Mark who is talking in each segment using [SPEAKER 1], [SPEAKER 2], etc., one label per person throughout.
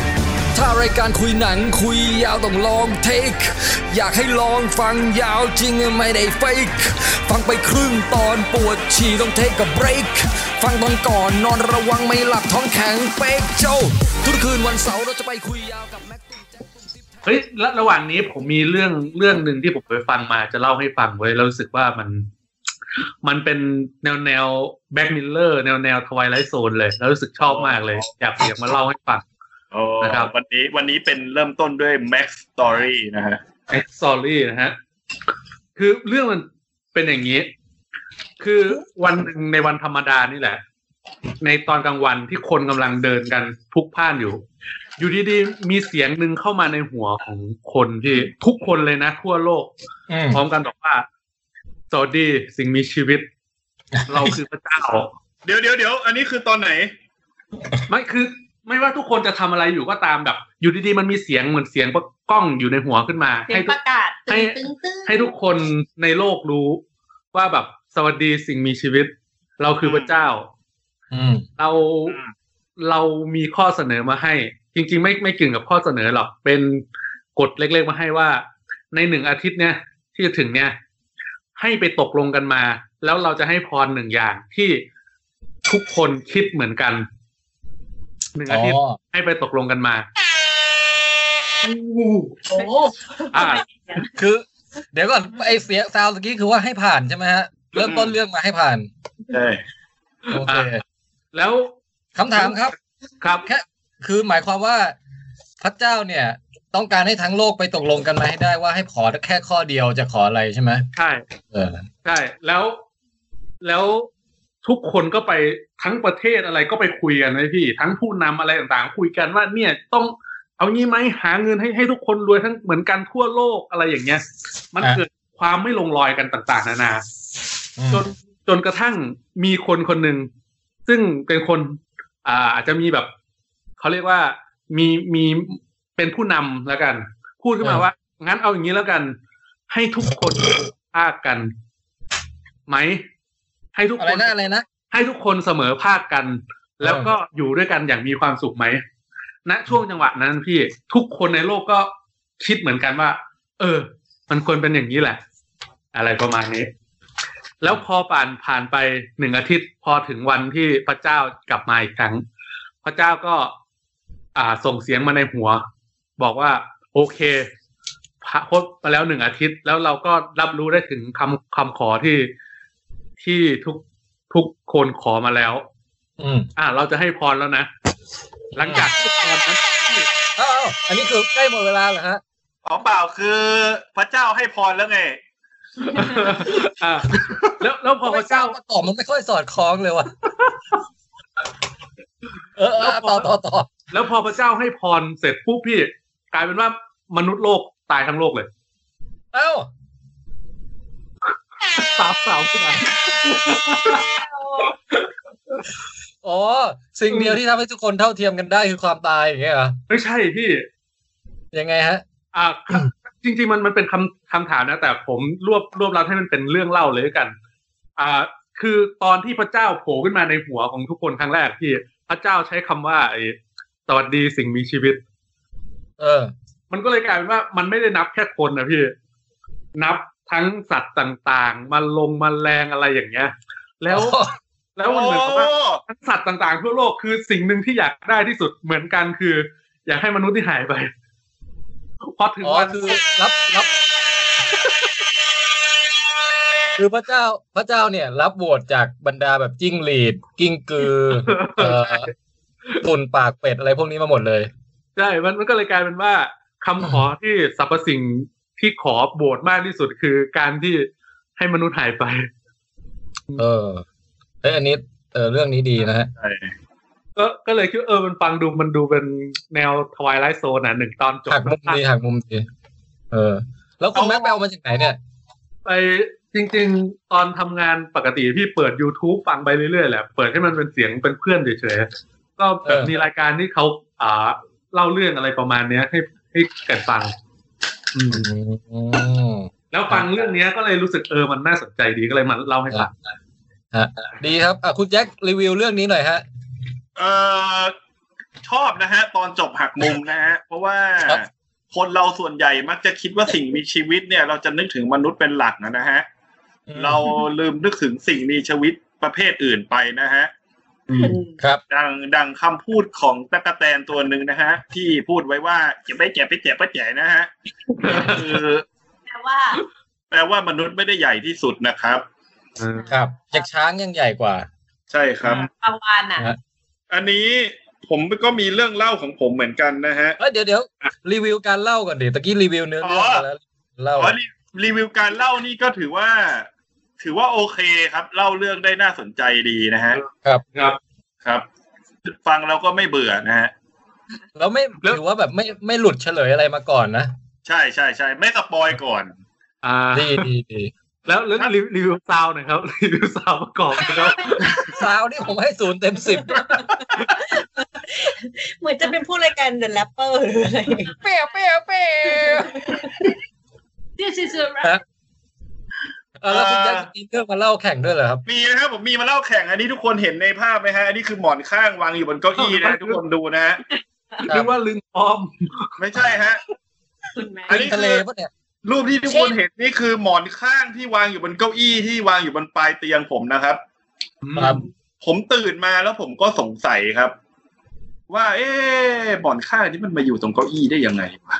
[SPEAKER 1] ายการคุยหนังคุยยาวต้องลองเทค อยากให้ลองฟังยาวจริงไม่ได้เฟกฟังไปครึ่งตอนปวดฉี่ต้องเทคกับเบรกฟังตอนก่อนนอนระวังไม่หลับท้องแข็งเป๊กเจ้า ทุกคืนวันเสาร์เราจะไปคุยยาวกับแม็กซ์ตุ้มแจ็คตุ้มติ๊บ
[SPEAKER 2] เฮ้ยและระหว่างนี้ผมมีเรื่องเรื่องหนึ่งที่ผมไปฟังมาจะเล่าให้ฟังไว้ยแล้วรู้สึกว่ามัน มันเป็นแนวแนวแบ็กมิลเลอร์แนวแนวทวายไลท์โซนเลย แล้วรู้สึกชอบมากเลย อยากเสียงมาเล่าให้ฟัง
[SPEAKER 3] โอ้
[SPEAKER 2] นะครับ
[SPEAKER 3] วันนี้วันนี้เป็นเริ่มต้นด้วย Max Story นะฮะ
[SPEAKER 2] เอ็กซ์ซอรี่นะฮะ คือเรื่องมันเป็นอย่างนี้ คือวันหนึ่งในวันธรรมดานี่แหละ ในตอนกลางวันที่คนกำลังเดินกันพลุกพล่านอยู่ อยู่ดีๆ มีเสียงหนึ่งเข้ามาในหัวของคนที่ทุกคนเลยนะ ทั่วโลก
[SPEAKER 4] อืม
[SPEAKER 2] พร้อมกันบอกว่า สวัสดีสิ่งมีชีวิต เราคือพระเจ้า
[SPEAKER 3] เดี๋ยวเดี๋ยวเดี๋ยวอันนี้คือตอนไหน
[SPEAKER 2] ไม่คือ ไม่ว่าทุกคนจะทำอะไรอยู่ก็ตามแบบ อยู่ดีๆ มันมีเสียงเหมือนเสียงกล้องอยู่ในหัวขึ้นมา
[SPEAKER 5] เสีย
[SPEAKER 2] ให้
[SPEAKER 5] ง
[SPEAKER 2] ทุก
[SPEAKER 5] ประกาศ
[SPEAKER 2] ให้
[SPEAKER 5] ตึ้งตึ้งตึ้ง
[SPEAKER 2] ให้ทุกคนในโลกรู้ว่าแบบสวัสดีสิ่งมีชีวิต เราคือพระเจ้า
[SPEAKER 4] อืม
[SPEAKER 2] เรา
[SPEAKER 3] อืม
[SPEAKER 2] เรามีข้อเสนอมาให้ จริง ๆ ไม่ไม่เกี่ยวกับข้อเสนอหรอกเป็นกฎเล็กๆมาให้ว่า ในหนึ่งอาทิตย์เนี่ย ที่จะถึงเนี่ย ให้ไปตกลงกันมา แล้วเราจะให้พรหนึ่งอย่างที่ทุกคนคิดเหมือนกันหนึ่ง
[SPEAKER 4] อ๋
[SPEAKER 2] อา
[SPEAKER 4] อ
[SPEAKER 2] ทิตย์ให้ไปตกลงกันมา
[SPEAKER 5] โอ้โห
[SPEAKER 2] อ่า
[SPEAKER 4] คือ เดี๋ยวก่อนไอเสียงซาวด์ตะกี้คือว่าให้ผ่านใช่ไหมฮะเริ่มต้นเรื่องมาให้ผ่าน
[SPEAKER 3] ใช่
[SPEAKER 4] โอเค
[SPEAKER 2] แล้ว
[SPEAKER 4] คำถามครับ
[SPEAKER 2] ครับ
[SPEAKER 4] คือหมายความว่าพระเจ้าเนี่ย ต้องการให้ทั้งโลกไปตกลงกันมาให้ได้ว่าให้ขอแค่ข้อเดียวจะขออะไรใช่ไหม
[SPEAKER 2] ใช่
[SPEAKER 4] เออ
[SPEAKER 2] ใช่แล้วแล้วทุกคนก็ไปทั้งประเทศอะไรก็ไปคุยกันนะพี่ ทั้งผู้นำอะไรต่างๆ คุยกันว่าเนี่ยต้องเอางี้ไหมหาเงินให้ให้ทุกคนรวยทั้งเหมือนกันทั่วโลกอะไรอย่างเงี้ย มัน
[SPEAKER 4] อ่ะ
[SPEAKER 2] เกิดความไม่ลงรอยกันต่าง ๆ นานา
[SPEAKER 4] อืม
[SPEAKER 2] จนจนกระทั่งมีคนคนหนึ่งซึ่งเป็นคน อ่าอาจจะมีแบบเขาเรียกว่ามีมีเป็นผู้นำแล้วกัน พูดขึ้นมาว่า งั้นเอาอย่างนี้แล้วกัน ให้ทุกคนภาคกัน ไหม ให้ทุก
[SPEAKER 4] อะ
[SPEAKER 2] ค
[SPEAKER 4] ไร
[SPEAKER 2] น
[SPEAKER 4] นะอะไรนะ
[SPEAKER 2] ให้ทุกคนเสมอภาคกัน แล้วก็อยู่ด้วยกันอย่างมีความสุขไหมณช่วงจังหวะนั้นพี่ทุกคนในโลกก็คิดเหมือนกันว่า เออ มันควรเป็นอย่างนี้แหละ อะไรประมาณนี้ แล้วพอผ่านผ่านไปหนึ่งอาทิตย์ พอถึงวันที่พระเจ้ากลับมาอีกครั้ง พระเจ้าก็ อ่าส่งเสียงมาในหัว บอกว่า โอเคพระครบมาแล้วหนึ่งอาทิตย์ แล้วเราก็รับรู้ได้ถึงคำคำขอที่ที่ทุกทุกคนขอมาแล้ว
[SPEAKER 4] อืม
[SPEAKER 2] อ่า เราจะให้พรแล้วนะ หลังจากที่พรนั้น
[SPEAKER 4] เอ้าเอ้าอันนี้คือใกล้หมดเวลาเหรอฮะ
[SPEAKER 3] อ๋อเปล่าคือพระเจ้าให้พรแล้วไง
[SPEAKER 2] อ่าแล้วแล้วพอพระเจ้า
[SPEAKER 4] ไม่ทบว่ตอบมันไม่ค่อยสอดคล้องเลยว่ะเออเออต่อต่อต่อ
[SPEAKER 2] แล้วพอพระเจ้าให้พรเสร็จปุ๊บพี่ กลายเป็นว่ามนุษย์โลกตายทั้งโลกเลย
[SPEAKER 4] เอ้า
[SPEAKER 2] สาวสาวขึ้นมา
[SPEAKER 4] อ๋อสิ่งเดียวที่ทำให้ทุกคนเท่าเทียมกันได้คือความตายอย่างเงี้ยเหรอ
[SPEAKER 2] ไม่ใช่พี่
[SPEAKER 4] ยังไงฮะ
[SPEAKER 2] อ่า จริง ๆ มันมันเป็นคำคำถามนะ แต่ผมรวบรวบรัดให้มันเป็นเรื่องเล่าเลยแล้วกัน อ่า คือตอนที่พระเจ้าโผล่ขึ้นมาในหัวของทุกคนครั้งแรกที่พระเจ้าใช้คำว่าไอ้สวัสดีสิ่งมีชีวิต
[SPEAKER 4] เออ
[SPEAKER 2] มันก็เลยกลายเป็นว่ามันไม่ได้นับแค่คนนะพี่ นับทั้งสัตว์ต่างๆ มาลงมาแรงอะไรอย่างเงี้ย แล้ว แล้วมันเหมือนกับว่า ทั้งสัตว์ต่างๆทั่วโลกคือสิ่งหนึ่งที่อยากได้ที่สุดเหมือนกันคือ อยากให้มนุษย์ที่หายไปพอถึง
[SPEAKER 4] อ๋อ
[SPEAKER 2] วัน
[SPEAKER 4] คือรับรับ คือพระเจ้าพระเจ้าเนี่ย รับโหวตจากบรรดาแบบจิ้งหรีด กิ้งกือเอ่อตุนปากเป็ดอะไรพวกนี้มาหมดเลย
[SPEAKER 2] ใช่มันมันก็เลยกลายเป็นว่าคำขอที่สรรพสิ่งที่ขอโบสถ์มากที่สุดคือการที่ให้มนุษย์หายไป
[SPEAKER 4] เออเอ้ยอันนี้เออเรื่องนี้ดีนะฮะ
[SPEAKER 2] ก็ก็เลยคิดว่าเออมันฟังดูมันดูเป็นแนวทวายไลท์โซนอ่ะหนึ่งตอนจบ
[SPEAKER 4] หักมุมดีหักมุมดีเออ แล้วคุณ
[SPEAKER 3] เอา
[SPEAKER 4] แม็กไปเอามาจากไหนเนี่ย
[SPEAKER 2] ไปจริง ๆ ตอนทำงานปกติพี่เปิด YouTube ฟังไปเรื่อยๆแหละเปิดให้มันเป็นเสียงเป็นเพื่อนเฉยๆก็แบบ
[SPEAKER 4] เออ
[SPEAKER 2] มีรายการที่เขาอ่าเล่าเรื่องอะไรประมาณเนี้ย ให้ให้กันฟัง อืม
[SPEAKER 4] อืม
[SPEAKER 2] แล้วฟังเรื่องเนี้ยก็เลยรู้สึกเออมันน่าสนใจดีก็เลยมาเล่าให้ฟัง
[SPEAKER 4] ดีครับอ่ะคุณแจ็ครีวิวเรื่องนี้หน่อยฮะ
[SPEAKER 3] เอ่อ ชอบนะฮะ ตอนจบหักมุมนะฮะ เพราะว่า
[SPEAKER 4] ครับ
[SPEAKER 3] คนเราส่วนใหญ่มักจะคิดว่าสิ่งมีชีวิตเนี่ย เราจะนึกถึงมนุษย์เป็นหลักนะฮะ เราลืมนึกถึงสิ่งมีชีวิตประเภทอื่นไปนะฮะ
[SPEAKER 2] อืม
[SPEAKER 4] ครับ
[SPEAKER 3] ดังดังคำพูดของตะกะแตนตัวหนึ่งนะฮะ ที่พูดไว้ว่าเจ็บไปแจกไปแจกไปแจกนะฮะคือ
[SPEAKER 5] แปลว่า
[SPEAKER 3] แปลว่ามนุษย์ไม่ได้ใหญ่ที่สุดนะครับ
[SPEAKER 2] เออ
[SPEAKER 4] ครับจากช้างยังใหญ่กว่า
[SPEAKER 3] ใช่ครับ
[SPEAKER 5] ปลาวานน่ะ
[SPEAKER 4] ฮะ
[SPEAKER 3] อันนี้ผมก็มีเรื่องเล่าของผมเหมือนกันนะฮะ
[SPEAKER 4] เอ้ยเดี๋ยวเดี๋ยวรีวิวการเล่าก่อนดิตะกี้รีวิวเนื้อเรื่องไปแล้วเล่า
[SPEAKER 3] อ๋อรีรีวิวการเล่านี่ก็ถือว่า ถือว่าโอเคครับ เล่าเรื่องได้น่าสนใจดีนะฮะ
[SPEAKER 2] ครับ
[SPEAKER 3] ครับ ฟังเราก็ไม่เบื่อนะฮะ
[SPEAKER 4] แล้วไม่
[SPEAKER 2] แล้ว
[SPEAKER 4] ถือว่าแบบไม่ไม่หลุดเฉลยอะไรมาก่อนนะ
[SPEAKER 3] ใช่ใช่ใช่ไม่สปอยก่อน
[SPEAKER 2] อ่า
[SPEAKER 4] ดีดีดี
[SPEAKER 2] แล้วเรื่องรีวิวรีวิวซาวน์หนะครับ รีวิวซาวน์ประกอบนะครับ
[SPEAKER 4] ซาวนี่ผมให้ศูนย์เต็ม สิบ
[SPEAKER 6] เหมือนจะเป็นผู้รายการ The Rapper หรืออะไร
[SPEAKER 4] เปรี้ยวเปรี้ยวเปรี้ยว
[SPEAKER 5] This is a
[SPEAKER 4] ฮะเออแล้วคุณแจ็ค
[SPEAKER 3] เอ่อ
[SPEAKER 4] สกินเกอร์มาเล่าแข่งด้วยเหรอครับ
[SPEAKER 3] มีนะครับผมมีมาเล่าแข่งอันนี้ทุกคนเห็นในภาพไหมฮะอันนี้คือหมอนข้างวางอยู่บนเก้าอี้นะฮะทุกคนดูนะฮะ
[SPEAKER 4] ครับ
[SPEAKER 2] นึกว่าลืมออม
[SPEAKER 3] ไม่ใช่ฮะ
[SPEAKER 5] คุณแม่
[SPEAKER 3] อันนี้
[SPEAKER 4] ทะเลปะเนี่ย
[SPEAKER 3] รูปที่ทุกคนเห็นนี่คือหมอนข้างที่วางอยู่บนเก้าอี้ที่วางอยู่บนปลายเตียงผมนะครับ
[SPEAKER 4] ครับ
[SPEAKER 3] ผมตื่นมาแล้วผมก็สงสัยครับ ว่า เอ๊ะหมอนข้างนี้มันมาอยู่ตรงเก้าอี้ได้ยังไงวะ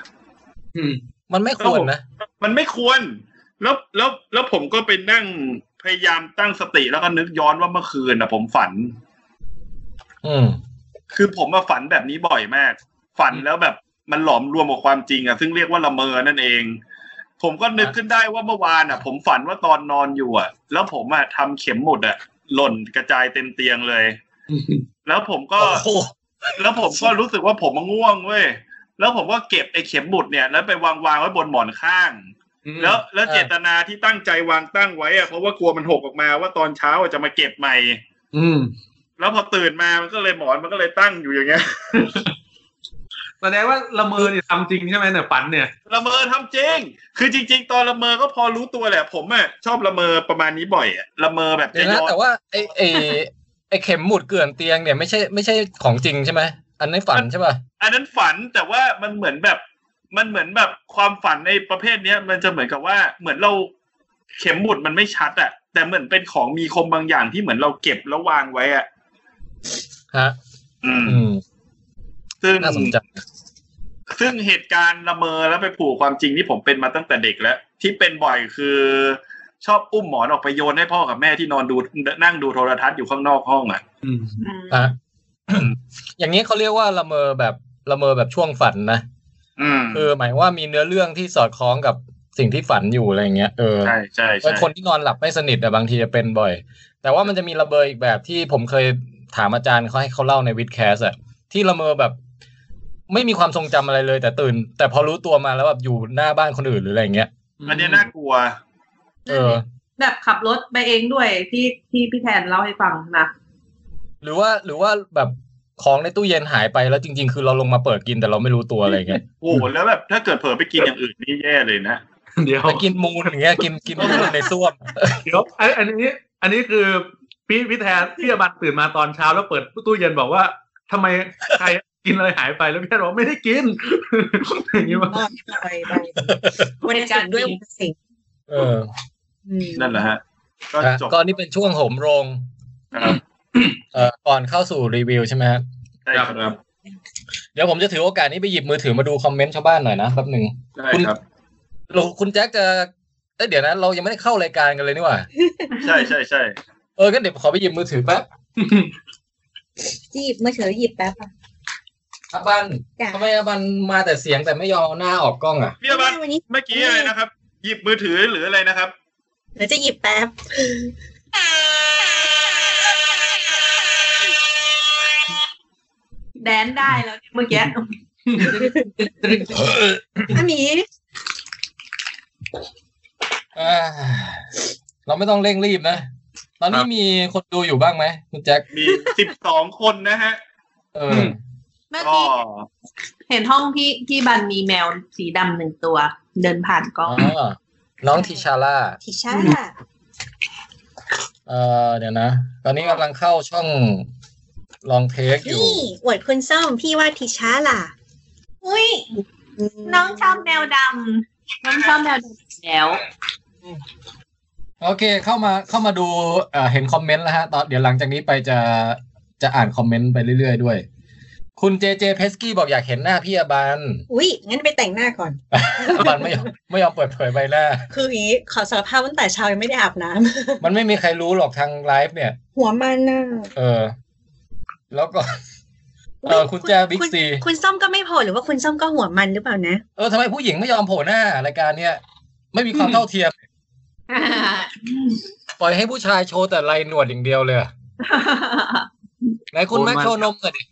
[SPEAKER 2] อืม
[SPEAKER 4] มันไม่ควรนะ
[SPEAKER 3] มันไม่ควร แล้วแล้วแล้วผมก็ไปนั่งพยายามตั้งสติแล้วก็นึกย้อนว่าเมื่อคืนนะผมฝัน
[SPEAKER 4] อืม
[SPEAKER 3] คือผมมาฝันแบบนี้บ่อยมาก ฝันแล้วแบบมันหลอมรวมกับความจริงอ่ะซึ่งเรียกว่าละเมอนั่นเอง ผมก็นึกขึ้นได้ว่าเมื่อวานอ่ะ ผมฝันว่าตอนนอนอยู่อ่ะ แล้วผมอ่ะทำเข็มหมุดอ่ะ หล่นกระจายเต็มเตียงเลย แล้วผมก็
[SPEAKER 4] โอ้โห
[SPEAKER 3] แล้วผมก็รู้สึกว่าผมมันง่วงเว้ย แล้วผมก็เก็บไอ้เข็มหมุดเนี่ยแล้วไปวางวางไว้บนหมอนข้าง แล้วแล้วเจตนาที่ตั้งใจวางตั้งไว้อะเพราะว่ากลัวมันหกออกมาว่าตอนเช้าอะจะมาเก็บใหม่
[SPEAKER 2] อืม
[SPEAKER 3] แล้วพอตื่นมามันก็เลยหมอนมันก็เลยตั้งอยู่อย่างเงี้ย
[SPEAKER 2] แสดงว่าละเมอเนี่ยทำจริงใช่ไหมเนี่ยฝันเนี่ย
[SPEAKER 3] ละเมอทำจริง คือจริง ๆ ตอนละเมอก็พอรู้ตัวแหละ ผมอะชอบละเมอประมาณนี้บ่อยอะละเมอแบบ
[SPEAKER 4] เดี๋ย
[SPEAKER 3] จะ
[SPEAKER 4] วนะ
[SPEAKER 3] ย้อน
[SPEAKER 4] แต่ว่าไอไอไอเข็มหมุดเกลื่อนเตียงเนี่ยไม่ใช่ไม่ใช่ของจริงใช่ไหมอันนี้ฝันใช่ป่ะ
[SPEAKER 3] อันนั้นฝันแต่ว่ามันเหมือนแบบ มันเหมือนแบบความฝันในประเภทเนี้ยมันจะเหมือนกับว่าเหมือนเราเข็มหมุดมันไม่ชัดอะแต่เหมือนเป็นของมีคมบางอย่างที่เหมือนเราเก็บแล้ววางไว้อะ
[SPEAKER 4] ฮะ
[SPEAKER 3] อืม
[SPEAKER 4] อืม
[SPEAKER 3] ซึ่ง
[SPEAKER 4] น่าสนใจ
[SPEAKER 3] ซึ่งเหตุการณ์ละเมอแล้วไปผูกความจริงที่ผมเป็นมาตั้งแต่เด็กแล้ว ที่เป็นบ่อยคือชอบอุ้มหมอนออกไปโยนให้พ่อกับแม่ที่นอนดูนั่งดูโทรทัศน์อยู่ข้างนอกห้องอ่ะ
[SPEAKER 2] อืม
[SPEAKER 5] อืม
[SPEAKER 4] ฮะ อย่างนี้เขาเรียกว่าละเมอแบบละเมอแบบช่วงฝันนะ
[SPEAKER 3] อืม
[SPEAKER 4] คือหมายว่ามีเนื้อเรื่องที่สอดคล้องกับสิ่งที่ฝันอยู่อะไรอย่างเงี้ยเออ
[SPEAKER 3] ใช่ใช่
[SPEAKER 4] เป็
[SPEAKER 3] ใช่
[SPEAKER 4] นคนที่นอนหลับไม่สนิทอะบางทีจะเป็นบ่อย แต่ว่ามันจะมีระเบออีกแบบที่ผมเคยถามอาจารย์เขาให้เขาเล่าในวิดแคสอะที่ละเมอแบบ ไม่มีความทรงจำอะไรเลย แต่ตื่น แต่พอรู้ตัวมาแล้วแบบอยู่หน้าบ้านคนอื่นหรืออะไรอย่างเงี้ย
[SPEAKER 3] อันเนี้ยน่ากลัว
[SPEAKER 4] เออ
[SPEAKER 5] แบบขับรถไปเองด้วยที่ที่พี่แทนเล่าให้ฟังนะ
[SPEAKER 4] หรือว่าหรือว่าแบบของในตู้เย็นหายไปแล้วจริง ๆ คือเราลงมาเปิดกินแต่เราไม่รู้ตัวอะ ไรอย่างเงี้ย
[SPEAKER 3] โอ้โหแล้วแบบถ้าเกิดเผลอไปกินอย่างอื่นนี่แย่เลยนะ
[SPEAKER 2] เดี๋ยว
[SPEAKER 4] แต่กินมูลอย่างเงี้ยกินกินมูลในส้วม
[SPEAKER 2] เดี๋ยวอันอันนี้ อันนี้คือพี่พี่แทนพี่อบันตื่นมาตอนเช้าแล้วเปิดตู้เย็นบอกว่าทำไมใครกินอะไรหายไปแล้วพี่แทนบอกไม่ได้กิน อย่างนี้ว่า
[SPEAKER 6] บ้างไปไปวันนี้ถึงด้วยวันสิงห์
[SPEAKER 4] เออ
[SPEAKER 6] อืม
[SPEAKER 3] นั่นแหละฮะ ก็
[SPEAKER 4] อ่ะ
[SPEAKER 3] จบ
[SPEAKER 4] ก็นี่เป็นช่วงโหมโรง
[SPEAKER 3] ครับ
[SPEAKER 4] เอ่อก่อนเข้าสู่รีวิวใช่ไหมฮะ
[SPEAKER 3] ใช่ครับ
[SPEAKER 4] เดี๋ยวผมจะถือโอกาสนี้ไปหยิบมือถือมาดูคอมเมนต์ชาวบ้านหน่อยนะแป๊บหนึ่ง
[SPEAKER 3] ใช่ครับ
[SPEAKER 4] เราคุณแจ็คจะเอ้ยเดี๋ยวนะ เรายังไม่ได้เข้ารายการกันเลยนี่หว่า
[SPEAKER 3] ใช่ใช่ใช่
[SPEAKER 4] เออก็เดี๋ยวขอไปหยิบมือถือแป๊บ
[SPEAKER 6] จีบมาเฉยหยิบแป๊บอะ
[SPEAKER 4] อาบัน
[SPEAKER 6] จ้ะ
[SPEAKER 4] ทำไมอาบันมาแต่เสียงแต่ไม่ยอมเอาหน้าออกกล้องอ่ะ
[SPEAKER 3] พี่อบัน
[SPEAKER 6] วันนี้
[SPEAKER 3] เมื่อกี้อะไรนะครับ หยิบมือถือหรืออะไรนะครับ
[SPEAKER 6] เดี๋ยวจะหยิบแป๊บ
[SPEAKER 5] แดนได้แล้วเนี่ยเมื่อกี้
[SPEAKER 6] อาหมี
[SPEAKER 4] อ่าเราไม่ต้องเร่งรีบนะ ตอนนี้มีคนดูอยู่บ้างไหมคุณแจ็ค
[SPEAKER 3] มีสิบสองคนนะฮะ
[SPEAKER 4] เอออ
[SPEAKER 5] เมื่อ
[SPEAKER 3] ก็
[SPEAKER 5] กี้เห็นห้องพี่พี่บันมีแมวสีดำหนึ่งตัว เดินผ่านกล้อง
[SPEAKER 4] อ๋อน้องทิชาร่า
[SPEAKER 6] ทิชา
[SPEAKER 4] เอ่อเดี๋ยวนะ ตอนนี้กำลังเข้าช่อง ลองเทคอยู่
[SPEAKER 6] นี่อวดคนส้มพี่ว่าทิชาล่ะ
[SPEAKER 5] อุ้ย
[SPEAKER 6] ม
[SPEAKER 5] น้องชอบแมวดำน้องชอบแมวดำแล้ว
[SPEAKER 4] โอเคเข้ามาเข้ามาดูเอ่อเห็นคอมเมนต์แล้วฮะตอนเดี๋ยวหลังจากนี้ไปจะจะอ่านคอมเมนต์ไปเรื่อยๆด้วย คุณเจเจเพสกี้บอกอยากเห็นหน้าพี่อบั น
[SPEAKER 6] อุ้ยงั้นไปแต่งหน้าก่อน
[SPEAKER 4] อบันไม่ยอมไม่ยอมเปิดเผยใบหน้า
[SPEAKER 6] คืออย่างนี้ขอสารภาพตั้งแต่เช้ายังไม่ได้อาบน้ำ
[SPEAKER 4] มันไม่มีใครรู้หรอกทางไลฟ์เนี่ย
[SPEAKER 6] หัวมันน่ะ
[SPEAKER 4] เออ แล้วก็ เออคุณแจบิ๊ก
[SPEAKER 6] คุณ
[SPEAKER 4] ซี
[SPEAKER 6] คุณส้มก็ไม่โผล่หรือว่าคุณส้มก็หัวมันหรือเปล่านะ
[SPEAKER 4] เออทำไมผู้หญิงไม่ยอมโผล่หน้ารายการเนี่ย ไม่มีความเท่าเทียม ปล่อยให้ผู้ชายโชว์แต่ไรหนวดอย่างเดียวเลยอะไหนคุณ
[SPEAKER 2] โอ้ย
[SPEAKER 4] แม็ก
[SPEAKER 2] มัน
[SPEAKER 4] โชว์นมหน่อยดิ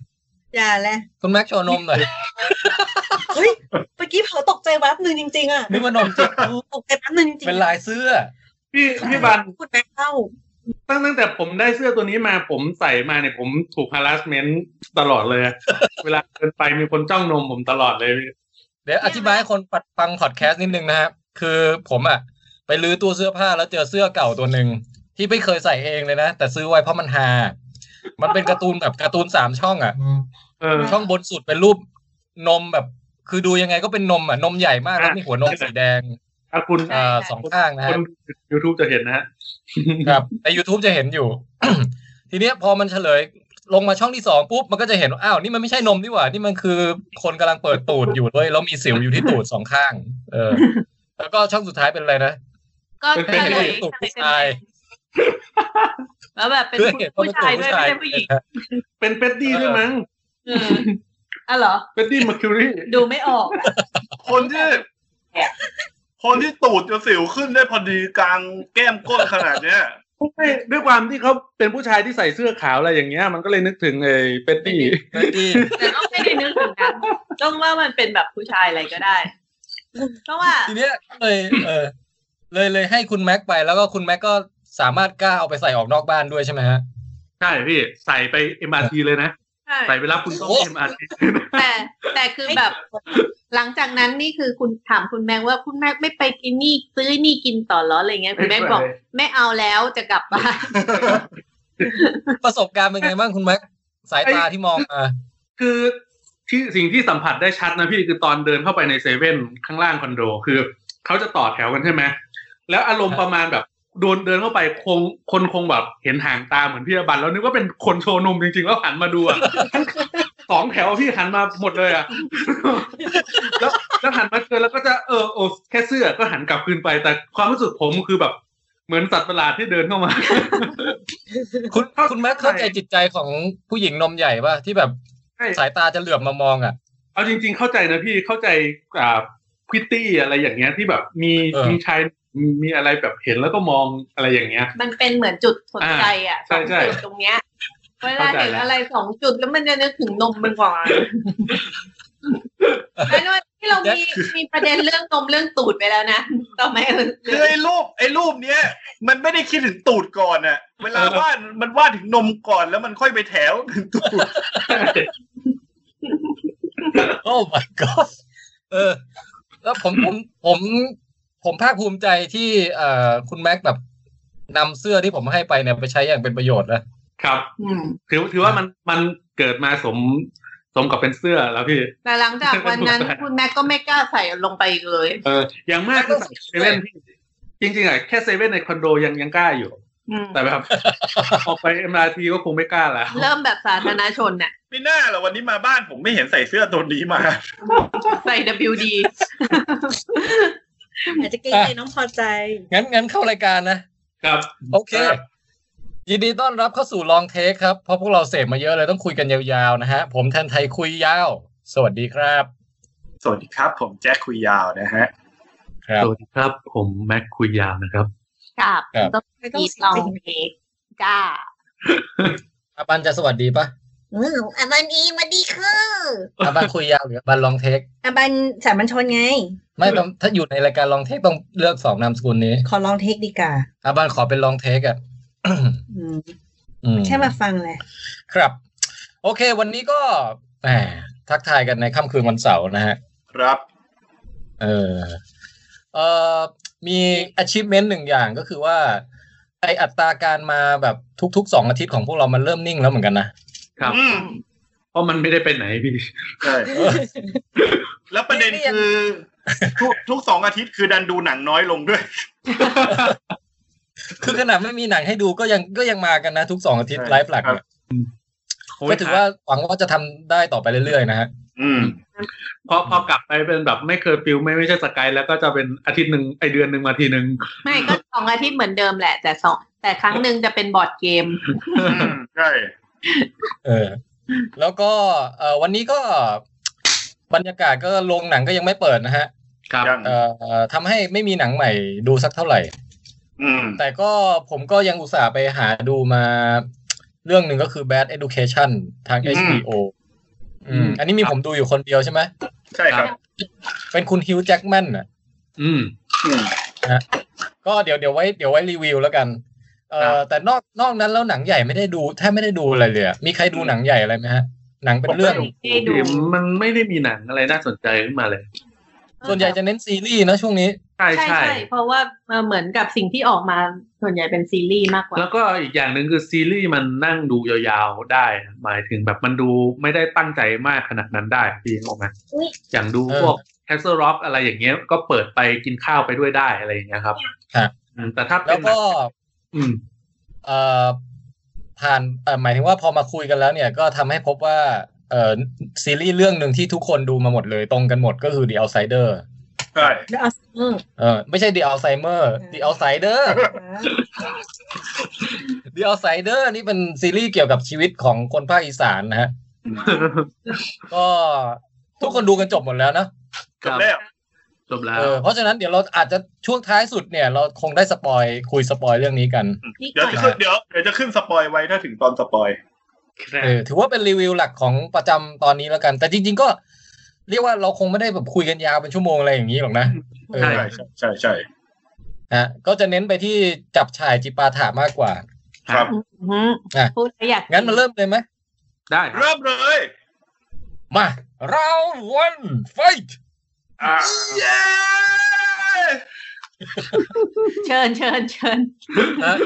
[SPEAKER 6] อย่าเลย
[SPEAKER 4] คุณแม็กโชว์นมหน่อย
[SPEAKER 6] เฮ้ยเมื่อกี้เผลอตกใจแป๊บหนึ่งจริงๆอ่ะ
[SPEAKER 4] นึกว่านมจริง
[SPEAKER 6] ตกใจแป๊บหนึ่งจริงๆ
[SPEAKER 4] เป็นลายเสื้อ
[SPEAKER 2] พี่พี่บัน
[SPEAKER 6] คุณแม่เข้า
[SPEAKER 2] ตั้งตั้งแต่ผมได้เสื้อตัวนี้มาผมใส่มาเนี่ยผมถูก harassment ตลอดเลยอะ เวลาเดินไปมีคนจ้องนมผมตลอดเลยพี่
[SPEAKER 4] เดี๋ยวอธิบายให้คนปัดฟังพอดแคสต์นิดนึงนะครับ คือผมอ่ะ ไปรื้อตัวเสื้อผ้าแล้วเจอเสื้อเก่าตัวหนึ่งที่ไม่เคยใส่เองเลยนะ แต่ซื้อไว้เพราะมันฮา มันเป็นการ์ตูนแบบการ์ตูนสามช่องอ่ะ
[SPEAKER 2] เออ
[SPEAKER 4] ช่องบนสุดเป็นรูปนมแบบ คือดูยังไงก็เป็นนมอ่ะ นมใหญ่มากแล้วมีหัวนมสีแดง
[SPEAKER 2] ถ้าคุณ
[SPEAKER 4] เอ่อสองข้างนะ
[SPEAKER 2] ค
[SPEAKER 4] ฮะ
[SPEAKER 2] น YouTube จะเห็นนะฮะ
[SPEAKER 4] ครับแต่ YouTube จะเห็นอยู่ ทีเนี้ยพอมันเฉลยลงมาช่องที่สองปุ๊บมันก็จะเห็นว่าอ้าวนี่มันไม่ใช่นมนี่หว่า นี่มันคือคนกำลังเปิดตูดอยู่ด้วยแล้วมีสิวอยู่ที่ตูดสองข้าง เอ อ แล้วก็ช่องสุดท้ายเป็นอะไรนะ
[SPEAKER 5] ก็
[SPEAKER 2] เป็น
[SPEAKER 5] เฉ
[SPEAKER 2] เป็น
[SPEAKER 5] ลย
[SPEAKER 4] ผู้ชาย
[SPEAKER 5] แล้วแบบเป็น
[SPEAKER 4] พื่อเห็นว่
[SPEAKER 5] ผู้ชาย
[SPEAKER 4] เป็นตู
[SPEAKER 5] ด้วยไม่ใช่ผู้หญิง
[SPEAKER 4] นะฮะ
[SPEAKER 2] เป็นเป็ดดี้ด้วยมั้ง
[SPEAKER 5] เอออ่ะเหรอ
[SPEAKER 2] เป็ดดี้มาคิวรี่
[SPEAKER 5] ดูไม่ออกอะ
[SPEAKER 3] คนที่คนที่ตูดจะสิวขึ้นได้พอดีกลางแก้มก้นขนาดเนี้ย
[SPEAKER 2] ไม่ด้วยความที่เขาเป็นผู้ชายที่ใส่เสื้อขาวอะไรอย่างเงี้ย มันก็เลยนึกถึงไอ้เป็ดดี้
[SPEAKER 4] เพื่อนที่
[SPEAKER 5] แต่ก็ไม่ได้นึกถึงนะต้องว่ามันเป็นแบบผู้ชายอะไรก็ได้เพราะว่า
[SPEAKER 4] ทีเนี้ยเลยเออ เลยเลยให้คุณแม็กไปแล้วก็คุณแม็กก็สามารถกล้าเอาไปใส่ออกนอกบ้านด้วยใช่ไหมฮะ
[SPEAKER 2] ใช่พี่ใส่ไป MRT เลยนะ
[SPEAKER 5] ใช่
[SPEAKER 2] ใส่ไปรับคุณต้อง
[SPEAKER 4] โอ้
[SPEAKER 2] MRT
[SPEAKER 5] แต่แต่คือแบบ หลังจากนั้นนี่คือคุณถามคุณแม็กว่าคุณแม็กไม่ไปกินนี่ซื้อนี่กินต่อเหรออะไรเงี้ยคุณแม็กบอกไม่เอาแล้วจะกลับบ้าน
[SPEAKER 4] ประสบการณ์เป็นไงบ้างคุณแม็กสายตาที่มองมา
[SPEAKER 2] คือที่สิ่งที่สัมผัสได้ชัดนะพี่คือตอนเดินเข้าไปในเซเว่นข้างล่างคอนโด คือเขาจะต่อแถวกันใช่ไหมแล้วอารมณ์ประมาณแบบโดนเดินเข้าไปคงคนคงแบบเห็นหางตาเหมือนพี่อบันแล้วนึกว่าเป็นคนโชว์นมจริงๆแล้วหันมาดูอะ ทั้งสองแถวพี่หันมาหมดเลยอะ แล้วแล้วหันมาเจอแล้วก็จะเออโอแค่เสื้อก็หันกลับคืนไป แต่ความรู้สึกผมคือแบบเหมือนสัตว์ประหลาดที่เดินเข้ามา
[SPEAKER 4] คุณคุณแม็กเข้าใจจิตใจของผู้หญิงนมใหญ่ป่ะที่แบบ
[SPEAKER 2] ใช่
[SPEAKER 4] สายตาจะเหลือบมามองอ่ะ
[SPEAKER 2] เอาจริงๆ เข้าใจนะพี่เข้าใจอ่าพริตตี้อะไรอย่างเงี้ยที่แบบมี
[SPEAKER 4] เออ
[SPEAKER 2] มีชายมีอะไรแบบเห็นแล้วก็มองอะไรอย่างเงี้ย
[SPEAKER 5] มันเป็นเหมือนจุดสนใจอ่ะ
[SPEAKER 2] อ่าใช่
[SPEAKER 5] สองจุดตรงเนี้ยเวลา
[SPEAKER 2] เข้าใจ
[SPEAKER 5] เห็น
[SPEAKER 2] แล้ว
[SPEAKER 5] อะไรสองจุดแล้วมันจะนึกถึงนมมันก่อนแล้วด้วยที่เรามีมีประเด็นเรื่องนมเรื่องตูดไปแล้วนะต่อไหมเออ
[SPEAKER 3] คือไอ้รูปไอ้รูปเนี้ย มันไม่ได้คิดถึงตูดก่อนอะเวลาวาดมันวาดถึงนมก่อนแล้วมันค่อยไปแถวถึงตูด
[SPEAKER 4] โอ้ my god เออ แล้วผมผมผมผมภาคภูมิใจที่เอ่อคุณแม็กแบบนำเสื้อที่ผมให้ไปเนี่ยไปใช้อย่างเป็นประโยชน์นะครับ
[SPEAKER 5] อืม
[SPEAKER 2] ถือถือว่ามันมันเกิดมาสมสมกับเป็นเสื้อแล้วพี่
[SPEAKER 5] แต่หลังจากวัน นั้น คุณแม็กก็ไม่กล้าใส่ลงไปอีกเลย
[SPEAKER 2] เอออย่างมากคือใส่เซเว่นพี่จริงๆอะแค่เซเว่นในคอนโดยังยังกล้าอยู่
[SPEAKER 5] อืม
[SPEAKER 2] แต่แบบ ออกไปเอ็มอาร์ทีก็คงไม่กล้าแล้ว
[SPEAKER 5] เริ่มแบบสาธารณชนน่ะ
[SPEAKER 3] ไม่น่าหรอกวันนี้มาบ้านผมไม่เห็นใส่เสื้อตัวนี้มา
[SPEAKER 5] ใส่ WD
[SPEAKER 6] อาจจะเกรงใจน้องพอใจ
[SPEAKER 4] งั้นงั้นเข้ารายการนะ
[SPEAKER 2] ครับ
[SPEAKER 4] โอเค
[SPEAKER 2] ครับ
[SPEAKER 4] ยินดีต้อนรับเข้าสู่ลองเทคครับ เพราะพวกเราเสพมาเยอะเลยต้องคุยกันยาวๆนะฮะ ผมแทนไทยคุยยาว สวัสดีครับ
[SPEAKER 3] สวัสดีครับ ผมแจ็คคุยยาวนะฮะ
[SPEAKER 4] ครับ
[SPEAKER 2] สวัสดีครับ ผมแม็กคุยยาวนะครับ
[SPEAKER 5] กับ
[SPEAKER 4] ครับ
[SPEAKER 5] ต้อง
[SPEAKER 6] ไม่ต้อง
[SPEAKER 5] กีดลองเทคจ้า
[SPEAKER 4] อาบันจะสวัสดีปะ
[SPEAKER 6] อืมอาบันอีมาดีคือ
[SPEAKER 4] อาบันคุยยาวหรืออาบันลองเทค
[SPEAKER 6] อาบันสามัญชนไง
[SPEAKER 4] ไม่ต้องถ้าอยู่ในรายการลองเทคต้องเลือกสองนามสกุลนี้
[SPEAKER 6] ขอลองเทคดีกว่า
[SPEAKER 4] อาบันขอเป็นลองเทคอ่ะ
[SPEAKER 6] อืม
[SPEAKER 4] อื
[SPEAKER 6] แค่มาฟังแหละ
[SPEAKER 4] ครับ โอเค วันนี้ก็แหมทักทายกันในค่ำคืนวันเสาร์นะฮะ
[SPEAKER 3] ครับ
[SPEAKER 4] เออเออมี achievement หนึ่งอย่างก็คือว่า ไออัตราการมาแบบทุกๆสองอาทิตย์ของพวกเรามันเริ่มนิ่งแล้วเหมือนกันนะ
[SPEAKER 2] ครับ
[SPEAKER 3] อืม
[SPEAKER 2] เพราะมันไม่ได้ไปไหนพี่
[SPEAKER 3] ใช่แล้วประเด็นคือทุกทุกสองอาทิตย์คือดันดูหนังน้อยลงด้วย
[SPEAKER 4] คือขนาดไม่มีหนังให้ดูก็ยังก็ยังมากันนะ ทุกสองอาทิตย์
[SPEAKER 3] ใช่
[SPEAKER 4] ไลฟ์หลัก
[SPEAKER 3] ครับ
[SPEAKER 2] โอ้ย
[SPEAKER 4] ก็ถือว่าหวังว่าจะทำได้ต่อไปเรื่อยๆนะฮะ
[SPEAKER 3] อืม
[SPEAKER 2] พอพอกลับไปเป็นแบบไม่เคยฟิลไม่ไม่ใช่สกายแล้วก็จะเป็นอาทิตย์หนึ่งไอเดือนหนึ่งมาทีหนึ่ง
[SPEAKER 5] ไม่ก็สองอาทิตย์เหมือนเดิมแหละ แต่สองแต่ครั้งหนึ่งจะเป็นบอร์ดเกม
[SPEAKER 3] อืมใช่
[SPEAKER 4] เออ แล้วก็เอ่อวันนี้ก็บรรยากาศก็โรงหนังก็ยังไม่เปิดนะฮะ
[SPEAKER 2] ครับ
[SPEAKER 3] ยัง
[SPEAKER 4] เอ่อทำให้ไม่มีหนังใหม่ดูสักเท่าไหร่
[SPEAKER 3] อืม
[SPEAKER 4] แต่ก็ผมก็ยังอุตส่าห์ไปหาดูมาเรื่องหนึ่งก็คือ Bad Education ทาง
[SPEAKER 3] อืม
[SPEAKER 4] HBO อืมอันนี้มีผมดูอยู่คนเดียวใช่ไหม
[SPEAKER 3] ใช่ครับ
[SPEAKER 4] เป็นคุณฮิวจ j คแมนน่ะ
[SPEAKER 2] อืม
[SPEAKER 3] อืม
[SPEAKER 4] ก็เดี๋ยวเดี๋ยวไว้เดี๋ยวไว้รีวิวแล้วกัน เอ่
[SPEAKER 2] ครั
[SPEAKER 4] อบ แต่นอกนอกนั้นแล้วหนังใหญ่ไม่ได้ดูแทบไม่ได้ดูอะไรเลยอะมีใครดูหนังใหญ่อะไรไหมฮะ หนังเป็นเรื่อง
[SPEAKER 5] ผมก็ดู ได้ดู
[SPEAKER 2] มันไม่ได้มีหนังอะไรน่าสนใจขึ้นมาเลย
[SPEAKER 4] ส่วนใหญ่จะเน้นซีรีส์นะช่วงนี้
[SPEAKER 2] ใช่
[SPEAKER 5] ใช่
[SPEAKER 2] ใช่
[SPEAKER 5] ใช่เพราะว่าเอ่อเหมือนกับสิ่งที่ออกมาส่วนใหญ่เป็นซีรีส์มากกว่า
[SPEAKER 2] แล้วก็อีกอย่างหนึ่งคือซีรีส์มันนั่งดูยาวๆได้ หมายถึงแบบมันดูไม่ได้ตั้งใจมากขนาดนั้นได้พี่ออกไหม
[SPEAKER 6] อุ๊ย
[SPEAKER 2] อย่างดู
[SPEAKER 4] เออ
[SPEAKER 2] พวก Castle Rock อะไรอย่างเงี้ย ก็เปิดไปกินข้าวไปด้วยได้อะไรอย่างเงี้ยครับ
[SPEAKER 4] ครับ
[SPEAKER 2] อืมแต่ถ้าเป็
[SPEAKER 4] แล้
[SPEAKER 2] น
[SPEAKER 4] วก็
[SPEAKER 2] อืม
[SPEAKER 4] เอ่อผ่านเอ่อหมายถึงว่าพอมาคุยกันแล้วเนี่ยก็ทำให้พบว่าเอ่อซีรีส์เรื่องหนึ่งที่ทุกคนดูมาหมดเลย ตรงกันหมดก็คือ The Outsider
[SPEAKER 3] ใช่
[SPEAKER 6] แล้วเอาอืม
[SPEAKER 4] เออไม่ใช่ The Alzheimer The Outsider
[SPEAKER 6] อ่า
[SPEAKER 4] The Outsider นี่เป็นซีรีส์เกี่ยวกับชีวิตของคนภาคอีสานนะฮะ ก็ทุกคนดูกันจบหมดแล้วนะ
[SPEAKER 3] จบแล้ว
[SPEAKER 2] จบแล้ว
[SPEAKER 4] เออเพราะฉะนั้นเดี๋ยวเราอาจจะช่วงท้ายสุดเนี่ย เราคงได้สปอยคุยสปอยเรื่องนี้กัน
[SPEAKER 5] นี่
[SPEAKER 3] เดี๋ยว
[SPEAKER 5] ก่อน
[SPEAKER 3] จะขึ้นเดี๋ยวเดี๋ยวจะขึ้นสปอยไว้ถ้าถึงตอนสปอย
[SPEAKER 4] เออถือว่าเป็นรีวิวหลักของประจำตอนนี้แล้วกัน แต่จริง ๆ ก็ เรียกว่าเราคงไม่ได้แบบคุยกันยาวเป็นชั่วโมงอะไรอย่างนี้หรอกนะเออ
[SPEAKER 2] ใช่
[SPEAKER 3] ใช่ใช่ใช่ใช่
[SPEAKER 4] ฮะก็จะเน้นไปที่จับฉายจิปาถะมากกว่า
[SPEAKER 3] ครับ
[SPEAKER 5] อื้อหือ
[SPEAKER 4] อ่ะ
[SPEAKER 5] พูดแล้วอยาก
[SPEAKER 4] งั้นมาเริ่มเลยไหม
[SPEAKER 2] ได้
[SPEAKER 3] เริ่มเลย
[SPEAKER 4] มา round one fight
[SPEAKER 3] อ่ะเย้
[SPEAKER 5] เชิญเชิญเชิญ
[SPEAKER 4] ฮะ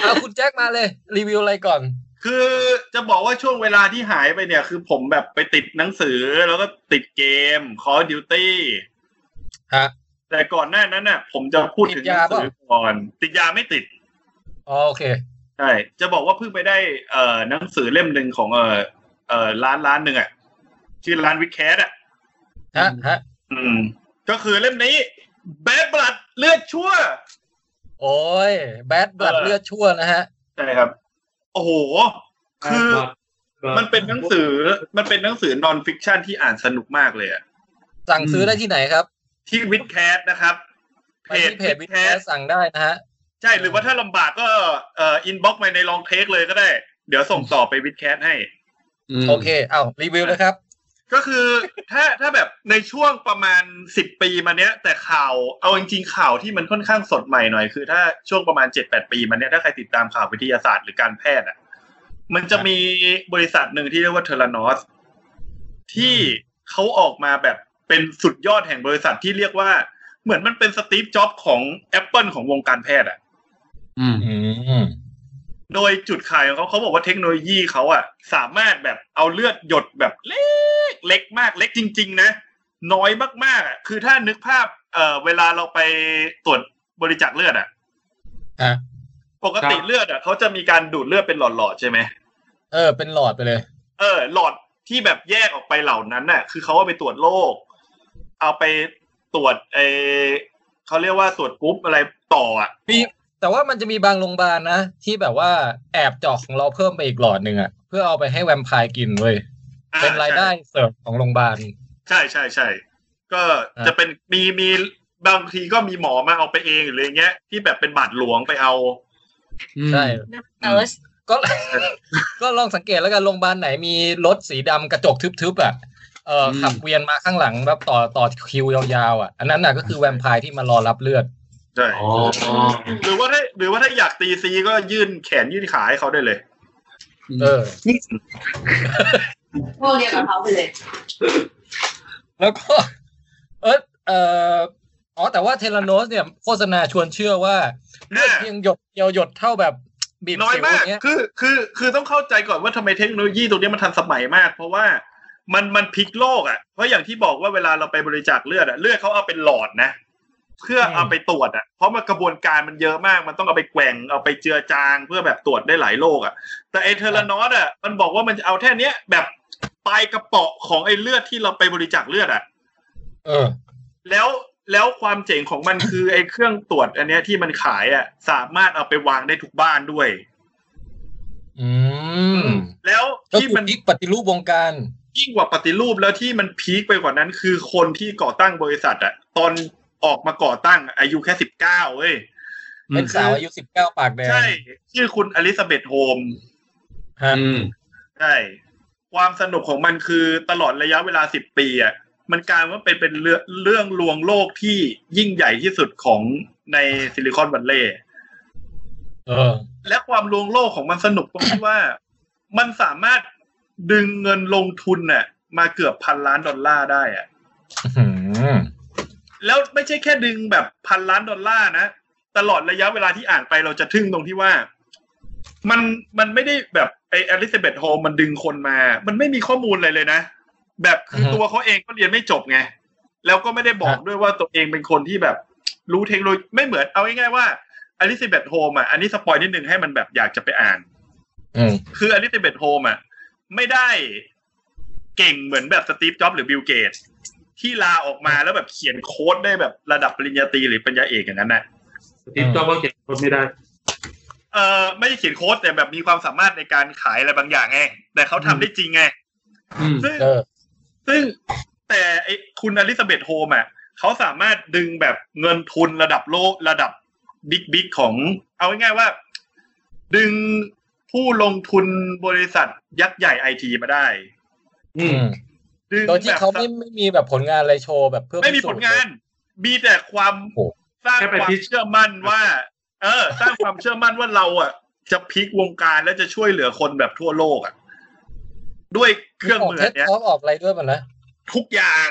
[SPEAKER 4] เอาคุณแจ็คมาเลย รีวิวอะไรก่อน
[SPEAKER 3] คือจะบอกว่าช่วงเวลาที่หายไปเนี่ย คือผมแบบไปติดหนังสือแล้วก็ติดเกม Call of Duty
[SPEAKER 4] ฮะ
[SPEAKER 3] แต่ก่อนหน้านั้นน่ะ ผมจะพูดถึงหนังสือก่อน ติดยาไม่ติด
[SPEAKER 4] อ๋อโอเค
[SPEAKER 3] ใช่ จะบอกว่าเพิ่งไปได้เอ่อหนังสือเล่มหนึ่งของเอ่อเอ่อร้านร้านหนึ่งอ่ะชื่อร้านวิดแคสอ่ะ
[SPEAKER 4] ฮะ ฮะ
[SPEAKER 3] อืม ก็คือเล่มนี้แบดบลัดเลือดชั่ว
[SPEAKER 4] โอ้ยแบดบัด
[SPEAKER 3] เออ
[SPEAKER 4] เลือดชั่วนะฮะ
[SPEAKER 3] ใช่ครับ โอ้โห คือ มันเป็นหนังสือ มันเป็นหนังสือนอนฟิกชันที่อ่านสนุกมากเลยอะ
[SPEAKER 4] สั่งซื้อได้ที่ไหนครับ
[SPEAKER 3] ที่วิดแคสนะครับ
[SPEAKER 4] ไปที่เพจวิดแคส
[SPEAKER 3] Witcast
[SPEAKER 4] สั่งได้นะฮะ
[SPEAKER 3] ใช่หรือว่าถ้าลำบากก็เอ่ออินบ็อกซ์มาในลองเทคเลยก็ได้ เดี๋ยวส่งต่อไปวิดแคสให้
[SPEAKER 2] ม
[SPEAKER 4] โอเค เอารีวิวเลยครับ
[SPEAKER 3] ก็คือ ถ้าถ้าแบบในช่วงประมาณสิบปีมาเนี้ย แต่ข่าวเอาจริงๆข่าวที่มันค่อนข้างสดใหม่หน่อยคือถ้าช่วงประมาณเจ็ดแปดปีมาเนี้ยถ้าใครติดตามข่าววิทยาศาสตร์หรือการแพทย์อ่ะมันจะมีบริษัทหนึ่งที่เรียกว่าเทอร์นอสที่เขาออกมาแบบเป็นสุดยอดแห่งบริษัทที่เรียกว่า เหมือนมันเป็นสตีฟจ็อบส์ของ Apple ของวงการแพทย์อ่ะ
[SPEAKER 2] อืม
[SPEAKER 4] อืม
[SPEAKER 3] โดยจุดขายของเขาเขาบอกว่าเทคโนโลยีเขาอะสามารถแบบเอาเลือดหยดแบบเล็กเล็กมากเล็กจริง ๆ นะ น้อยมากๆอะคือถ้านึกภาพเอ่อเวลาเราไปตรวจบริจาคเลือดอะ
[SPEAKER 4] ฮะ
[SPEAKER 3] ปกติ
[SPEAKER 2] ครับ
[SPEAKER 3] เลือดอะเขาจะมีการดูดเลือดเป็นหลอดๆใช่ไหม
[SPEAKER 4] เออ เป็นหลอดไปเลย
[SPEAKER 3] เออ หลอดที่แบบแยกออกไปเหล่านั้นน่ะ คือเขาเอาไปตรวจโรคเอาไปตรวจไอเขาเรียกว่าตรวจกรุ๊ปอะไรต่ออะ
[SPEAKER 4] มี แต่ว่ามันจะมีบางโรงพยาบาลนะ ที่แบบว่าแอบเจาะของเราเพิ่มไปอีกหลอดหนึ่งอะเพื่อเอาไปให้แวมไพร์กินเว้ย
[SPEAKER 3] อ่
[SPEAKER 4] เป็นรายได้เสริมของโรงพยาบาล
[SPEAKER 3] ใช่ใช่ใช่ก็จะเป็นมีมีบางทีก็มีหมอมาเอาไปเองหรืออย่างเงี้ย ที่แบบเป็นบาทหลวงไปเอา
[SPEAKER 4] ใช่
[SPEAKER 6] เติร์ส
[SPEAKER 4] ก็ ก็ลองสังเกตแล้วกันโรงพยาบาลไหนมีรถสีดำกระจกทึบๆอ่ะเอออ
[SPEAKER 2] ม
[SPEAKER 4] ขับเวียนมาข้างหลังแบบต่อต่อคิวยาวๆอ่ะอันนั้นน่ะก็คือแวมไพร์ที่มารอรับเลือด
[SPEAKER 3] ใช่
[SPEAKER 2] อ๋อ
[SPEAKER 3] หรือว่าถ้าหรือว่าถ้าอยากตีซีก็ยื่นแขนยื่นขาให้เขาได้เลย
[SPEAKER 4] เออ
[SPEAKER 5] พวกเดียวกับเขาไปเลย
[SPEAKER 4] แล้วก็ เออเอออ๋อแต่ว่าเทเลโนสเนี่ยโฆษณาชวนเชื่อว่าเลือดเพียงหยดเดียวหยดเท่าแบบ บีบ
[SPEAKER 3] น้อย
[SPEAKER 4] สิว
[SPEAKER 3] มาก
[SPEAKER 4] เงี้ย
[SPEAKER 3] คือคือคือต้องเข้าใจก่อนว่าทำไมเทคโนโลยีตัวเนี้ยมันทันสมัยมาก เพราะว่ามันมันพลิกโลกอ่ะเพราะอย่างที่บอกว่าเวลาเราไปบริจาคเลือดอ่ะเลือดเขาเอาเป็นหลอดนะ เพื่อเอาไปตรวจอ่ะเพราะมันกระบวนการมันเยอะมาก มันต้องเอาไปแกว่งเอาไปเจือจางเพื่อแบบตรวจได้หลายโรคอ่ะ แต่ไอเทอร์ลานอสอ่ะมันบอกว่ามันจะเอาแค่เนี้ยแบบปลายกระเป๋อของไอเลือดที่เราไปบริจาคเลือดอ่ะ
[SPEAKER 4] เออ
[SPEAKER 3] แล้วแล้วความเจ๋งของมันคือไอ้เครื่องตรวจอันเนี้ยที่มันขายอ่ะสามารถเอาไปวางได้ทุกบ้านด้วย
[SPEAKER 4] อืม
[SPEAKER 3] แล้ว
[SPEAKER 4] ก็
[SPEAKER 3] ที่
[SPEAKER 4] คือ
[SPEAKER 3] มัน
[SPEAKER 4] อีกปฏิรูปวงการ
[SPEAKER 3] ยิ่งกว่าปฏิรูปแล้วที่มันพีคไปกว่านั้น คือคนที่ก่อตั้งบริษัทอ่ะตอนออกมาก่อตั้งอายุแค่สิบเก้าเว้ย
[SPEAKER 4] เป็นสาวอายุสิบเก้าปากแดง
[SPEAKER 3] ใช่ ชื่อคุณอลิซาเบธโฮม
[SPEAKER 4] ฮะ
[SPEAKER 2] อืม
[SPEAKER 3] ใช่ ความสนุกของมันคือตลอดระยะเวลาสิบปีอ่ะมันกลายว่าเป็นเป็นเรื่องเรื่องลวงโลกที่ยิ่งใหญ่ที่สุดของในซิลิคอนวัลเลย์
[SPEAKER 4] เออ
[SPEAKER 3] และความลวงโลกของมันสนุกตรงที่ว่า มันสามารถดึงเงินลงทุนน่ะ มาเกือบพันล้านดอลลาร์ได้อะ
[SPEAKER 4] อืม
[SPEAKER 3] แล้วไม่ใช่แค่ดึงแบบพันล้านดอลลาร์นะ ตลอดระยะเวลาที่อ่านไปเราจะทึ่งตรงที่ว่า มันมันไม่ได้แบบไออลิซาเบธโฮมมันดึงคนมา มันไม่มีข้อมูลอะไรเลยนะ แบบคือตัวเขาเองก็เรียนไม่จบไง แล้วก็ไม่ได้บอกด้วยว่าตัวเองเป็นคนที่แบบรู้เทคโนโลยีไม่เหมือนเอาง่ายๆว่าอลิซาเบธโฮมอ่ะอันนี้สปอยนิดนึงให้มันแบบอยากจะไปอ่าน
[SPEAKER 4] อืม
[SPEAKER 3] คืออลิซาเบธโฮมอ่ะไม่ได้เก่งเหมือนแบบสตีฟจ็อบส์หรือบิลเกตส์ที่ลาออกมาแล้วแบบเขียนโค้ดได้แบบระดับปริญญาตรีหรือปริญญาเอกอย่างนั้นนะ
[SPEAKER 2] สตีฟจ็อบส์ก็เก็บคนไม่ได้
[SPEAKER 3] เออไม่ได้เขียนโค้ดแต่แบบมีความสามารถในการขายอะไรบางอย่างไงแต่เขาทำได้จริงไง
[SPEAKER 2] อืม
[SPEAKER 3] ซึ่ง
[SPEAKER 4] เออ
[SPEAKER 3] ซึ่งแต่ไอคุณอลิซาเบธโฮมอ่ะเขาสามารถดึงแบบเงินทุนระดับโลกระดับบิ๊กบิ๊กของ เอาง่ายๆว่า ดึงผู้ลงทุนบริษัทยักษ์ใหญ่ไอทีมาได้
[SPEAKER 2] อืม
[SPEAKER 3] ดึง
[SPEAKER 4] โดยที่
[SPEAKER 3] แบบ
[SPEAKER 4] เขาไม่ไม่มีแบบผลงานอะไรโชว์แบบเพื่อ
[SPEAKER 3] ไม่มี
[SPEAKER 4] พิสู
[SPEAKER 3] ผ
[SPEAKER 4] จ
[SPEAKER 3] ล
[SPEAKER 4] น์
[SPEAKER 3] งาน
[SPEAKER 4] เลย
[SPEAKER 3] มีแต่ความ
[SPEAKER 4] โอ้
[SPEAKER 3] สร้าง
[SPEAKER 2] แค่
[SPEAKER 3] ค
[SPEAKER 2] ไป
[SPEAKER 3] วาม
[SPEAKER 2] พิช
[SPEAKER 3] เชื่อมั่นว่า เออ สร้างความเชื่อมั่นว่าเราอ่ะ จะพลิกวงการและจะช่วยเหลือคนแบบทั่วโลกอ่ะ ด้วยเครื่องมือ
[SPEAKER 4] เทส
[SPEAKER 3] เนี้ย
[SPEAKER 4] ท็อปออกอะไรด้วยมันนะ
[SPEAKER 3] ทุกอย่าง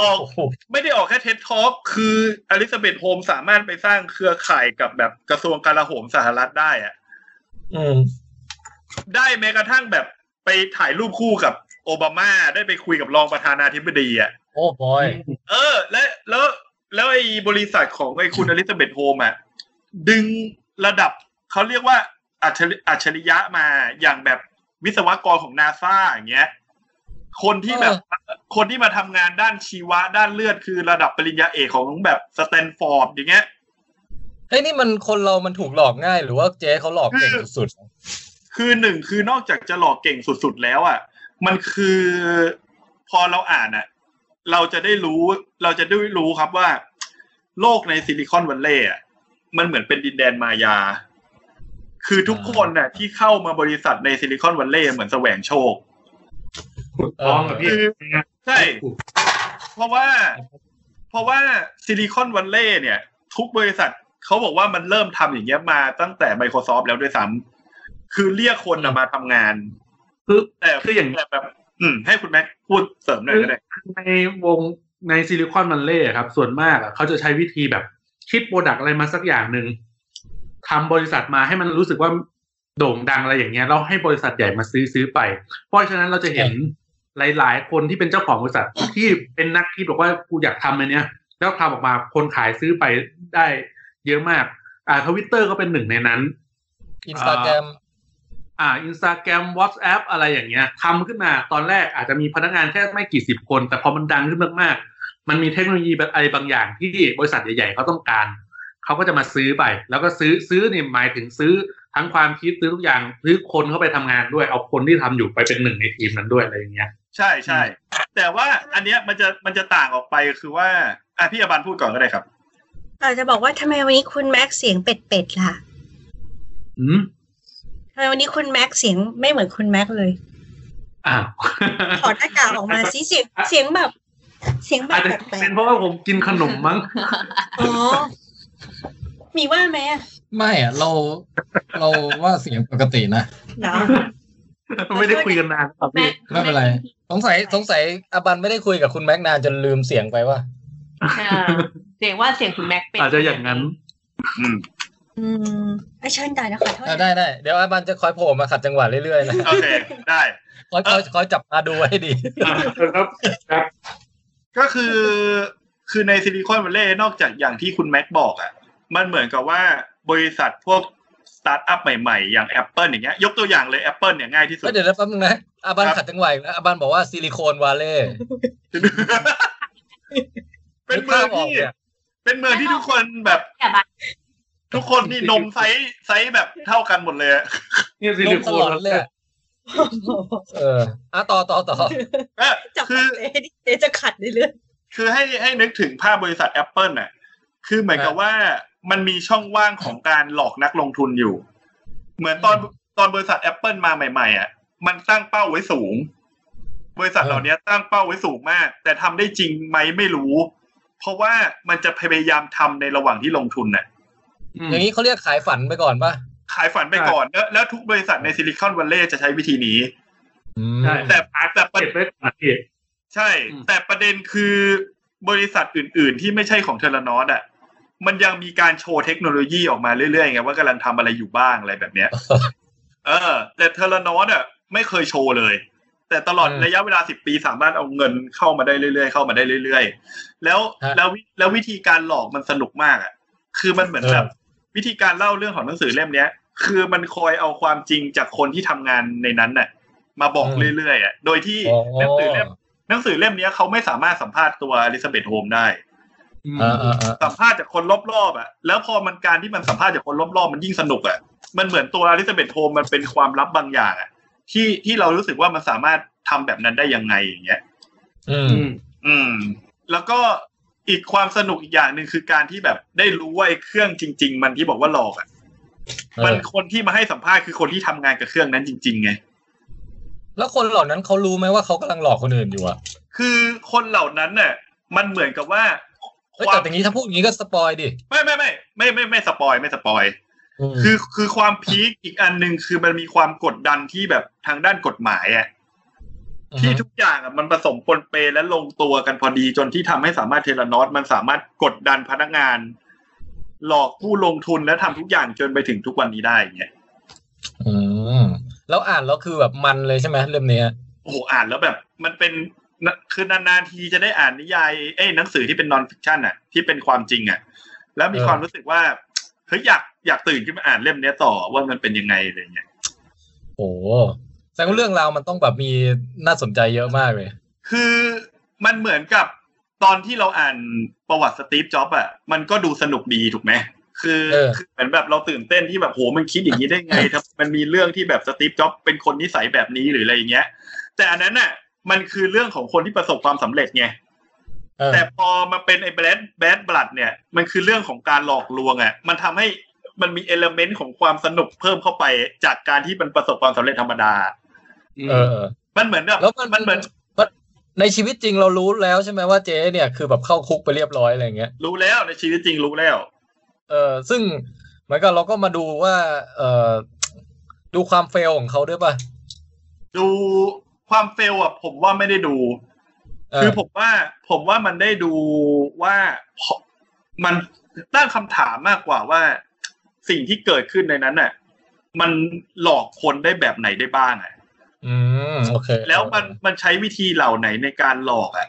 [SPEAKER 3] ออก
[SPEAKER 4] โอ้โห
[SPEAKER 3] ไม่ได้ออกแค่เท็ดท็อกคืออลิซาเบธโฮมสามารถไปสร้างเครือข่ายกับแบบกระทรวงกลาโหมสหรัฐได้อ่ะ
[SPEAKER 4] อืม
[SPEAKER 3] ได้แม้กระทั่งแบบไปถ่ายรูปคู่กับโอบามาได้ไปคุยกับรองประธานาธิบดีอ่ะ
[SPEAKER 4] โอ้บอย
[SPEAKER 3] เออ และแล้วแล้วไอ้บริษัทของไอ้คุณอลิซาเบธโฮมอ่ะดึงระดับเขาเรียกว่าอัจฉริอัจฉริยะมาอย่างแบบวิศวกรของนาซาอย่างเงี้ย คนที่แบบ คนที่มาทำงานด้านชีวะด้านเลือดคือระดับปริญญาเอกของแบบสแตนฟอร์ดอย่างเงี้ย
[SPEAKER 4] เฮ้ยนี่มันคนเรามันถูกหลอกง่าย หรือว่าเจ๊เขาหลอกเก่งสุด
[SPEAKER 3] คือหนึ่งคือนอกจากจะหลอกเก่งสุดๆแล้วอ่ะ มันคือพอเราอ่านอ่ะ เราจะได้รู้ เราจะได้รู้ครับว่า โลกในซิลิคอนวัลเลย์อ่ะมันเหมือนเป็นดินแดนมายา คือทุกคนน่ะ ที่เข้ามาบริษัทในซิลิคอนวัลเลย์เหมือนแสวงโชค
[SPEAKER 2] ขุดท้องกับพี่
[SPEAKER 3] ใช่ เพราะว่าเพราะว่าซิลิคอนวัลเลย์เนี่ย ทุกบริษัทเขาบอกว่ามันเริ่มทำอย่างเงี้ยมาตั้งแต่ Microsoft แล้วด้วยซ้ำคือเรียกคนน่ะมาทำงาน
[SPEAKER 2] คือ
[SPEAKER 3] แต่
[SPEAKER 2] คืออย่าง
[SPEAKER 3] แต่แบบ อืม ให้คุณแม็กพูดเสริมหน่อยก็ได้
[SPEAKER 2] ในวงในซิลิคอนมันเล่ครับ ส่วนมากอะเขาจะใช้วิธีแบบคิดโปรดักอะไรมาสักอย่างหนึ่งทำบริษัทมาให้มันรู้สึกว่าโด่งดังอะไรอย่างเงี้ยแล้วให้บริษัทใหญ่มาซื้อซื้อไป เพราะฉะนั้นเราจะเห็นหลาย ๆ คนที่เป็นเจ้าของบริษัทที่เป็นนักคิดบอกว่ากูอยากทำอันเนี้ยแล้วทำออกมาคนขายซื้อไปได้เยอะมาก อ่าทวิตเตอร์ก็เป็นหนึ่งในนั้น
[SPEAKER 4] ๆอินสตาแกรม
[SPEAKER 2] อ่าอินสตาแกรมวอ s แอ p อะไรอย่างเงี้ยทำขึ้นมาตอนแรกอาจจะมีพนักงานแค่ไม่กี่สิบคน แต่พอมันดังขึ้นมากๆ มันมีเทคโนโลยีแบบอะไรบางอย่างที่บริษัทใหญ่ๆเขาต้องการ เขาก็จะมาซื้อไป แล้วก็ซื้อซื้อเนี่ยหมายถึงซื้อทั้งความคิดซื้อทุกอย่างซื้อคนเข้าไปทำงานด้วย เอาคนที่ทำอยู่ไปเป็นหนึ่งในทีมนั้นด้วยอะไรอย่างเงี้ย
[SPEAKER 3] ใช่ใช่แต่ว่าอันเนี้ยมันจะมันจะต่างออกไปคือว่า อ่ะพี่อบันพูดก่อนก็ได้ครับ
[SPEAKER 7] อาจจะบอกว่าทำไมวันนี้คุณแม็กซ์เสียงเป็ดเป็ดๆล่ะ
[SPEAKER 2] อืม
[SPEAKER 7] ทำไมวันนี้คุณแม็กซ์เสียงไม่เหมือนคุณแม็กซ์เลย
[SPEAKER 2] อ้าว
[SPEAKER 7] ถอดหน้ากากออกมาสิเสียงเสียงแบบ เสียงแบ
[SPEAKER 2] อาจ
[SPEAKER 7] บ
[SPEAKER 2] จะ
[SPEAKER 7] แปล
[SPEAKER 2] เป็
[SPEAKER 7] ก
[SPEAKER 2] นเพราะว่าผมกินขนมมั้ง
[SPEAKER 7] ๆอ๋อมีว่าไหมอะ
[SPEAKER 4] ไม่อะเราเราว่าเสียงปกตินะ
[SPEAKER 7] เหรอ
[SPEAKER 2] ไม่ได้คุยกันนานครับพี่
[SPEAKER 4] ไม่เป็นไร สงสัยสงสัยอาบันไม่ได้คุยกับคุณแม็กนานจนลืมเสียงไปว่า
[SPEAKER 5] เออเสียงว่าเสียงคุณแม็กเป็น
[SPEAKER 2] อาจจะอย่างนั้น
[SPEAKER 3] อืม
[SPEAKER 7] อืมอ่ะเชิญได้นะคะโทษ
[SPEAKER 4] อ่ะ
[SPEAKER 7] นะ
[SPEAKER 4] ได้ได้เดี๋ยวอาบันจะคอยโผล่มาขัดจังหวะเรื่อยๆ นะ
[SPEAKER 3] โอเค ได้
[SPEAKER 4] คอยคอยคอยจับมาดูไว้ให้ดี
[SPEAKER 2] อ่าครับครับ
[SPEAKER 3] ก็คือคือในซิลิคอนวัลเลย์นอกจากอย่างที่คุณแม็กบอกอะ่ะ มันเหมือนกับว่าบริษัทพวกสตาร์ทอัพใหม่ๆ อย่าง Apple อย่างเงี้ยยกตัวอย่างเลย Apple เนี่ยง่ายที่สุด
[SPEAKER 4] เดี๋ยวนะแป๊บนึงนะอาบันขัดจังหวะอีกนะอาบันบอกว่าซิลิโคนวาเล่
[SPEAKER 3] เป็นเมือง
[SPEAKER 4] นึกภาพออก
[SPEAKER 3] ที่
[SPEAKER 4] เนี่ย
[SPEAKER 3] เป็นเมืองที่ทุกคนแบบ
[SPEAKER 5] แต่บาง
[SPEAKER 3] ทุกคนนี่นมไซส์ไซส์แบบเท่ากันหมดเลยอะ
[SPEAKER 2] นี่ซิ
[SPEAKER 4] ล
[SPEAKER 2] ลิ
[SPEAKER 4] ง
[SPEAKER 2] โค
[SPEAKER 4] ต
[SPEAKER 2] น
[SPEAKER 4] ลอดเลยอะเอออ่ะต่อต่อ ต่อ
[SPEAKER 3] เออ
[SPEAKER 7] จับ
[SPEAKER 3] คือ
[SPEAKER 7] เลยดิเจ๊จะขัดเรื่อย
[SPEAKER 3] คือให้ให้นึกถึงภาพบริษัท Apple น่ะ คือเหมือนกับว่ามันมีช่องว่างของการหลอกนักลงทุนอยู่ เหมือนตอนตอนบริษัท Apple มาใหม่ๆอ่ะ มันตั้งเป้าไว้สูง บริษัทเหล่านี้ตั้งเป้าไว้สูงมาก แต่ทำได้จริงไหมไม่รู้ เพราะว่ามันจะพยายามทำในระหว่างที่ลงทุนน่ะ
[SPEAKER 2] อืม
[SPEAKER 4] อย่างนี้เขาเรียกขายฝันไปก่อนป่ะ
[SPEAKER 3] ขายฝันไปก่อนแล้วแล้วทุกบริษัทในซิลิคอนวัลเลย์จะใช้วิธีนี้
[SPEAKER 4] อืม
[SPEAKER 2] ใช่
[SPEAKER 3] แต่แต่ประ
[SPEAKER 2] เก็บไว้ก่อนพี่
[SPEAKER 3] ใช่
[SPEAKER 2] อืม
[SPEAKER 3] แต่ประเด็นคือบริษัทอื่น ๆ ที่ไม่ใช่ของเทเลนอสอ่ะ มันยังมีการโชว์เทคโนโลยีออกมาเรื่อยๆไงว่ากำลังทำอะไรอยู่บ้างอะไรแบบเนี้ย เออ แต่เทเลนอสอ่ะไม่เคยโชว์เลย แต่ตลอดระยะเวลาสิบปีสามารถเอาเงินเข้ามาได้เรื่อยๆเข้ามาได้เรื่อยๆ แล้วแล้ววิแล้ววิธีการหลอกมันสนุกมากอ่ะ คือมันเหมือนแบบวิธีการเล่าเรื่องของหนังสือเล่มเนี้ย คือมันคอยเอาความจริงจากคนที่ทำงานในนั้นน่ะ มาบอกเรื่อยๆอ่ะโดยที่
[SPEAKER 4] อ๋อ
[SPEAKER 3] หนังสือเล่ม หนังสือเล่มเนี้ยเขาไม่สามารถสัมภาษณ์ตัวอลิซาเบธโฮมได้
[SPEAKER 2] อืม
[SPEAKER 4] อ่าอ่าอ่า
[SPEAKER 3] สัมภาษณ์จากคนรอบๆอ่ะ แล้วพอมันการที่มันสัมภาษณ์จากคนรอบๆมันยิ่งสนุกอ่ะ มันเหมือนตัวอลิซาเบธโฮมมันเป็นความลับบางอย่างอ่ะที่ที่เรารู้สึกว่ามันสามารถทำแบบนั้นได้ยังไงอย่างเงี้ย
[SPEAKER 4] อืม
[SPEAKER 2] อืม
[SPEAKER 3] อืม แล้วก็อีกความสนุกอีกอย่างหนึ่งคือการที่แบบได้รู้ว่าไอ้เครื่องจริง ๆ มันที่บอกว่าหลอกอ่ะ
[SPEAKER 4] เออ
[SPEAKER 3] มันคนที่มาให้สัมภาษณ์คือคนที่ทำงานกับเครื่องนั้นจริงๆไง
[SPEAKER 4] แล้วคนเหล่านั้นเขารู้ไหมว่าเขากำลังหลอกคนอื่นอยู่อ่ะ
[SPEAKER 3] คือคนเหล่านั้นน่ะ มันเหมือนกับว่า
[SPEAKER 4] เฮ้ยแต่อย่างนี้ถ้าพูดอย่างนี้ก็สปอยดิ
[SPEAKER 3] ไม่ไม่ไม่ไม่ไม่ไม่สปอยไม่สปอย
[SPEAKER 4] ม
[SPEAKER 3] คือคือความพีคอีกอันหนึ่งคือมันมีความกดดันที่แบบทางด้านกฎหมายอ่ะที่ทุกอย่างอะมันผสมปนเปและลงตัวกันพอดีจนที่ทำให้สามารถเทเลนอสมันสามารถกดดันพนักงาน หลอกผู้ลงทุนและทำทุกอย่างจนไปถึงทุกวันนี้ได้อย่างเงี้ย
[SPEAKER 4] อืมแล้วอ่านแล้วคือแบบมันเลยใช่ไหมเล่มเนี้ย
[SPEAKER 3] โอ้โหอ่านแล้วแบบ มันเป็นนะคือนานๆทีจะได้อ่านนิยายเอ้ยหนังสือที่เป็นนอนฟิกชันอ่ะ ที่เป็นความจริงอ่ะ แล้วมีความรู้สึกว่าเฮ้ยอยากอยากตื่นขึ้นมาอ่านเล่มเนี้ยต่อว่ามันเป็นยังไงอะไรเงี้ย
[SPEAKER 4] โอ้แสดงว่าเรื่องราวมันต้องแบบมีน่าสนใจเยอะมากเลย
[SPEAKER 3] คือมันเหมือนกับตอนที่เราอ่านประวัติสตีฟจ็อบส์อะมันก็ดูสนุกดีถูกไหมคือ
[SPEAKER 4] เออ
[SPEAKER 3] คือเหมือนแบบเราตื่นเต้นที่แบบโหมันคิดอย่างนี้ได้ ไงถ้ามันมีเรื่องที่แบบสตีฟจ็อบส์เป็นคนนิสัยแบบนี้หรืออะไรอย่างเงี้ย แต่อันนั้นน่ะ มันคือเรื่องของคนที่ประสบความสำเร็จไง
[SPEAKER 4] เออ
[SPEAKER 3] แต่พอมาเป็นไอ้แบดแบดบลัดเนี่ย มันคือเรื่องของการหลอกลวงอะมันทำให้มันมีเอลเมนต์ของความสนุกเพิ่มเข้าไปจากการที่มันประสบความสำเร็จธรรมดา
[SPEAKER 4] เออเออ
[SPEAKER 3] มันเหมือนแบบ
[SPEAKER 4] แล้วมัน
[SPEAKER 3] มันเหมือน
[SPEAKER 4] มันในชีวิตจริงเรารู้แล้วใช่ไหมว่าเจ๊เนี่ยคือแบบเข้าคุกไปเรียบร้อยอะไรอย่างเงี้ย
[SPEAKER 3] รู้แล้วในชีวิตจริงรู้แล้ว
[SPEAKER 4] เออซึ่งเหมือนกับเราก็มาดูว่าเออดูความเฟลของเขาด้วยป่ะ
[SPEAKER 3] ดูความเฟลอ่ะผมว่าไม่ได้ดู
[SPEAKER 4] เออ
[SPEAKER 3] คือผมว่าผมว่ามันได้ดูว่าพอมันตั้งคำถามมากกว่าว่า สิ่งที่เกิดขึ้นในนั้นน่ะ มันหลอกคนได้แบบไหนได้บ้างอ่ะ
[SPEAKER 4] อืมโอเค
[SPEAKER 3] แล้วมันมันใช้วิธีเหล่าไหนในการหลอกอ่ะ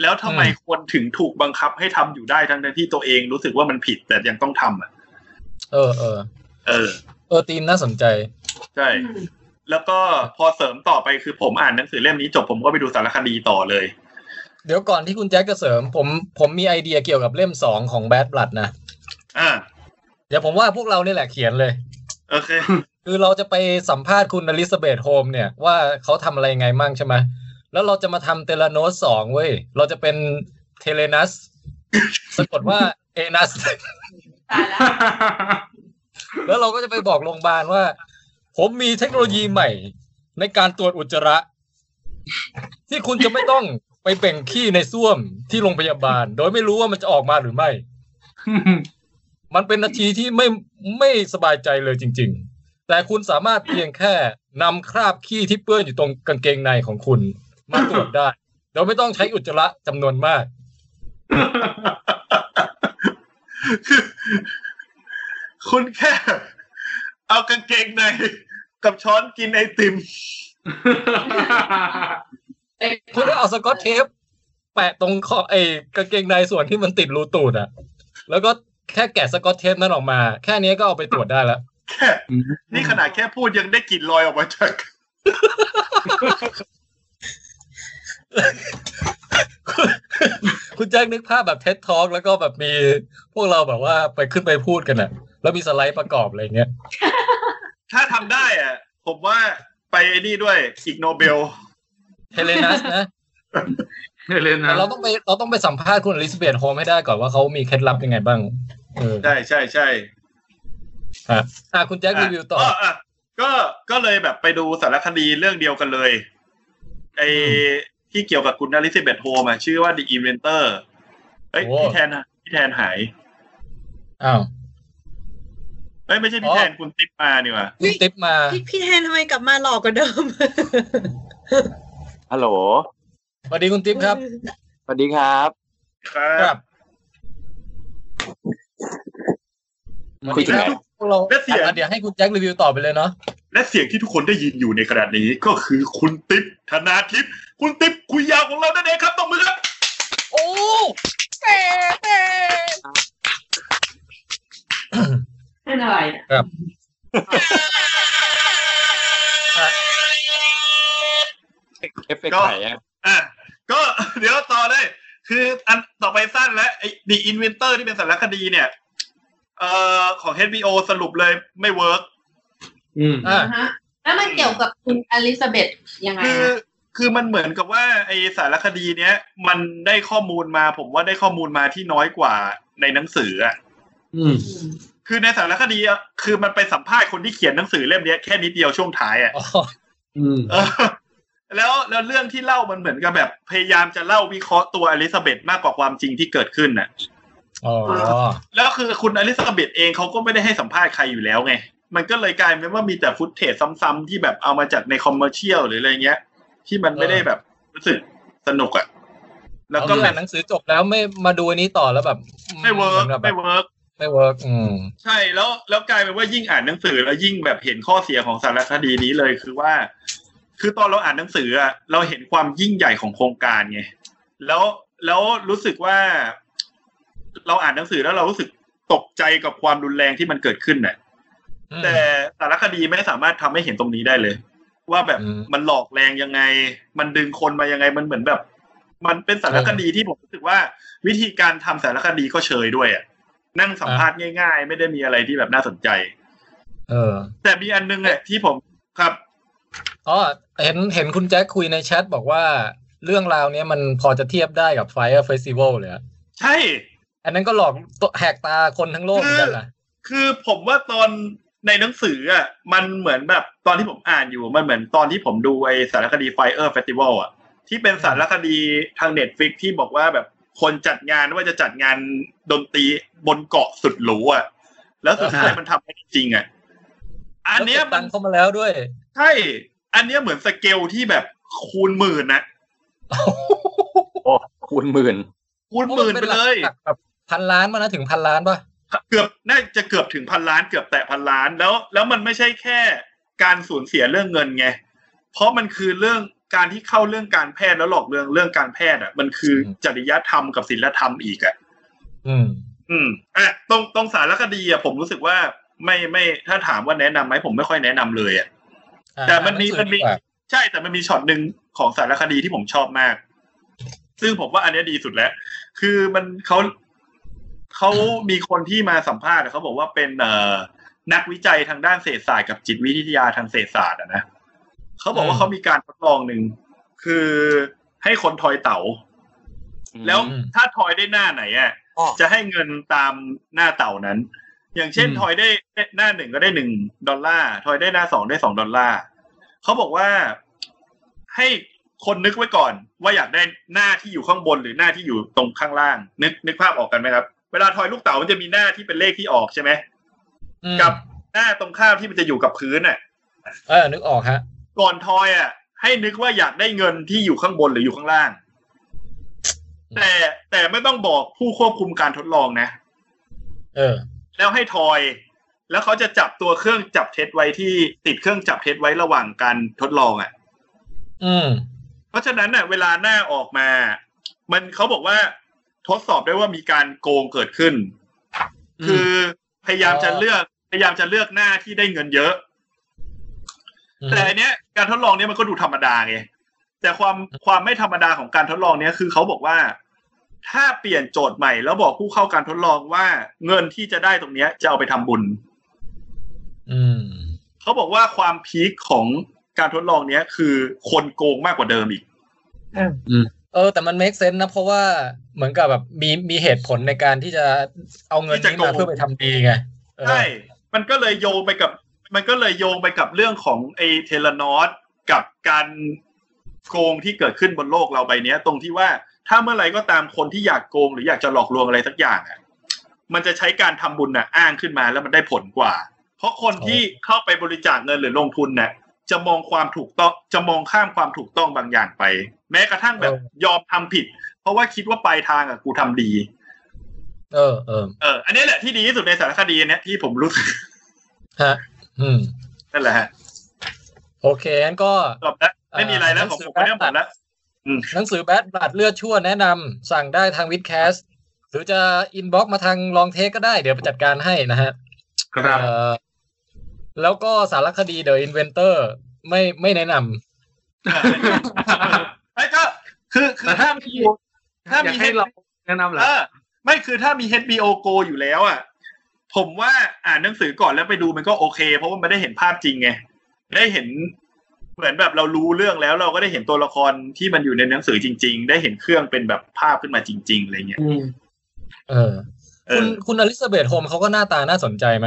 [SPEAKER 3] แล้วทำไมคนถึงถูกบังคับให้ทำอยู่ได้ทั้งๆที่ตัวเองรู้สึกว่ามันผิดแต่ยังต้องทำอ่ะ
[SPEAKER 4] เออเออ
[SPEAKER 3] เออ
[SPEAKER 4] เออตีมน่าสนใจ
[SPEAKER 3] ใช่ แล้วก็พอเสริมต่อไปคือผมอ่านหนังสือเล่มนี้จบผมก็ไปดูสารคดีต่อเลย
[SPEAKER 4] เดี๋ยวก่อนที่คุณแจ็คจะเสริม ผมผมมีไอเดียเกี่ยวกับเล่มสองของแบดบลัดนะ
[SPEAKER 3] อ่า
[SPEAKER 4] เดี๋ยวผมว่าพวกเราเนี่ยแหละเขียนเลย
[SPEAKER 3] โอเค
[SPEAKER 4] คือเราจะไปสัมภาษณ์คุณอลิซาเบธโฮมเนี่ยว่าเขาทำอะไรไงมั่งใช่ไหมแล้วเราจะมาทำเทเลโนสสองเว้ย เราจะเป็นเทเลนัสสะกดว่าเอนัส
[SPEAKER 5] ตายแล้ว
[SPEAKER 4] แล้วเราก็จะไปบอกโรงพยาบาลว่า ผมมีเทคโนโลยีใหม่ ในการตรวจอุจจาระ ที่คุณจะไม่ต้องไปเป่งขี้ในส้วมที่โรงพยาบาล โดยไม่รู้ว่ามันจะออกมาหรือไม่ มันเป็นนาทีที่ไม่ไม่สบายใจเลยจริง ๆ แต่คุณสามารถเพียงแค่นำคราบขี้ที่เปื้อนอยู่ตรงกางเกงในของคุณ มาตรวจได้โดยไม่ต้องใช้อุจจาระจำนวนมาก
[SPEAKER 3] คือ คุณแค่ เอากางเกงในกับช้อนกินไอติม
[SPEAKER 4] คุณได้เอาสกอตเทป แปะตรงคอไอ้กางเกงในส่วนที่มันติดรูตูดอะแล้วก็แค่แกะสกอตเทปนั้นออกมา แค่นี้ก็เอาไปตรวจได้แล้ว
[SPEAKER 3] แค่ นี่ขนาดแค่พูดยังได้กลิ่นลอยออกมาจาก
[SPEAKER 4] คุณคุณแจ็คนึกภาพแบบเท็ดทอกแล้วก็แบบมีพวกเราแบบว่าไปขึ้นไปพูดกันอะแล้วมีสไลด์ประกอบอะไรเงี้ย
[SPEAKER 3] ถ้าทำได้อะผมว่าไปไอ้นี่ด้วยอีกโนเบล
[SPEAKER 4] เฮเลนัสนะ
[SPEAKER 2] เล่น
[SPEAKER 4] แต่
[SPEAKER 2] นะ
[SPEAKER 4] เราต้องไปเราต้องไปสัมภาษณ์คุณอลิซาเบธโฮมให้ได้ก่อนว่าเขามีเคล็ดลับยังไงบ้าง เออ
[SPEAKER 3] ใช่ใช่ใช่
[SPEAKER 4] ครับอ่ะคุณแจ็ครีวิวต่ออ
[SPEAKER 3] ะะก็ก็เลยแบบไปดูสารคดีเรื่องเดียวกันเลยไอที่เกี่ยวกับคุณอลิซาเบธโฮมอะชื่อว่า The Inventor เอ้ย
[SPEAKER 4] โอ้
[SPEAKER 3] พี่แทนอะพี่แทนหาย
[SPEAKER 4] อ้าว
[SPEAKER 3] เอ้ยไม่ใช่พี่
[SPEAKER 4] อ๋อ
[SPEAKER 3] แทนคุณติ๊บมานี่หว่า
[SPEAKER 4] คุณติ๊บมา
[SPEAKER 7] พี่พี่แทนทำไมกลับมาหลอกกว่าเดิม
[SPEAKER 8] ฮัลโหล
[SPEAKER 4] สวัสดีคุณติ๊บครับ
[SPEAKER 8] สวัสดีครับ
[SPEAKER 3] ครั
[SPEAKER 4] ครับ บ
[SPEAKER 8] คุยถึงไหน
[SPEAKER 4] พวกเรา
[SPEAKER 3] แล้วเสีย
[SPEAKER 4] อ่ะเดี๋ยวให้คุณแจ็ครีวิวต่อไปเลยเนาะ
[SPEAKER 3] และเสียงที่ทุกคนได้ยินอยู่ในขณะนี้ก็คือคุณติ๊บธนาทิพย์คุณติ๊บคุยยาวของเรานั่นเองครับต้องมือครับ
[SPEAKER 4] โอ้
[SPEAKER 7] เป๊ะ
[SPEAKER 5] เป็นอะไรอะ
[SPEAKER 8] เอฟเฟกต์
[SPEAKER 3] ก็
[SPEAKER 8] ไหนอะ
[SPEAKER 3] อ่ะก็ เดี๋ยวต่อเลย คืออันต่อไปสั้นแล้วไอ้ The Inventor ที่เป็นสารคดีเนี่ย เอ่อของ HBO สรุปเลยไม่เวิร์ก
[SPEAKER 2] อืม
[SPEAKER 4] อ่ะ
[SPEAKER 5] อ่าฮะแล้วมันเกี่ยวกับคุณอลิซาเบธยังไง
[SPEAKER 3] คือ
[SPEAKER 5] อะ
[SPEAKER 3] คือมันเหมือนกับว่าไอ้สารคดีเนี้ย มันได้ข้อมูลมาผมว่าได้ข้อมูลมาที่น้อยกว่าในหนังสืออ่ะ
[SPEAKER 2] อืม
[SPEAKER 5] ม
[SPEAKER 3] คือในสารคดีอะคือมันไปสัมภาษณ์คนที่เขียนหนังสือเล่มเนี้ยแค่นิดเดียวช่วงท้ายอ่ะ
[SPEAKER 4] อ๋อ
[SPEAKER 2] อืม
[SPEAKER 3] เออ แล้วแล้วเรื่องที่เล่ามันเหมือนกับแบบ พยายามจะเล่าวิเคราะห์ตัวอลิซาเบธมากกว่าความจริงที่เกิดขึ้นน่ะ
[SPEAKER 4] อ๋อ
[SPEAKER 3] แล้วคือคุณอลิซาเบธเองเขาก็ไม่ได้ให้สัมภาษณ์ใครอยู่แล้วไง มันก็เลยกลายเป็นว่ามีแต่ฟุตเทจซ้ำๆที่แบบเอามาจากในคอมเมอร์เชียลหรืออะไรเงี้ย ที่มันไม่ได้แบบรู้สึกสนุกอะแล้วก็
[SPEAKER 4] เอา
[SPEAKER 3] แบ
[SPEAKER 4] อ่า
[SPEAKER 3] บ
[SPEAKER 4] นหนังสือจบแล้วไม่มาดูอันนี้ต่อแล้วแบบ
[SPEAKER 3] ไม่เวิร์ก
[SPEAKER 4] หอนแบบ
[SPEAKER 3] ไม่เวิร์ก
[SPEAKER 4] ไม่เวิร์กอืม
[SPEAKER 3] ใช่แล้วแล้วกลายเป็นว่ายิ่งอ่านหนังสือแล้วยิ่งแบบเห็นข้อเสียของสารคดีนี้เลยคือว่า คือตอนเราอ่านหนังสืออะเราเห็นความยิ่งใหญ่ของโครงการไงแล้วแล้วรู้สึกว่า เราอ่านหนังสือแล้วเรารู้สึกตกใจกับความรุนแรงที่มันเกิดขึ้นน่ะ แต่สารคดีไม่สามารถทำให้เห็นตรงนี้ได้เลย ว่าแบบ
[SPEAKER 4] อืม
[SPEAKER 3] มันหลอกแรงยังไง มันดึงคนมายังไงมันเหมือนแบบ มันเป็นสารคดีที่ผมรู้สึกว่า วิธีการทำสารคดีก็เชยด้วยอะนั่งสัมภาษณ์ง่าย ๆ ไม่ได้มีอะไรที่แบบน่าสนใจ
[SPEAKER 4] เออ
[SPEAKER 3] แต่มีอันนึงแหละที่ผมครับ
[SPEAKER 4] อ๋อเห็นเห็นคุณแจ็คคุยในแชทบอกว่าเรื่องราวเนี้ยมันพอจะเทียบได้กับ Fire Festival เลยอะ
[SPEAKER 3] ใช่
[SPEAKER 4] อันนั้นก็หลอกตัวแหกตาคนทั้งโลกเหมือนกันนะ
[SPEAKER 3] คือผมว่าตอนในหนังสืออ่ะมันเหมือนแบบตอนที่ผมอ่านอยู่มันเหมือนตอนที่ผมดูไอสารคดี Fire Festival อ่ะที่เป็นสารคดีทาง Netflix ที่บอกว่าแบบคนจัดงานว่าจะจัดงานดนตรีบนเกาะสุดหรูอ่ะแล้วสุดท้าย
[SPEAKER 2] อ่ามั
[SPEAKER 3] มันทำไม่จริงอ่ะอันเนี้ย
[SPEAKER 4] แล้วก็บ
[SPEAKER 3] มั
[SPEAKER 4] ตั
[SPEAKER 3] น
[SPEAKER 4] งค์เข้ามาแล้วด้วย
[SPEAKER 3] ใช่ อันเนี้ยเหมือนสเกลที่แบบคูณหมื่นนะ
[SPEAKER 8] โอ้คูณหมื่น
[SPEAKER 3] คูณหมื่นไปเลย
[SPEAKER 4] พราะมันป็นหกแบบพันล้านมานะถึงพันล้านป่ะ
[SPEAKER 3] เกือบน่าจะเกือบถึงพันล้านเกือบแตะพันล้านแล้ว แล้วมันไม่ใช่แค่การสูญเสียเรื่องเงินไง เพราะมันคือเรื่องการที่เข้าเรื่องการแพทย์แล้วหลอกเรื่องเรื่องการแพทย์อ่ะมันคืออ
[SPEAKER 4] ม
[SPEAKER 3] จริยธรรมกับศีลธรรมอีกอ่ะ
[SPEAKER 4] อืม
[SPEAKER 3] อืมอ่ะตรงตรงสารคดีอ่ะผมรู้สึกว่าไม่ไม่ถ้าถามว่าแนะนำไหมผมไม่ค่อยแนะนำเลยอ่ะ
[SPEAKER 4] อ่ะ
[SPEAKER 3] แต่มันมี
[SPEAKER 4] อ่าหงสือ
[SPEAKER 3] มันมี
[SPEAKER 4] ดีกว่า
[SPEAKER 3] ใช่แต่มันมีช็อตหนึ่งของสารคดีที่ผมชอบมาก ซึ่งผมว่าอันเนี้ยดีสุดแล้ว คือมันเขาเขามีคนที่มาสัมภาษณ์อะเขาบอกว่าเป็นเอ่อนักวิจัยทางด้านเศรษฐศาสตร์กับจิตวิทยาทางเศรษฐศาสตร์อะนะเขาบอกว่าเขามีการทดลองหนึ่งคือให้คนทอยเต๋า แล้วถ้าทอยได้หน้าไหนอ่ะ
[SPEAKER 8] อ๋อ
[SPEAKER 3] จะให้เงินตามหน้าเต่านั้น อย่างเช่นทอยได้หน้าหนึ่งก็ได้หนึ่งดอลลาร์ทอยได้หน้าสองได้สองดอลลาร์เขาบอกว่าให้คนนึกไว้ก่อน ว่าอยากได้หน้าที่อยู่ข้างบนหรือหน้าที่อยู่ตรงข้างล่าง นึกนึกภาพออกกันไหมครับ เวลาทอยลูกเต๋ามันจะมีหน้าที่เป็นเลขที่ออกใช่ไหม
[SPEAKER 4] อืม
[SPEAKER 3] กับ หน้าตรงข้ามที่มันจะอยู่กับพื้นอ่ะ
[SPEAKER 4] เออนึกออกฮะ
[SPEAKER 3] ก่อนทอยอ่ะ ให้นึกว่าอยากได้เงินที่อยู่ข้างบนหรืออยู่ข้างล่าง
[SPEAKER 4] อืม
[SPEAKER 3] แต่แต่ไม่ต้องบอกผู้ควบคุมการทดลองนะ
[SPEAKER 4] เออ
[SPEAKER 3] แล้วให้ทอย แล้วเขาจะจับตัวเครื่องจับเท็จไว้ที่ติดเครื่องจับเท็จไว้ระหว่างการทดลองอ่ะ
[SPEAKER 4] อืม
[SPEAKER 3] เพราะฉะนั้นน่ะเวลาหน้าออกมา มันเขาบอกว่าทดสอบได้ว่ามีการโกงเกิดขึ้น
[SPEAKER 2] อืม
[SPEAKER 3] คือพยายามจะ
[SPEAKER 4] อ๋อ
[SPEAKER 3] เลือก พยายามจะเลือกหน้าที่ได้เงินเยอะ แต่อันเนี้ยการทดลองเนี้ยมันก็ดูธรรมดาไงแต่ความความไม่ธรรมดาของการทดลองเนี้ยคือเขาบอกว่า ถ้าเปลี่ยนโจทย์ใหม่แล้วบอกผู้เข้าการทดลองว่าเงินที่จะได้ตรงเนี้ยจะเอาไปทำบุญ
[SPEAKER 4] อืม
[SPEAKER 3] เขาบอกว่าความพีคของการทดลองเนี้ยคือคนโกงมากกว่าเดิมอีก
[SPEAKER 4] เออ แต่มัน make sense นะ เพราะว่าเหมือนกับแบบมีมีเหตุผลในการที่จะเอาเงินนี้มาเพื่อไปทำดีไงเออ
[SPEAKER 3] ใช่ มันก็เลยโยงไปกับ มันก็เลยโยงไปกับเรื่องของไอเทเลนอสกับการโกงที่เกิดขึ้นบนโลกเราใบเนี้ย ตรงที่ว่าถ้าเมื่อไหร่ก็ตามคนที่อยากโกงหรืออยากจะหลอกลวงอะไรสักอย่างอ่ะ มันจะใช้การทำบุญน่ะอ้างขึ้นมาแล้วมันได้ผลกว่า เพราะคนที่เข้าไปบริจาคเงินหรือลงทุนน่ะ จะมองความถูกต้องจะมองข้ามความถูกต้องบางอย่างไป แม้กระทั่งแบบยอมทำผิด เพราะว่าคิดว่าปลายทางอ่ะกูทำดี
[SPEAKER 4] เออเออ
[SPEAKER 3] เออ อันนี้แหละที่ดีที่สุดในสารคดีอันเนี้ยที่ผมรู้สึก
[SPEAKER 4] ฮะอืม
[SPEAKER 3] นั่นแหละฮะ
[SPEAKER 4] โอเคงั้นก็
[SPEAKER 3] จบแล้ว
[SPEAKER 4] เอ่อ
[SPEAKER 3] ไม่มีอะไรแล้วของผมก็
[SPEAKER 4] หนั
[SPEAKER 3] ได้หม
[SPEAKER 4] งสื
[SPEAKER 3] ด
[SPEAKER 4] อ
[SPEAKER 3] แล้ว
[SPEAKER 4] หนังสือแบดบลัดเลือดชั่วแนะนำสั่งได้ทางวิดแคสหรือจะอินบ็อกมาทางลองเทคก็ได้เดี๋ยวไปจัดการให้นะฮะ
[SPEAKER 2] ครับ
[SPEAKER 4] เอ่อแล้วก็สารคดี The Inventor ไม่ไม่แนะน
[SPEAKER 3] ไอ้ยก็คือคือ
[SPEAKER 2] แต่
[SPEAKER 3] ถ้า
[SPEAKER 2] ถ้า
[SPEAKER 3] มี
[SPEAKER 2] มี
[SPEAKER 3] ถ้า
[SPEAKER 2] ถ้า
[SPEAKER 3] มี
[SPEAKER 2] มีให้เราแนะนำเหรอ
[SPEAKER 3] เออไม่คือถ้ามี HBO Go อยู่แล้วอ่ะ ผมว่าอ่านหนังสือก่อนแล้วไปดูมันก็โอเค เพราะว่ามันได้เห็นภาพจริงไงได้เห็น เหมือนแบบเรารู้เรื่องแล้วเราก็ได้เห็นตัวละครที่มันอยู่ในหนังสือจริง ๆ ได้เห็นเครื่องเป็นแบบภาพขึ้นมาจริงๆอะไรเงี้ย
[SPEAKER 2] อืม
[SPEAKER 4] ำเออ
[SPEAKER 3] เอ
[SPEAKER 4] คุณ
[SPEAKER 3] อ
[SPEAKER 4] คุณอลิซาเบธโฮมเขาก็หน้าตาน่าสนใจไหม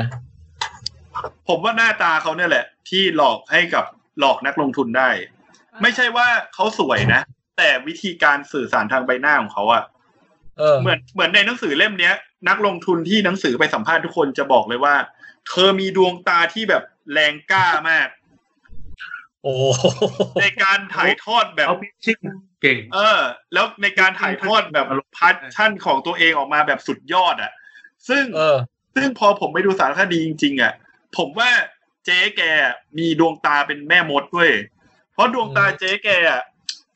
[SPEAKER 3] ผมว่าหน้าตาเขาเนี่ยแหละ ที่หลอกให้กับหลอกนักลงทุนได้ ไม่ใช่ว่าเขาสวยนะ แต่วิธีการสื่อสารทางใบหน้าของเขาอ่ะ
[SPEAKER 4] เออ
[SPEAKER 3] เหมือนเหมือนในหนังสือเล่มเนี้ย นักลงทุนที่หนังสือไปสัมภาษณ์ทุกคนจะบอกเลยว่า เธอมีดวงตาที่แบบแรงกล้ามาก
[SPEAKER 4] โอ้โห
[SPEAKER 3] ในการถ่ายทอดแบบ
[SPEAKER 2] เขาพิชชิ่งเก่ง
[SPEAKER 3] เออ แล้วในการถ่ายทอดแบบพาชั่นของตัวเองออกมาแบบสุดยอดอ่ะ ซึ่ง
[SPEAKER 4] เออ
[SPEAKER 3] ซึ่งพอผมไปดูสารคดีจริงๆอ่ะผมว่าเจ๊แกมีดวงตาเป็นแม่มดด้วย เพราะดวงตาเจ๊แกอ่ะ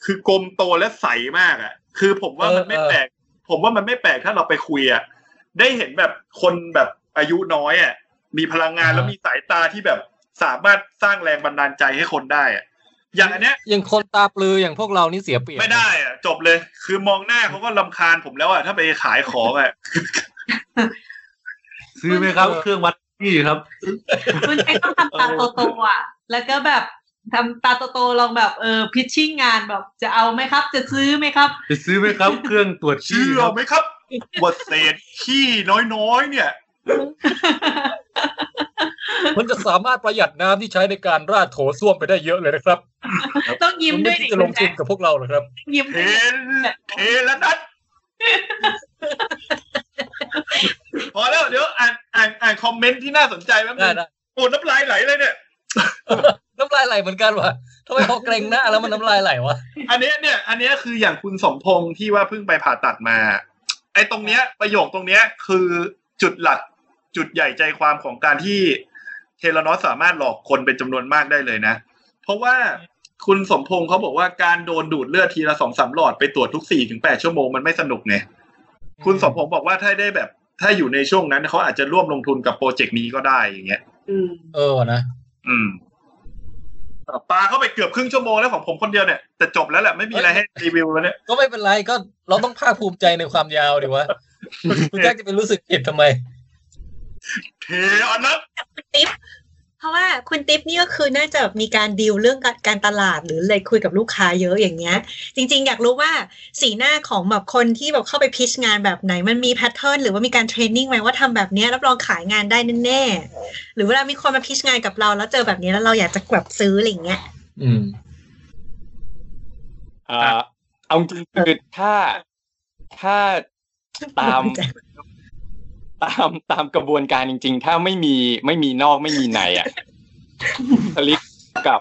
[SPEAKER 3] คือกลมโตและใสมากอ่ะ คือผมว่ามันไม่
[SPEAKER 4] เออเออ
[SPEAKER 3] แปลก ผมว่ามันไม่แปลกถ้าเราไปคุยอ่ะได้เห็นแบบคนแบบอายุน้อยอ่ะมีพลังงาน
[SPEAKER 4] อ่า
[SPEAKER 3] แล้วมีสายตาที่แบบสามารถสร้างแรงบันดาลใจให้คนได้อ่ะ อย่างอันเนี้ย
[SPEAKER 4] อย่างคนตาปลืออย่างพวกเรานี่เสียเปรียบ
[SPEAKER 3] ไม่ได้อ่ะจบเลย คือมองหน้าเขาก็ลำคาญผมแล้วอ่ะถ้าไปขายของอ่ะ
[SPEAKER 2] ซื้อไหมครับ เครื่องวัดนี่ครับ
[SPEAKER 5] คุณใช้ต้องทำตาโตๆอ่ะ แล้วก็แบบทำตาโตๆลองแบบเออพิชชิ่งงานแบบจะเอาไหมครับ จะซื้อไหมครับ
[SPEAKER 2] จะซื้อไหมครับ เครื่องตรวจขี้
[SPEAKER 3] เชื่
[SPEAKER 2] ค
[SPEAKER 3] อ
[SPEAKER 2] รับ
[SPEAKER 3] ไหมครับว่าเศษขี้น้อยๆเนี่ย
[SPEAKER 4] มันจะสามารถประหยัดน้ำที่ใช้ในการราดโถส้วมไปได้เยอะเลยนะครับ
[SPEAKER 5] ต้องยิ้มด้วย
[SPEAKER 4] คุณไคิ
[SPEAKER 5] ดิ
[SPEAKER 4] จะลงทุนกับพวกเราเหรอครับ
[SPEAKER 5] ยิ้ม
[SPEAKER 3] เท
[SPEAKER 5] ด้วย
[SPEAKER 3] นเทละนัดพอแล้วเดี๋ยวอ่านอ่านอ่านคอมเมนต์ที่น่าสนใจแป๊บนึ
[SPEAKER 4] ได้
[SPEAKER 3] ง
[SPEAKER 4] นะ
[SPEAKER 3] โอ้น้ำลายไหลเลยเนี่ย
[SPEAKER 4] น้ำลายไหลเหมือนกันวะทำไมพอเกรงหน้าแล้วมันน้ำลายไหลวะ
[SPEAKER 3] อันเนี้ยเนี่ย อันเนี้ยคืออย่างคุณสมพงษ์ที่ว่าเพิ่งไปผ่าตัดมา ไอ้ตรงเนี้ย ประโยคตรงเนี้ยคือจุดหลักจุดใหญ่ใจความของการที่เทเลนอสสามารถหลอกคนเป็นจำนวนมากได้เลยนะ เพราะว่าคุณสมพงษ์เขาบอกว่าการโดนดูดเลือดทีละสองสามหลอดไปตรวจทุกสี่ถึงแปดชั่วโมงมันไม่สนุกไงคุณสมพงษ์บอกว่าถ้าได้แบบ ถ้าอยู่ในช่วงนั้นเขาอาจจะร่วมลงทุนกับโปรเจกต์นี้ก็ได้อย่างเงี้ย
[SPEAKER 5] อืม
[SPEAKER 4] เออนะ
[SPEAKER 3] อืมปลาเข้าไปเกือบครึ่งชั่วโมงแล้วของผมคนเดียวเนี่ยแต่จบแล้วแหละไม่มีอะไรให้รีวิวแล้วเนี่ย
[SPEAKER 4] ก็ไม่เป็นไรก็เราต้องภาคภูมิใจในความยาวดิ วะคุณแจ็คจะไปรู้สึกผิดทำไม
[SPEAKER 3] เทอันนั้น
[SPEAKER 7] คุณติ๊บเพราะว่าคุณติ๊บนี่ก็คือน่าจะมีการดีลเรื่องการตลาดหรืออะไรคุยกับลูกค้าเยอะอย่างเงี้ย จริง ๆ อยากรู้ว่าสีหน้าของแบบคนที่แบบเข้าไปพิชงานแบบไหนมันมีแพทเทิร์นหรือว่ามีการเทรนนิ่งไหมว่าทำแบบเนี้ยรับรองขายงานได้แน่ๆหรือเวลามีคนมาพิชงานกับเราแล้วเจอแบบนี้แล้วเราอยากจะกลับซื้ออะไรอย่างเงี้ย
[SPEAKER 4] อืม
[SPEAKER 8] อ่าเอาจริงคือถ้าถ้าตาม ตามตามกระบวนการจริง ๆ ถ้าไม่มีไม่มีนอกไม่มีในอ่ะ สลิปกับ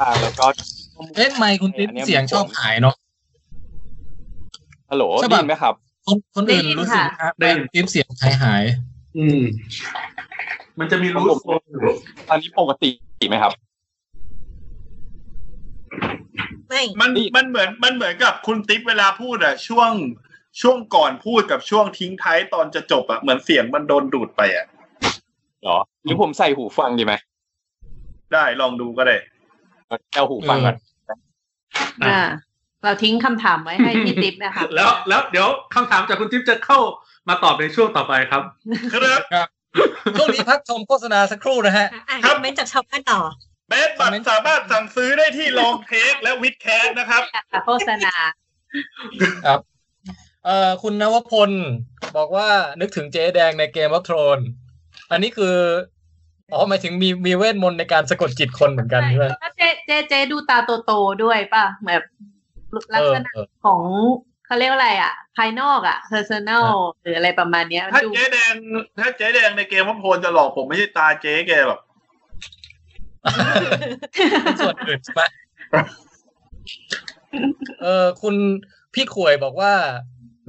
[SPEAKER 8] อ่าแล้วก็
[SPEAKER 4] เอ๊ะไมค์คุณติ๊บเสียงชอบหายเนาะ
[SPEAKER 8] ฮัลโหล
[SPEAKER 4] ใช่
[SPEAKER 8] ได้ยิ
[SPEAKER 4] ปะ
[SPEAKER 8] นไหมครับ
[SPEAKER 4] คนคนอื่นรู้สึกนะติ๊บเสียงหายหาย
[SPEAKER 2] อืม มันจะมีรู้โซนอยู่
[SPEAKER 9] ตอนนี้ปกติไหมครับ
[SPEAKER 7] ไม่
[SPEAKER 3] มันมันเหมือนมันเหมือนกับคุณติ๊กเวลาพูดอะช่วงช่วงก่อนพูดกับช่วงทิ้งท้ายตอนจะจบอะเหมือนเสียงมันโดนดูดไปอะ
[SPEAKER 9] หรอ หรือผมใส่หูฟังดีไหม
[SPEAKER 3] ได้ลองดูก็ได้
[SPEAKER 9] เอาหูฟังก่อน
[SPEAKER 5] อ่าเราทิ้งคำถามไว้ให้พี่ติ๊บนะคะ
[SPEAKER 2] แล้วแล้วเดี๋ยวคำถามจากคุณทิพย์จะเข้ามาตอบในช่วงต่อไปครับ
[SPEAKER 3] ครับ
[SPEAKER 4] ช่วงนี้พักชมโฆษณาสักครู่นะฮะ
[SPEAKER 7] อ่ะ
[SPEAKER 3] ค
[SPEAKER 7] ครับ อมเมนต์จากชาวบ้านต่อ
[SPEAKER 3] เบสบัตรสามารถสั่งซื้อได้ที่ลองเทคและวิดแคสนะครับ
[SPEAKER 5] ค่ะโฆษณา
[SPEAKER 4] ครับ เอ่อคุณนวพลบอกว่านึกถึงเจ๊แดงในเกมวั r โ n นอันนี้คือ อ๋อหมายถึงมีมีเวทมนต์ในการสะกดจิตคนเหมือนกันใช่ไหม
[SPEAKER 5] แล้วเจเจเจดูตาโตๆด้วยป่ะแบบลั
[SPEAKER 4] เอก อ
[SPEAKER 5] ษณะ
[SPEAKER 4] เออ
[SPEAKER 5] ของเขาเรียกว่าอะไรอ่ะ ภายนอกอ่ะ personal หรืออะไรประมาณเนี้ยมัน
[SPEAKER 3] ถ้า
[SPEAKER 5] ดู
[SPEAKER 3] เจ๊แดงถ้าเจ๊แดงในเกมพ่อโพลจะหลอกผมไม่ใช่ตาเจ๊แกแบบ
[SPEAKER 4] เป็นส่วนอื่นใช่ไหมเออคุณพี่ขวยบอกว่า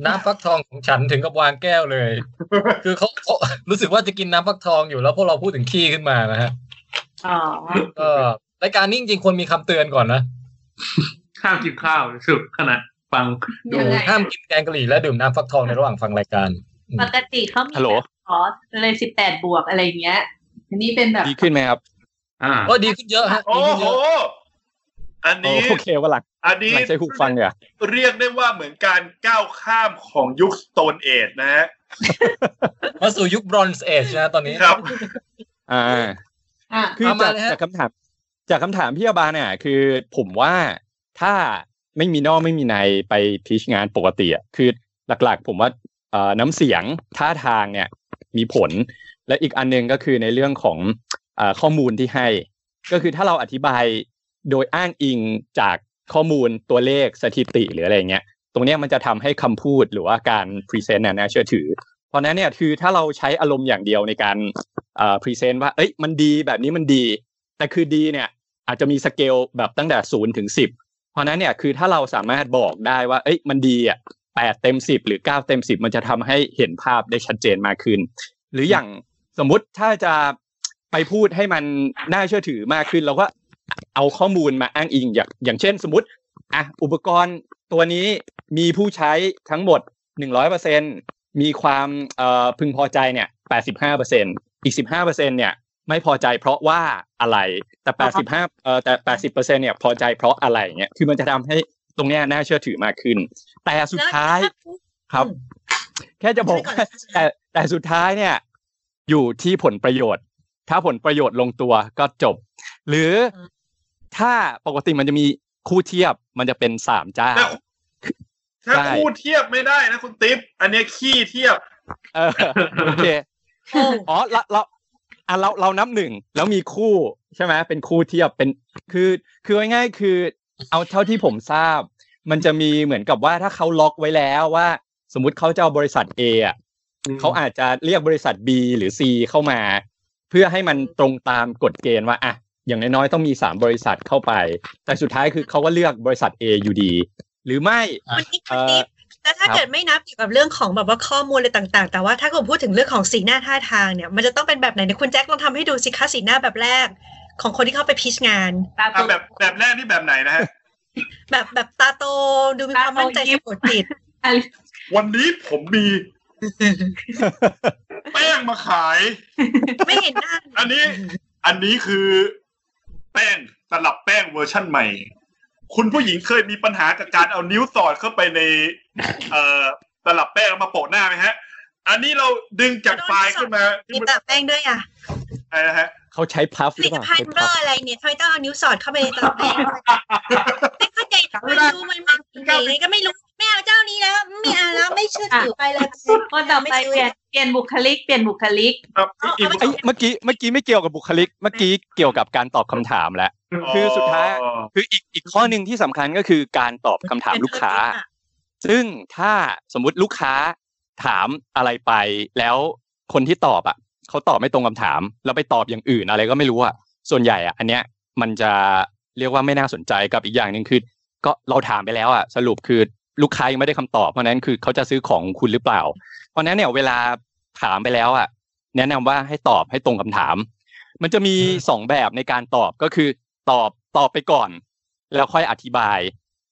[SPEAKER 4] น้ำฟักทองของฉันถึงกับวางแก้วเลย คือเขาเขารู้สึกว่าจะกินน้ำฟักทองอยู่แล้วพวกเราพูดถึงขี้ขึ้นมานะฮะ
[SPEAKER 5] อ๋อ
[SPEAKER 4] เออรายการนี้จริงๆควรมีคำเตือนก่อนนะ
[SPEAKER 2] ข้ามกินข้าวสุดขณะฟัง ดู
[SPEAKER 5] ยังไง
[SPEAKER 4] ห้ามกินแกงกะหรี่และดื่มน้ำฟักทองในระหว่างฟังรายการ
[SPEAKER 5] ปกติเขามี
[SPEAKER 9] ฮัลโหล
[SPEAKER 5] ขอเลยสิบแปดบวกอะไรเงี้ย อันนี้เป็นแบบ
[SPEAKER 9] ดีขึ้นไหมครับ
[SPEAKER 2] อ่า
[SPEAKER 4] ก็ดีขึ้นเยอะฮะ
[SPEAKER 3] โอ้
[SPEAKER 4] ดีขึ้
[SPEAKER 3] โห
[SPEAKER 4] นเยอะ
[SPEAKER 3] อัน
[SPEAKER 9] อ๋อ
[SPEAKER 3] นี้
[SPEAKER 9] โอเคว่าหลัง
[SPEAKER 3] อันนี้
[SPEAKER 9] หลังใช้หูฟังเนี่ย
[SPEAKER 3] เรียกได้ว่าเหมือนการก้าวข้ามของยุคสโตนเอ e นะฮะ
[SPEAKER 4] มาสู่ยุคบรอนซ์เอจนะตอนนี้
[SPEAKER 3] ครับ
[SPEAKER 9] อ่า
[SPEAKER 5] อ่ะ
[SPEAKER 9] คือ
[SPEAKER 4] เอามา
[SPEAKER 9] จาก
[SPEAKER 4] เลยฮะ
[SPEAKER 9] จากคำถามจากคำถามพี่อาบาเนี่ยคือผมว่าถ้าไม่มีนอกไม่มีในไปทีชงานปกติอ่ะคือหลักๆ ผมว่าเอ่อน้ำเสียงท่าทางเนี่ยมีผล และอีกอันหนึงก็คือในเรื่องของเอ่อข้อมูลที่ให้ ก็คือถ้าเราอธิบายโดยอ้างอิงจากข้อมูลตัวเลขสถิติหรืออะไรเงี้ย ตรงเนี้ยมันจะทำให้คำพูดหรือว่าการพรีเซนต์น่ะน่าเชื่อถือ เพราะฉะนั้นเนี่ยคือถ้าเราใช้อารมณ์อย่างเดียวในการ เอ่อพรีเซนต์ว่าเอ้ยมันดีแบบนี้มันดี แต่คือดีเนี่ยอาจจะมีสเกลแบบตั้งแต่ศูนย์ถึงสิบเพราะฉะนั้นเนี่ยคือถ้าเราสามารถบอกได้ว่า เอ้ยมันดีอ่ะแปดเต็มสิบหรือเก้าเต็มสิบมันจะทำให้เห็นภาพได้ชัดเจนมากขึ้น หรืออย่างสมมุติถ้าจะไปพูดให้มันน่าเชื่อถือมากขึ้นเราก็เอาข้อมูลมาอ้างอิงอย่างอย่างเช่นสมมติอ่ะอุปกรณ์ตัวนี้มีผู้ใช้ทั้งหมดหนึ่งร้อยเปอร์เซ็นมีความเอ่อพึงพอใจเนี่ยแปดสิบห้าเปอร์เซ็น อีกสิบห้าเปอร์เซ็นเนี่ยไม่พอใจเพราะว่าอะไรแต่แปดสิบห้าเอ่อแต่แปดสิบเปอร์เซ็นเนี่ยพอใจเพราะอะไรอย่างเงี้ยคือมันจะทำให้ตรงเนี้ยน่าเชื่อถือมากขึ้น แต่สุดท้ายครับ แค่จะบอกว่าแต่แต่สุดท้ายเนี่ย อยู่ที่ผลประโยชน์ ถ้าผลประโยชน์ลงตัวก็จบ หรือถ้าปกติมันจะมีคู่เทียบมันจะเป็นสามเจ้า
[SPEAKER 3] แต่ถ้า
[SPEAKER 9] ได้
[SPEAKER 3] คู่เทียบไม่ได้นะคุณติ๊บอันนี้ขี้เทียบ
[SPEAKER 9] เออโอเค อ๋อเราเราอ่ะเราเรานับหนึ่งแล้วมีคู่ใช่ไหมเป็นคู่เทียบเป็นคือคือง่ายๆคือ เอาเท่าที่ผมทราบ มันจะมีเหมือนกับว่าถ้าเขาล็อกไว้แล้วว่า สมมติเขาจะเอาบริษัท A อ่ะ
[SPEAKER 2] อืม
[SPEAKER 9] เขาอาจจะเรียกบริษัท B หรือ C เข้ามา เพื่อให้มันตรงตามกฎเกณฑ์ว่าอ่ะอย่างน้อยๆต้องมีสามบริษัทเข้าไป แต่สุดท้ายคือเขาก็เลือกบริษัท A อยู่ดี หรือไม่
[SPEAKER 7] คุณติ๊บ
[SPEAKER 9] เอ่
[SPEAKER 7] คุณติ๊
[SPEAKER 9] อ
[SPEAKER 7] บแล้วถ้า
[SPEAKER 9] ครับ
[SPEAKER 7] เกิดไม่นับเกี่ยวกับเรื่องของแบบว่าข้อมูลอะไรต่าง ๆ แต่ว่าถ้าผมพูดถึงเรื่องของสีหน้าท่าทางเนี่ยมันจะต้องเป็นแบบไหนเนี่ยคุณแจ็คลองทำให้ดูสิคะสีหน้าแบบแรก ของคนที่เข้าไปพิชงาน
[SPEAKER 5] ตาโต
[SPEAKER 3] อ่ะแบบแบบแรกนี่แบบไหนนะฮะ
[SPEAKER 7] แบบแบบตาโตดูมีความมั่นใจสะกดจิต
[SPEAKER 5] อะไร
[SPEAKER 3] วันนี้ผมมีแป้งมาขาย
[SPEAKER 7] ไม่เห็นหน้า
[SPEAKER 3] อันนี้ อันนี้คือ แป้งตลับแป้งเวอร์ชั่นใหม่ คุณผู้หญิงเคยมีปัญหากับการเอานิ้วสอดเข้าไป ใน เอ่อตลับแป้งแล้วมาโปะหน้าไหมฮะ อันนี้เราดึงจากไฟล์ขึ้นมาที่
[SPEAKER 7] มี
[SPEAKER 3] มัน
[SPEAKER 7] ตาแป้งด้วยอ่ะ
[SPEAKER 3] อะไรนะฮะ
[SPEAKER 9] เขาใช้พัฟ
[SPEAKER 7] ผ
[SPEAKER 9] หรื
[SPEAKER 7] ลิต
[SPEAKER 9] อเปล่า
[SPEAKER 7] ภัณ
[SPEAKER 9] ใช้
[SPEAKER 7] ฑ์เบ
[SPEAKER 9] พั
[SPEAKER 7] อบ ร์อะไรเนี่ยทำไมต้องเอานิ้วสอดเข้าไปในตาแป้งไม่เข้าใจไม่รู้มันมันอย่างนี้ก็ไม่รู้ไม่เอาเจ้านี้แล้ว ไม่เอาแล้วไม่เชื่อถือไปเลย
[SPEAKER 5] คนต่อไปเปลี่ยนเปลี่ยนบุคลิกเปลี่ยนบุคลิก
[SPEAKER 3] ครับอีก
[SPEAKER 9] ไอ้เมื่อกี้เมื่อกี้ไม่เกี่ยวกับบุคลิก เมื่อกี้เกี่ยวกับการตอบคำถามแล้ว คือสุดท้าย คืออีกอีกข้อหนึ่งที่สำคัญก็คือการตอบคำถามลูกค้า ซึ่งถ้าสมมุติลูกค้าถามอะไรไป แล้วคนที่ตอบอ่ะเขาตอบไม่ตรงคำถาม แล้วไปตอบอย่างอื่นอะไรก็ไม่รู้อ่ะส่วนใหญ่อ่ะ อันเนี้ยมันจะเรียกว่าไม่น่าสนใจกับอีกอย่างหนึ่งคือ ก็เราถามไปแล้วอ่ะสรุปคือลูกค้ายังไม่ได้คำตอบเพราะฉะนั้นคือเขาจะซื้อของคุณหรือเปล่า เพราะฉะนั้นเนี่ยเวลาถามไปแล้วอ่ะ แนะนำว่าให้ตอบให้ตรงคำถาม มันจะมีสองแบบในการตอบก็คือ ตอบตอบไปก่อน แล้วค่อยอธิบาย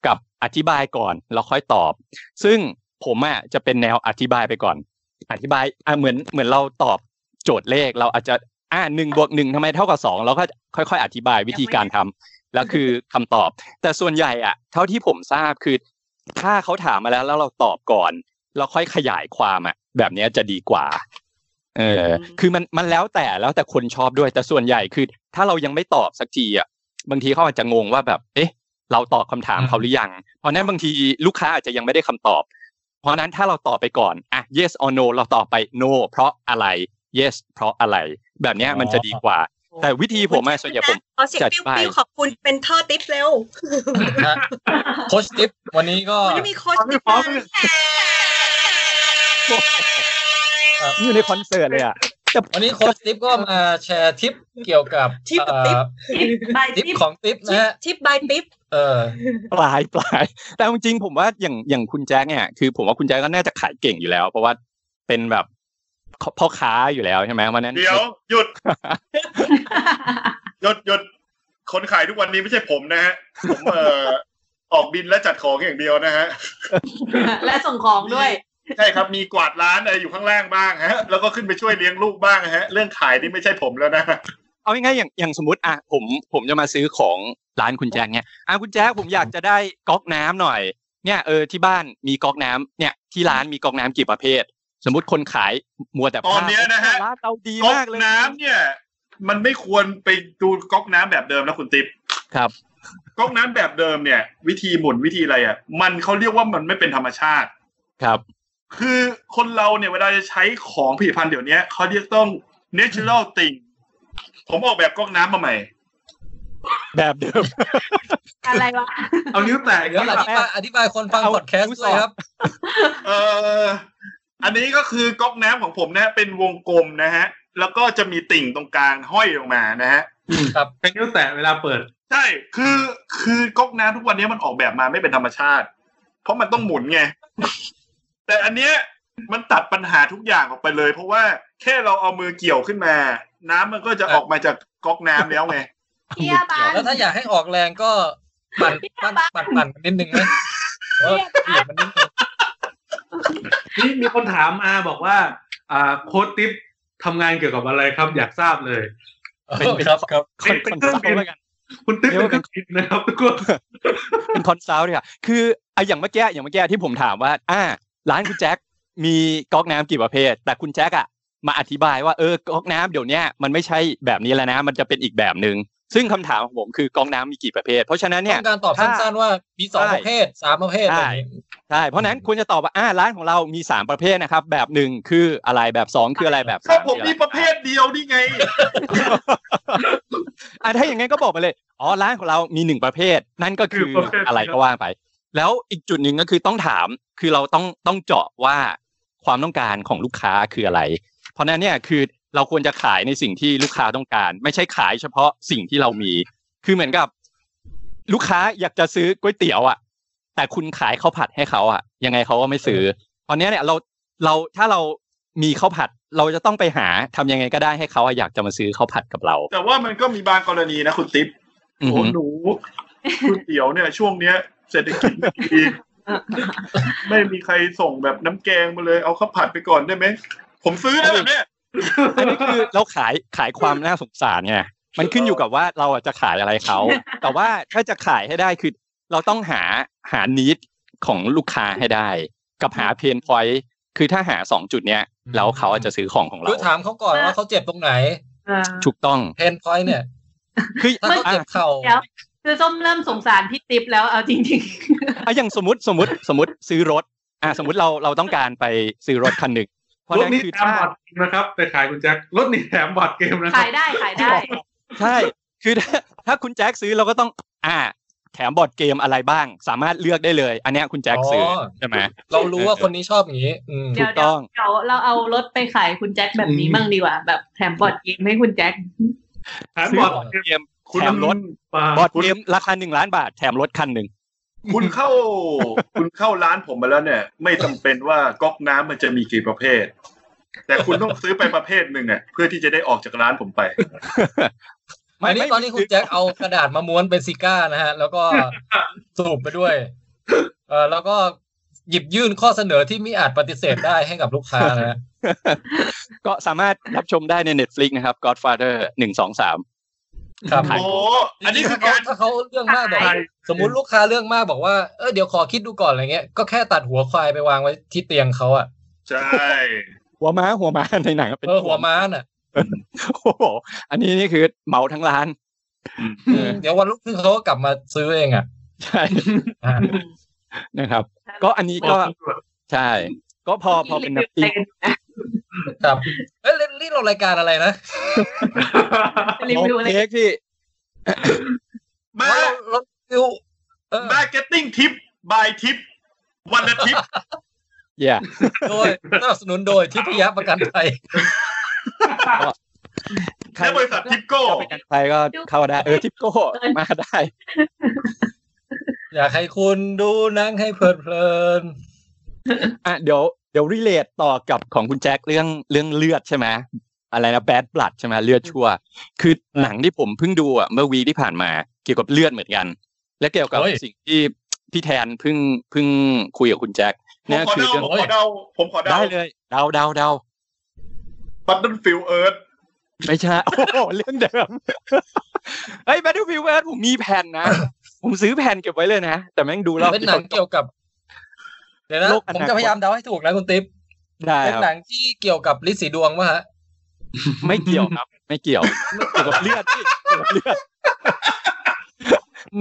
[SPEAKER 9] กับอธิบายก่อน แล้วค่อยตอบ ซึ่งผมอ่ะจะเป็นแนวอธิบายไปก่อน อธิบายอ่ะเหมือนเหมือนเราตอบโจทย์เลข เราอาจจะอ่าหนึ่งบวกหนึ่งทำไมเท่ากับสองเราก็ค่อย ๆ อธิบายวิธีการทำแล้วคือคำตอบ แต่ส่วนใหญ่อ่ะ เท่าที่ผมทราบคือ ถ้าเขาถามมาแล้วแล้วเราตอบก่อน แล้วค่อยขยายความอ่ะ แบบเนี้ยจะดีกว่า เออ คือมันมันแล้วแต่แล้วแต่คนชอบด้วย แต่ส่วนใหญ่คือ ถ้าเรายังไม่ตอบสักทีอ่ะบางทีเขาอาจจะงงว่าแบบ เอ๊ะ เราตอบคำถามเขาหรือยัง เพราะฉะนั้นบางทีลูกค้าอาจจะยังไม่ได้คำตอบ เพราะฉะนั้นถ้าเราตอบไปก่อนอ่ะ yes or no เราตอบไป no เพราะอะไร yes เพราะอะไร แบบเนี้ยมันจะดีกว่า แต่วิธีผมอะส่วนใหญ่ผม
[SPEAKER 7] ขอเสียง
[SPEAKER 9] จัด
[SPEAKER 7] ปิ้ว
[SPEAKER 9] ไป
[SPEAKER 7] ปิ้วขอบคุณเป็นท่อติ๊บเร็ว
[SPEAKER 4] ฮะโคชติ๊บวันนี้ก็
[SPEAKER 7] วันนี้มีโค้ชติ๊บ
[SPEAKER 2] พร้อม
[SPEAKER 7] มา
[SPEAKER 9] อยู่ในคอนเสิร์ตเลยอ่ะ
[SPEAKER 4] วันนี้โคชติ๊บก็มาแชร์ทิปเกี่ยวกับ
[SPEAKER 7] ทิป
[SPEAKER 4] เอ่
[SPEAKER 7] ติ๊บ
[SPEAKER 4] อ
[SPEAKER 5] ใบ
[SPEAKER 4] ทิป
[SPEAKER 5] ติ๊บ
[SPEAKER 4] ของติ๊บนะฮะ
[SPEAKER 7] ทิปบายติ๊บ
[SPEAKER 4] เออ
[SPEAKER 9] ปลาย ปลายแต่เอาจริงๆผมว่าอย่างอย่างคุณแจ็คเนี่ยคือผมว่าคุณแจ็คก็น่าจะขายเก่งอยู่แล้ว เพราะว่าเป็นแบบพ่อค้าอยู่แล้วใช่ไหมวันนั้น
[SPEAKER 3] เดี๋ยวหยุดหยุดหยุดคนขายทุกวันนี้ไม่ใช่ผมนะฮะผมเอ่อออกบินและจัดของอย่างเดียวนะฮะ
[SPEAKER 5] และส่งของด้วย
[SPEAKER 3] ใช่ครับมีกวาดร้านอะไรอยู่ข้างล่างบ้างฮะ แล้วก็ขึ้นไปช่วยเลี้ยงลูกบ้างฮะ เรื่องขายนี่ไม่ใช่ผมแล้วนะ
[SPEAKER 9] เอาง่ายๆอย่างอย่างสมมติอ่ะผมผมจะมาซื้อของร้านคุณแจ็คเนี่ยอ่ะคุณแจ็คผมอยากจะได้ก๊อกน้ำหน่อย เนี่ยเออที่บ้านมีก๊อกน้ำเนี่ยที่ร้านมีก๊อกน้ำกี่ประเภท สมมติคนขายมัวแต่
[SPEAKER 3] ตอนเนี้ยนะฮะ
[SPEAKER 9] ร้านเราดี
[SPEAKER 3] ก๊อ
[SPEAKER 9] มาก
[SPEAKER 3] ก
[SPEAKER 9] เลย
[SPEAKER 3] น้ำเนี่ย มันไม่ควรไปดูก๊อกน้ำแบบเดิมนะคุณติ๊บ
[SPEAKER 9] ครับ
[SPEAKER 3] ก๊อกน้ำแบบเดิมเนี่ย วิธีหมุนวิธีอะไรอ่ะ มันเขาเรียกว่ามันไม่เป็นธรรมชาติ
[SPEAKER 9] ครับ
[SPEAKER 3] คือคนเราเนี่ยเวลาจะใช้ของผลิตภัณฑ์เดี๋ยวนี้เขาเรียกต้อง natural thing ผมออกแบบก๊อกน้ำมาใหม่
[SPEAKER 9] แบบเดิม
[SPEAKER 5] อะไรวะ
[SPEAKER 2] เอานิ้วแตะ
[SPEAKER 4] เดี๋ยวอธิบายอธิบายคนฟัง
[SPEAKER 9] เอา
[SPEAKER 4] พอดแคสต์ด้วยครับ
[SPEAKER 3] เอ่ออันนี้ก็คือก๊อกน้ำของผมนะฮะเป็นวงกลมนะฮะ แล้วก็จะมีติ่งตรงกลางห้อยลงมานะฮะ
[SPEAKER 2] ใช้นิ้วแตะเวลาเปิด
[SPEAKER 3] ใช่ คือคือก๊อกน้ำทุกวันนี้มันออกแบบมาไม่เป็นธรรมชาติ เพราะมันต้องหมุนไง แต่อันเนี้ยมันตัดปัญหาทุกอย่างออกไปเลย เพราะว่าแค่เราเอามือเกี่ยวขึ้นมา น้ำมันก็จะออกมาจากก๊อกน้ำแล้วไง
[SPEAKER 5] เฮียบาน
[SPEAKER 4] แล้วถ้าอยากให้ออกแรงก็ปั่นปั่นปั่นปั่นมันนิดนึงไหมเออเหยียบมันนิดนึง
[SPEAKER 2] นี่มีคนถามอาบอกว่า อ่าโค้ดติ๊บทำงานเกี่ยวกับอะไรครับ อยากทราบเลย
[SPEAKER 9] เป็นเป็น
[SPEAKER 4] ครับครับ
[SPEAKER 9] คอนเสิร์ตแล้วกัน
[SPEAKER 2] คุณติ๊บเป็นเครื่องบินนะครับทุกคน
[SPEAKER 9] เป็นคอนซัลท์เนี่ยคือไอะอย่างเมื่อกี้อย่างเมื่อกี้ที่ผมถามว่า อ่า ร้านคุณแจ็คมีก๊อกน้ำกี่ประเภท แต่คุณแจ็คอะมาอธิบายว่าเออก๊อกน้ำเดี๋ยวเนี้ยมันไม่ใช่แบบนี้แล้วนะ มันจะเป็นอีกแบบหนึ่งซึ่งคำถามของผมคือก๊อกน้ำมีกี่ประเภท เพราะฉะนั้นเนี่ย
[SPEAKER 4] ต้องการตอบสั้นๆว่ามีสอง
[SPEAKER 9] ใช่
[SPEAKER 4] ประเภทสามประเภทอะ
[SPEAKER 9] ใช่
[SPEAKER 4] ไรอย่างงี้
[SPEAKER 9] ใช่เพราะฉะนั้นคุณจะตอบว่าอ่าร้านของเรามีสามประเภทนะครับ แบบหนึ่งคืออะไรแบบสองคืออะไรแบบ
[SPEAKER 3] ถ้า
[SPEAKER 9] สาม
[SPEAKER 3] ผม
[SPEAKER 9] คืออะไร
[SPEAKER 3] มีประเภทเดียวนี่ไง
[SPEAKER 9] อ่ะถ้าอย่างงั้นก็บอกไปเลย อ๋อ ร้านของเรามีหนึ่งประเภท นั่นก็คืออะไรก็ว่าไป แล้วอีกจุดหนึ่งก็คือต้องถาม คือเราต้องต้องเจาะว่าความต้องการของลูกค้าคืออะไร เพราะฉะนั้นเนี่ยคือเราควรจะขายในสิ่งที่ลูกค้าต้องการ ไม่ใช่ขายเฉพาะสิ่งที่เรามี คือเหมือนกับ ลูกค้าอยากจะซื้อก๋วยเตี๋ยวอ่ะ แต่คุณขายข้าวผัดให้เขาอ่ะ ยังไงเขาก็ไม่ซื้อ เพราะฉะนั้นเนี่ยเราเราถ้าเรามีข้าวผัด เราจะต้องไปหาทำยังไงก็ได้ให้เขาอะอยากจะมาซื้อข้าวผัดกับเรา
[SPEAKER 3] แต่ว่ามันก็มีบางกรณีนะคุณติ๊บ
[SPEAKER 9] อือ
[SPEAKER 3] โอ้
[SPEAKER 9] หือ
[SPEAKER 3] หนูก๋วยเตี๋ยวเนี่ย ช่วงเนี้ย เศรษฐกิจไม่ดีไม่มีใครส่งแบบน้ำแกงมาเลย เอาข้าวผัดไปก่อนได้ไหม ผมซื้อนะแบบเนี้ย
[SPEAKER 9] อันนี้คือเราขายขายความน่าสงสารไงมันขึ้นอยู่กับว่าเราอ่ะจะขายอะไรเขา แต่ว่าถ้าจะขายให้ได้คือ เราต้องหาหานิดของลูกค้าให้ได้ กับหาเพนพอยต์คือถ้าหาสองจุดเนี้ยแล้วเขาอาจจะซื้อของของเรา
[SPEAKER 4] คือถามเขาก่อนว่าเขาเจ็บตรงไหน
[SPEAKER 9] ถูกต้อง
[SPEAKER 4] เพนพอยต์เนี่ย
[SPEAKER 9] คือ
[SPEAKER 4] ถ้าเขา
[SPEAKER 9] อ่ะ
[SPEAKER 4] เจ็บเข่า
[SPEAKER 5] เดี๋ยว คือส้มเริ่มสงสารพี่ติ๊บแล้วเอาจ ริง
[SPEAKER 9] อ่ะอย่างสมมติสมมติสมมติซื้อรถอ่ะสมมติเราเราต้องการไปซื้อรถคันหนึ่งเพราะ
[SPEAKER 2] รถ
[SPEAKER 9] ฉะนั้น
[SPEAKER 2] นี้
[SPEAKER 9] คือ
[SPEAKER 2] แถม
[SPEAKER 9] ถ้า
[SPEAKER 2] บอร์ดเกมนะครับไปขายคุณแจ็ครถนี้แถมบอร์ดเกมนะ
[SPEAKER 5] ๆ
[SPEAKER 2] ครั
[SPEAKER 5] ขา
[SPEAKER 2] บ
[SPEAKER 5] ยได้ขายได้
[SPEAKER 9] ใช่ คือถ้าถ้าคุณแจ็คซื้อเราก็ต้อง อ่า แถมบอร์ดเกมอะไรบ้าง สามารถเลือกได้เลย อันเนี้ยคุณแจ็คซื้ออใช่ไหม
[SPEAKER 4] เรารู้ว่าคนนี้ชอบอย่างนี้อืม
[SPEAKER 5] เดี๋ยว
[SPEAKER 9] ถูกต้อง
[SPEAKER 5] เดี๋ยวเราเอารถไปขายคุณแจ็คแบบนี้บ้างดีกว่า แบบแถมบอร์ดเกมให้คุณแจ็ค
[SPEAKER 2] แถม
[SPEAKER 9] ซื้
[SPEAKER 2] บ
[SPEAKER 9] อ
[SPEAKER 2] อร์ด
[SPEAKER 9] บอร์ด
[SPEAKER 2] เกม
[SPEAKER 9] เกมแถมรถ
[SPEAKER 2] ปลา
[SPEAKER 9] บอร์ดเกมราคาหนึ่งล้านบาท แถมรถคันหนึ่ง
[SPEAKER 3] คุณเข้า คุณเข้าร้านผมมาแล้วเนี่ย ไม่จำเป็นว่าก๊อกน้ำมันจะมีกี่ประเภท แต่คุณต้องซื้อไปประเภทหนึ่งอ่ะเพื่อที่จะได้ออกจากร้านผมไป
[SPEAKER 4] อันนี้ตอนนี้คุณแจ็คเอากระดาษมาม้วนเป็นซิก้านะฮะ แล้วก็สูบไปด้วย เออแล้วก็หยิบยื่นข้อเสนอที่ไม่อาจปฏิเสธได้ให้กับลูกค้านะฮะ
[SPEAKER 9] ก็สามารถรับชมได้ใน Netflix นะครับ Godfather หนึ่งสองสาม
[SPEAKER 4] ครับ
[SPEAKER 3] โอ้โหอันนี้คือ
[SPEAKER 4] ถ้าเขา
[SPEAKER 3] การ
[SPEAKER 4] ถ้าเขาเรื่องมากบอกสมมุติลูกค้าเรื่องมากบอกว่าเออเดี๋ยวขอคิดดูก่อนอะไรเงี้ยก็แค่ตัดหัวควายไปวางไว้ที่เตียงเขาอ่ะ
[SPEAKER 3] ใช่
[SPEAKER 9] หัวม้าหัวม้าในหนังเป็น
[SPEAKER 4] เออหัวม้าน่ะ
[SPEAKER 9] โอ้โหอันนี้นี่คือเหมาทั้งร้าน
[SPEAKER 4] อืมเดี๋ยววันรุ่งขึ้นเขาก็กลับมาซื้อเองอ่ะ
[SPEAKER 9] ใช่
[SPEAKER 4] อ่า
[SPEAKER 9] นะครับ ก็อันนี้ก็ใช่ ก็พอพอเป็นน้ำจิ้ม
[SPEAKER 4] ครับเอ้ยแล้วนี่เรารายการอะไรนะ
[SPEAKER 5] รีวิวอะไร
[SPEAKER 9] เค้กที่
[SPEAKER 3] มา
[SPEAKER 4] ว่าเราเราเออ
[SPEAKER 3] มาร์เก็ตติ้งทิปบายทิปวันละทิป
[SPEAKER 9] yeah
[SPEAKER 4] โดยสนับสนุนโดยทิพยประกันภัย
[SPEAKER 9] ใคร
[SPEAKER 3] และบริษัททิปโก้
[SPEAKER 9] เข้าไปกันใครก็เข้าได้ เออทิปโก้มาได้
[SPEAKER 4] อยากให้คุณดูหนังให้เพลิดเพลิน
[SPEAKER 9] อ่ะเดี๋ยวเดี๋ยวรีเลทต่อกับของคุณแจ็คเรื่องเรื่องเลือดใช่ไหมอะไรนะแบดบลัดใช่ไหมเลือดชั่ว คือหนังที่ผมเพิ่งดูอ่ะเมื่อวีคที่ผ่านมา เกี่ยวกับเลือดเหมือนกัน และเกี่ยวกับสิ่งที่พี่แทนเพิ่งเพิ่งคุยกับคุณแจ็ค
[SPEAKER 3] ผม
[SPEAKER 9] เนี่ย
[SPEAKER 3] ขอ
[SPEAKER 9] คือ
[SPEAKER 3] เดาผมข
[SPEAKER 9] เรื่อง
[SPEAKER 3] อเดาผมขอเดา
[SPEAKER 9] ได้เลยเดาเดาเดา
[SPEAKER 3] บัตเทิลฟิลเอิร์ธ
[SPEAKER 9] ไม่ใช่ โอ้โหเรื่องเดิม เฮ้ยแบทเทิลฟิวเวิร์ดผมมีแผ่นนะ ผมซื้อแผ่นเก็บไว้เลยนะ แต่แม่งดูรอบ
[SPEAKER 4] เป็นหนังเกี่ยวกับ เดี๋ยวนะ
[SPEAKER 9] โลกอ
[SPEAKER 4] ผม
[SPEAKER 9] นาคต
[SPEAKER 4] จะพยายามเดาให้ถูกนะคุณติ๊บ
[SPEAKER 9] ได้
[SPEAKER 4] เป็น
[SPEAKER 9] ครับ
[SPEAKER 4] หนังที่เกี่ยวกับลิสีดวงวะฮะ
[SPEAKER 9] ไม่เกี่ยวครับ ไม่เกี่ยวเกี่ยวกับเลือดที่เกี่ยวกับเลือด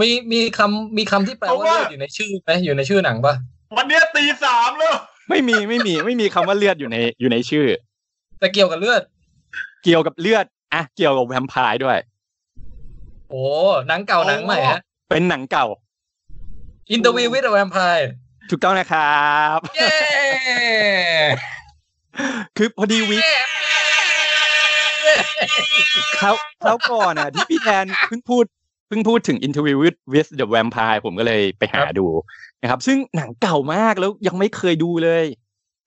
[SPEAKER 4] มีมีคำมีคำที่แปลว่าเลือดอยู่ในชื่อไหมอยู่ในชื่อหนังปะ
[SPEAKER 3] วันเนี้ยตีสามแล้ว
[SPEAKER 9] ไม่มีไม่มีไม่มีคำว่าเลือดอยู่ในอยู่ในชื่อ
[SPEAKER 4] แต่เกี่ยวกับเลือด
[SPEAKER 9] เกี่ยวกับเลือดอ่ะเกี่ยวกับแวมไพร์ด้วย
[SPEAKER 4] โอ้หนังเก่าหนังใหม่ฮะ
[SPEAKER 9] เป็นหนังเก่า
[SPEAKER 4] อินเตอร์วิววิดแวมไพร์
[SPEAKER 9] ถูกต้องนะครับ
[SPEAKER 4] เย้
[SPEAKER 9] คือพอดีวิกเขาเขาวก่อนอ่ะ ที่พี่แทนเพิ่งพูดเพิ่งพูดถึง Interview with with the Vampire ผมก็เลยไปหาดูนะครับ ซึ่งหนังเก่ามากแล้วยังไม่เคยดูเลย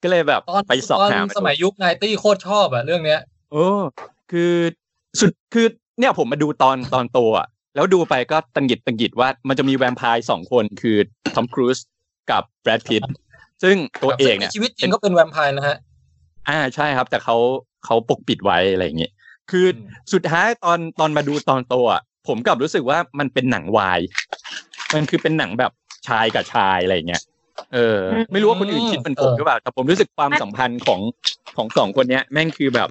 [SPEAKER 9] ก็เลยแบบ
[SPEAKER 4] ตอน
[SPEAKER 9] ไปสอบ
[SPEAKER 4] ตอน
[SPEAKER 9] หามาดู
[SPEAKER 4] สมัยยุคนตี้โคตรชอบอะเรื่องเนี้ย
[SPEAKER 9] โอ้คือสุดคือเนี่ยผมมาดูตอนตอนโตอ่ะ แล้วดูไปก็ตังหงิดตังหงิดว่ามันจะมีแวมไพร์สองคนคือทอมครูซกับแบรดพิตต์ซึ่งตัวเอกเนี่ย
[SPEAKER 4] ชีวิตจริงก็เป็นแวมไพร์นะฮะ
[SPEAKER 9] อ่าใช่ครับ แต่เขาเขาปกปิดไว้อะไรอย่างเงี้ยคืออ
[SPEAKER 4] ม
[SPEAKER 9] สุดท้ายตอนตอนมาดูตอนโตอ่ะผมกลับรู้สึกว่ามันเป็นหนังวาย มันคือเป็นหนังแบบชายกับชายอะไรอย่างเงี้ยเออ ไม่รู้ว่าคนอื่นคิดเป็นผมหรือเปล่าแต่ผมรู้สึกความสัมพันธ์ของของสองคนเนี้ย แม่งคือแบบ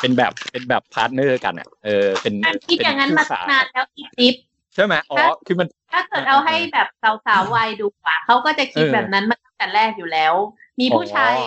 [SPEAKER 9] เป็นแบบเป็นแบบพาร์ทเนอร์กันอ่ะเออเป็น
[SPEAKER 5] อันคิดอย่างนั้นมา
[SPEAKER 9] เป็
[SPEAKER 5] ตั้ง
[SPEAKER 9] คู่ข
[SPEAKER 5] นานแล้วอีทิป
[SPEAKER 9] ใช่ไหมอ๋อ
[SPEAKER 5] ถ้า
[SPEAKER 9] คือมัน
[SPEAKER 5] ถ้าเกิดเอาให้แบบสาวๆวัยดูกว่าเขาก็จะคิด
[SPEAKER 9] เออ
[SPEAKER 5] แบบนั้นมาตั้งแต่แรกอยู่แล้ว มีผู้ชาย
[SPEAKER 9] อ๋อ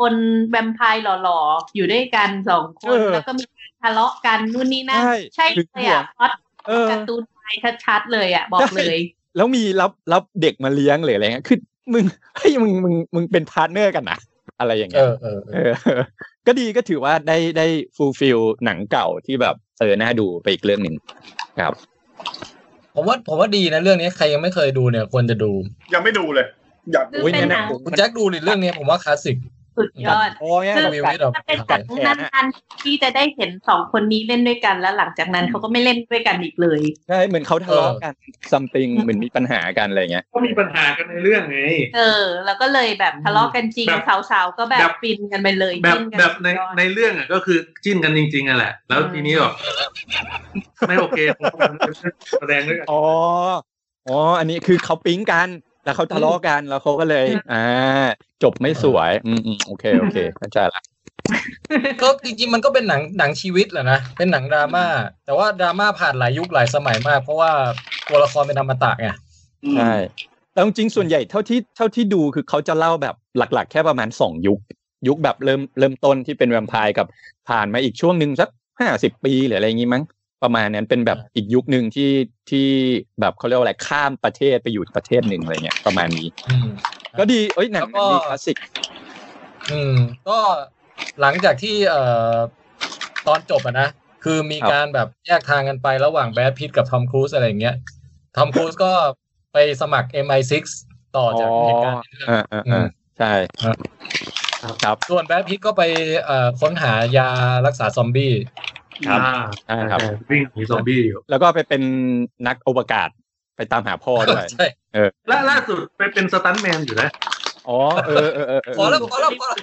[SPEAKER 5] คนแวมไพร์หล่อๆ อยู่ด้วยกันสองคน
[SPEAKER 9] เออ
[SPEAKER 5] แล้วก็มีการทะเลาะกันนู่นนี่นั่น
[SPEAKER 9] ใช่
[SPEAKER 5] ใช่
[SPEAKER 9] หรือ
[SPEAKER 5] เลยอ่ะพล็อด
[SPEAKER 9] เออ
[SPEAKER 5] การ์ตูนไทยชัดๆเลยอ่ะ บอก
[SPEAKER 9] ใช่
[SPEAKER 5] เลย
[SPEAKER 9] แล้วมีรับรับเด็กมาเลี้ยงหรืออะไรเงี้ยคือมึงเฮ้ยมึงมึงมึงเป็นพาร์ทเนอร์กันนะอะไรอย่าง
[SPEAKER 4] เอ
[SPEAKER 9] เงี้ย
[SPEAKER 4] อเออเอ
[SPEAKER 9] เอ
[SPEAKER 4] อ
[SPEAKER 9] อ ก็ดีก็ถือว่าได้ได้ฟูลฟิลหนังเก่าที่แบบเออน่าดูไปอีกเรื่องหนึ่งครับ
[SPEAKER 4] ผมว่าผมว่าดีนะเรื่องนี้ใครยังไม่เคยดูเนี่ยควรจะดู
[SPEAKER 3] ยังไม่ดูเลย อยาก
[SPEAKER 5] คื
[SPEAKER 3] ดู
[SPEAKER 5] อ
[SPEAKER 9] โอ้ย
[SPEAKER 5] เป็นหนัง
[SPEAKER 9] แนะนำผม
[SPEAKER 4] คุณแจ็คดูดิเรื่องนี้ผมว่าคลาสสิก
[SPEAKER 5] สุดยอด
[SPEAKER 9] โอ้ย
[SPEAKER 5] คือ
[SPEAKER 4] วิววิด
[SPEAKER 5] จะเป็นหนัง
[SPEAKER 9] แขนอะ
[SPEAKER 5] นานๆที่จะได้เห็นสองคนนี้เล่นด้วยกันแล้วหลังจากนั้นเขาก็ไม่เล่นด้วยกันอีกเลย
[SPEAKER 9] ใช่เหมือนเขาทะเลาะกันซัมติงเหมือนมีปัญหากันอะไรเงี้ย
[SPEAKER 2] ก็มีปัญหากันในเรื่องไง
[SPEAKER 5] เออ แล้วก็เลยแบบทะเลาะกันจริง
[SPEAKER 2] แบบ
[SPEAKER 5] สาวๆก็แบบ
[SPEAKER 2] แบบ
[SPEAKER 5] ฟินกันไปเลย
[SPEAKER 2] แบบ
[SPEAKER 5] จิ้นกัน
[SPEAKER 2] แบบใน
[SPEAKER 5] สุดยอด
[SPEAKER 2] ในเรื่องอ่ะก็คือจิ้นกันจริงๆอ่ะแหละ แล้วทีนี้แบบไม่โอเค ผมก็เป็นแสดงด้วยกัน
[SPEAKER 9] อ๋ออ๋ออันนี้คือเขาปิ๊งกัน แล้วเขาทะเลาะกันแล้วเขาก็เลย อ่า จบไม่สวย อืมอืมโอเคโอเคเข้าใจละ
[SPEAKER 4] ก็จริงๆมันก็เป็นหนังหนังชีวิตแหละนะ เป็นหนังดราม่า แต่ว่าดราม่าผ่านหลายยุคหลายสมัยมาก เพราะว่าตัวละครเป็นอมตะไง
[SPEAKER 3] อืม
[SPEAKER 9] ใช่แต่จริงๆส่วนใหญ่เท่าที่เท่าที่ดูคือเขาจะเล่าแบบหลักๆ แค่ประมาณสองยุค ยุคแบบเริ่มเริ่มต้นที่เป็นแวมไพร์กับผ่านมาอีกช่วงหนึ่งสักห้าสิบปีหรืออะไรอย่างงี้มั้ง ประมาณนั้นเป็นแบบอีกยุคหนึ่งที่ที่แบบเขาเรียกว่าอะไรข้ามประเทศไปอยู่ประเทศหนึ่งอะไรเงี้ยประมาณนี้ ก็ดีเอ้ยหนัง
[SPEAKER 4] แล้วก็
[SPEAKER 9] ดีคลาสสิก
[SPEAKER 4] อืมก็หลังจากที่เอ่อตอนจบอะนะ คือมีการแบบแยกทางกันไประหว่างแบทพิทกับทอมครูซอะไรอย่างเงี้ยทอมครูซก็ไปสมัคร MI6 ต่อจากเหตุการณ์ในเรื่อง
[SPEAKER 9] อ่าอ่าอ่าใช่ ครับ
[SPEAKER 4] ส่วนแบทพิทก็ไปเอ่อค้นหายารักษาซอมบี้
[SPEAKER 9] ครับ
[SPEAKER 2] อ่า
[SPEAKER 9] ใช่ครับ
[SPEAKER 2] วิ่งหนีซอมบี้อยู่
[SPEAKER 9] แล้วก็ไปเป็นนักอวกาศไปตามหาพ่อด้วย
[SPEAKER 4] ใช่
[SPEAKER 2] และล่าสุดไปเป็นสตันท์แมนอยู่นะ
[SPEAKER 9] อ๋อเออเออเออเออ
[SPEAKER 4] พอแล้วพอแล้วพอแล้ว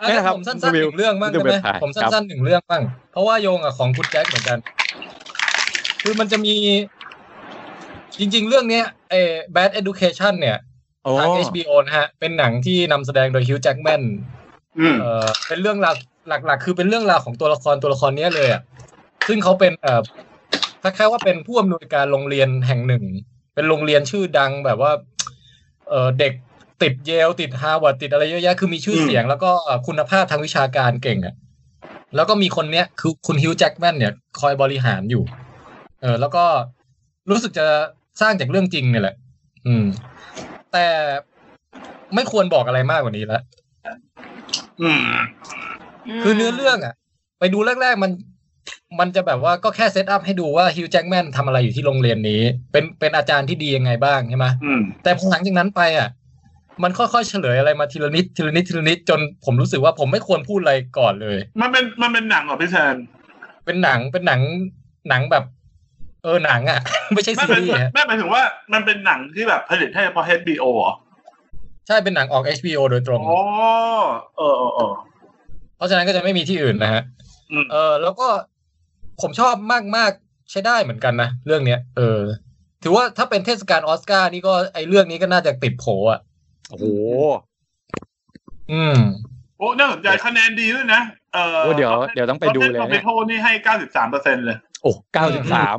[SPEAKER 4] อ่ะ
[SPEAKER 9] เนี่ยครับ
[SPEAKER 4] ผมสั้นๆห
[SPEAKER 9] รีวิว
[SPEAKER 4] นึ่งเรื่องบ้างได้ไห
[SPEAKER 9] รี
[SPEAKER 4] ม
[SPEAKER 9] วิวเว็บไซต์
[SPEAKER 4] ผมสั้นๆหนึ่งเรื่องบ้างเพราะว่าโยงกับของคุณแจ็คเหมือนกัน คือมันจะมี จริง ๆ เรื่องเนี้ยเออ Bad Education เนี่ยทาง
[SPEAKER 9] อ๋อ
[SPEAKER 4] HBO นะฮะ เป็นหนังที่นำแสดงโดยฮิวจ์แจ็คแมน
[SPEAKER 3] อืม
[SPEAKER 4] เอ่อเป็นเรื่องราวหลัก ๆ คือเป็นเรื่องราวของตัวละครตัวละครเนี้ยเลยอ่ะซึ่งเขาเป็นเอ่อคล้ายๆว่าเป็นผู้อำนวยการโรงเรียนแห่งหนึ่ง เป็นโรงเรียนชื่อดังแบบว่า เอ่อเด็กติดเยลติดฮาร์วาร์ดติดอะไรเยอะแยะคือมีชื่อเสียง แล้วก็เอ่อคุณภาพทางวิชาการเก่งอ่ะแล้วก็มีคนเนี้ยคือคุณฮิวจ์แจ็คแมนเนี่ย คอยบริหารอยู่ เออแล้วก็รู้สึกจะสร้างจากเรื่องจริงเนี่ยแหละ อืม แต่ไม่ควรบอกอะไรมากกว่านี้ละ
[SPEAKER 3] อืม
[SPEAKER 4] คือเนื้อเรื่องอะไปดูแรก ๆ มันมันจะแบบว่าก็แค่เซตอัพให้ดูว่าฮิวจ์แจ็คแมนทำอะไรอยู่ที่โรงเรียนนี้ เป็นเป็นอาจารย์ที่ดียังไงบ้างใช่ไหม
[SPEAKER 3] อืม
[SPEAKER 4] แต่พอหลังจากนั้นไปอ่ะ มันค่อยๆเฉลยอะไรมาทีละนิดทีละนิดทีละนิดจนผมรู้สึกว่าผมไม่ควรพูดอะไรก่อนเลย
[SPEAKER 3] มันเป็นมันเป็นหนังเหรอพี่เชิญ
[SPEAKER 4] เป็นหนังเป็นหนังหนังแบบ เออหนังอ่ะ ไม่ใช่
[SPEAKER 3] ไม่
[SPEAKER 4] ซี
[SPEAKER 3] เป็น
[SPEAKER 4] รีส์ฮะ
[SPEAKER 3] ไม่หมายถึงว่ามันเป็นหนังที่แบบผลิตให้เฉพาะ HBO เหรอ
[SPEAKER 4] ใช่เป็นหนังออก HBO โดยตรง
[SPEAKER 3] อ๋อเออเออเออ
[SPEAKER 4] เพราะฉะนั้นก็จะไม่มีที่อื่นนะฮะ
[SPEAKER 3] อืม
[SPEAKER 4] เออแล้วก็ผมชอบมากๆใช้ได้เหมือนกันนะ เรื่องเนี้ย เออ ถือว่าถ้าเป็นเทศกาลออสการ์นี่ก็ไอเรื่องนี้ก็น่าจะติดโผอ่ะ
[SPEAKER 9] โอ้โห
[SPEAKER 4] อืม
[SPEAKER 3] โอ้น่าสนใจคะแนนดีด้วยนะเออ
[SPEAKER 9] โอ้เดี๋ยวเดี๋ยวต้องไปดูเลย
[SPEAKER 3] ค
[SPEAKER 9] นะ
[SPEAKER 3] อมเมนโทนี่ให้เก้าสิบสามเปอร์เซ็นต์เลย
[SPEAKER 9] โอ้เก้าสิบสาม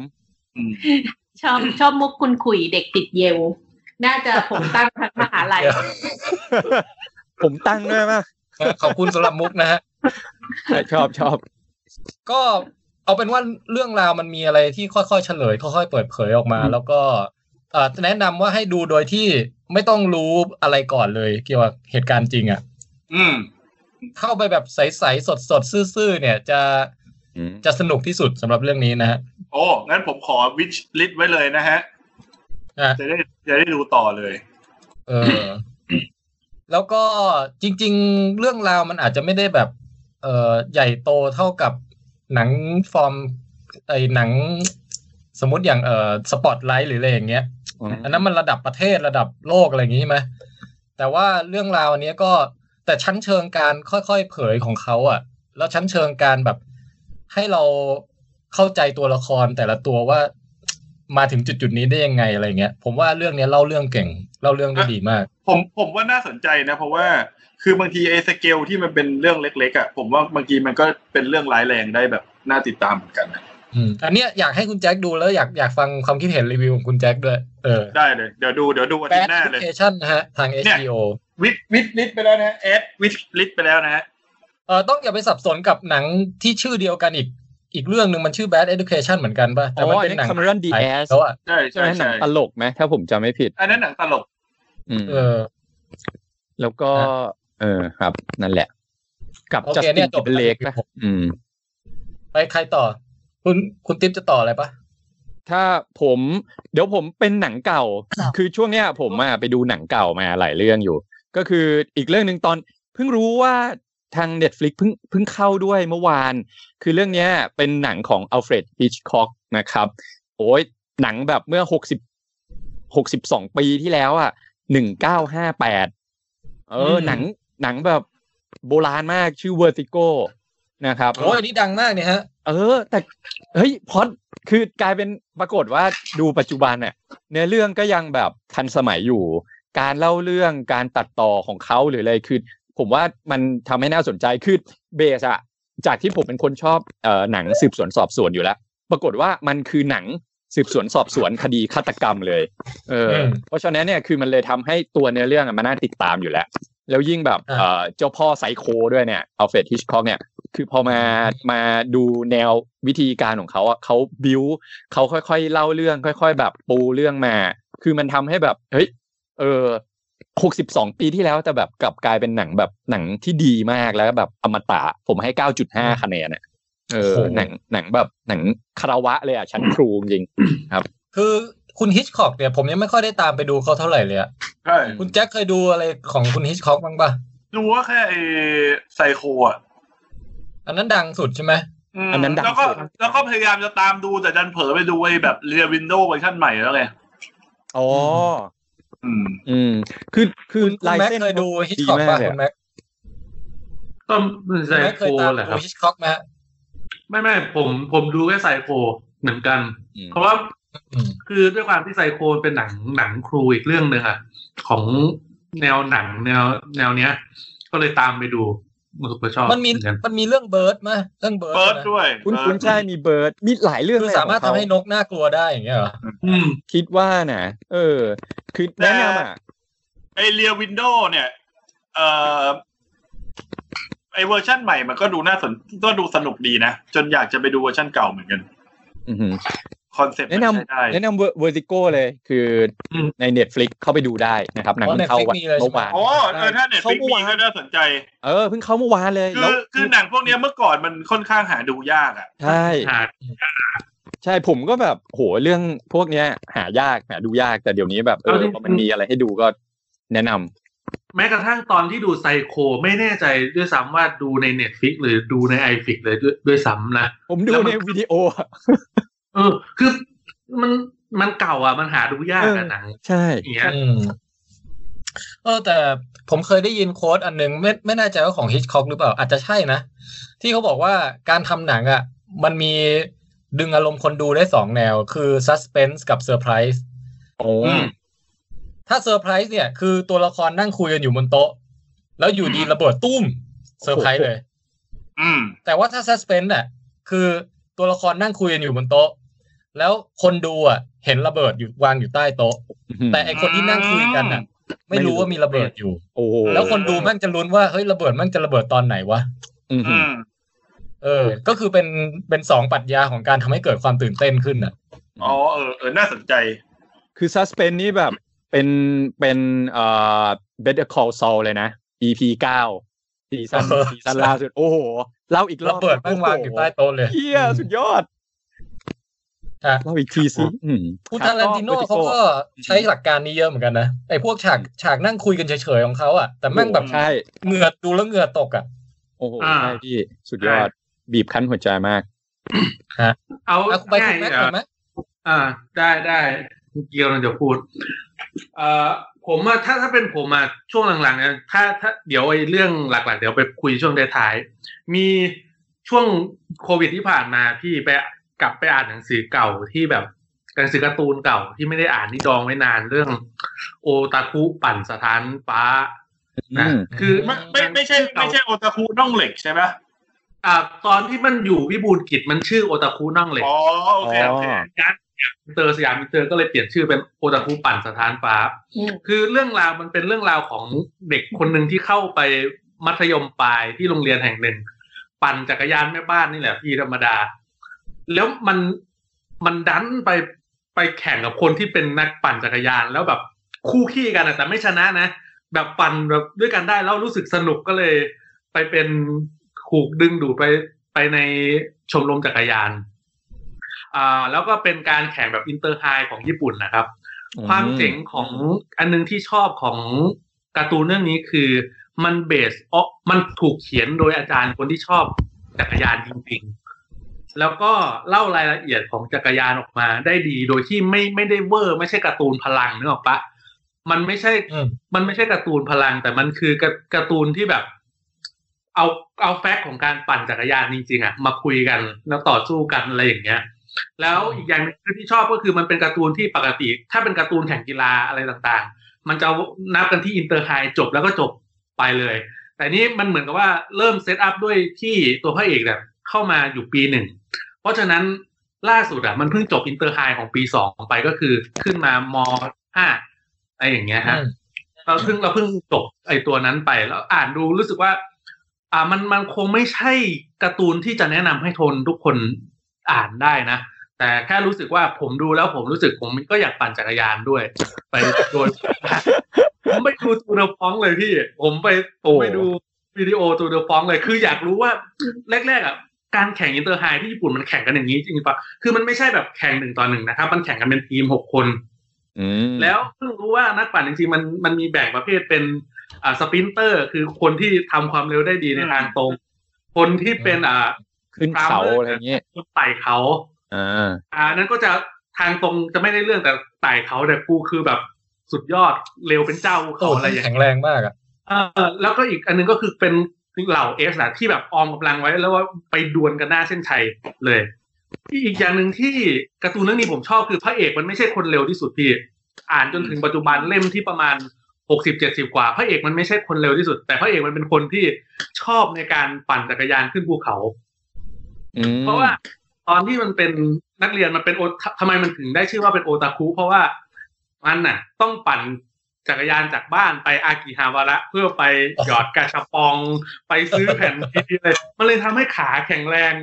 [SPEAKER 5] ชอบชอบมุกคุณขุยเด็กติดเยล น่าจะผมตั้งทั้งมหาลัย
[SPEAKER 4] เดี๋ยว
[SPEAKER 9] ผมตั้งด้วยมั้ย
[SPEAKER 4] ขอบคุณสำหรับมุกนะฮะ
[SPEAKER 9] ชอบชอบ
[SPEAKER 4] ก็เอาเป็นว่าเรื่องราวมันมีอะไรที่ค่อยๆเฉลยค่อยๆเปิดเผยออกมา แล้วก็เอ่อแนะนำว่าให้ดูโดยที่ไม่ต้องรู้อะไรก่อนเลย เกี่ยวกับเหตุการณ์จริงอ่ะ
[SPEAKER 3] อืม
[SPEAKER 4] เข้าไปแบบใสๆสดๆซื่อๆเนี่ย จะ
[SPEAKER 9] อืม
[SPEAKER 4] จะสนุกที่สุดสำหรับเรื่องนี้นะฮะ
[SPEAKER 3] โอ้งั้นผมขอวิชลิสไว้เลยนะฮะ
[SPEAKER 4] อ่ะ
[SPEAKER 3] จะได้จะได้ดูต่อเลย
[SPEAKER 4] เออ แล้วก็จริง ๆ เรื่องราวมันอาจจะไม่ได้แบบ เออใหญ่โตเท่ากับหนังฟอร์ม ไอหนัง สมมติอย่างเออสปอตไลท์หรืออะไรอย่างเงี้ย อันนั้นมันระดับประเทศระดับโลกอะไรอย่างงี้ใช่ไหมแต่ว่าเรื่องราวอันเนี้ยก็แต่ชั้นเชิงการค่อยๆเผยของเขาอะ่ะ แล้วชั้นเชิงการแบบให้เราเข้าใจตัวละครแต่ละตัวว่า มาถึงจุดๆนี้ได้ยังไงอะไรเงี้ยผมว่าเรื่องเนี้ยเล่าเรื่องเก่งเล่าเรื่องได้ดีมาก
[SPEAKER 3] ผมผมว่าน่าสนใจนะ เพราะว่าคือบางทีไอ้สเกลที่มันเป็นเรื่องเล็กๆอ่ะผมว่าบางทีมันก็เป็นเรื่องร้ายแรงได้แบบน่าติดตามเหมือนกันนะ
[SPEAKER 4] อืมอันเนี้ยอยากให้คุณแจ็คดูแล้วอยากอยากฟังความคิดเห็นรีวิวของคุณแจ็คด้วยเออ
[SPEAKER 3] ได้เลย เดี๋ยวดูเดี๋ยวดูอา
[SPEAKER 4] แบ
[SPEAKER 3] ทิต
[SPEAKER 4] ท
[SPEAKER 3] ย์หน้าเลย
[SPEAKER 4] เคชันนะฮะ ทาง HBO
[SPEAKER 3] วิชวิชลิสไปแล้วนะฮะแอดวิชลิสไปแล้วนะฮะ
[SPEAKER 4] เออต้องอย่าไปสับสนกับหนังที่ชื่อเดียวกันอีก อีกเรื่องหนึ่งมันชื่อ Bad Education เหมือนกันป่ะ แต่
[SPEAKER 9] อ๋อ
[SPEAKER 4] มัน
[SPEAKER 9] อั
[SPEAKER 4] เป็น น
[SPEAKER 9] นี้
[SPEAKER 4] หนัง
[SPEAKER 9] คาเมรอนดีแอส
[SPEAKER 4] แล้วอ่ะ
[SPEAKER 3] ใช่ใช่
[SPEAKER 9] ใช่ไหมหนั
[SPEAKER 3] ใช่
[SPEAKER 9] งตลกไหมถ้าผมจำไม่ผิด
[SPEAKER 3] อันนั้นหนังตลก
[SPEAKER 9] อืม
[SPEAKER 4] เออ
[SPEAKER 9] แล้วก็ เออครับ นั่นแหละ กับ
[SPEAKER 4] โอ
[SPEAKER 9] จัส
[SPEAKER 4] เคเนี่
[SPEAKER 9] ติ
[SPEAKER 4] ย
[SPEAKER 9] น
[SPEAKER 4] จ
[SPEAKER 9] ติ
[SPEAKER 4] บ
[SPEAKER 9] เบเลก
[SPEAKER 4] แล้
[SPEAKER 9] นะ
[SPEAKER 4] ว
[SPEAKER 9] อืม
[SPEAKER 4] ไปใครต่อ คุณคุณติ๊บจะต่ออะไรป่ะ
[SPEAKER 9] ถ้าผมเดี๋ยวผมเป็นหนังเก่า คือช่วงเนี้ยผมอะไปดูหนังเก่ามาหลายเรื่องอยู่ ก็คืออีกเรื่องหนึ่งตอนเพิ่งรู้ว่าทาง Netflix เพิ่งเพิ่งเข้าด้วยเมื่อวาน คือเรื่องเนี้ยเป็นหนังของอัลเฟรดฮิชคอกนะครับ โอ้ยหนังแบบเมื่อหกสิบหกสิบสองปีที่แล้วอ่ะหนึ่งเก้าห้าแปดเออ
[SPEAKER 4] ม
[SPEAKER 9] หนังหนังแบบโบราณมากชื่อเวอร์ติโกนะครับ
[SPEAKER 4] โอ้ยอันนี้ดังมากเนี่ยฮะ
[SPEAKER 9] เออ แต่เฮ้ยพล็อดคือกลายเป็นปรากฏว่าดูปัจจุบันเนี่ยเนื้อเรื่องก็ยังแบบทันสมัยอยู่ การเล่าเรื่องการตัดต่อของเขาหรืออะไรคือ ผมว่ามันทำให้น่าสนใจคือเบสอะจากที่ผมเป็นคนชอบเอ่อหนังสืบสวนสอบสวนอยู่แล้ว ปรากฏว่ามันคือหนังสืบสวนสอบสวนคดีฆาตกรรมเลย เออ
[SPEAKER 4] อืม
[SPEAKER 9] เพราะฉะนั้นเนี่ยคือมันเลยทำให้ตัวเนื้อเรื่องอะมันน่าติดตามอยู่แล้ว แล้วยิ่งแบบ
[SPEAKER 4] อ่า
[SPEAKER 9] เอ่อเจ้าพ่อไซโคด้วยเนี่ยอัลเฟรดฮิชคอกเนี่ย คือพอมามาดูแนววิธีการของเขาอะเขาบิวเขาค่อยๆเล่าเรื่อง ค่อย ๆ แบบปูเรื่องมา คือมันทำให้แบบ เฮ้ย เออหกสิบสองปีที่แล้วแต่แบบกลับกลายเป็นหนังแบบหนังที่ดีมากแล้วแบบอมตะผมให้เก้าจุดห้าคะแนนเนี่ยเออ
[SPEAKER 4] โอ้โห
[SPEAKER 9] หนังหนังแบบหนังคารวะเลยอ่ะชั้นครูจริง
[SPEAKER 4] คือ คุณฮิชคอกเนี่ยผมยังไม่ค่อยได้ตามไปดูเขาเท่าไหร่เลยอะ
[SPEAKER 3] ใช่
[SPEAKER 4] คุณแจ็คเคยดูอะไรของคุณฮิชคอกบ้างปะ
[SPEAKER 3] ดูว่าแค่ไอ้ไซโคอ่ะ
[SPEAKER 4] อันนั้นดังสุดใช่ไหม
[SPEAKER 3] ม
[SPEAKER 8] อันนั้นดัง
[SPEAKER 3] แล้วก็
[SPEAKER 8] สุด
[SPEAKER 3] แล้วก็พยายามจะตามดูแต่ดันเผลอไปดูไอ้แบบเรียวินโดว์เวอร์ชันใหม่แล้วไง
[SPEAKER 8] อ๋อ
[SPEAKER 3] อืม
[SPEAKER 8] อืม คือคือ
[SPEAKER 4] คุณคุณ
[SPEAKER 8] ลาย
[SPEAKER 4] แม็ก
[SPEAKER 8] เส้น
[SPEAKER 4] เคยดูฮิชคอก
[SPEAKER 8] ดี
[SPEAKER 4] ปะ
[SPEAKER 8] มากเลย
[SPEAKER 4] คุ
[SPEAKER 8] อะ
[SPEAKER 4] ณแม็ก
[SPEAKER 2] ก็ไซ
[SPEAKER 4] คุณแม็ก
[SPEAKER 2] โค
[SPEAKER 4] เคยตาม
[SPEAKER 2] แหละค
[SPEAKER 4] ดู
[SPEAKER 2] รับ
[SPEAKER 4] ฮิชคอกไหมฮะ
[SPEAKER 2] ไม่ไม่ผมผมดูแค่ไซโคเหมือนกัน
[SPEAKER 8] อืม
[SPEAKER 2] เพราะว่า
[SPEAKER 4] อืม
[SPEAKER 2] คือด้วยความที่ไซโคเป็นหนังหนังครูอีกเรื่องหนึ่งอะของแนวหนังแนวแนวเนี้ย ก็เลยตามไปดูมันก็ชอบ
[SPEAKER 4] มันมี
[SPEAKER 2] เหอนกัน
[SPEAKER 4] มันมีเรื่องเบิร์ดไหมเรื่องเบิร์ด
[SPEAKER 3] เบิร์ด
[SPEAKER 4] นะ
[SPEAKER 3] ด้วย
[SPEAKER 8] คุณ
[SPEAKER 3] เบิ
[SPEAKER 8] คุณ
[SPEAKER 3] ร์ด
[SPEAKER 8] ใช่มีเบิร์ดมีหลายเรื่อง
[SPEAKER 4] คือ
[SPEAKER 8] เลย
[SPEAKER 4] สามารถ
[SPEAKER 8] ข
[SPEAKER 4] ทำ
[SPEAKER 8] องเข
[SPEAKER 4] ให้นกน่ากลัวได้อย่างเงี้ยเหรอ
[SPEAKER 2] อืม
[SPEAKER 8] คิดว่าน่ะ เออ คือแนะนำอ่ะ
[SPEAKER 3] ไอ้เรียวินโดว์เนี่ย เอ่อไอ้เวอร์ชันใหม่มันก็ดูน่าสนก็ดูสนุกดีนะ จนอยากจะไปดูเวอร์ชันเก่าเหมือนกัน
[SPEAKER 8] อือหือ
[SPEAKER 3] คอนเซ็ปต์มั
[SPEAKER 8] แนะ
[SPEAKER 3] น
[SPEAKER 8] นำ
[SPEAKER 3] ใช้ได้
[SPEAKER 8] แนะนำเวอร์ซิโก้เลย คืออ
[SPEAKER 2] ม
[SPEAKER 8] ในเน็ตฟลิกเข้าไปดูได้นะครับ หนัง
[SPEAKER 4] เพราะ
[SPEAKER 8] เพิ่
[SPEAKER 4] เน็
[SPEAKER 8] ง
[SPEAKER 4] ต
[SPEAKER 8] เข้า
[SPEAKER 4] ฟิก
[SPEAKER 8] วัน
[SPEAKER 4] มีเลย
[SPEAKER 8] เมื่อ
[SPEAKER 4] ใช่ไห
[SPEAKER 8] วาน
[SPEAKER 3] อ๋อเออถ้าเน็ต
[SPEAKER 8] เขา
[SPEAKER 3] ฟิก
[SPEAKER 8] เมื่อ
[SPEAKER 3] มี
[SPEAKER 8] วาน
[SPEAKER 3] ก็น่าสนใจ
[SPEAKER 8] เออเพิ่งเข้าเมื่อวานเลย
[SPEAKER 3] คื
[SPEAKER 8] แล้ว
[SPEAKER 3] อคือหนังพวกเนี้ยเมื่อก่อนมันค่อนข้างหาดูยากอ่ะ
[SPEAKER 8] ใช่
[SPEAKER 2] หา
[SPEAKER 8] ใช่ผมก็แบบโหเรื่องพวกเนี้ย หายากหาดูยากแต่เดี๋ยวนี้แบบเออพอมันมีอะไรให้ดูก็แนะนำ
[SPEAKER 2] แม้กระทั่งตอนที่ดูไซโคไม่แน่ใจด้วยซ้ำว่าดูในเน็ตฟิกหรือดูในไอฟิกเลยด้วยด้วยซ้ำนะ
[SPEAKER 8] ผมดู
[SPEAKER 2] แล้วมั
[SPEAKER 8] ใน
[SPEAKER 2] น
[SPEAKER 8] วิดีโออะ
[SPEAKER 2] เออ คือมันมันเก่าอ่ะ มันหาดูยาก
[SPEAKER 8] เออ
[SPEAKER 2] อะหนัง
[SPEAKER 8] ใช่
[SPEAKER 2] อย่างเงี้ย
[SPEAKER 4] อืมเออแต่ผมเคยได้ยินโค้ดอันหนึงไม่ไม่แน่ใจว่าของฮิชคอกหรือเปล่า อาจจะใช่นะ ที่เขาบอกว่าการทำหนังอ่ะ มันมีดึงอารมณ์คนดูได้สองแนว คือซัสเพนส์กับเซอร์ไพรส์
[SPEAKER 8] โอ้
[SPEAKER 2] อืม
[SPEAKER 4] ถ้าเซอร์ไพรส์เนี่ย คือตัวละครนั่งคุยกันอยู่บนโต๊ะ แล้วอยู่ดีระเบิดตุ้มเซอร์ไพรส์เลย
[SPEAKER 3] อืม
[SPEAKER 4] แต่ว่าถ้า suspense น่ะคือตัวละครนั่งคุยกันอยู่บนโต๊ะ แล้วคนดูอ่ะ เห็นระเบิดอยู่วางอยู่ใต้โต๊ะ แต่ไอคนที่นั่งคุยกันน่ะ ไม่รู้ว่ามีระเบิดอยู่
[SPEAKER 8] โอ้โห
[SPEAKER 4] แล้วคนดูแมั่งจะลุ้นว่าเฮ้ยระเบิดแมั่งจะระเบิดตอนไหนวะ
[SPEAKER 8] อืม
[SPEAKER 3] อืม
[SPEAKER 4] เออ ก็คือเป็นเป็นสองปรัชญาของการทำให้เกิดความตื่นเต้นขึ้นน่ะ
[SPEAKER 3] อ๋อเออเออ น่าสนใจ
[SPEAKER 8] คือซัสเพนนี่แบบเป็นเป็นเอ่อ Better Call Saul เลยนะ EP เก้าซีซั่น
[SPEAKER 4] เออ
[SPEAKER 8] ซีซั่นล่าสุด โอ้โหเล่าอีกร
[SPEAKER 4] ระ
[SPEAKER 8] อบ
[SPEAKER 4] เบิดแมั่งวางอยู่ใต้โต๊ะเลย
[SPEAKER 8] เฮีย
[SPEAKER 4] อืม
[SPEAKER 8] สุดยอด
[SPEAKER 4] ฮะ
[SPEAKER 8] เล่าอีกทีสิอืม
[SPEAKER 4] คุณทารันติโน่เขาก็ใช้หลักการนี้เยอะเหมือนกันนะไอพวกฉากฉากนั่งคุยกันเฉยๆของเขาอ่ะแต่แมั่งแบบ
[SPEAKER 8] ใช่
[SPEAKER 4] เหงื่อดูแล้วเหงื่อตกอ่ะ
[SPEAKER 8] โอ้โห
[SPEAKER 2] อ่า
[SPEAKER 8] ใช่พี่สุดยอดบีบคั้นหัวใจมาก
[SPEAKER 2] เอา
[SPEAKER 4] เอาไป
[SPEAKER 2] ง่า
[SPEAKER 4] คุ
[SPEAKER 2] ย
[SPEAKER 4] ณแม็ก
[SPEAKER 2] เอ่
[SPEAKER 4] ก่
[SPEAKER 2] อ
[SPEAKER 4] อนไหม
[SPEAKER 2] อ่า ได้ได้เกียวเราจะพูด เอ่อผมอะถ้าถ้าเป็นผมอะช่วงหลังๆเนี่ยถ้าถ้าเดี๋ยวไอ้เรื่องหลัก ๆ เดี๋ยวไปคุยช่วงท้ายๆมีช่วงโควิดที่ผ่านมาพี่ไปกลับไปอ่านหนังสือเก่าที่แบบหนังสือการ์ตูนเก่าที่ไม่ได้อ่านที่ดองไว้นานเรื่อง โอตาคุปั่นสถานฟ้านะ
[SPEAKER 8] อืม
[SPEAKER 2] คือ
[SPEAKER 3] ไม่ไม่ไม่ใช่ ไม่ใช่โอตาคุน่องเหล็กใช่ไหม
[SPEAKER 2] อ่าตอนที่มันอยู่วิบูลย์กิจมันชื่อโอตาคุนั่งเหล็ก
[SPEAKER 3] อ๋อ โอเค โอเค
[SPEAKER 2] ย้ายอินเตอร์สยามอินเตอร์ก็เลยเปลี่ยนชื่อเป็นโอตาคุปั่นสถานฟ้า
[SPEAKER 5] อืม
[SPEAKER 2] คือเรื่องราวมันเป็นเรื่องราวของเด็กคนหนึ่งที่เข้าไปมัธยมปลายที่โรงเรียนแห่งหนึ่ง ปั่นจักรยานแม่บ้านนี่แหละพี่ธรรมดา แล้วมันมันดันไปไปแข่งกับคนที่เป็นนักปั่นจักรยานแล้วแบบคู่ขี้กันอะแต่ไม่ชนะนะ แบบปั่นแบบด้วยกันได้แล้วรู้สึกสนุกก็เลย ไปเป็นถูกดึงดูดไปไปในชมรมจักรยาน อ่า แล้วก็เป็นการแข่งแบบอินเตอร์ไฮของญี่ปุ่นนะครับ ความเจ๋งของอันนึงที่ชอบของการ์ตูนเรื่องนี้คือมันเบสออมันถูกเขียนโดยอาจารย์คนที่ชอบจักรยานจริงๆ แล้วก็เล่ารายละเอียดของจักรยานออกมาได้ดีโดยที่ไม่ไม่ได้เวอร์ ไม่ใช่การ์ตูนพลังนึกออกปะมันไม่ใช่
[SPEAKER 4] อืม
[SPEAKER 2] มันไม่ใช่การ์ตูนพลัง แต่มันคือการการ์ตูนที่แบบ เอาเอาแฟกต์ของการปั่นจักรยานจริงๆอะมาคุยกันแล้วต่อสู้กันอะไรอย่างเงี้ย แล้วอีกอย่างหนึงที่ชอบก็คือมันเป็นการ์ตูนที่ปกติ ถ้าเป็นการ์ตูนแข่งกีฬาอะไรต่างๆ มันจะนับกันที่อินเตอร์ไฮจบแล้วก็จบไปเลย แต่นี้มันเหมือนกับว่าเริ่มเซตอัพด้วยที่ตัวพระเอกแบบเข้ามาอยู่ปีหนึ่ง เพราะฉะนั้นล่าสุดอะมันเพิ่งจบอินเตอร์ไฮของปีสองไปก็คือขึ้นมามห้าอะไรอย่างเงี้ยฮะ เราเพิ่งเราเพิ่งจบไอตัวนั้นไปแล้วอ่านดูรู้สึกว่า อ่ามันมันคงไม่ใช่การ์ตูนที่จะแนะนำให้ทนทุกคนอ่านได้นะ แต่แค่รู้สึกว่าผมดูแล้วผมรู้สึกผมก็อยากปั่นจักรยานด้วย ไปโดย ผมไปดูตูเดอะฟองเลยพี่ ผมไปผมไปดูวิดีโอตูเดอะฟองเลย คืออยากรู้ว่าแรกๆอ่ะการแข่งอินเตอร์ไฮที่ญี่ปุ่นมันแข่งกันอย่างนี้จริงปะคือมันไม่ใช่แบบแข่งหนึ่งต่อหนึ่งนะครับ มันแข่งกันเป็นทีมหกคน
[SPEAKER 8] อืม
[SPEAKER 2] แล้วเพิ่งรู้ว่านักปั่นจริงๆมันมันมีแบ่งประเภทเป็นอ่าสปรินเตอร์ คือคนที่ทำความเร็วได้ดีในทางตรง คนที่เป็นอ่า
[SPEAKER 8] ขึ้นเขาอะไรอย่างเงี้ย
[SPEAKER 2] คนไต่เขา
[SPEAKER 8] อ่า
[SPEAKER 2] อ่านั้นก็จะทางตรงจะไม่ได้เรื่องแต่ไต่เขาแต่กูคือแบบสุดยอดเร็วเป็นเจ้าภู
[SPEAKER 4] โอ้
[SPEAKER 2] เขาอะไรอย่าง
[SPEAKER 4] แข็
[SPEAKER 2] เงี้ย
[SPEAKER 4] งแรงมากอ่ะ
[SPEAKER 2] เออแล้วก็อีกอันหนึงก็คือเป็นเหล่าเอสนะที่แบบออมกำลังไว้แล้วว่าไปดวลกันหน้าเส้นชัยเลยที่อีกอย่างหนึ่งที่การ์ตูนเรื่องนี้ผมชอบคือพระเอกมันไม่ใช่คนเร็วที่สุดพี่ อ่านจนถึงปัจจุบันเล่มที่ประมาณหกสิบเจ็ดสิบกว่า พระเอกมันไม่ใช่คนเร็วที่สุด แต่พระเอกมันเป็นคนที่ชอบในการปั่นจักรยานขึ้นภูเขา
[SPEAKER 8] อืม
[SPEAKER 2] เพราะว่าตอนที่มันเป็นนักเรียนมันเป็นโอททำไมมันถึงได้ชื่อว่าเป็นโอตาคุเพราะว่ามันน่ะ ต้องปั่นจักรยานจากบ้านไปอากิฮาวาระ เพื่อไปหยอดกาชาปอง ไปซื้อแผ่น ทีอะไรมันเลยทำให้ขาแข็งแรง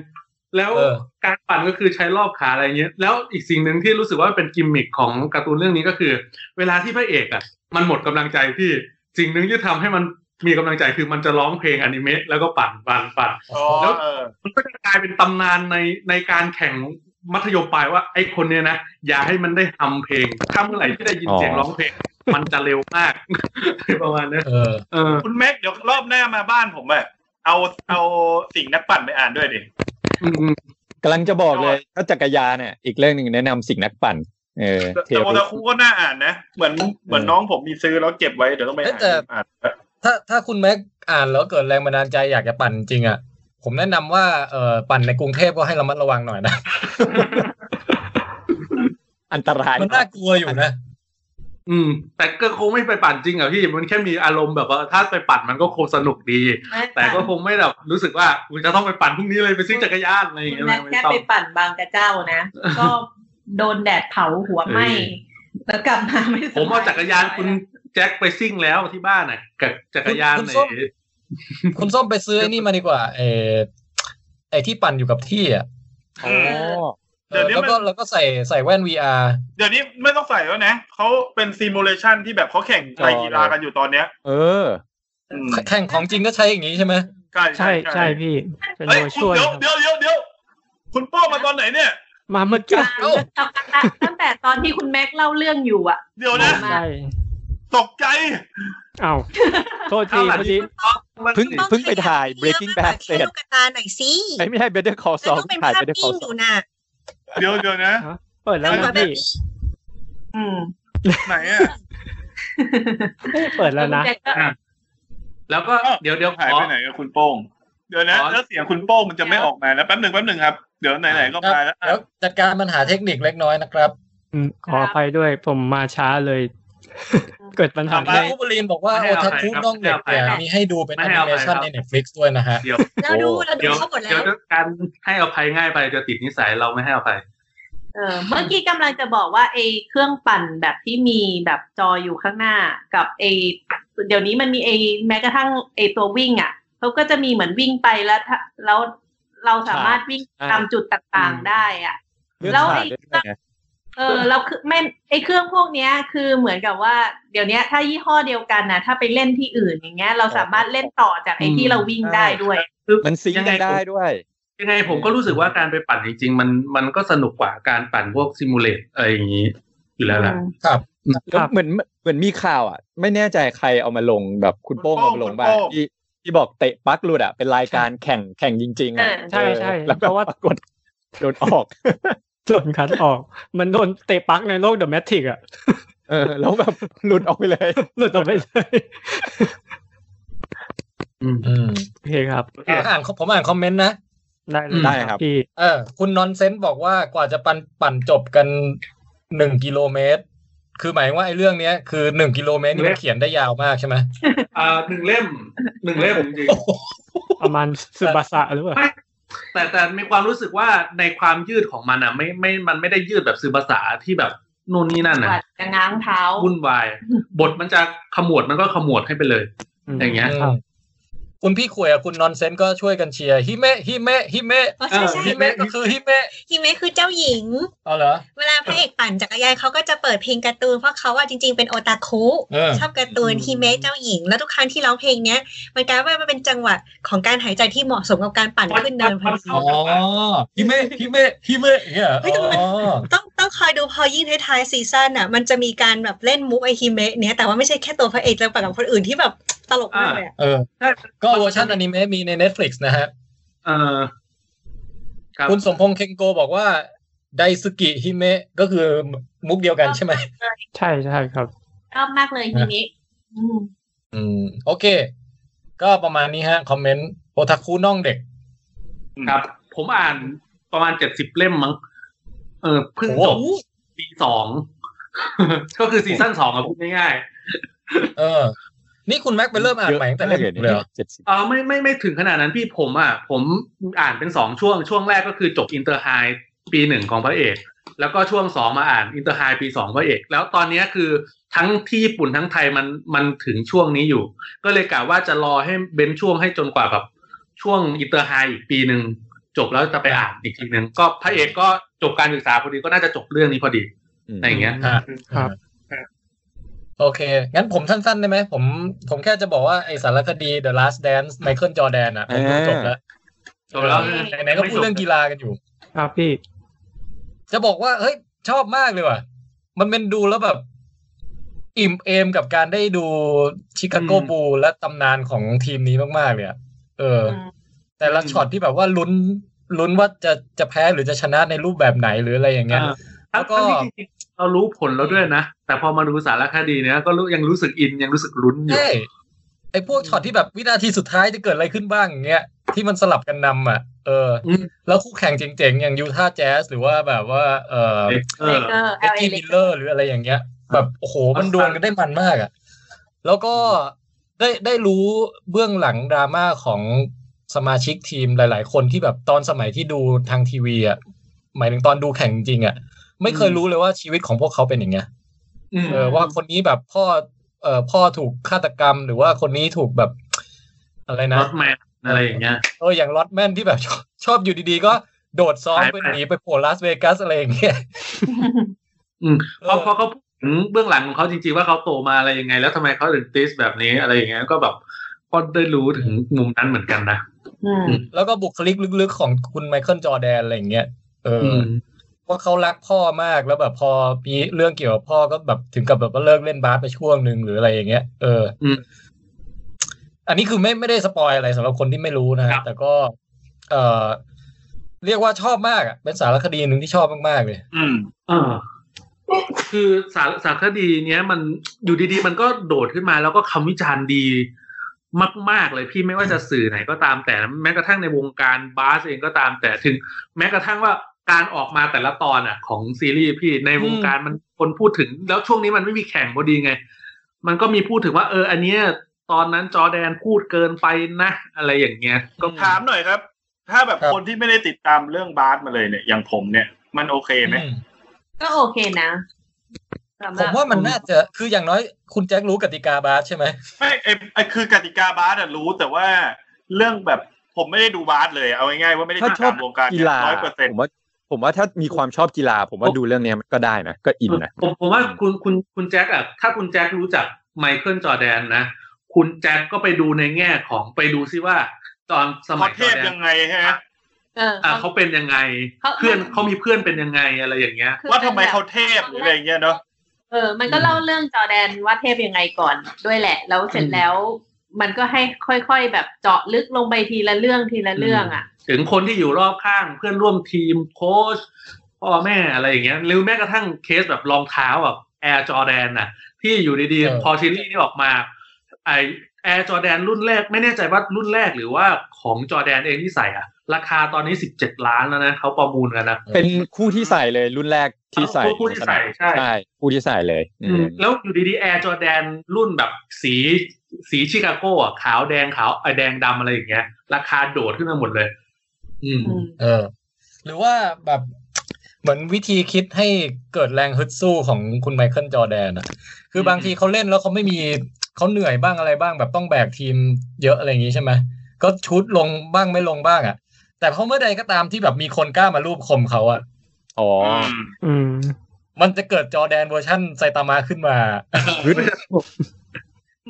[SPEAKER 2] แล้ว
[SPEAKER 4] เออ
[SPEAKER 2] การปั่นก็คือใช้รอบขาอะไรเงี้ยแล้วอีกสิ่งหนึ่งที่รู้สึกว่าเป็นกิมมิคของการ์ตูนเรื่องนี้ก็คือ เวลาที่พระเอกอ่ะ มันหมดกำลังใจพี่สิ่งหนึ่งที่ทำให้มันมีกำลังใจคือมันจะร้องเพลงอนิเมะแล้วก็ปั่นปั่นปั่น
[SPEAKER 3] อ๋อเออ
[SPEAKER 2] มันก็จะกลายเป็นตำนานในในการแข่งมัธยมปลายว่าไอ้คนเนี้ยนะอย่าให้มันได้ทำเพลง ถ้าเมื่อไหร่ที่ได้ยินเสียงร้องเพลง มันจะเร็วมาก ประมาณนี้น
[SPEAKER 4] เออ
[SPEAKER 2] เออ
[SPEAKER 3] คุณแม็กเดี๋ยวรอบหน้ามาบ้านผมอะเอาเอาสิ่งนักปั่นไปอ่านด้วยดิ
[SPEAKER 8] กำลังจะบอกเลยถ้าจักรยานเนี่ยอีกเรื่องหนึ่งแนะนำสิ่งนักปั่น เออเท
[SPEAKER 3] แต่
[SPEAKER 8] ป
[SPEAKER 3] โอตาคุก็น่าอ่านนะ เหมือนเหมือนน้องผมมีซื้อแล้วเก็บไว้เดี๋ยวต้องไป
[SPEAKER 4] เอ้
[SPEAKER 3] อ่าย น
[SPEAKER 4] แต่
[SPEAKER 3] อ่าน
[SPEAKER 4] ถ้าถ้าคุณแม็กอ่านแล้วเกิดแรงบันดาลใจอยากจะปั่นจริงอ่ะ ผมแนะนำว่าเออปั่นในกรุงเทพก็ให้ระมัดระวังหน่อยนะ
[SPEAKER 8] อันตราย
[SPEAKER 4] มันน่ากลัวอยู่นะ
[SPEAKER 2] อืม แต่ก็คงไม่ไปปั่นจริงอ่ะพี่ มันแค่มีอารมณ์แบบว่าถ้าไปปั่นมันก็คงสนุกดี แต่ก็คงไม่แบบรู้สึกว่ากูจะต้องไปปั่นพรุ่งนี้เลยไปซื้อจักรยานอะไรอย่างเงี้ย
[SPEAKER 5] แม่
[SPEAKER 2] ไม่
[SPEAKER 5] แค่
[SPEAKER 2] ต้อง
[SPEAKER 5] ไปปั่นบางกระเจ้านะ ก็โดนแดดเผาหัวไหม
[SPEAKER 2] เออ
[SPEAKER 5] แล้วกลับมาไม่สบย
[SPEAKER 2] ผมเอาจักรยานคุณแจ็คไปซิ่งแล้วที่บ้านน่ะกับจักรยาน
[SPEAKER 4] คุณ
[SPEAKER 2] ใน
[SPEAKER 4] ส้ม คุณส้มไปซื้อไอ้นี่มาดีกว่าเออไอที่ปั่นอยู่กับที่อ่ะ
[SPEAKER 8] อ๋อ
[SPEAKER 4] เออแล้วก็แล้วก็ใส่ใส่แว่น VR
[SPEAKER 3] เดี๋ยวนี้ไม่ต้องใส่แล้วนะเขาเป็นซีมูเลชันที่แบบเขาแข่งไตรกีฬากันอยู่ตอนเนี้ย
[SPEAKER 8] เออ
[SPEAKER 3] อืม
[SPEAKER 4] แข่งของจริงก็ใช้อย่างนี้ใช่ไหม
[SPEAKER 3] ใช่
[SPEAKER 10] ใช่ใช่พี่ เป็น
[SPEAKER 3] เฮ้ยคุณ
[SPEAKER 10] ตัวช่วย
[SPEAKER 3] เดี๋ยว
[SPEAKER 10] ครับ
[SPEAKER 3] เดี๋ยวเดี๋ยวเดี๋ยวคุณโป้มาตอนไหนเนี่ย
[SPEAKER 10] มาเมื่อกี้
[SPEAKER 5] เออตั้งแต่ตอนที่คุณแม็กเล่าเรื่องอยู่อ่ะ
[SPEAKER 3] เดี๋ยวนะ
[SPEAKER 5] มา
[SPEAKER 10] ใช่
[SPEAKER 3] ตกใจ
[SPEAKER 10] เอ้าโทษที
[SPEAKER 2] ข้าวหลาม
[SPEAKER 10] พอ
[SPEAKER 2] ที่
[SPEAKER 10] ดี
[SPEAKER 2] มัน
[SPEAKER 8] เพิ่ง
[SPEAKER 7] ต้อง
[SPEAKER 8] ไปถ่าย Breaking Bad
[SPEAKER 7] เสร็จลูกกระตาหน่อยสิ
[SPEAKER 8] ไอ้ยไม่ใช่ Better Call
[SPEAKER 7] แล้ว
[SPEAKER 8] Saul
[SPEAKER 7] ต้องเป็น
[SPEAKER 8] ถ่าย
[SPEAKER 7] ภาพ
[SPEAKER 8] Better
[SPEAKER 7] นิ่ง
[SPEAKER 8] Call
[SPEAKER 7] อ
[SPEAKER 8] Saul
[SPEAKER 7] ยู่น่ะ
[SPEAKER 3] เดี๋ยวเดี๋ยวนะ
[SPEAKER 10] เปิดแล้ว
[SPEAKER 7] ต้อง
[SPEAKER 10] นะ
[SPEAKER 7] แบบ
[SPEAKER 10] พี่
[SPEAKER 7] นี้
[SPEAKER 5] อืม
[SPEAKER 3] ไหนอะ
[SPEAKER 10] เปิดแล้วนะ
[SPEAKER 5] คุณจ็คก็
[SPEAKER 2] แล้วก็เดี๋ยวเดี๋ยวข
[SPEAKER 3] หาย
[SPEAKER 2] อ
[SPEAKER 3] ไปไหนอะคุณโป้งเดี๋ยวนะ
[SPEAKER 2] ขอ
[SPEAKER 3] แล้วเสียงคุณโป้งมันจะไม่ออกมาแล้วแป๊บหนึ่งแป๊บหนึ่งครับเดี๋ยวไหนๆก็มาแล้ว
[SPEAKER 4] แล้วจัดการปัญหาเทคนิคเล็กน้อยนะครับ
[SPEAKER 10] อืมขออภัยด้วยผมมาช้าเลย เกิดปัญหา
[SPEAKER 4] คุณอุบลินบอกว่า
[SPEAKER 2] ไม่
[SPEAKER 4] โอ
[SPEAKER 2] เอา
[SPEAKER 4] ทัคุ
[SPEAKER 2] ไปครับ
[SPEAKER 4] น้องเด็กเนี่ย
[SPEAKER 2] ไม่เอาไป
[SPEAKER 4] มีให้ดูเป็น
[SPEAKER 2] ไม่
[SPEAKER 4] แอ
[SPEAKER 2] เอา
[SPEAKER 4] นิ
[SPEAKER 2] ไป
[SPEAKER 4] เม
[SPEAKER 2] ครั
[SPEAKER 4] ชัน
[SPEAKER 2] บ
[SPEAKER 4] ใน Netflix ด้วยนะฮะ
[SPEAKER 2] เดี๋ยว
[SPEAKER 7] เราดูเราดู
[SPEAKER 2] เดี๋ยว
[SPEAKER 7] เขาหมดแล้
[SPEAKER 2] เดี๋ยว วการให้อภัยง่ายไปจะติดนิสัยเราไม่ให้อภัย
[SPEAKER 5] เออเมื่อกี้กำลังจะบอกว่าไอ้เครื่องปั่นแบบที่มีแบบจออยู่ข้างหน้ากับไอ้เดี๋ยวนี้มันมีไอ้แม้กระทั่งไอ้ตัววิ่งอ่ะเขาก็จะมีเหมือนวิ่งไปแล้วถ้าแล้วเราสามารถวิ่งตามจุดต่างๆได้อ่ะ
[SPEAKER 8] เลือก
[SPEAKER 5] แล้ว
[SPEAKER 8] ถ่า
[SPEAKER 5] ไอ้
[SPEAKER 8] ยได้ด้วยนะ
[SPEAKER 5] เออเราคือไม่ไอเครื่องพวกเนี้ยคือเหมือนกับว่า เดี๋ยวเนี้ยถ้ายี่ห้อเดียวกันนะถ้าไปเล่นที่อื่นอย่างเงี้ย เราสามารถเล่นต่อจากไอที่เราวิ่งได้ด้วย
[SPEAKER 8] มันซิง
[SPEAKER 2] ยั
[SPEAKER 8] ค์
[SPEAKER 2] งไง
[SPEAKER 8] กันได้ด้วย
[SPEAKER 2] ยังไงผมก็รู้สึกว่าการไปปั่นจริง ๆ มันมันก็สนุกกว่าการปั่นพวกซิมูเลตอะไรอย่างนี้อยู่แล้วล่ะ
[SPEAKER 8] แล้วเหมือนเหมือนมีข่าวอ่ะ ไม่แน่ใจใครเอามาลงแบบคุณโป้งเอามาลงบ้างที่ที่บอกเตะปลั๊กหลุดอ่ะเป็นรายการแข่งแข่งจริงๆอ่ะ
[SPEAKER 5] เออ
[SPEAKER 10] ใช่ใช่
[SPEAKER 8] ออแล้ว
[SPEAKER 10] เพราะว่า
[SPEAKER 8] ปรากฏโดนออก
[SPEAKER 10] โดนคัดออก มันโดนเตะปลักในโลกเดอะแมทริกอะ
[SPEAKER 8] เออ แล้วแบบหลุดออกไปเลย
[SPEAKER 10] หลุดออกไปเลย
[SPEAKER 2] อืม
[SPEAKER 4] อืม
[SPEAKER 10] โอเคครับ
[SPEAKER 2] โอเค
[SPEAKER 4] อ่ะอ่านผมอ่านคอมเมนต์นะ
[SPEAKER 10] ได้เลย
[SPEAKER 8] ได้ครับ
[SPEAKER 10] พี่
[SPEAKER 4] เออคุณนอนเซนต์บอกว่ากว่าจะปั่นปั่นจบกันหนึ่งกิโลเมตร คือหมายว่าไอ้เรื่องเนี้ยคือหนึ่งกิโลเมตรนี่มันเขียนได้ยาวมากใช่ไหม
[SPEAKER 2] อ่าหนึ่งเล่มหนึ่งเล่มจริง
[SPEAKER 10] ประมาณสุบาสะหรือเปล่า
[SPEAKER 2] ๆแต่แต่มีความรู้สึกว่าในความยืดของมันอ่ะ ไม่ไม่มันไม่ได้ยืดแบบซื้อภาษาที่แบบนู่นนี่นั่น
[SPEAKER 5] ก
[SPEAKER 2] อ่ะ
[SPEAKER 5] ว่าจะง้างเท้า
[SPEAKER 2] วุ่นวาย บทมันจะขมวดมันก็ขมวดให้ไปเลย อย่างเงี้ย
[SPEAKER 4] อืมคุณพี่ขวยกับคุณนอนเซนต์ก็ช่วยกันเชียร์ฮิเมะฮิเมะฮิเมะ
[SPEAKER 7] อ๋อใช่ใช่
[SPEAKER 4] ฮิเมะก็คือฮิเมะ
[SPEAKER 7] ฮิเมะคือเจ้าหญิง
[SPEAKER 4] เอาเหรอ
[SPEAKER 7] เวลาพระเอกปั่นจักรยานเขาก็จะเปิดเพลงการ์ตูนเพราะเขาอ่ะจริงๆเป็นโอตาคุ
[SPEAKER 4] เออ
[SPEAKER 7] ชอบการ์ตูน
[SPEAKER 2] อืม
[SPEAKER 7] ฮิเมะเจ้าหญิง แล้วทุกครั้งที่ร้องเพลงเนี้ย มันกลายว่ามันเป็นจังหวะของการหายใจที่เหมาะสมกับการปั่นขึ้นเนินพอดี
[SPEAKER 4] อ๋อฮิเมะฮิเมะฮิเมะอย่างเงี้ย
[SPEAKER 7] เฮ้ยแต่มัน
[SPEAKER 4] อ๋อ
[SPEAKER 7] ต้อง ต้องคอยดูพอยิ่งท้ายๆซีซั่นอ่ะ มันจะมีการแบบเล่นมุกไอฮิเมะเนี้ยแต่ว่าไม่ใช่แค่ตัวพระเอกแล้วแต่กับคนอื่นที่แบบตลกมากเลยอะ
[SPEAKER 4] เออ
[SPEAKER 2] ถ้า
[SPEAKER 4] ก็เวอร์ชันอนิเมะมีใน Netflix นะฮะ
[SPEAKER 2] เออครับ
[SPEAKER 4] คุณสมพงษ์เคงโกบอกว่าไดสกิฮิเมะก็คือมุกเดียวกันใช่ไหม
[SPEAKER 10] ใช่ใช่ครับ
[SPEAKER 5] ชอบมากเลยทีนี้ อืม
[SPEAKER 4] อืม โอเค ก็ประมาณนี้ฮะ คอมเมนต์โอทาคุน้องเด็ก
[SPEAKER 2] ครับ ผมอ่านประมาณเจ็ดสิบเล่มมั้งเออเพิ่งจบปีสอง ก็คือซีซั่นสองอะพูดง่าย
[SPEAKER 4] เออ นี่คุณแม็กไปเริ่มอ่านใหม่ตั้งแต่เล่มหนึ่งเลยเหรอ
[SPEAKER 8] เจ็ดสิบ
[SPEAKER 2] ๆเออไม่ไม่ไม่ถึงขนาดนั้นพี่ผมอ่ะผมอ่านเป็นสองช่วง ช่วงแรกก็คือจบอินเตอร์ไฮปีหนึ่งของพระเอก แล้วก็ช่วงสองมาอ่านอินเตอร์ไฮปีสองพระเอก แล้วตอนเนี้ยคือทั้งที่ญี่ปุ่นทั้งไทยมันมันถึงช่วงนี้อยู่ ก็เลยกะว่าจะรอให้เบนช่วงให้จนกว่าแบบช่วงอินเตอร์ไฮอีกปีหนึ่งจบแล้วจะไปอ่านอีกทีหนึ่งก็พระเอกก็จบการศึกษาพอดีก็น่าจะจบเรื่องนี้พอดีอะไรอย่างเงี้ย
[SPEAKER 4] ฮะ
[SPEAKER 10] ครับ
[SPEAKER 4] โอเค งั้นผมสั้นๆได้ไหม ผมผมแค่จะบอกว่า ไอสารคดี The Last Dance ไมเคิลจอแดนอ่ะผมดูจบแล้ว
[SPEAKER 2] จบแล้วใช่ไหม
[SPEAKER 4] ไหนๆก็พูดเรื่องกีฬากันอยู่
[SPEAKER 10] ครับพี่
[SPEAKER 4] จะบอกว่า เฮ้ย ชอบมากเลยว่ะ มันเป็นดูแล้วแบบ อิ่มเอมกับการได้ดูชิคาโก
[SPEAKER 2] อืม
[SPEAKER 4] บูลและตำนานของทีมนี้มากๆเลยอะเออ แต่ละช็อตที่แบบว่าลุ้นลุ้นว่าจะจะแพ้หรือจะชนะในรูปแบบไหนหรืออะไรอย่างเงี้ย
[SPEAKER 2] เออ
[SPEAKER 4] แล้
[SPEAKER 2] ทั้
[SPEAKER 4] ว
[SPEAKER 2] ง
[SPEAKER 4] ก็
[SPEAKER 2] ทั้งที่จริงๆเรารู้ผลแล้วด้วยนะ แต่พอมาดูสารคดีเนี้ยก็รู้ยังรู้สึกอินยังรู้สึกลุ้นอยู่
[SPEAKER 4] ใช่ไอพวกช็อตที่แบบวินาทีสุดท้ายจะเกิดอะไรขึ้นบ้างอย่างเงี้ยที่มันสลับกันนำอ่ะ เออ
[SPEAKER 2] อืม
[SPEAKER 4] แล้วคู่แข่งเจ๋งๆ อย่างยูทาห์แจ๊สหรือว่าแบบว่า เออ
[SPEAKER 2] เอ
[SPEAKER 5] เล
[SPEAKER 2] อ
[SPEAKER 5] เกอร์
[SPEAKER 4] เอ็ก
[SPEAKER 5] LA
[SPEAKER 4] กี้
[SPEAKER 5] เล
[SPEAKER 4] มิล
[SPEAKER 5] เก
[SPEAKER 4] เล
[SPEAKER 5] อ
[SPEAKER 4] อ
[SPEAKER 5] ร์
[SPEAKER 4] ร์หรืออะไรอย่างเงี้ย แบบโอ้โหมันดวลกันได้มันมากอ่ะ แล้วก็ได้ได้รู้เบื้องหลังดราม่าของสมาชิกทีมหลาย ๆ คนที่แบบตอนสมัยที่ดูทางทีวีอ่ะหมายถึงตอนดูแข่งจริงๆอ่ะ ไม่เคย
[SPEAKER 2] อืม
[SPEAKER 4] รู้เลยว่าชีวิตของพวกเขาเป็นอย่างเงี้ย
[SPEAKER 2] อืม
[SPEAKER 4] เออว่าคนนี้แบบพ่อเอ่อพ่อถูกฆาตกรรมหรือว่าคนนี้ถูกแบบ อะไรนะ
[SPEAKER 2] รถแมนอะไรอย่างเงี้ย
[SPEAKER 4] เอออย่างล็อตแมนที่แบบ ชอบชอบอยู่ดีๆ ก็โดดซ้อม
[SPEAKER 2] หาย
[SPEAKER 4] ไป
[SPEAKER 2] ไป
[SPEAKER 4] หนีไปโผล่ลาสเวกัสอะไรอย่างเงี้ย
[SPEAKER 2] อืมเพราะ
[SPEAKER 4] เออ
[SPEAKER 2] เพราะเขาพูดถึงเบื้องหลังของเขาจริงๆว่าเขาโตมาอะไรยังไง แล้วทำไมเขาถึงติสแบบนี้อะไรอย่างเงี้ยก็แบบก็ได้รู้ถึงมุมนั้นเหมือนกันนะ
[SPEAKER 5] อืม
[SPEAKER 4] แล้วก็บุคลิกลึกๆ ของคุณไมเคิลจอร์แดนอะไรอย่างเงี้ยเอออ
[SPEAKER 2] อืม
[SPEAKER 4] ว่าเขารักพ่อมากแล้วแบบพอมีเรื่องเกี่ยวกับพ่อก็แบบถึงกับแบบว่าเลิกเล่นบาสไปช่วงหนึ่งหรืออะไรอย่างเงี้ยเอออ
[SPEAKER 2] ม
[SPEAKER 4] อันนี้คือไม่ไม่ได้สปอยอะไรสำหรับคนที่ไม่รู้นะฮะ
[SPEAKER 2] ครับ
[SPEAKER 4] แต่ก็ เออเรียกว่าชอบมากอ่ะเป็นสารคดีหนึ่งที่ชอบมากๆเลย
[SPEAKER 3] อืม
[SPEAKER 2] เออคือสารสารคดีเนี้ยมันอยู่ดีๆ มันก็โดดขึ้นมาแล้วก็คำวิจารณ์ดีมาก ๆ เลยพี่ไม่ว่าจะสื่อไหนก็ตามแต่แม้กระทั่งในวงการบาสเองก็ตามแต่ถึง แม้กระทั่งว่าการออกมาแต่ละตอนอ่ะ ของซีรีส์พี่ในวงการมันคนพูดถึง แล้วช่วงนี้มันไม่มีแข่งพอดีไง มันก็มีพูดถึงว่า เออ อันเนี้ยตอนนั้นจอร์แดนพูดเกินไปนะ อะไรอย่างเงี้ยก็
[SPEAKER 3] ถามหน่อยครับ ถ้าแบบ
[SPEAKER 4] ครับ
[SPEAKER 3] คนที่ไม่ได้ติดตามเรื่องบาสมาเลยเนี่ย อย่างผมเนี่ย มันโอเคไหม
[SPEAKER 4] อืม
[SPEAKER 5] ก็โอเคนะสำห
[SPEAKER 4] ผ
[SPEAKER 5] รับ
[SPEAKER 4] มว่ามันน่าจะคืออย่างน้อยคุณแจ็ครู้กติกาบาสใช่ไหม
[SPEAKER 3] ไม่ไอ้ไอ้คือกติกาบาสอะรู้แต่ว่าเรื่องแบบผมไม่ได้ดูบาสเลยเอาง่ายๆว่าไม่ได้
[SPEAKER 8] ถ้า
[SPEAKER 3] ติด
[SPEAKER 8] ชอบ
[SPEAKER 3] ตามวงการ
[SPEAKER 8] กี
[SPEAKER 3] เนี่ย
[SPEAKER 8] ฬา
[SPEAKER 3] ร้อยเปอร์เซ็น
[SPEAKER 8] ผ
[SPEAKER 3] ต์
[SPEAKER 8] มว่า ผมว่าถ้ามีความชอบกีฬา ผมว่าดูเรื่องเนี้ยมันก็ได้นะก็อินนะ
[SPEAKER 2] ผมผมว่าคุณคุณคุณแจ็คอะถ้าคุณแจ็ครู้จักไมเคิลจอร์แดนนะ คุณแจ็คก็ไปดูในแง่ของไปดูซิว่า ตอนส
[SPEAKER 3] พ
[SPEAKER 2] มั
[SPEAKER 3] อย เท
[SPEAKER 2] จอร์
[SPEAKER 3] พ
[SPEAKER 2] แดน
[SPEAKER 3] ยังไงฮะ
[SPEAKER 5] เออ
[SPEAKER 2] อ่ะ
[SPEAKER 5] เขา
[SPEAKER 2] เขาเป็นยังไง
[SPEAKER 5] เขา
[SPEAKER 2] เพื่อน
[SPEAKER 5] มัน
[SPEAKER 2] เขามีเพื่อนเป็นยังไงอะไรอย่างเงี้ย
[SPEAKER 5] คือ
[SPEAKER 3] ว่าทำไมเขาเทพหรืออะไรอย่างเงี้ยเนาะ
[SPEAKER 5] เออ มันก็เล่าเรื่องจอร์แดนว่าเทพยังไงก่อนด้วยแหละ แล้วเสร็จแล้ว มันก็ให้ค่อยๆแบบเจาะลึกลงไปทีละเรื่องทีละเรื่องอ่ะ
[SPEAKER 2] ถึงคนที่อยู่รอบข้างเพื่อนร่วมทีมโค้ชพ่อแม่อะไรอย่างเงี้ยหรือแม้กระทั่งเคสแบบรองเท้าแบบแอร์จอแดนน่ะ ที่อยู่ดีๆ พอซีรีส์นี้ออกมาไอแอร์จอแดนรุ่นแรกไม่แน่ใจว่ารุ่นแรกหรือว่าของจอแดนเองที่ใส่อะราคาตอนนี้สิบเจ็ดล้านแล้วนะเขาประมูลกันนะ
[SPEAKER 8] เป็นคู่ที่ใส่เลยรุ่นแรกที่ใส่
[SPEAKER 2] คู่ที่ใส่ใช่
[SPEAKER 8] คู่ที่ใส่เลยอืม
[SPEAKER 2] แล้วอยู่ดีๆแอร์จอแดนรุ่นแบบสีสีชิคาโก้อะขาวแดงขาวไอยแดงดำอะไรอย่างเงี้ย ราคาโดดขึ้นมาหมดเลย อืม
[SPEAKER 5] อืม
[SPEAKER 4] เออ หรือว่าแบบเหมือนวิธีคิดให้เกิดแรงฮึดสู้ของคุณไมเคิลจอร์แดนอ่ะ คือ
[SPEAKER 2] ม
[SPEAKER 4] บางทีเขาเล่นแล้วเขาไม่มีเขาเหนื่อยบ้างอะไรบ้าง แบบต้องแบกทีมเยอะอะไรอย่างงี้ใช่ไหมก็ชุดลงบ้างไม่ลงบ้างอ่ะ แต่พอเมื่อใดก็ตามที่แบบมีคนกล้ามารูปคมเขาอ่ะ
[SPEAKER 8] อ๋อ
[SPEAKER 3] ม
[SPEAKER 10] อืม
[SPEAKER 4] มันจะเกิดจอร์แดนเวอร์ชั่นไซตามะขึ้นมา
[SPEAKER 8] ฮึด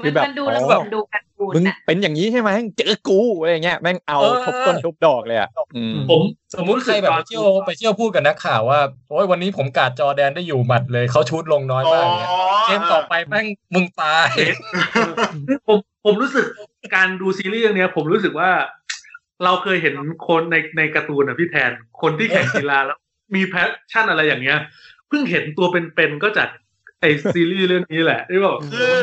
[SPEAKER 5] มันมันดูแล้วแบบดูการ์ตูน
[SPEAKER 9] มึง
[SPEAKER 5] น่ะ
[SPEAKER 9] เป็นอย่างนี้ใช่ไหมเจอกูอะไรเงี้ยแม่งเอา
[SPEAKER 4] เออ
[SPEAKER 9] ทุบต้นทุบดอกเลยอ่ะอืม
[SPEAKER 2] ผม
[SPEAKER 4] สมมุติใครแบบไปเที่ยวไปเที่ยวพูดกับนักข่าวว่าโอ้ยวันนี้ผมกาดจอร์แดนได้อยู่หมัดเลยเขาชุดลงน้อย
[SPEAKER 3] อ๋อ
[SPEAKER 4] มากเนี่ยเกมต่อไปแม่งมึงตาย
[SPEAKER 2] ผมผมรู้สึกการดูซีรีส์เรื่องเนี้ย ผมรู้สึกว่า เราเคยเห็นคนในในการ์ตูนนะพี่แทน คนที่แข่งกีฬาแล้ว มีแพชชั่นอะไรอย่างเงี้ยเพิ่งเห็นตัวเป็นๆก็จากไอซีรีส์เรื่องนี้แหละที่บอก
[SPEAKER 3] คือ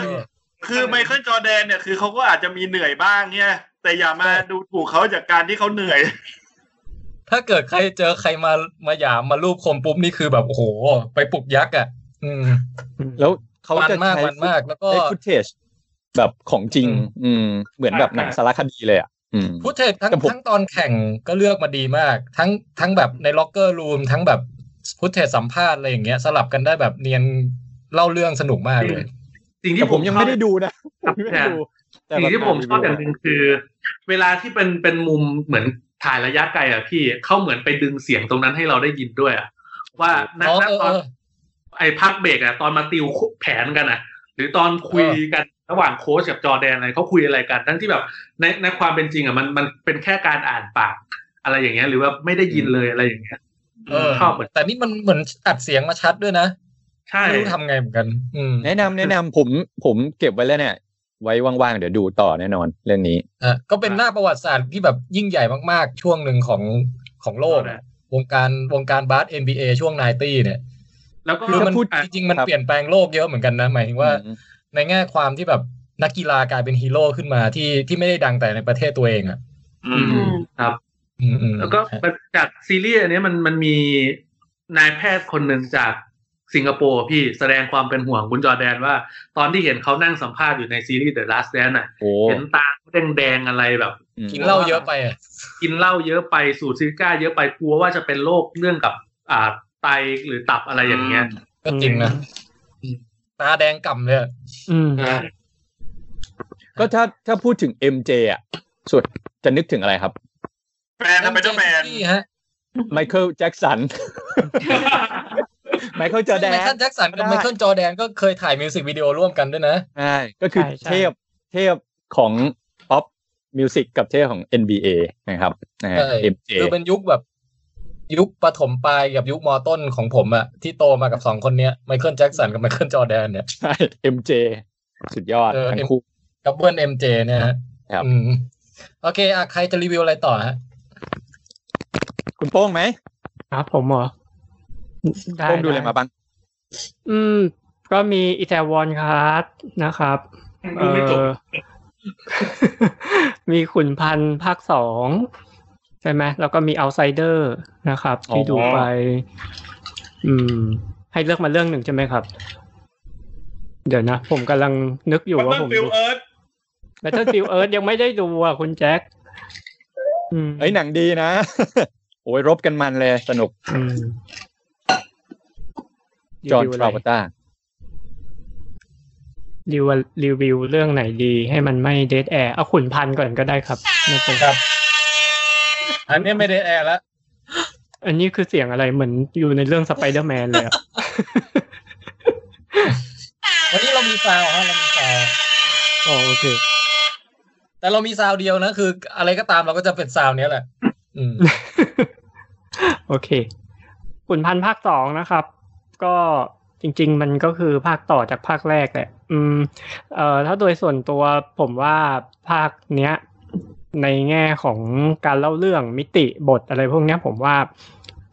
[SPEAKER 3] คือไมเคิลจอร์แดนเนี่ยคือเขาก็อาจจะมีเหนื่อยบ้างเนี่ยแต่อย่ามาดูถูกเขาจากการที่เขาเหนื่อย
[SPEAKER 4] ถ้าเกิดใครเจอใครมามาหยามมารูปคมปุ๊บนี่คือแบบโอ้โห ไปปลุกยักษ์อ่ะ อืม
[SPEAKER 9] แล้วเขา
[SPEAKER 4] มัน
[SPEAKER 9] จะ
[SPEAKER 4] มาก
[SPEAKER 9] ใช้
[SPEAKER 4] มันมากแล้วก็
[SPEAKER 9] ได้ฟุตเทจแบบของจริง อืม เหมือนแบบหนังสารคดีเลยอ่ะอืม
[SPEAKER 4] ฟุตเทจทั้ง
[SPEAKER 9] แต่ผม
[SPEAKER 4] ทั้งตอนแข่งก็เลือกมาดีมาก ทั้งทั้งแบบในล็อกเกอร์รูมทั้งแบบฟุตเทจสัมภาษณ์อะไรอย่างเงี้ย สลับกันได้แบบเนียนเล่าเรื่องสนุกมากเลย
[SPEAKER 2] สิ่ง
[SPEAKER 9] แต่
[SPEAKER 2] ที่
[SPEAKER 9] ผมยังไม่ได้
[SPEAKER 2] ชอบ
[SPEAKER 9] ดูนะ
[SPEAKER 2] ครับ
[SPEAKER 9] ผมยังไม่ได้ดูแต่
[SPEAKER 2] สิ่งที่ผมชอบอย่างห
[SPEAKER 9] นึ
[SPEAKER 2] นึ่งคือ เวลาที่เป็นเป็นมุมเหมือนถ่ายระยะไกลอ่ะพี่เขาเหมือนไปดึงเสียงตรงนั้นให้เราได้ยินด้วยอ่ะว่าณ
[SPEAKER 4] อ๋อ
[SPEAKER 2] ณ
[SPEAKER 4] เออ
[SPEAKER 2] ตอน
[SPEAKER 4] เออ
[SPEAKER 2] ไอ้พักเบรกอ่ะ ตอนมาติวแผนกันอ่ะ หรือตอนคุยกันระหว่างโค้ชกับจอร์แดนอะไรเขาคุยอะไรกัน ทั้งที่แบบในในความเป็นจริงอ่ะมันมันเป็นแค่การอ่านปาก อะไรอย่างเงี้ย หรือว่าไม่ได้ยินเลยอะไรอย่างเงี้ย
[SPEAKER 4] เออ
[SPEAKER 2] ชอบเหมือน
[SPEAKER 4] แต่นี่มันเหมือนอัดเสียงมาชัดด้วยนะ
[SPEAKER 2] ใช่
[SPEAKER 4] ไม่รู้ทำไงเหมือนกัน อืม
[SPEAKER 9] แนะนำแนะนำผมผมเก็บไว้แล้วเนี่ย ไว้ว่างๆเดี๋ยวดูต่อแน่นอน เรื่องนี้
[SPEAKER 4] อ่ะก็เป็นหน้าประวัติศาสตร์ที่แบบยิ่งใหญ่มากๆ ช่วงหนึ่งของของโลกอะวงการวงการบาส NBA ช่วงไนตี้เนี่ย
[SPEAKER 2] แล้วก็
[SPEAKER 4] คือมัน
[SPEAKER 9] พูด
[SPEAKER 4] จริงๆมันเปลี่ยนแปลงโลกเยอะเหมือนกันนะ หมายถึงว่า
[SPEAKER 9] อืม
[SPEAKER 4] ในแง่ความที่แบบนักกีฬากลายเป็นฮีโร่ขึ้นมาที่ที่ไม่ได้ดังแต่ในประเทศตัวเองอ่ะ
[SPEAKER 2] อืม
[SPEAKER 5] อืม
[SPEAKER 2] ครับ
[SPEAKER 4] อืมอืม
[SPEAKER 2] แล้วก็จากซีรีส์อันเนี้ยมันมันมีนายแพทย์คนหนึ่งจากสิงคโปร์พี่แสดงความเป็นห่วงคุณจอร์แดนว่า ตอนที่เห็นเขานั่งสัมภาษณ์อยู่ในซีรีส์ The Last Dance น่ะ
[SPEAKER 9] โอ้
[SPEAKER 2] เห็นตาแดงแดงๆอะไรแบบ
[SPEAKER 9] อืม
[SPEAKER 4] กินเหล้าเยอะไปอ่ะ
[SPEAKER 2] กินเหล้าเยอะไปสูดซิก้าเยอะไปกลัวว่าจะเป็นโรคเรื่องกับอ่าไตหรือตับอะไรอย่างเงี้ย
[SPEAKER 4] ก็จริงนะ ตาแดงก่ำเลยอะ
[SPEAKER 10] อืม
[SPEAKER 9] ก็ถ้าถ้าพูดถึง MJ อ่ะส่วนจะนึกถึงอะไรครับ
[SPEAKER 3] แฟนทำไปเจ้าแมน
[SPEAKER 4] ที่ฮะ
[SPEAKER 9] ไมเคิลแจ็กสันไมเคิลจอแด
[SPEAKER 4] ไม
[SPEAKER 9] น
[SPEAKER 4] เคิลแจ็คสันกับไมเคิลจอร์แดนก็เคยถ่ายมิวสิกวิดีโอร่วมกันด้วยนะ
[SPEAKER 9] ใช่ก็คือ
[SPEAKER 10] ใช่ใช่
[SPEAKER 9] เทพเทพของป๊อปมิวสิกกับเทพของ NBA นะครับนะฮะ
[SPEAKER 4] ใช่
[SPEAKER 9] MJ
[SPEAKER 4] คือเป็นยุคแบบ ยุคปฐมปลายกับยุคมอต้นของผมอะที่โตมากับสองคนเนี้ยไมเคิลแจ็คสันกับไมเคิลจอร์แดนเนี่ย
[SPEAKER 9] ใช่ MJ สุดยอด
[SPEAKER 4] เออ
[SPEAKER 9] ทั้งคู่
[SPEAKER 4] กับเบิร์นเอ็มเจเนี่ยฮะ
[SPEAKER 9] ครับ
[SPEAKER 4] อืมโอเคอะใครจะรีวิวอะไรต่อฮะ
[SPEAKER 9] คุณโป้งไหม
[SPEAKER 10] ครับผมเหรอ
[SPEAKER 9] โป้งดูอะไรมาบ้าง
[SPEAKER 10] อืม ก็มีอิตาวนครับนะครับ
[SPEAKER 2] ดูไม่จบ
[SPEAKER 10] เอ่อ มีขุนพันธ์ภาคสองใช่ไหมแล้วก็มี Outsider นะครับ ที่
[SPEAKER 9] อ๋อ
[SPEAKER 10] ดูไป อืม ให้เลือกมาเรื่องหนึ่งใช่ไหมครับ เดี๋ยวนะ ผมกำลังนึกอยู่ว่าผม
[SPEAKER 3] ฟิลเอิร์ธ
[SPEAKER 10] Battlefield Earth ยังไม่ได้ดูอ่ะคุณแจ็คอืม
[SPEAKER 9] เอ้ยหนังดีนะ โอ้ยรบกันมันเลยสนุก
[SPEAKER 10] อืม
[SPEAKER 9] จอห์น
[SPEAKER 10] รี
[SPEAKER 9] ท
[SPEAKER 10] วิวอะ
[SPEAKER 9] รา
[SPEAKER 10] ไร
[SPEAKER 9] วต้า
[SPEAKER 10] รีวิวรีวิวเรื่องไหนดีให้มันไม่เดทแอร์เอาขุนพันธุ์ก่อนก็ได้ครับไม่เป็น
[SPEAKER 4] ครับ อันนี้ไม่ได้แอร์แล้ว
[SPEAKER 10] อันนี้คือเสียงอะไรเหมือนอยู่ในเรื่องสไปเดอร์แมนเลยอะ
[SPEAKER 4] วันนี้เรามีซาวด์ฮะเรามีซาวด์
[SPEAKER 10] อ๋อโอเค
[SPEAKER 4] แต่เรามีซาวด์เดียวนะคือ อะไรก็ตามเราก็จะเป็นซาวด์เนี้ยแหละ อืม
[SPEAKER 10] โอเค ขุนพันธุ์ภาคสองนะครับ ก็จริง ๆ มันก็คือภาคต่อจากภาคแรกแหละอืมเอ่อถ้าโดยส่วนตัวผมว่าภาคเนี้ย ในแง่ของการเล่าเรื่องมิติบทอะไรพวกเนี้ย ผมว่า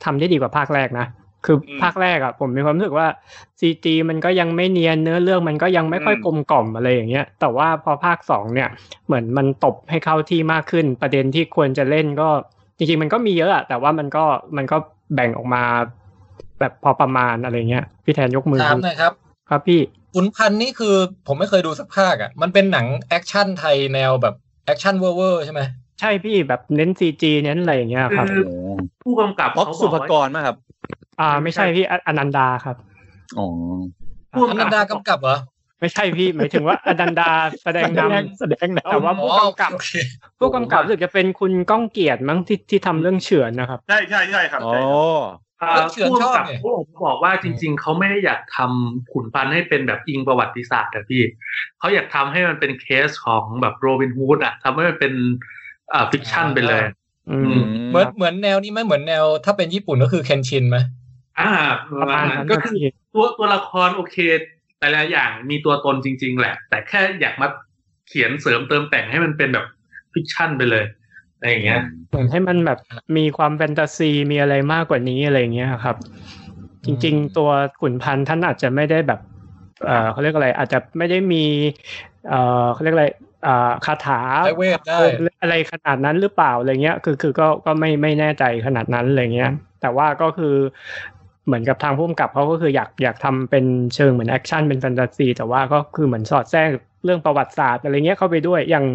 [SPEAKER 10] ทำได้ดีกว่าภาคแรกนะ คืออ
[SPEAKER 3] ม
[SPEAKER 10] ภาคแรกอะผมมีความรู้สึกว่าซีจีมันก็ยังไม่เนียนเนื้อเรื่องมันก็ยังไม่ค่อยกลมกล่อมอะไรอย่างเงี้ย แต่ว่าพอภาคสองเนี่ย เหมือนมันตบให้เข้าที่มากขึ้น ประเด็นที่ควรจะเล่นก็จริงๆมันก็มีเยอะอะแต่ว่ามันก็มันก็แบ่งออกมาแบบพอประมาณอะไรเงี้ยพี่แทนยกมือ
[SPEAKER 4] ถามหน่อยครับ
[SPEAKER 10] ครับพี่
[SPEAKER 4] ขุนพันธ์นี่คือผมไม่เคยดูสักภาคอ่ะ มันเป็นหนังแอคชั่นไทยแนวแบบแอคชั่นเวอร์เวอร์ใช่ไหม
[SPEAKER 10] ใช่พี่แบบเน้นซีจีเน้นอะไรอย่างเงี้ยครับ
[SPEAKER 2] คือ ผู้กำกับ
[SPEAKER 9] ป๊อป
[SPEAKER 2] เขา
[SPEAKER 9] สุ
[SPEAKER 2] บอก
[SPEAKER 9] ภก
[SPEAKER 2] ว่าร
[SPEAKER 9] มาครับ
[SPEAKER 10] อ่าไม่ใช่พี่ออนันดาครับ
[SPEAKER 9] อ๋อ
[SPEAKER 2] ผู้
[SPEAKER 4] อัน
[SPEAKER 2] กำ
[SPEAKER 4] นั
[SPEAKER 2] กัน บ
[SPEAKER 4] ดากำกับเหรอ
[SPEAKER 10] ไม่ใช่พี่หมายถึงว่าอดันดาแสดงนำ
[SPEAKER 9] แสดงนำ
[SPEAKER 10] แต่ว่าผู้กำกับผู้กำกับรู้สึกจะเป็นคุณก้องเกียรติมั้งที่ที่ทำเรื่องเฉือนนะครับ
[SPEAKER 3] ใช่ใช่ใช่ครับ
[SPEAKER 9] อ๋อ
[SPEAKER 3] ใช่ครับ
[SPEAKER 2] เอ่อ
[SPEAKER 4] เสือ
[SPEAKER 2] ผู้
[SPEAKER 4] ชอบ
[SPEAKER 2] กำกับ
[SPEAKER 4] เนี่ย
[SPEAKER 2] ผมบอกว่าจริง ๆเขาไม่ได้อยากทำขุนพันธุ์ให้เป็นแบบอิงประวัติศาสตร์อะพี่เขาอยากทำให้มันเป็นเคสของแบบโรบินฮูดอะทำให้มันเป็นอ่าฟิกชันไปเลย
[SPEAKER 10] อื
[SPEAKER 9] อื
[SPEAKER 10] ม
[SPEAKER 9] ม
[SPEAKER 4] เหมือนเหมือนแนวนี้ไหมเหมือนแนวถ้าเป็นญี่ปุ่นก็คือเคนชินไหม
[SPEAKER 2] อ่าประมาณนั้นก็คือตัวตัวละครโอเค แต่ละอย่างมีตัวตนจริง ๆ แหละ แต่แค่อยากมาเขียนเสริมเติมแต่งให้มันเป็นแบบฟิกชันไปเลยอะไรอย่างเงี้ย
[SPEAKER 10] เหมือนให้มันแบบมีความแฟนตาซีมีอะไรมากกว่านี้อะไรอย่างเงี้ยครับ จริง ๆ ตัวขุนพันธ์ท่านอาจจะไม่ได้แบบ เอ่อเขาเรียกอะไร อาจจะไม่ได้มี เอ่อเขาเรียกอะไรอ่าคาถา
[SPEAKER 4] ใช้เวทได้
[SPEAKER 10] อะไรขนาดนั้นหรือเปล่าอะไรเงี้ย คือคือก็ก็ไม่ไม่แน่ใจขนาดนั้นอะไรเงี้ย แต่ว่าก็คือเหมือนกับทางผู้กำกับเขาก็คืออยากอยากทำเป็นเชิงเหมือนแอคชั่นเป็นแฟนตาซีแต่ว่าก็คือเหมือนสอดแทรกเรื่องประวัติศาสตร์อะไรเงี้ยเข้าไปด้วยอย่าง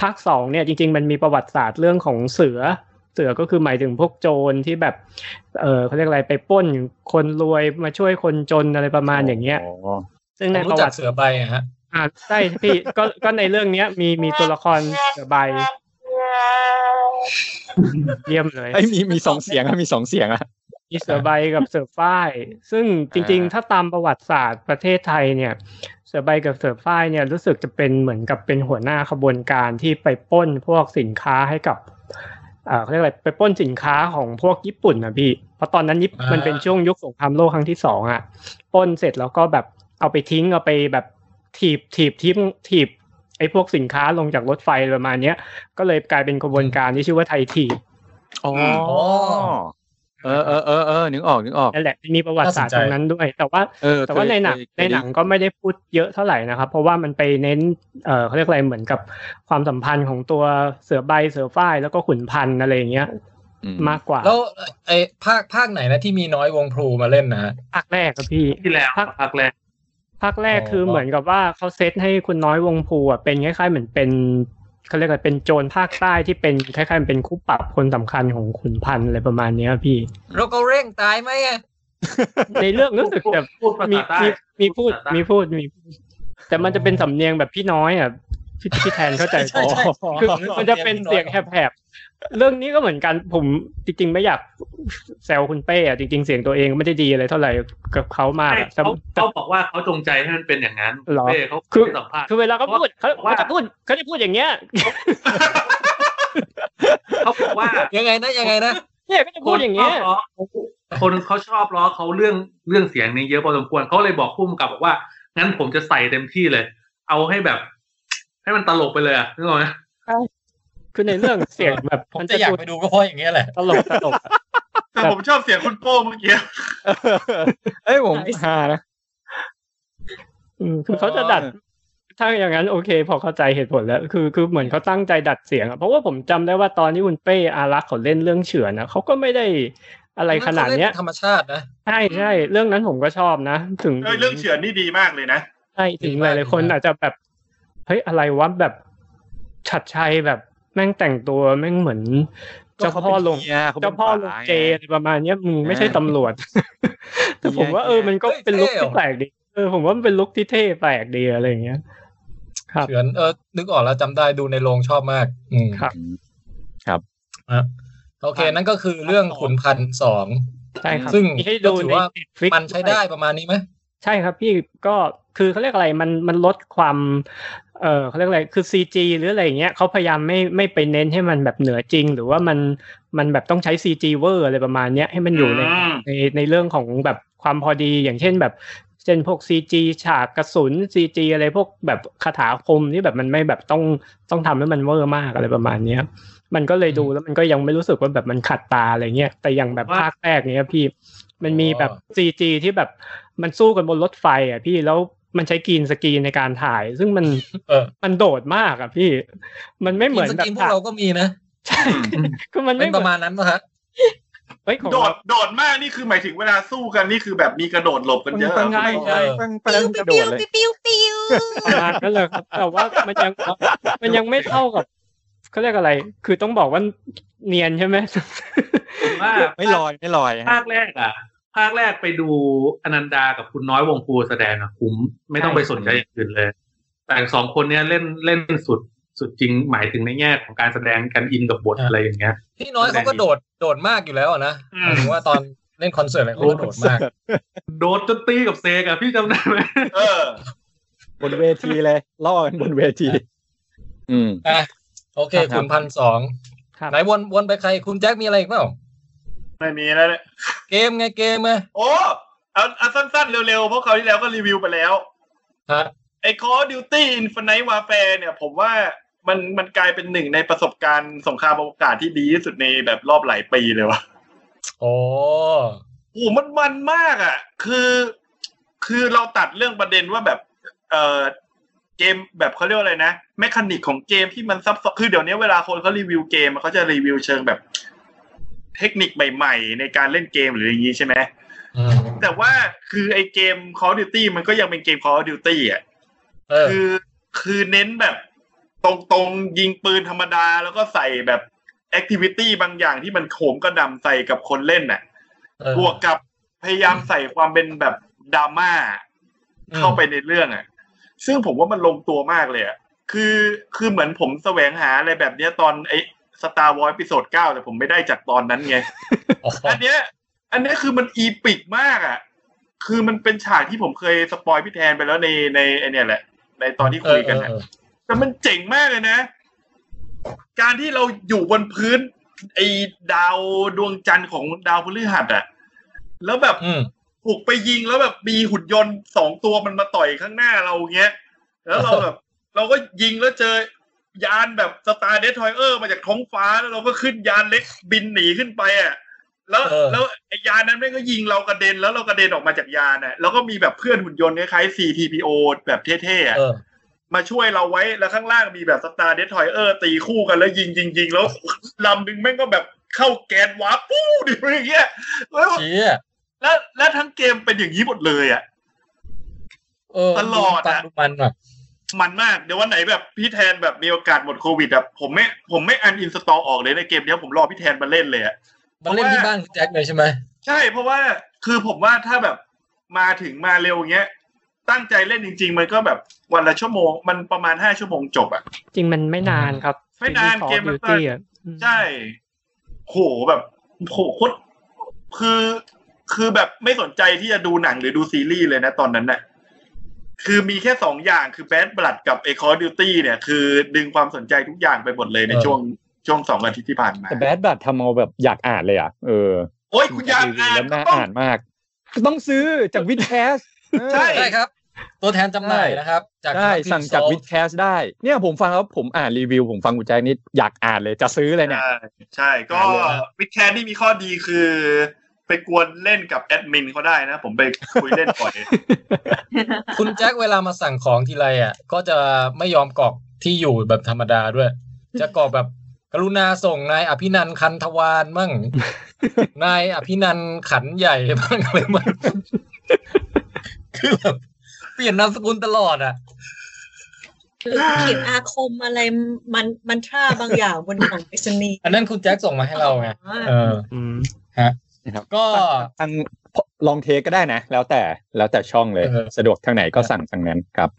[SPEAKER 10] ภาคสองเนี่ยจริงๆ มันมีประวัติศาสตร์เรื่องของเสือ เสือก็คือหมายถึงพวกโจรที่แบบ เออเขาเรียกอะไรไปปล้นคนรวยมาช่วยคนจนอะไรประมาณอย่างเงี้ย
[SPEAKER 9] อ๋อ
[SPEAKER 10] ซึ่ง
[SPEAKER 4] ผ
[SPEAKER 10] ใน
[SPEAKER 4] ม
[SPEAKER 10] ประ
[SPEAKER 4] รู้จั
[SPEAKER 10] วั
[SPEAKER 4] ก
[SPEAKER 10] ติ
[SPEAKER 4] เสือใบอะฮะ
[SPEAKER 10] อ่าใช่พี่ก็ก็ในเรื่องเนี้ยมีมีตัวละครเสือใบเยี่ยมเลย
[SPEAKER 9] ไอ้ยมีมีสองเสียงอะมีสองเสียงอะ
[SPEAKER 10] มีเสือใบกับเสือฝ้าย ซึ่งจริง
[SPEAKER 9] อ่า
[SPEAKER 10] ๆ ถ้าตามประวัติศาสตร์ประเทศไทยเนี่ย เสือใบกับเสือฝ้ายเนี่ยรู้สึกจะเป็นเหมือนกับเป็นหัวหน้าขบวนการที่ไปปล้นพวกสินค้าให้กับเอ่อเขาเรียกอะไรไปปล้นสินค้าของพวกญี่ปุ่นนะพี่เพราะตอนนั้นญี่ปุ่น
[SPEAKER 4] อ่ามั
[SPEAKER 10] มันเป็นช่วงยุคสงครามโลกครั้งที่สองอะปล้นเสร็จแล้วก็แบบเอาไปทิ้งเอาไปแบบถีบถีบทิ้งถีบไอ้พวกสินค้าลงจากรถไฟประมาณเนี้ยก็เลยกลายเป็นขบวนการที่ชื่อว่าไทยถีบ
[SPEAKER 9] อ๋อเออเออเออเออนึกออกนึกออก
[SPEAKER 10] นั่นแหละมีประวัติศาสตร์ตรงนั้นด้วย แต่ว่า
[SPEAKER 9] เออ
[SPEAKER 10] แต่ว่า
[SPEAKER 9] เคย
[SPEAKER 10] ในหนัง
[SPEAKER 9] เคยเคย
[SPEAKER 10] ในห
[SPEAKER 9] ได้ยิ
[SPEAKER 10] นัง
[SPEAKER 9] น
[SPEAKER 10] ก็ไม่ได้พูดเยอะเท่าไหร่นะครับ เพราะว่ามันไปเน้นเออเขาเรียกอะไรเหมือนกับความสัมพันธ์ของตัวเสือใบเสือฝ้ายแล้วก็ขุนพันธุ์อะไรอย่างเงี้ย
[SPEAKER 9] อืม
[SPEAKER 10] มากกว่า
[SPEAKER 4] แล้วไอ้ภาคภาคไหนนะที่มีน้อยวงพลูมาเล่นนะฮะ
[SPEAKER 10] ภาคแรกครับพี่
[SPEAKER 2] ที่แล้ว
[SPEAKER 10] ภาค
[SPEAKER 2] ภาคแรก
[SPEAKER 10] ภาคแรก
[SPEAKER 4] อ๋อ
[SPEAKER 10] คือเหมือนกับว่าเขาเซตให้คุณน้อยวงภูอ่ะเป็นคล้ายๆเหมือนเป็นเขาเรียกอะไรเป็นโจรภาคใต้ที่เป็นคล้ายๆเป็นคู่ปรับคนสำคัญของขุนพันธุ์อะไรประมาณเนี้ยพี่
[SPEAKER 4] เราก็เร่งตายไหมอะ
[SPEAKER 10] ในเรื่องรู้สึกจะ
[SPEAKER 2] พูดภา
[SPEAKER 10] มี
[SPEAKER 2] ษาใต้
[SPEAKER 10] มีมีพูด
[SPEAKER 2] พูดภาษาใต้
[SPEAKER 10] มีพูดมีพูด แต่มันจะเป็นสำเนียงแบบพี่น้อยอ่ะพี่พี่แทนเข้าใจ
[SPEAKER 7] ใช่
[SPEAKER 10] อ๋อ
[SPEAKER 7] ใช่
[SPEAKER 10] คือมันจะเป็นเสียงแหบๆเรื่องนี้ก็เหมือนกันผมจริง ๆ ไม่อยากแซวคุณเป้อะจริง ๆ เสียงตัวเองไม่ได้ดีอะไรเท่าไหร่กับเขามาก
[SPEAKER 2] ใช่
[SPEAKER 10] อะแต่
[SPEAKER 2] เขาเขาบอกว่าเขาจงใจให้มันเป็นอย่างนั้น
[SPEAKER 10] เหรอ
[SPEAKER 2] เป้เขา
[SPEAKER 10] คือ
[SPEAKER 2] สัมภาษณ์
[SPEAKER 10] คือเวลาเขาพูดเขา
[SPEAKER 2] ว่า
[SPEAKER 10] เขาจะพูดเขาจะพูดอย่างเงี้ย
[SPEAKER 2] เขาบอกว่า
[SPEAKER 4] ยังไงนะยังไงนะ
[SPEAKER 10] เนี่ยก็จะพูดอย่างเงี้ย
[SPEAKER 2] คนชอบล้อคนเขาชอบล้อเขาเรื่องเรื่องเสียงนี้เยอะพอสมควรเขาเลยบอกพุ่มกับบอกว่า งั้นผมจะใส่เต็มที่เลย เอาให้แบบ ให้มันตลกไปเลยอะนึกออกไหม
[SPEAKER 10] คือในเรื่องเสียงแบบ
[SPEAKER 4] ผม
[SPEAKER 10] มัน
[SPEAKER 4] จะ
[SPEAKER 10] จะ
[SPEAKER 4] อยาก
[SPEAKER 10] ดู
[SPEAKER 4] ไปดูก็เพราะอย่างเงี้ยแหละ
[SPEAKER 10] ตลกตลกอะ
[SPEAKER 3] แต่ผมชอบเสียงคุณโป้เมื่อกี้
[SPEAKER 9] เอ้ยผมฮานะ
[SPEAKER 10] อืมคือเขาจะดัด ถ้าอย่างนั้นโอเค พอเข้าใจเหตุผลแล้วคือคือเหมือนเขาตั้งใจดัดเสียงอะเพราะว่าผมจำได้ว่าตอนที่คุณเป้อารักษ์เขาเล่นเรื่องเฉือนนะเขาก็ไม่ได้อะไรขนาดเนี้ย
[SPEAKER 4] มัก็ล่ธรรมชาตินะ
[SPEAKER 10] ใช่ใช่เรื่องนั้นผมก็ชอบนะ ถึง
[SPEAKER 3] เอ้ยเรื่องเฉือนนี่ดีมากเลยนะ
[SPEAKER 10] ใช่ถึงหลายๆคน
[SPEAKER 4] ดีมาก
[SPEAKER 10] อาจจะแบบเฮ้ยอะไรวะแบบฉัดชัยแบบแม่งแต่งตัวแม่งเหมือน
[SPEAKER 9] ก็
[SPEAKER 10] เจ้า
[SPEAKER 9] เขา
[SPEAKER 10] พ่อ
[SPEAKER 9] เป็น
[SPEAKER 10] ลง
[SPEAKER 9] เฮียเขาเป็น
[SPEAKER 10] เจ้าพ่อลง
[SPEAKER 9] ป่าไง
[SPEAKER 10] เจอะไรประมาณเนี้ยมึงไม่ใช่
[SPEAKER 9] อ่า
[SPEAKER 10] ตำรวจ แต่ผมว่าเออ
[SPEAKER 9] เฮีย
[SPEAKER 10] มันก็
[SPEAKER 4] เฮ้ย
[SPEAKER 10] เป็นลุค
[SPEAKER 4] เท่
[SPEAKER 10] ที่
[SPEAKER 4] ว่ะ
[SPEAKER 10] แปลกดีเออผมว่ามันเป็นลุคที่เท่แปลกดีอะไรอย่างเงี้ย ครับ
[SPEAKER 4] เฉือนเออนึกออกแล้วจำได้ดูในโรงชอบมาก อืม
[SPEAKER 10] ครับ
[SPEAKER 4] ฮะโอเค นั่นก็คือเรื่องขุนพันธ์สอง
[SPEAKER 10] ใช่ครับ
[SPEAKER 4] ซึ่ง
[SPEAKER 10] มีให้ดู
[SPEAKER 4] ก็ถือ
[SPEAKER 10] ใน
[SPEAKER 4] ว่า
[SPEAKER 10] Netflix
[SPEAKER 4] มันใช้ได้ประมาณนี้ไหม
[SPEAKER 10] ใช่ครับพี่ก็คือเขาเรียกอะไรมันมันลดความ เออเขาเรียกอะไรคือ CG หรืออะไรอย่างเงี้ยเขาพยายามไม่ไม่ไปเน้นให้มันแบบเหนือจริง หรือว่ามันมันแบบต้องใช้ CG เวอร์อะไรประมาณเนี้ยให้มันอยู่ใน
[SPEAKER 3] อืม
[SPEAKER 10] ในในเรื่องของแบบความพอดีอย่างเช่นแบบเช่นพวก CG ฉากกระสุน CG อะไรพวกแบบคาถาคมที่แบบมันไม่แบบต้องต้องทำให้มันเวอร์มากอะไรประมาณเนี้ย มันก็เลยดูแล้วมันก็ยังไม่รู้สึกว่าแบบมันขัดตาอะไรเงี้ยแต่อย่างแบบภาคแรกเนี้ยพี่ มันมีแบบซีจีที่แบบมันสู้กันบนรถไฟอ่ะพี่แล้วมันใช้กรีนสกรีนในการถ่าย ซึ่งมัน
[SPEAKER 4] เออ
[SPEAKER 10] มันโดดมากอ่ะพี่ มันไม่เหมือน
[SPEAKER 4] กินส
[SPEAKER 10] แบบ
[SPEAKER 4] กินพวกเราก็มีนะ
[SPEAKER 10] ใช่คือมัน
[SPEAKER 4] เป็
[SPEAKER 10] ไม่
[SPEAKER 4] น
[SPEAKER 10] เห
[SPEAKER 4] ป
[SPEAKER 10] มื
[SPEAKER 4] ระ
[SPEAKER 10] อน
[SPEAKER 4] มาณนั้นนะฮะ
[SPEAKER 10] เฮ้ยของ
[SPEAKER 3] โด
[SPEAKER 10] เรา
[SPEAKER 3] ดโดดมากนี่คือหมายถึงเวลาสู้กันนี่คือแบบมีกระโดดหลบกันเยอะ
[SPEAKER 10] มันเป็นไง
[SPEAKER 3] อะ
[SPEAKER 4] เออ
[SPEAKER 9] แป้งแป้
[SPEAKER 7] ปิ้
[SPEAKER 9] ง
[SPEAKER 7] ว
[SPEAKER 9] กระโด
[SPEAKER 7] ปิ้
[SPEAKER 9] ด
[SPEAKER 7] ว
[SPEAKER 9] เลย
[SPEAKER 7] ปิ้วปิ้ว
[SPEAKER 10] ประมาณนั้นเลยครับแต่ว่ามันยังมันยังไม่เท่ากับเขาเรียกอะไร คือต้องบอกว่าเนียนใช่ไหม
[SPEAKER 2] ว่า
[SPEAKER 9] ไม่ลอยไม่ลอย
[SPEAKER 2] ภา
[SPEAKER 9] ฮะ
[SPEAKER 2] คแรกอ่ะ ภาคแรกไปดูอนันดากับคุณน้อยวงภูแสดงอะคุ้มไม่ต้องไปสนใจอย่างอื่นเลย แต่สองคนเนี้ยเล่นเล่นสุดสุดจริงหมายถึงในแง่ของการแสดงการอินกับบทอะไรอย่างเงี้ย
[SPEAKER 4] พี่น้อยเขาก็โดดโดดมากอยู่แล้วอะนะหมายถึงว่าตอน เล่นคอนเสิร์ตอะไรเขาก็โดดมาก
[SPEAKER 2] โดดจนตีกับเซกอะพี่จำได้ไหม
[SPEAKER 3] เออ
[SPEAKER 9] บนเวทีเลยล่อกันบนเวที อืม
[SPEAKER 4] อ่ะโอเค
[SPEAKER 9] ครับ
[SPEAKER 4] คุณพันสอง
[SPEAKER 10] ครับ
[SPEAKER 4] ไหนวนวนไปใครคุณแจ็คมีอะไรอีกเปล่า
[SPEAKER 3] ไม่มีแล้วเนี่ย
[SPEAKER 4] เกมไงเกมไง
[SPEAKER 3] โอ้เอาเอาสั้นๆ เร็วๆ เพราะคราวที่แล้วก็รีวิวไปแล้ว
[SPEAKER 4] ฮะ
[SPEAKER 3] ไอ้ Call of Duty Infinite Warfare เนี่ย ผมว่ามันมันกลายเป็นหนึ่งในประสบการณ์สงครามอวกาศที่ดีที่สุดในแบบรอบหลายปีเลยว่ะ
[SPEAKER 4] โอ้
[SPEAKER 3] โอ้โหมันมันมากอ่ะ คือ คือเราตัดเรื่องประเด็นว่าแบบ เออเกมแบบเขาเรียกว่าอะไรนะ แมคานิกของเกมที่มันซับซ้อน คือเดี๋ยวนี้เวลาคนเขารีวิวเกมอะเขาจะรีวิวเชิงแบบ เทคนิคใหม่ๆ ในการเล่นเกมหรืออย่างนี้ใช่ไหม
[SPEAKER 4] อืม
[SPEAKER 3] แต่ว่าคือไอเกม Call of Duty มันก็ยังเป็นเกม Call of Duty อ่ะ
[SPEAKER 4] เออ
[SPEAKER 3] คือคือเน้นแบบตรงๆยิงปืนธรรมดาแล้วก็ใส่แบบแอคทิวิตี้บางอย่างที่มันโขมกระดำใส่กับคนเล่นน่ะ
[SPEAKER 4] เออบ
[SPEAKER 3] วกกับพยายามใส่ความเป็นแบบดราม่าเข้าไปในเรื่องอ่ะ ซึ่งผมว่ามันลงตัวมากเลยอ่ะ คือคือเหมือนผมแสวงหาอะไรแบบเนี้ยตอนไอ้สตาร์วอลพิโซดเก้าแต่ผมไม่ได้จากตอนนั้นไง
[SPEAKER 4] อ๋อ
[SPEAKER 3] อันเนี้ย อันเนี้ยคือมันอีปิกมากอ่ะ คือมันเป็นฉากที่ผมเคยสปอยพี่แทนไปแล้วในในไอเนี่ยแหละ ในตอนที่คุยกัน
[SPEAKER 4] เออ
[SPEAKER 3] อะ
[SPEAKER 4] เออ
[SPEAKER 3] แต่มันเจ๋งมากเลยนะ การที่เราอยู่บนพื้น ไอ้ดาวดวงจันทร์ของดาวพฤหัสอะแล้วแบบ
[SPEAKER 4] อืม
[SPEAKER 3] ถูกไปยิงแล้วแบบมีหุ่นยนต์สองตัวมันมาต่อยข้างหน้าเราเงี้ย แล้วเราแบบ เราก็ยิงแล้วเจอยานแบบสตาร์เดสทอยเออร์มาจากท้องฟ้าแล้วเราก็ขึ้นยานเล็กบินหนีขึ้นไปอะแล้ว
[SPEAKER 4] เออ
[SPEAKER 3] แล้วไอ้ยานนั้นแม่งก็ยิงเรากระเด็นแล้วเรากระเด็นออกมาจากยานอะแล้วก็มีแบบเพื่อนหุ่นยนต์คล้ายๆ CTPO แบบเท่ๆอะ
[SPEAKER 4] เออ
[SPEAKER 3] มาช่วยเราไว้แล้วข้างล่างมีแบบสตาร์เดททอยเออร์ตีคู่กันแล้วยิงยิงยิงแล้ว ลำหนึ่งแม่งก็แบบเข้าแกนวาร์ป ปู้ดิอย่างเงี้ยแล้ว
[SPEAKER 4] เชี่ย
[SPEAKER 3] แล้วแล้วทั้งเกมเป็นอย่างนี้หมดเลยอ่ะ
[SPEAKER 4] เออ
[SPEAKER 3] ตลอดอะ
[SPEAKER 4] ฟังดูมันว่ะ
[SPEAKER 3] มันมากเดี๋ยววันไหนแบบพี่แทนแบบมีโอกาสหมดโควิดอ่ะผมไม่ผมไม่อันอินสตอลออกเลยในเกมเนี้ยผมรอพี่แทนมาเล่นเลยอ่ะ
[SPEAKER 4] มาเล่นที่บ้านคุณแจ็คเลยใช่ไหม
[SPEAKER 3] ใช่เพราะว่าคือผมว่าถ้าแบบมาถึงมาเร็วเงี้ย ตั้งใจเล่นจริง ๆ มันก็แบบวันละชั่วโมงมันประมาณห้าชั่วโมงจบอ่ะ
[SPEAKER 10] จริงมันไม่นานครับ
[SPEAKER 3] ไม่นานเกมมั
[SPEAKER 10] มัน น
[SPEAKER 3] ก็
[SPEAKER 10] ตี้อ่ะอืม
[SPEAKER 3] ใช่ โหแบบโหโคตรคือ คือแบบไม่สนใจที่จะดูหนังหรือดูซีรีส์เลยนะตอนนั้นน่ะ คือมีแค่สองอย่างคือแบ d บลัดกับไอคอร์ดิวตี้เนี่ย คือดึงความสนใจทุกอย่างไปหมดเลยในช่วงช่วงสองอาทิตย์ที่ผ่านมา
[SPEAKER 9] แต่แบดบัตทำเอาแบบอยากอ่านเลยอ่ะ เออ
[SPEAKER 3] โอ้ยคุณยามอ่า
[SPEAKER 9] แล้
[SPEAKER 3] น
[SPEAKER 9] วน่าอ่านมาก ต้องซื้อจากวิดแคส
[SPEAKER 3] ใช่
[SPEAKER 4] ได้ครับ ตัวแทนจำหน่ายนะครับ จาก
[SPEAKER 9] ได้
[SPEAKER 4] Microsoft
[SPEAKER 9] สั่งจากวิดแคสได้ เนี่ยผมฟังแล้วผมอ่านรีวิว ผมฟังกุญแจนิดอยากอ่านเลยจะซื้อเลยเนี่ย
[SPEAKER 3] ใช่ใช่ก็
[SPEAKER 9] อ่านเลยนะ
[SPEAKER 3] วิดแคนนี่มีข้อดีคือ ไปกวนเล่นกับแอดมินเขาได้นะ ผมไปคุยเล่นก่ อนเอง
[SPEAKER 4] คุณแจ็คเวลามาสั่งของทีไรอ่ะ ก็จะไม่ยอมกรอกที่อยู่แบบธรรมดาด้วย จะกรอกแบบกรุณาส่งนายอภินันท์คันทวานมั่ง นายอภินันท์ขันใหญ่บ้างอะไรมั่งคือแบบเปลี่ยนนามสกุลตลอดอ่ะ
[SPEAKER 7] คือเขียนอาคมอะไรมันมันท่าบางอย่างบนของไปรษณีย์
[SPEAKER 4] อันนั้นคุณแจ็คส่งมาให้เราไง
[SPEAKER 7] อ๋อ
[SPEAKER 4] เออ
[SPEAKER 10] อืม
[SPEAKER 4] ก็
[SPEAKER 9] สั่งลองเทคก็ได้นะ แล้วแต่แล้วแต่ช่องเลย
[SPEAKER 4] เออ
[SPEAKER 9] สะดวกทางไหนก็สั่งทางนั้นครับ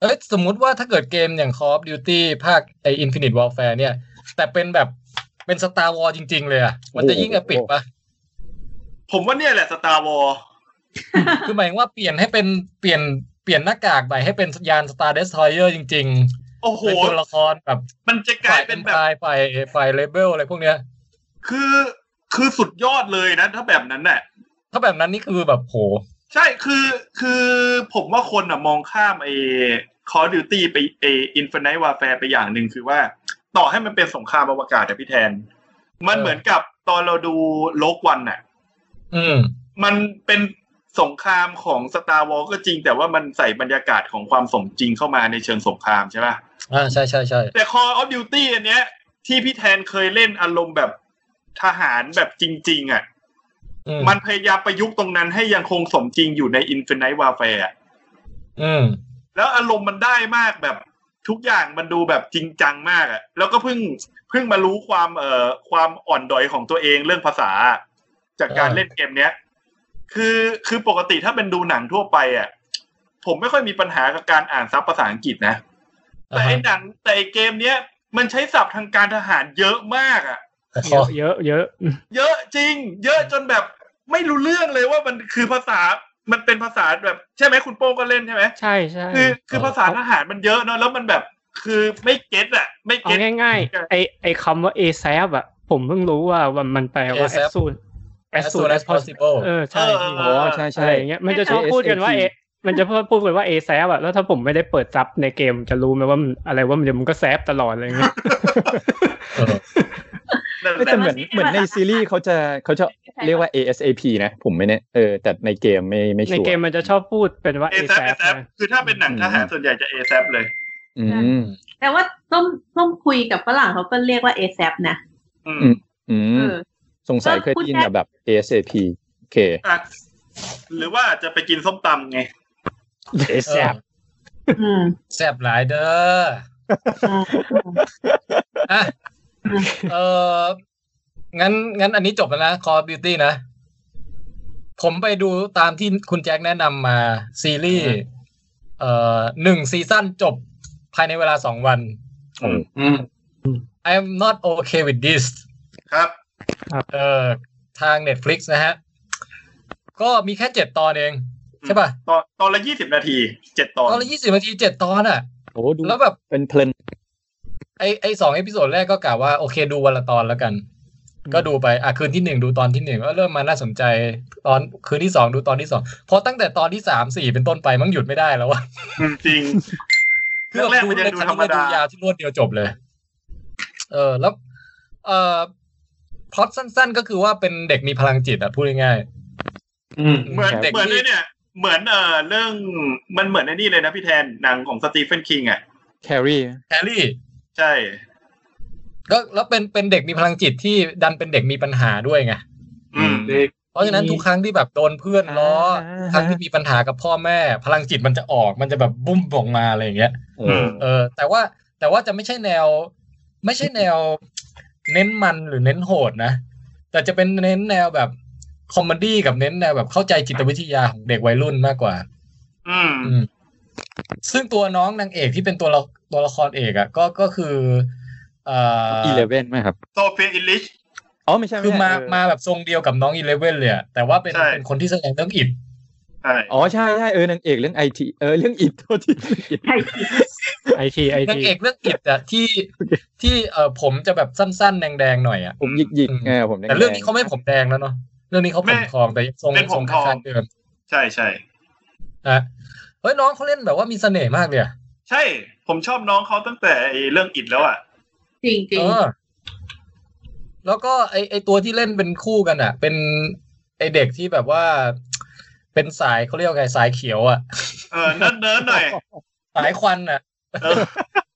[SPEAKER 4] เอ้ยสมมุติว่าถ้าเกิดเกมอย่าง Call of Duty ภาคไอ Infinite Warfare เนี่ย แต่เป็นแบบเป็น Star Wars จริง ๆ เลยอ่ะ มันจะยิ่งเอปิกปะ
[SPEAKER 3] ผมว่าเนี่ยแหละสตาร์วอล
[SPEAKER 4] คือหมายถึงว่าเปลี่ยนให้เป็นเปลี่ยนเปลี่ยนหน้ากากใหม่ให้เป็นยาน Star Destroyer จริง
[SPEAKER 3] โอ้
[SPEAKER 4] ๆ
[SPEAKER 3] โห
[SPEAKER 4] เป็นตัวละครแบบ
[SPEAKER 3] มันจะกลา
[SPEAKER 4] ฝ่าย ย
[SPEAKER 3] เป็
[SPEAKER 4] เป็น น
[SPEAKER 3] แบบ
[SPEAKER 4] ตายฝ่ายฝ่ายเลเบลอะไรพวกเนี้ย
[SPEAKER 3] คือคือสุดยอดเลยนะ ถ้าแบบนั้นน่ะ
[SPEAKER 4] ถ้าแบบนั้นนี่คือแบบโห
[SPEAKER 3] ใช่คือคือผมว่าคนอ่ะมองข้ามไอ้ Call of Duty ไปไอ้ Infinite Warfare ไปอย่างหนึ่งคือว่า ต่อให้มันเป็นสงครามอวกาศแต่พี่แทน มัน
[SPEAKER 4] เออ
[SPEAKER 3] เหมือนกับตอนเราดูโลกวันน่ะ
[SPEAKER 4] อืม
[SPEAKER 3] มันเป็นสงครามของ Star Wars ก็จริง แต่ว่ามันใส่บรรยากาศของความสมจริงเข้ามาในเชิงสงครามใช่ปะ
[SPEAKER 4] อ่าใช่ใช่ใช่
[SPEAKER 3] แต่ Call of Duty อันเนี้ย ที่พี่แทนเคยเล่นอารมณ์แบบทหารแบบจริง ๆ อ่ะ
[SPEAKER 4] อื
[SPEAKER 3] มันพยายามประยุกต์ตรงนั้นให้ยังคงสมจริงอยู่ใน Infinite Warfare อะ
[SPEAKER 4] อืม
[SPEAKER 3] แล้วอารมณ์มันได้มากแบบทุกอย่างมันดูแบบจริงจังมากอะแล้วก็เพิ่งเพิ่งมารู้ความเอ่อความอ่อนดอยของตัวเองเรื่องภาษาอะจากการ
[SPEAKER 4] เออ
[SPEAKER 3] เล่นเกมเนี้ย คือคือปกติถ้าเป็นดูหนังทั่วไปอ่ะผมไม่ค่อยมีปัญหากับการอ่านซับภาษาอังกฤษนะ แต่ไอ้หนังแต่ไอ้เกมเนี้ยมันใช้ศัพท์ทางการทหารเยอะมากอ่ะ
[SPEAKER 10] เยอะเยอะเยอะ
[SPEAKER 3] เยอะจริง เยอะจนแบบไม่รู้เรื่องเลยว่ามันคือภาษา มันเป็นภาษาแบบ ใช่ไหมคุณโป้งก็เล่นใช่ไหม
[SPEAKER 10] ใช่ใช่
[SPEAKER 3] คือคือภาษาทหารมันเยอะเนอะแล้วมันแบบคือไม่เก็ตอ่ะ ไม่
[SPEAKER 10] เอา
[SPEAKER 3] เก็ต
[SPEAKER 10] ง่ายๆ ไอไอคำว่า a s a p อ่ะ ผมเพิ่งรู้ว่ามันมันแปลว่า
[SPEAKER 4] ASAP
[SPEAKER 10] as soon
[SPEAKER 4] as soon as possible
[SPEAKER 10] เออใช่พี่
[SPEAKER 9] โอ้ใช่ใช่
[SPEAKER 10] อะไรอย่างเงี้ยมันจะชอบพูดกันว่าเอมันจะพูดกันว่า a s a p อ่ะแล้วถ้าผมไม่ได้เปิดซับในเกมจะรู้ไหมว่ามันอะไรว่ามันจะมันก็แซฟตลอดอะไรเงี้ย
[SPEAKER 4] เออ
[SPEAKER 3] นั่น
[SPEAKER 9] ไม่
[SPEAKER 3] แห
[SPEAKER 9] แต่
[SPEAKER 3] ละ
[SPEAKER 9] เหมือนเหมือนในซีรีส์เขาจะเขาจะเรียกว่า ASAP นะ ผมไม่แน่เออแต่ในเกมไม่ไม่
[SPEAKER 10] ใน
[SPEAKER 9] ชัว
[SPEAKER 10] เกม
[SPEAKER 9] ร์
[SPEAKER 10] มันจะชอบพูดเป็นว่า
[SPEAKER 3] เอ
[SPEAKER 10] a
[SPEAKER 3] ซ
[SPEAKER 10] s
[SPEAKER 3] เอ
[SPEAKER 10] a p
[SPEAKER 3] ซคือถ้าเป็นหนังทหารส่วนใหญ่จะเอซเลย
[SPEAKER 9] อืม
[SPEAKER 5] แต่ว่าส้มส้มคุยกับฝรั่งเขาก็เรียกว่า ASAP นะ
[SPEAKER 3] อืม
[SPEAKER 9] อื
[SPEAKER 5] เอ
[SPEAKER 9] ม
[SPEAKER 5] อ
[SPEAKER 9] สงสัยเคยได้ยินแต่แบบ ASAP โอเค
[SPEAKER 3] อ่ะหรือว่าจะไปกินส้มตำไง
[SPEAKER 9] ASAP
[SPEAKER 5] อืม
[SPEAKER 4] แซบหลายเด้อ
[SPEAKER 5] อืมอืม
[SPEAKER 4] อ่ะ
[SPEAKER 5] อืม
[SPEAKER 4] เอองั้นงั้นอันนี้จบแล้วนะ Call of Duty นะ ผมไปดูตามที่คุณแจ็คแนะนำมาซีรีส์เอ่อหนึ่งซีซั่นจบภายในเวลาสองวัน
[SPEAKER 2] อืม
[SPEAKER 4] I'm not okay with this
[SPEAKER 3] ครับ
[SPEAKER 4] เออทาง Netflix นะฮะ ก็มีแค่เจ็ดตอนเอง ใช่ป่ะ
[SPEAKER 3] ตอนตอนละยี่สิบนาทีเจ็ดตอน
[SPEAKER 4] ตอนละยี่สิบนาทีเจ็ดตอนอ่ะ
[SPEAKER 9] โอ้ดู
[SPEAKER 4] แล้วแบบ
[SPEAKER 9] เป็นเพลิน
[SPEAKER 4] ไอไอสองเอพิโซดแรกก็กะว่าโอเคดูวันละตอนแล้วกัน
[SPEAKER 10] อืม
[SPEAKER 4] ก็ดูไปอ่ะคืนที่หนึ่งดูตอนที่หนึ่งก็เริ่มมาน่าสนใจ ตอนคืนที่สองดูตอนที่สองพอตั้งแต่ตอนที่สามสี่เป็นต้นไปมันหยุดไม่ได้แล้ววะ
[SPEAKER 3] อืมจริงเรื่องแรกมันยัง
[SPEAKER 4] ใน
[SPEAKER 3] ดู
[SPEAKER 4] ค
[SPEAKER 3] ธ
[SPEAKER 4] รั้
[SPEAKER 3] รงรม
[SPEAKER 4] นี้
[SPEAKER 3] ดา
[SPEAKER 4] ยาวที่รวดเดียวจบเลย เออแล้ว เอ่อพล็อตสั้น ๆ ก็คือว่าเป็นเด็กมีพลังจิตอ่ะพูดง่าย
[SPEAKER 2] อืม
[SPEAKER 4] ๆ
[SPEAKER 3] เหมือน
[SPEAKER 4] ด็ก
[SPEAKER 3] เหมือน
[SPEAKER 4] ที่
[SPEAKER 3] ไอ้เนี่ย เหมือนเอ่อเรื่องมันเหมือนไอ้นี่เลยนะพี่แทนหนังของสตีเฟนคิงอ่ะ
[SPEAKER 9] แครี่
[SPEAKER 4] แฮร์รี่
[SPEAKER 3] ใช่
[SPEAKER 4] ก็แล้วเป็นเป็นเด็กมีพลังจิตที่ดันเป็นเด็กมีปัญหาด้วยไง
[SPEAKER 3] อืม
[SPEAKER 2] เด็ก
[SPEAKER 4] เพราะฉะนั้นทุกครั้งที่แบบโดนเพื่อนล้อ
[SPEAKER 9] อ่า
[SPEAKER 4] ครั้งที่มีปัญหากับพ่อแม่ พลังจิตมันจะออกมันจะแบบบุ้มออกมาอะไรอย่างเงี้ย
[SPEAKER 9] เอ
[SPEAKER 3] ม
[SPEAKER 9] อ
[SPEAKER 4] เออแต่ว่าแต่ว่าจะไม่ใช่แนว ไม่ใช่แนว เน้นมันหรือเน้นโหดนะ แต่จะเป็นเน้นแนวแบบคอมเมดี้กับเน้นแนวแบบเข้าใจจิตวิทยาของเด็กวัยรุ่นมากกว่า
[SPEAKER 3] อืม
[SPEAKER 4] อืมซึ่งตัวน้องนางเอกที่เป็นตัวละตัวละครเอกอ่ะ ก็ก็คือเอ่อ
[SPEAKER 9] อีเลเว่นไหมครับ
[SPEAKER 3] โซเฟียอิลลิช
[SPEAKER 9] อ๋อไม่ใช่ไใช่
[SPEAKER 4] คือมา
[SPEAKER 9] เ
[SPEAKER 4] มาแบบทรงเดียวกับน้องอีเลเว่นเลยอะแต่ว่าเป็น
[SPEAKER 3] ใช่
[SPEAKER 4] เป็นคนที่แสดงเรื่องอิด
[SPEAKER 3] ใช่
[SPEAKER 9] อ๋อใช่ใช่เออนางเอกเรื่องไอทีเออเรื่องอิดโทษที
[SPEAKER 5] ใช่
[SPEAKER 10] ไอทีไอน
[SPEAKER 4] าง
[SPEAKER 10] ที
[SPEAKER 4] เอกเรื่องอิดอะที่ที่เออผมจะแบบสั้นๆ แดงๆหน่อยอะ
[SPEAKER 9] ผมหยิกหยิกๆเออผม
[SPEAKER 4] แต่เรื่องนี้เขาไม่ผมแดงแล้วเนาะเรื่องนี้เขาผมทองแต่ยังทรงทรงคล้ายๆเดิม
[SPEAKER 3] ใช่ใช่
[SPEAKER 4] นะเฮ้ยน้องเขาเล่นแบบว่ามีเสน่ห์มากเลยอะ
[SPEAKER 3] ใช่ ผมชอบน้องเขาตั้งแต่ไอ้เรื่องอิดแล้วอ่ะ
[SPEAKER 5] จริงจริ
[SPEAKER 4] เอง อ แล้วก็ไอไอตัวที่เล่นเป็นคู่กันอะเป็นไอเด็กที่แบบว่า เป็นสายเขาเรียกว่าไงสายเขียวอะ
[SPEAKER 3] เออเนิร์ดเนิร์ดหน่อย
[SPEAKER 4] สายควันอะ
[SPEAKER 3] เออ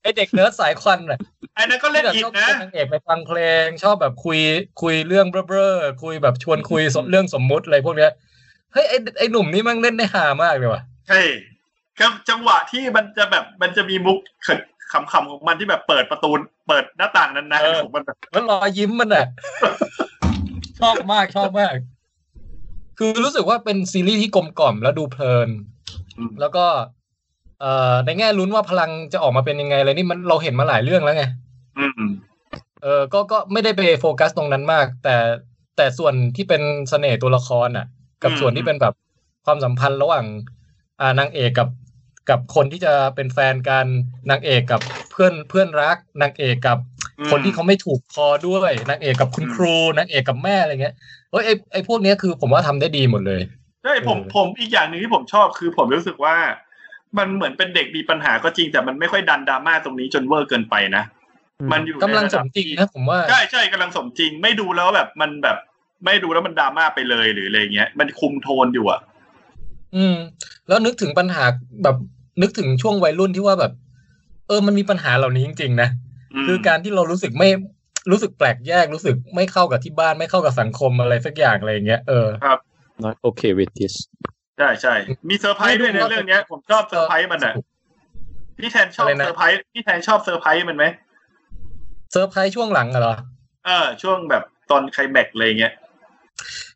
[SPEAKER 4] ไอเด็กเนิร์ดสายควันอะ
[SPEAKER 3] ไอ้นั้นก็เล่น
[SPEAKER 4] แบบ
[SPEAKER 3] อิ
[SPEAKER 4] ช
[SPEAKER 3] ด
[SPEAKER 4] อบ
[SPEAKER 3] นะ
[SPEAKER 4] ชวนนางเอกไปฟังเพลง ชอบแบบคุยคุยเรื่องเบ้อๆคุยแบบชวนคุยสมเรื่องสมมุติอะไรพวกเนี้ยเฮ้ยไอไอหนุ่มนี่แมันเล่นได้หามากเลยว่ะ
[SPEAKER 3] ใช่ก็จังหวะที่มันจะแบบมันจะมีมุกขำๆของมันที่แบบเปิดประตูเปิดหน้าต่างนั้นนะของมันแบบ
[SPEAKER 4] แล้วรอยยิ้มมันอ่ะ ชอบมากชอบมาก คือรู้สึกว่าเป็นซีรีส์ที่กลมกล่อมแล้วดูเพลิน แล้วก็ เอ่อในแง่ลุ้นว่าพลังจะออกมาเป็นยังไงอะไรนี่มันเราเห็นมาหลายเรื่องแล้วไง
[SPEAKER 3] อืม
[SPEAKER 4] เออก็ก็ไม่ได้ไปโฟกัสตรงนั้นมาก แต่แต่ส่วนที่เป็นเสน่ห์ตัวละครอ่ะ กับ
[SPEAKER 3] อืม
[SPEAKER 4] ส่วนที่เป็นแบบความสัมพันธ์ระหว่างอ่านางเอกกับกับคนที่จะเป็นแฟนกันนางเอกกับเพื่อนเพื่อนรักนางเอกกับคนที่เขาไม่ถูกคอด้วยนางเอกกับคุณครูนางเอกกับแม่อะไรเงี้ยเฮ้ยไอไอพวกเนี้ยคือผมว่าทำได้ดีหมดเลย
[SPEAKER 3] ใช่ผม
[SPEAKER 4] เออ
[SPEAKER 3] ผมอีกอย่างหนึ่งที่ผมชอบคือผมรู้สึกว่า มันเหมือนเป็นเด็กมีปัญหาก็จริงแต่มันไม่ค่อยดันดราม่าตรงนี้จนเวอร์เกินไปนะ
[SPEAKER 10] อืม
[SPEAKER 3] มันอยู่
[SPEAKER 4] กำลัง
[SPEAKER 3] ใน
[SPEAKER 4] ส
[SPEAKER 3] ระดับ
[SPEAKER 4] มจริงนะผมว่า
[SPEAKER 3] ใช่ใช่กำลังสมจริง ไม่ดูแล้วแบบมันแบบไม่ดูแล้วมันดราม่าไปเลยหรืออะไรเงี้ย มันคุมโทนอยู่อ่ะ
[SPEAKER 4] อืม แล้วนึกถึงปัญหาแบบนึกถึงช่วงวัยรุ่นที่ว่าแบบ เออมันมีปัญหาเหล่านี้จริงๆนะ
[SPEAKER 3] ม
[SPEAKER 4] คือการที่เรารู้สึกไม่รู้สึกแปลกแยกรู้สึกไม่เข้ากับที่บ้านไม่เข้ากับสังคมอะไรสักอย่างอะไรอย่างเงี้ยเออ
[SPEAKER 9] โอเค with this
[SPEAKER 3] ใช่ใช่มีเซอร์ไพรส์ด้วยในะ
[SPEAKER 4] ไม่ดู
[SPEAKER 3] เรื่องเนี้ย ผมชอบเซอร์ไพรส์มันอ่ะพี่แทนชอบ
[SPEAKER 4] อะไรนะ
[SPEAKER 3] เซอร์ไพรส์พี่แทนชอบเซอร์ไพรส์มันไหม
[SPEAKER 4] เซอร์ไพรส์ช่วงหลังอะเหรอ
[SPEAKER 3] เออช่วงแบบตอนไคลแม็กซ์อะไรเงี้ย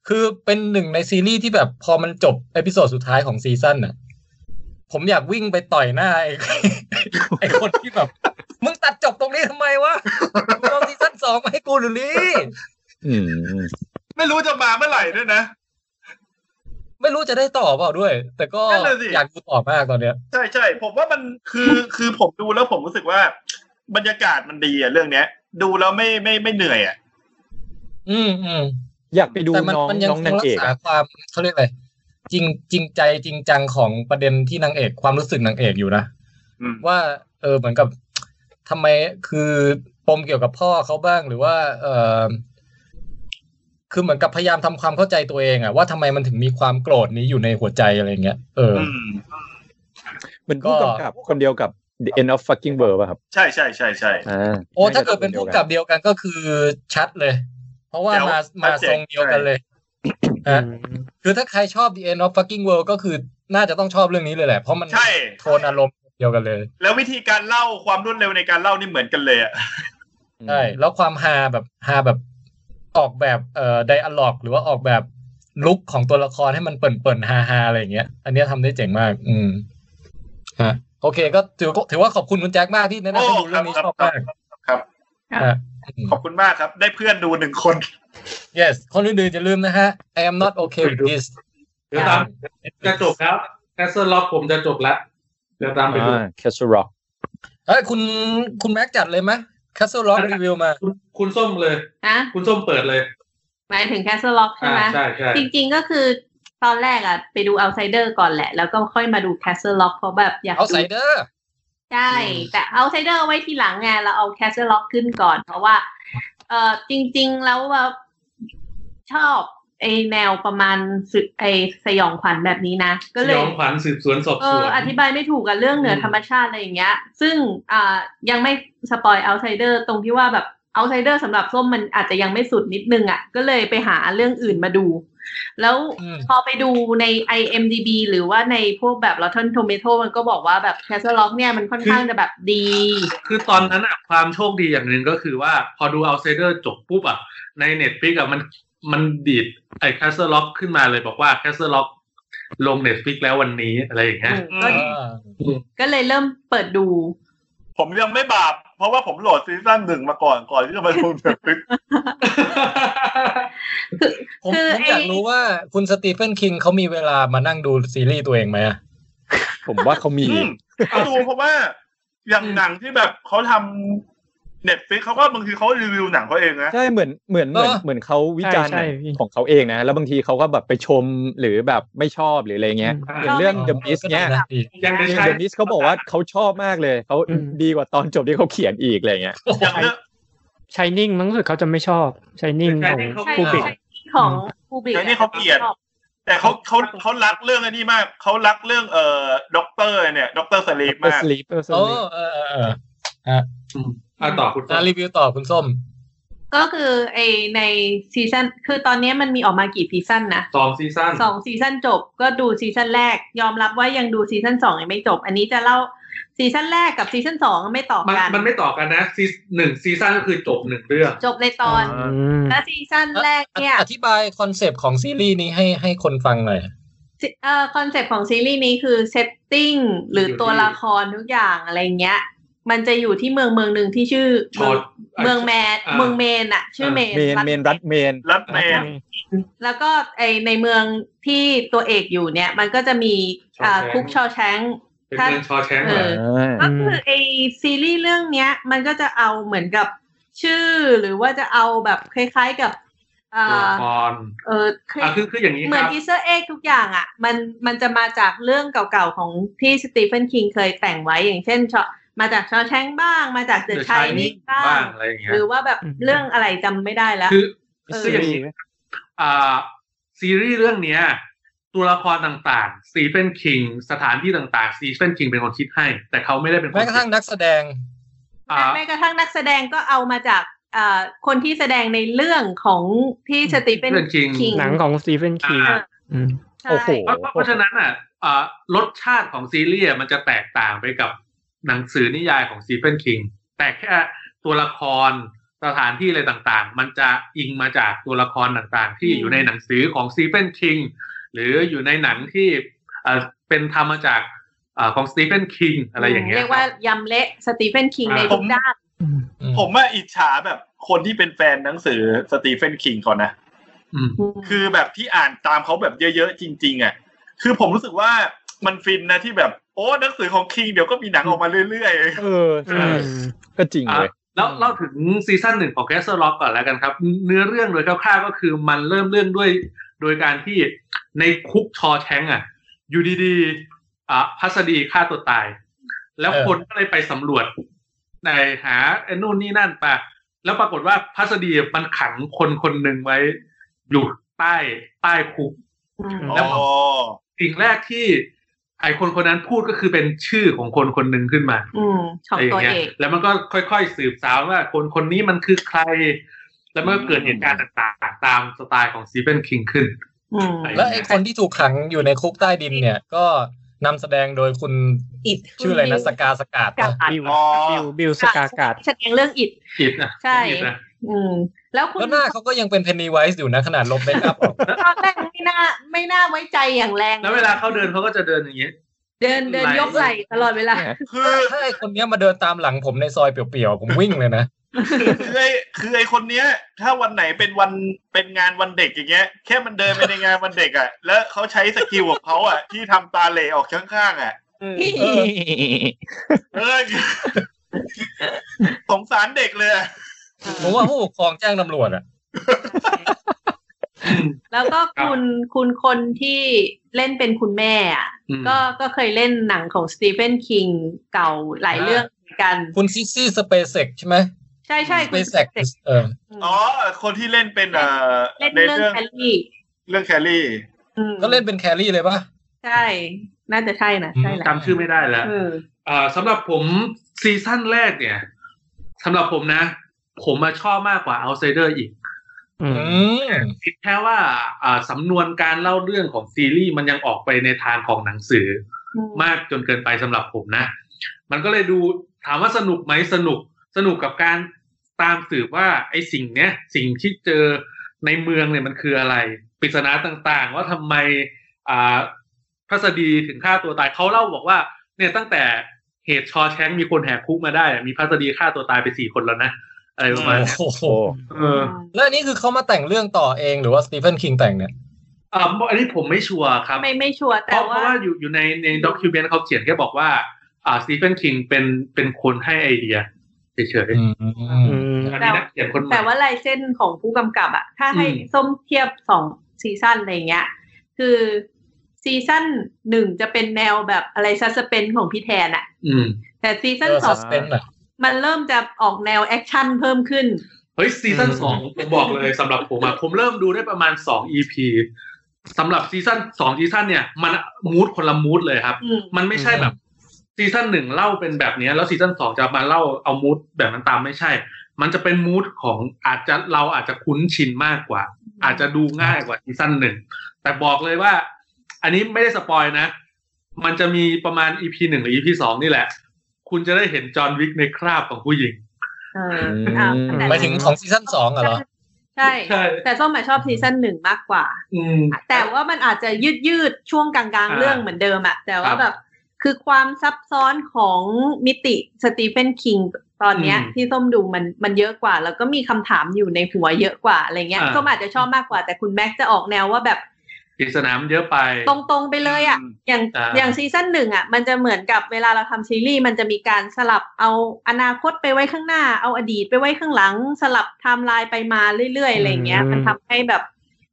[SPEAKER 4] คือเป็นหนึ่งในซีรีส์ที่แบบพอมันจบเอพิโซดสุดท้ายของซีซั่นน่ะ ผมอยากวิ่งไปต่อยหน้าไอ้ ไอ้คนที่แบบ มึงตัดจบตรงนี้ทำไมวะมึงเอาซีซั่นสองมาให้กูหรือลี่
[SPEAKER 9] อืม
[SPEAKER 3] ไม่รู้จะมาเมื่อไหร่ด้วยนะ
[SPEAKER 4] ไม่รู้จะได้ต่อเปล่าด้วย แต่ก็
[SPEAKER 3] นั่นน่ะสิ
[SPEAKER 4] อยากดูต่อมากตอนเนี้ย
[SPEAKER 3] ใช่ใช่ผมว่ามันคือคือผมดูแล้วผมรู้สึกว่า บรรยากาศมันดีอะเรื่องเนี้ย ดูแล้วไม่ไม่ไม่เหนื่อยอะ
[SPEAKER 4] อืมอืม
[SPEAKER 9] อยากไปดู
[SPEAKER 4] แต่มั
[SPEAKER 9] น้อง
[SPEAKER 4] มัยั
[SPEAKER 9] น้อ
[SPEAKER 4] คน
[SPEAKER 9] งาง
[SPEAKER 4] รั
[SPEAKER 9] เอก
[SPEAKER 4] ษา
[SPEAKER 9] อะ
[SPEAKER 4] ความเขาเรียกอะไรจริงจริงใจจริงจังของประเด็นที่นางเอกความรู้สึกนางเอกอยู่นะ
[SPEAKER 3] อืม
[SPEAKER 4] ว่า เออเหมือนกับทำไมคือปมเกี่ยวกับพ่อเขาบ้างหรือว่า เออคือเหมือนกับพยายามทำความเข้าใจตัวเองอะว่าทำไมมันถึงมีความโกรธนี้อยู่ในหัวใจอะไรเงี้ยเออ
[SPEAKER 3] อืม
[SPEAKER 9] เหมือนผู้กำกับคนเดียวกับ The End of Fucking World ป่ะครับ
[SPEAKER 3] ใช่ใช่ใช่ใช่
[SPEAKER 9] อ่า
[SPEAKER 4] โอ้ถ้าเกิดเป็นผู้กำกับเดียวกันก็คือชัดเลย เพราะว่า
[SPEAKER 3] แจ๋ว
[SPEAKER 4] มามา
[SPEAKER 3] ชัดเจน
[SPEAKER 4] ทรงเดียวกันเลย
[SPEAKER 10] อื
[SPEAKER 4] ฮะ
[SPEAKER 10] ม
[SPEAKER 4] คือถ้าใครชอบ The End of Fucking World ก็คือน่าจะต้องชอบเรื่องนี้เลยแหละ เพราะมัน
[SPEAKER 3] ใช่
[SPEAKER 4] โทนอารมณ์เดียวกันเลย
[SPEAKER 3] แล้ววิธีการเล่าความรวดเร็วในการเล่านี่เหมือนกันเลยอะ
[SPEAKER 4] ใช่ แล้วความฮาแบบฮาแบบออกแบบเอ่อไดอะล็อก หรือว่าออกแบบลุคของตัวละครให้มันเปิ่นๆฮาฮาๆอะไรอย่างเงี้ย อันเนี้ยทำได้เจ๋งมาก อืมฮะโอเค ก็ถือว่าถือว่าขอบคุณคุณแจ็คมากที่แนะนำให้ดูเรื่องนี้ชอบมากฮะ
[SPEAKER 3] ขอบคุณมากครับ ได้เพื่อนดูหนึ่งคน
[SPEAKER 4] yes คนอื่นๆอย่าลืมนะฮะ I am not okay with this
[SPEAKER 2] เดี๋ยวตามจะจบแล้วแคสเซิลล็อกผมจะจบแล้วเดี๋ยวตามไปดู
[SPEAKER 9] อ่า Castle Rock
[SPEAKER 4] เอ้ยคุณคุณแม็กจัดเลยไหม Castle Rock รีวิวมา
[SPEAKER 2] คุณคุณส้มเลย
[SPEAKER 5] นะ
[SPEAKER 2] คุณส้มเปิดเลย
[SPEAKER 5] หมายถึงแคสเซิลล็อกใช่
[SPEAKER 2] อ่า
[SPEAKER 5] ไหม
[SPEAKER 2] ใช่ใช่
[SPEAKER 5] จริงๆก็คือตอนแรกอ่ะ ไปดูเอาไซเดอร์ก่อนแหละ แล้วก็ค่อยมาดูแคสเซิลล็อกเพราะแบบอยาก
[SPEAKER 4] เอา
[SPEAKER 5] ดู
[SPEAKER 4] ใส่เด้อ
[SPEAKER 5] ใช่แต่เอาไซเดอร์ไว้ทีหลังไงเราเอาแคสเซิลล็อกขึ้นก่อน เพราะว่า เออจริงๆแล้วว่าชอบไอแนวประมาณสไอสยองขวัญแบบนี้นะ ก็
[SPEAKER 2] ส
[SPEAKER 5] เลยย
[SPEAKER 2] องขวัญสืบสวนสอบ
[SPEAKER 5] เอ
[SPEAKER 2] สว
[SPEAKER 5] อน อธิบายไม่ถูกกับเรื่องเหนือธรรมชาติอะไรอย่างเงี้ย ซึ่งอ่ายังไม่สปอยเอาไซเดอร์ตรงที่ว่าแบบเอาไซเดอร์สำหรับส้มมันอาจจะยังไม่สุดนิดนึงอะ่ะ ก็เลยไปหาเรื่องอื่นมาดู แล้ว
[SPEAKER 4] อืม
[SPEAKER 5] พอไปดูใน IMDB หรือว่าในพวกแบบ Rotten Tomato มันก็บอกว่าแบบ Castle Rock เนี่ยมันค่อนข้างจะแบบดี
[SPEAKER 2] คือตอนนั้นอะความโชคดีอย่างหนึ่งก็คือว่าพอดูเอาเซเดอร์จบปุ๊บอะในเน็ต l ิกอะมันมันดีดไอ้แคสเซอร์ล็อกขึ้นมาเลยบอกว่าแคสเซอร์ล็อกลงเน็ต l ิกแล้ววันนี้อะไรอย่างเงี้ย
[SPEAKER 5] ก็
[SPEAKER 4] อ่า
[SPEAKER 5] ก็เลยเริ่มเปิดดู
[SPEAKER 3] ผมยังไม่บาป เพราะว่าผมโหลดซีซั่นหนึ่งมาก่อนก่อนที่จะมาดูเน็ตฟ ลิกซ์
[SPEAKER 4] ผม
[SPEAKER 5] คื
[SPEAKER 4] ผม
[SPEAKER 5] อ
[SPEAKER 4] อยาก
[SPEAKER 5] ไอ้
[SPEAKER 4] รู้ว่าคุณสตีเฟนคิงเขามีเวลามานั่งดูซีรีส์ตัวเองไหมอะ
[SPEAKER 9] ผมว่าเขามี
[SPEAKER 3] อืมก็ดูเพราะว่าอย่างหนังที่แบบเขาทำเน็ตฟลิกซ์เขาก็บางทีเขารีวิวหนังเขาเองนะ
[SPEAKER 9] ใช่เหมือนเหมือนเหมือนเหมือนเขาวิจารณ์หนังของเขาเองนะ แล้วบางทีเขาก็แบบไปชมหรือแบบไม่ชอบหรืออะไรเงี้ย
[SPEAKER 2] อืม
[SPEAKER 9] อย่างเรื่อง The Beast เนี่ย
[SPEAKER 4] ก็ดูนะดี
[SPEAKER 2] ยังได้
[SPEAKER 9] เด
[SPEAKER 2] ใช้
[SPEAKER 9] อะมิสเขาบอกว่าเขาชอบมากเลย เขา
[SPEAKER 10] อืม
[SPEAKER 9] ดีกว่าตอนจบที่เขาเขียนอีกอะไรเงี้ย
[SPEAKER 3] อย่างเรื่อง
[SPEAKER 10] ชายนิ่งมั้งรู้สึกเขาจะไม่ชอบชายนิ่งของ
[SPEAKER 5] ใช่
[SPEAKER 10] คูบริก
[SPEAKER 5] ใช่ของคูบริก
[SPEAKER 3] เดี๋ยวนี้เขาเกลียด แต่เขาเขาเขารักเรื่องอันนี้มาก เขารักเรื่องเอ่อด็อกเตอร์เนี่ยด็อกเตอร์สลีป
[SPEAKER 9] เปอร์
[SPEAKER 3] มาก
[SPEAKER 9] สลีป
[SPEAKER 10] เออ
[SPEAKER 4] โอ้เออเออเออ
[SPEAKER 2] อ่ะต่อคุณส้ม
[SPEAKER 4] อ่ะรีวิวต่อคุณส้ม
[SPEAKER 5] ก็คือไอในซีซั่นคือตอนนี้มันมีออกมากี่ซีซั่นนะ
[SPEAKER 2] สองซีซั่น
[SPEAKER 5] สองซีซั่นจบก็ดูซีซั่นแรก ยอมรับว่ายังดูซีซั่นสองยังไม่จบ อันนี้จะเล่าซีซั่นแรกกับซีซั่นสองไม่ต่อ
[SPEAKER 2] มัน
[SPEAKER 5] กัน
[SPEAKER 2] มันไม่ต่อกันนะซีหนึ่งซีซั่นก็คือจบหนึ่งเรื่อง
[SPEAKER 5] จบในตอน
[SPEAKER 10] อืม
[SPEAKER 5] และซีซั่นแรกเนี่ย
[SPEAKER 4] อธิบายคอนเซปต์ของซีรีส์นี้ให้ให้คนฟังหน่อย
[SPEAKER 5] ซิเอ่อคอนเซปต์ของซีรีส์นี้คือเซตติ้งหรือ
[SPEAKER 2] อยู่ที่
[SPEAKER 5] ตัวละครทุกอย่างอะไรเงี้ย มันจะอยู่ที่เมืองเมืองหนึ่งที่ชื่อ
[SPEAKER 2] ชอต
[SPEAKER 5] เมืองเมืองแมน
[SPEAKER 2] อ่า
[SPEAKER 5] เมืองเมนอะชื่อเมน
[SPEAKER 9] เมนเมนรัดเมน
[SPEAKER 3] รัดเมน
[SPEAKER 5] แล้วก็ไอในเมืองที่ตัวเอกอยู่เนี่ย มันก็จะมีอ่าคุกชอแชง
[SPEAKER 2] เป็นเรื่องชอแชงก์
[SPEAKER 5] เอ
[SPEAKER 2] เหรอ
[SPEAKER 5] อ ก็คือไอซีรีส์เรื่องเนี้ย มันก็จะเอาเหมือนกับชื่อหรือว่าจะเอาแบบคล้ายๆกับเอ
[SPEAKER 2] ตัว
[SPEAKER 5] อ
[SPEAKER 2] ละคร
[SPEAKER 5] เออคล้า
[SPEAKER 2] อ่ะ
[SPEAKER 5] ย
[SPEAKER 2] คือคืออย่างนี้
[SPEAKER 5] เห
[SPEAKER 2] ค
[SPEAKER 5] มือน
[SPEAKER 2] รับ
[SPEAKER 5] อีสเตอร์เอ็กทุกอย่างอ่ะ มันมันจะมาจากเรื่องเก่าๆของที่สตีเฟนคิงเคยแต่งไว้อย่างเช่นชอมาจากชอแชงบ้างมาจากเด
[SPEAKER 2] The
[SPEAKER 5] อะชายนี่
[SPEAKER 2] Shining
[SPEAKER 5] บ้า
[SPEAKER 2] บ้าง
[SPEAKER 5] ง
[SPEAKER 2] อะไรอย่างเงี้ย
[SPEAKER 5] หรือว่าแบบเรื่องอะไรจำไม่ได้แล้ว
[SPEAKER 2] คือ
[SPEAKER 5] เออ
[SPEAKER 2] คืออย่างนี้อ่าซีรีส์เรื่องเนี้ย ตัวละครต่างๆสตีเฟนคิงสถานที่ต่างๆสตีเฟนคิงเป็นคนคิดให้ แต่เขาไม่ได้เป็นคน
[SPEAKER 4] แม้กระทั่ง
[SPEAKER 2] คิด
[SPEAKER 4] นักแสดง
[SPEAKER 2] อ่า
[SPEAKER 5] แม้กระทั่งนักแสดงก็เอามาจากเอ่อคนที่แสดงในเรื่องของที่สตีเฟน
[SPEAKER 2] เฟนคิง
[SPEAKER 5] คิ
[SPEAKER 10] หนังของสตีเฟนคิง
[SPEAKER 2] อ่า
[SPEAKER 10] อืม
[SPEAKER 5] ใช่
[SPEAKER 9] โอ้โห
[SPEAKER 2] เพราะเพราะฉะนั้นอ่ะอ่ารสชาติของซีรีส์อ่ะมันจะแตกต่างไปกับหนังสือนิยายของสตีเฟนคิงแต่แค่ตัวละคร สถานที่อะไรต่างๆ มันจะอิงมาจากตัวละครต่างๆ ที่อยู่ในหนังสือของซีเฟนคิงหรืออยู่ในหนังที่เอ่อเป็นทำมาจากเอ่อของสตีเฟนคิงอะไรอย่างเงี้ย
[SPEAKER 5] เรียกว่ายำเละสตีเฟนคิงในทุกด้าน
[SPEAKER 3] ผมว่าอิจฉาแบบคนที่เป็นแฟนหนังสือสตีเฟนคิงก่อนนะ
[SPEAKER 2] อืม
[SPEAKER 3] คือแบบที่อ่านตามเขาแบบเยอะๆจริง ๆอ่ะคือผมรู้สึกว่ามันฟินนะที่แบบโอ้หนังสือของคิงเดี๋ยวก็มีหนังออกมาเรื่อยๆ
[SPEAKER 9] เออใช่ก็จริงเลย
[SPEAKER 2] อ่ะแล้วเล่าถึงซีซั่นหนึ่งของ Castle Rock ก่อนแล้วกันครับ เนื้อเรื่องโดยคร่าวๆก็คือมันเริ่มเรื่องด้วยโดยการที่ในคุกชอแชงก์อ่ะ อยู่ดีๆอ่ะพัสดีฆ่าตัวตาย แล้ว
[SPEAKER 4] เออ
[SPEAKER 2] คนก็เลยไปสำรวจในหาไอ้นู่นนี่นั่นไปแล้วปรากฏว่าพัสดีมันขังคนคนหนึ่งไว้ อยู่ใต้ใต้คุก
[SPEAKER 3] อ๋อ
[SPEAKER 2] แล้วพอ สิ่งแรกที่ไอคนคนนั้นพูดก็คือเป็นชื่อของคนคนหนึ่งขึ้นมา
[SPEAKER 5] อืมของ
[SPEAKER 2] อะไรอ
[SPEAKER 5] ตั
[SPEAKER 2] ย่าวงเงี้ย
[SPEAKER 5] เอก
[SPEAKER 2] แล้วมันก็ค่อยๆสืบสาวว่าคนคนนี้มันคือใคร แล้วมันก็เกิดเหตุการณ์ต่างๆ ตามสไตล์ของซีเฟนคิงขึ้น
[SPEAKER 5] อืม
[SPEAKER 4] แล้วไอ้คนที่ถูกขังอยู่ในคุกใต้ดินเนี่ย ก็นำแสดงโดยคุณ
[SPEAKER 7] อิด
[SPEAKER 4] ชื่ออะไรนะสกาสกาด
[SPEAKER 5] กา
[SPEAKER 4] ปะ
[SPEAKER 5] ด
[SPEAKER 10] บิว
[SPEAKER 3] อ๋อ
[SPEAKER 10] บิวบิวสกากาด
[SPEAKER 5] แสดงเรื่องอิด
[SPEAKER 2] ผิดนะ
[SPEAKER 5] ใช่
[SPEAKER 2] ผิดนะ
[SPEAKER 5] อืม แล้วคุณ
[SPEAKER 4] แล้วหน้าเขาก็ยังเป็นเพนนีไวส์อยู่นะขนาดลบเมคอัพอ อก
[SPEAKER 5] ตอนแรกไม่น่าไม่น่าไว้ใจอย่างแรง
[SPEAKER 2] แล้วเวลาเขาเดินเขาก็จะเดินอย่างเงี้ย
[SPEAKER 5] เดินเดิน
[SPEAKER 2] ไหล่
[SPEAKER 5] ยกไหลตลอดเวลา
[SPEAKER 3] คือ
[SPEAKER 4] ถ้าไอคนเนี้ยมาเดินตามหลังผมในซอยเปลี่ยวๆ ผมวิ่งเลยนะ
[SPEAKER 3] คือไอคือไอคนเนี้ย ถ้าวันไหนเป็นวันเป็นงานวันเด็กอย่างเงี้ย แค่มันเดินไปในงานวันเด็กอ่ะ แล้วเขาใช้สกิลของเขาอ่ะ ที่ทำตาเหลออกข้างๆอ่ะ
[SPEAKER 4] เออ
[SPEAKER 3] เออสงสารเด็กเลยอะ
[SPEAKER 4] ผมว่าผู้ปกครองแจ้งตำรวจอ่ะ
[SPEAKER 5] แล้วก็คุณคุณคนที่เล่นเป็นคุณแม่อ่ะ
[SPEAKER 2] อืม
[SPEAKER 5] ก็ก็เคยเล่นหนังของสตีเฟนคิงเก่าหลายเรื่องเหมือนกัน
[SPEAKER 4] คุณซิซี่สเปเซกใช่ไหม
[SPEAKER 5] ใช่ใช่
[SPEAKER 4] ส
[SPEAKER 5] คุ
[SPEAKER 4] เป
[SPEAKER 5] ณ
[SPEAKER 4] เซกเออ
[SPEAKER 5] ม
[SPEAKER 3] อ๋อ คนที่เล่นเป็นเอ่อ
[SPEAKER 5] เล่น
[SPEAKER 3] ใน
[SPEAKER 5] เรื่อ
[SPEAKER 3] เรื่อ
[SPEAKER 5] ง
[SPEAKER 3] ง
[SPEAKER 5] แคลรี่
[SPEAKER 3] เรื่องแคลรี่
[SPEAKER 5] อืม
[SPEAKER 4] ก็เล่นเป็นแครี่เลยปะ
[SPEAKER 5] ใช่ น่าจะใช่นะใช่แหละ
[SPEAKER 2] จำชื่อไม่ได้แล้ว
[SPEAKER 5] เออ
[SPEAKER 2] เอ่อสำหรับผมซีซั่นแรกเนี่ยสำหรับผมนะ ผมมาชอบมากกว่า Outsider อีก
[SPEAKER 10] อืม
[SPEAKER 4] อืม
[SPEAKER 2] คิดแค่ว่าอ่าสำนวนการเล่าเรื่องของซีรีส์มันยังออกไปในทางของหนังสือ มากจนเกินไปสำหรับผมนะ มันก็เลยดูถามว่าสนุกไหมสนุกสนุกกับการตามสืบว่าไอ้สิ่งเนี้ยสิ่งที่เจอในเมืองเนี่ยมันคืออะไรปริศนาต่างๆ ว่าทำไมอ่าพัสดีถึงฆ่าตัวตายเขาเล่าบอกว่า เนี่ยตั้งแต่เหตุชอแชงก์มีคนแหกคุกมาได้อะมีพัสดีฆ่าตัวตายไปสี่คนแล้วนะอะไรประมาณเนี้ย
[SPEAKER 4] โอ้โห
[SPEAKER 2] เออ
[SPEAKER 4] แล้วอันนี้คือเขามาแต่งเรื่องต่อเองหรือว่าสตีเฟนคิงแต่งเนี่ย
[SPEAKER 2] อ่าอันนี้ผมไม่ชัวร์ครับ
[SPEAKER 5] ไม่ไม่ชัวร์
[SPEAKER 2] เพ
[SPEAKER 5] แต่
[SPEAKER 2] ราะเพ
[SPEAKER 5] ว่า
[SPEAKER 2] ราะว่าอยู่อยู่ในในด็อกิวเมนเขาเขียนแค่บอกว่า อ่าสตีเฟนคิงเป็นเป็นคนให้ไอเดียเฉย
[SPEAKER 4] อืม
[SPEAKER 10] อืม
[SPEAKER 2] ๆอันนี้นักเขียนคนใหม่
[SPEAKER 5] แต่ว่าลายเส้นของผู้กำกับอะถ้าให้ส้มเทียบสองซีซั่นอะไรเงี้ย คือซีซั่นหนึ่งจะเป็นแนวแบบอะไรซัสเปนของพี่แทนอะ
[SPEAKER 2] อืม
[SPEAKER 5] แต่ซีซั่น
[SPEAKER 4] เออ
[SPEAKER 5] ส
[SPEAKER 4] ซั
[SPEAKER 5] อง
[SPEAKER 4] สเพนอ่ะ
[SPEAKER 5] มันเริ่มจะออกแนวแอคชั่นเพิ่มขึ้น
[SPEAKER 2] เฮ้ยซีซั่น
[SPEAKER 4] อืม
[SPEAKER 2] สองผมบอกเลยสำหรับผมอะผมเริ่มดูได้ประมาณสองอีพีสำหรับซีซั่นสองซีซั่นเนี่ย มันมูดคนละมูดเลยครับ
[SPEAKER 5] อืม
[SPEAKER 2] มันไม่ใช่แบบซีซั่นหนึ่งเล่าเป็นแบบเนี้ยแล้วซีซั่นสองจะมาเล่าเอามูดแบบนั้นตามไม่ใช่ มันจะเป็นมูดของอาจจะเราอาจจะคุ้นชินมากกว่า อาจจะดูง่ายกว่าซีซั่นหนึ่งแต่บอกเลยว่า อันนี้ไม่ได้สปอยนะ มันจะมีประมาณ EP หนึ่งหรือ EP สองนี่แหละ คุณจะได้เห็นจอห์นวิกในคราบของผู้หญิง
[SPEAKER 5] เอออ่ะแต่
[SPEAKER 4] หมายถึงของซีซั่นสองอะเหรอ
[SPEAKER 5] ใช่
[SPEAKER 2] ใช่
[SPEAKER 5] แต่ส้มอะชอบซีซั่นหนึ่งมากกว่า
[SPEAKER 2] อืม
[SPEAKER 5] แต่ว่ามันอาจจะยืดยืดๆช่วงกลางๆ
[SPEAKER 2] อ่า
[SPEAKER 5] เรื่องเหมือนเดิมอะแต่
[SPEAKER 2] ครั
[SPEAKER 5] ว่า
[SPEAKER 2] บ
[SPEAKER 5] แบบคือความซับซ้อนของมิติสตีเฟนคิงตอนเนี้ย
[SPEAKER 2] อืม
[SPEAKER 5] ที่ส้มดูมันมันเยอะกว่า แล้วก็มีคำถามอยู่ในหัวเยอะกว่าอะไรเงี้ย
[SPEAKER 2] อ่า
[SPEAKER 5] ส้มอาจจะชอบมากกว่า แต่คุณแม็กซ์จะออกแนวว่าแบบ
[SPEAKER 2] ปริศนามนเยอะไป
[SPEAKER 5] ตรงๆไปเลยอะ
[SPEAKER 3] อืม
[SPEAKER 5] อย่าง
[SPEAKER 2] อ่า
[SPEAKER 5] อย่างซีซั่นหนึ่งอะมันจะเหมือนกับเวลาเราทำซีรีส์มันจะมีการสลับเอาอนาคตไปไว้ข้างหน้า เอาอดีตไปไว้ข้างหลัง สลับไทม์ไลน์ไปมาเรื่อยๆอะไรเงี้ย
[SPEAKER 10] อืม
[SPEAKER 5] มันทำให้แบบ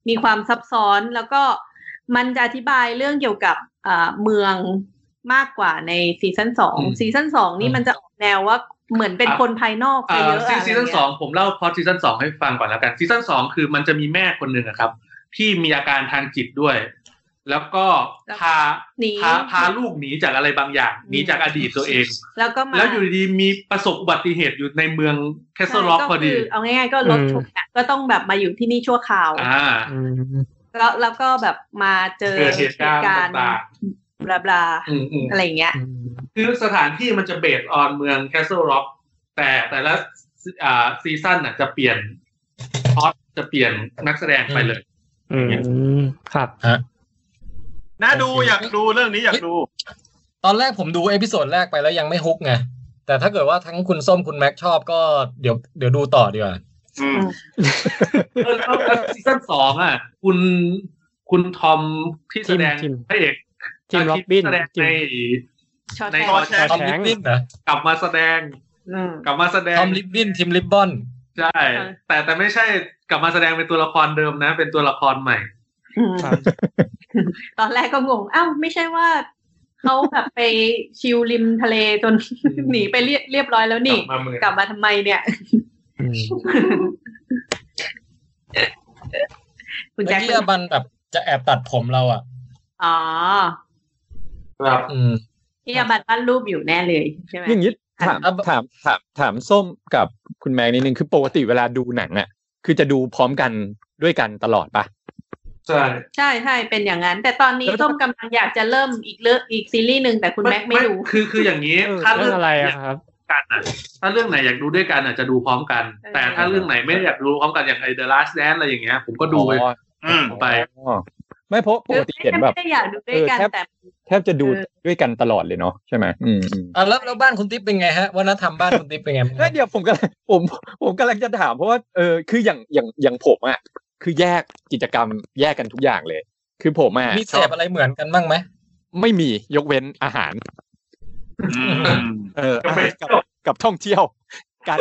[SPEAKER 5] มีความซับซ้อนแล้วก็มันจะอธิบายเรื่องเกี่ยวกับเอ่อเมืองมากกว่าในซีซั่นสอง
[SPEAKER 2] อืม
[SPEAKER 5] ซีซั่นสองนี่
[SPEAKER 4] อืม
[SPEAKER 5] มันจะออกแนวว่าเหมือนเป็น
[SPEAKER 2] อ่ะ
[SPEAKER 5] คนภายนอกไป
[SPEAKER 2] อ่า
[SPEAKER 5] เยอะ
[SPEAKER 2] ซี
[SPEAKER 5] อะไร
[SPEAKER 2] ซี
[SPEAKER 5] เงี้
[SPEAKER 2] ซั่นสอย งผมเล่าพอซีซั่นสองให้ฟังก่อนแล้วกันซีซั่นสองคือมันจะมีแม่คนหนึ่งอะครับ ที่มีอาการทางจิตด้วย แล้วก็พา
[SPEAKER 5] หนี
[SPEAKER 2] พาพาลูกหนีจากอะไรบางอย่างหนีจากอดีตตัวเอง
[SPEAKER 5] แล้วก็มา
[SPEAKER 2] แล้วอยู่ดีๆมีประสบอุบัติเหตุอยู่ในเมืองแคสเซิลล็อก
[SPEAKER 5] ใช่
[SPEAKER 2] พอดี
[SPEAKER 5] คืเอาง่ายๆก็รถชนอะก็ต้องแบบมาอยู่ที่นี่ชั่วคราว
[SPEAKER 2] อ่า
[SPEAKER 10] อืม
[SPEAKER 5] แล้วแล้วก็แบบมาเจอ
[SPEAKER 2] เจอเหตุการณ์ต่าง
[SPEAKER 5] บลาบลา
[SPEAKER 2] อืมอืม
[SPEAKER 5] อะไรเงี้ย
[SPEAKER 2] คือสถานที่มันจะเบสออนเมืองแคสเซิลล็อกแต่แต่ละ อ่าซีซั่นน่ะจะเปลี่ยนพอตจะเปลี่ยนนักแสดงไปเลย
[SPEAKER 10] อืมครับ
[SPEAKER 4] ฮะ
[SPEAKER 3] น่าดูอยากดูเรื่องนี้อยากดู
[SPEAKER 4] ตอนแรกผมดูเอพิโซดแรกไปแล้วยังไม่ฮุกไง แต่ถ้าเกิดว่าทั้งคุณส้มคุณแม็กชอบก็เดี๋ยวเดี๋ยวดูต่อดีกว่า
[SPEAKER 3] อืม
[SPEAKER 2] เออแล้วแล้วซีซั่นสองอ่ะ คุณคุณทอมที่แสดง
[SPEAKER 10] ทีม
[SPEAKER 2] พระเอก
[SPEAKER 10] ทีมล็อบบิน
[SPEAKER 2] ที่แสดง
[SPEAKER 10] ที
[SPEAKER 2] ใน
[SPEAKER 10] ม
[SPEAKER 5] ชอ
[SPEAKER 2] ใน
[SPEAKER 5] ตแทน
[SPEAKER 3] ชอตแท
[SPEAKER 4] ทอมลิปบินนะ
[SPEAKER 2] กลับมาแสดง
[SPEAKER 5] อืม
[SPEAKER 2] กลับมาแสดง
[SPEAKER 4] ทอมลิปบินทีมลิปบอน
[SPEAKER 2] ใช่
[SPEAKER 5] ค่ะ
[SPEAKER 2] แต่แต่ไม่ใช่กลับมาแสดงเป็นตัวละครเดิมนะ เป็นตัวละครใหม่
[SPEAKER 5] อืม
[SPEAKER 10] ครับ
[SPEAKER 5] ตอนแรกก็งงอ้าวไม่ใช่ว่าเขาแบบไปชิลริมทะเลจน หนีไปเรียเรียบร้อยแล้วนี่
[SPEAKER 2] กลับมาเมือง
[SPEAKER 5] กลับมาทำไมเนี่ย
[SPEAKER 10] อืม
[SPEAKER 5] คุณ
[SPEAKER 4] เมื่
[SPEAKER 5] แจ็
[SPEAKER 4] อ
[SPEAKER 5] ค
[SPEAKER 4] กี้อบันแบบจะแอบตัดผมเราอ่ะ
[SPEAKER 5] อ๋อ
[SPEAKER 2] ครับ
[SPEAKER 4] อืม
[SPEAKER 5] ที่อาบัตรปั้นรูปอยู่แน่เลยใช่ไหม
[SPEAKER 9] อย่างนี้
[SPEAKER 5] อ่ะ
[SPEAKER 9] ถาม
[SPEAKER 4] อ่ะ
[SPEAKER 9] ถามถามถามส้มกับคุณแมงนิดนึงคือปกติเวลาดูหนังอ่ะ คือจะดูพร้อมกันด้วยกันตลอดปะ
[SPEAKER 2] ใช่
[SPEAKER 5] ใช่ใช่เป็นอย่างนั้น แต่ตอนนี้
[SPEAKER 9] แล้ว
[SPEAKER 5] ส้มกำลังอยากจะเริ่มอีกเรื่องอีกซีรีส์หนึ่งแต่คุณแม็กไม่ดู
[SPEAKER 2] คือคืออย่างนี้ ถ้า
[SPEAKER 10] เรื่
[SPEAKER 2] เรื่
[SPEAKER 10] อ
[SPEAKER 2] อง ง
[SPEAKER 10] อะไร
[SPEAKER 2] อ
[SPEAKER 10] อะ
[SPEAKER 2] ยาก
[SPEAKER 10] ครับ
[SPEAKER 2] ดูกันอ่ะ ถ้าเรื่องไหนอยากดูด้วยกันอ่ะจะดูพร้อมกัน แต่ถ้าเรื่องไหนไม่อยากดูพร้อมกันอย่างไอ้ The Last Dance อะไรอย่างเงี้ย ผมก็ดูไป
[SPEAKER 9] อ๋อ
[SPEAKER 3] อืม
[SPEAKER 2] ไป
[SPEAKER 9] อ๋อไม่เพราะปกติเห็นแบบ
[SPEAKER 5] ไม่ได้อยากดูด้วยกัน
[SPEAKER 9] เออแทบ
[SPEAKER 5] แต่
[SPEAKER 9] แทบจะดู
[SPEAKER 5] เออ
[SPEAKER 9] ด้วยกันตลอดเลยเนาะใช่ไหมอืมอืม
[SPEAKER 4] อ่ะแล้วแล้วบ้านคุณติ๊บเป็นไงฮะวัฒนธรรมบ้านคุณติ๊บเป็นไงบ้าง
[SPEAKER 9] เอ้ยเดี๋ยวผมกำลังผมผมกำลังจะถามเพราะว่าเออคืออย่างอย่างอย่างผมอ่ะคือแยกกิจกรรมแยกกันทุกอย่างเลย คือผมอ่ะ
[SPEAKER 4] มีเส
[SPEAKER 9] ชอ
[SPEAKER 4] พอะไรเหมือนกันบ้างไหม
[SPEAKER 9] ไม่มียกเว้นอาหาร
[SPEAKER 3] อืม
[SPEAKER 9] เออ
[SPEAKER 2] กับไป
[SPEAKER 9] อาหารกับกับท่องเที่ยว การ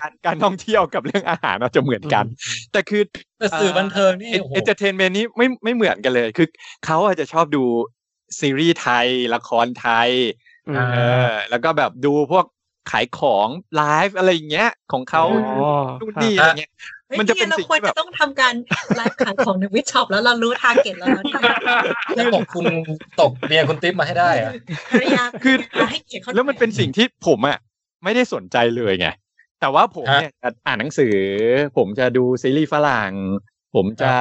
[SPEAKER 9] การการท่องเที่ยวกับเรื่องอาหารเราจะเหมือนกัน แต่คือ
[SPEAKER 4] แต่สื่อบันเทิงนี่
[SPEAKER 9] เอน
[SPEAKER 4] โอ้โห
[SPEAKER 9] เตอร์เทนเมนต์นี้ไม่ไม่เหมือนกันเลย คือเขาอาจจะชอบดูซีรีส์ไทย ละครไทย
[SPEAKER 10] อื
[SPEAKER 9] เอ
[SPEAKER 10] ม
[SPEAKER 9] อ แล้วก็แบบดูพวกขายของไลฟ์อะไรอย่างเงี้ย ของเขา
[SPEAKER 10] อ๋อ
[SPEAKER 9] ดูน
[SPEAKER 10] ครับ
[SPEAKER 9] นี่อะไรเงี้ย
[SPEAKER 7] ฮ้ย
[SPEAKER 9] มันจะเป็น
[SPEAKER 7] ยเรา
[SPEAKER 9] สิ่ง
[SPEAKER 7] ควร
[SPEAKER 9] ที่แบ
[SPEAKER 7] จะ
[SPEAKER 9] บ
[SPEAKER 7] ต้องทำการไลฟ์ขายของในวิชอปแล้วเรารู้ทาร์เก็ตแล้วนะ
[SPEAKER 4] จะตกคุณตกเบียร์คุณติ๊บมาให้ได้อะ
[SPEAKER 7] ภรรยา
[SPEAKER 9] คือ
[SPEAKER 7] ให้เกียรติเขา
[SPEAKER 9] แล้วมันเป็นสิ่งที่ผมอ่ะไม่ได้สนใจเลยไง แต่ว่าผมเนี่ยจะอ่านหนังสือ ผมจะดูซีรีส์ฝรั่ง ผมจะ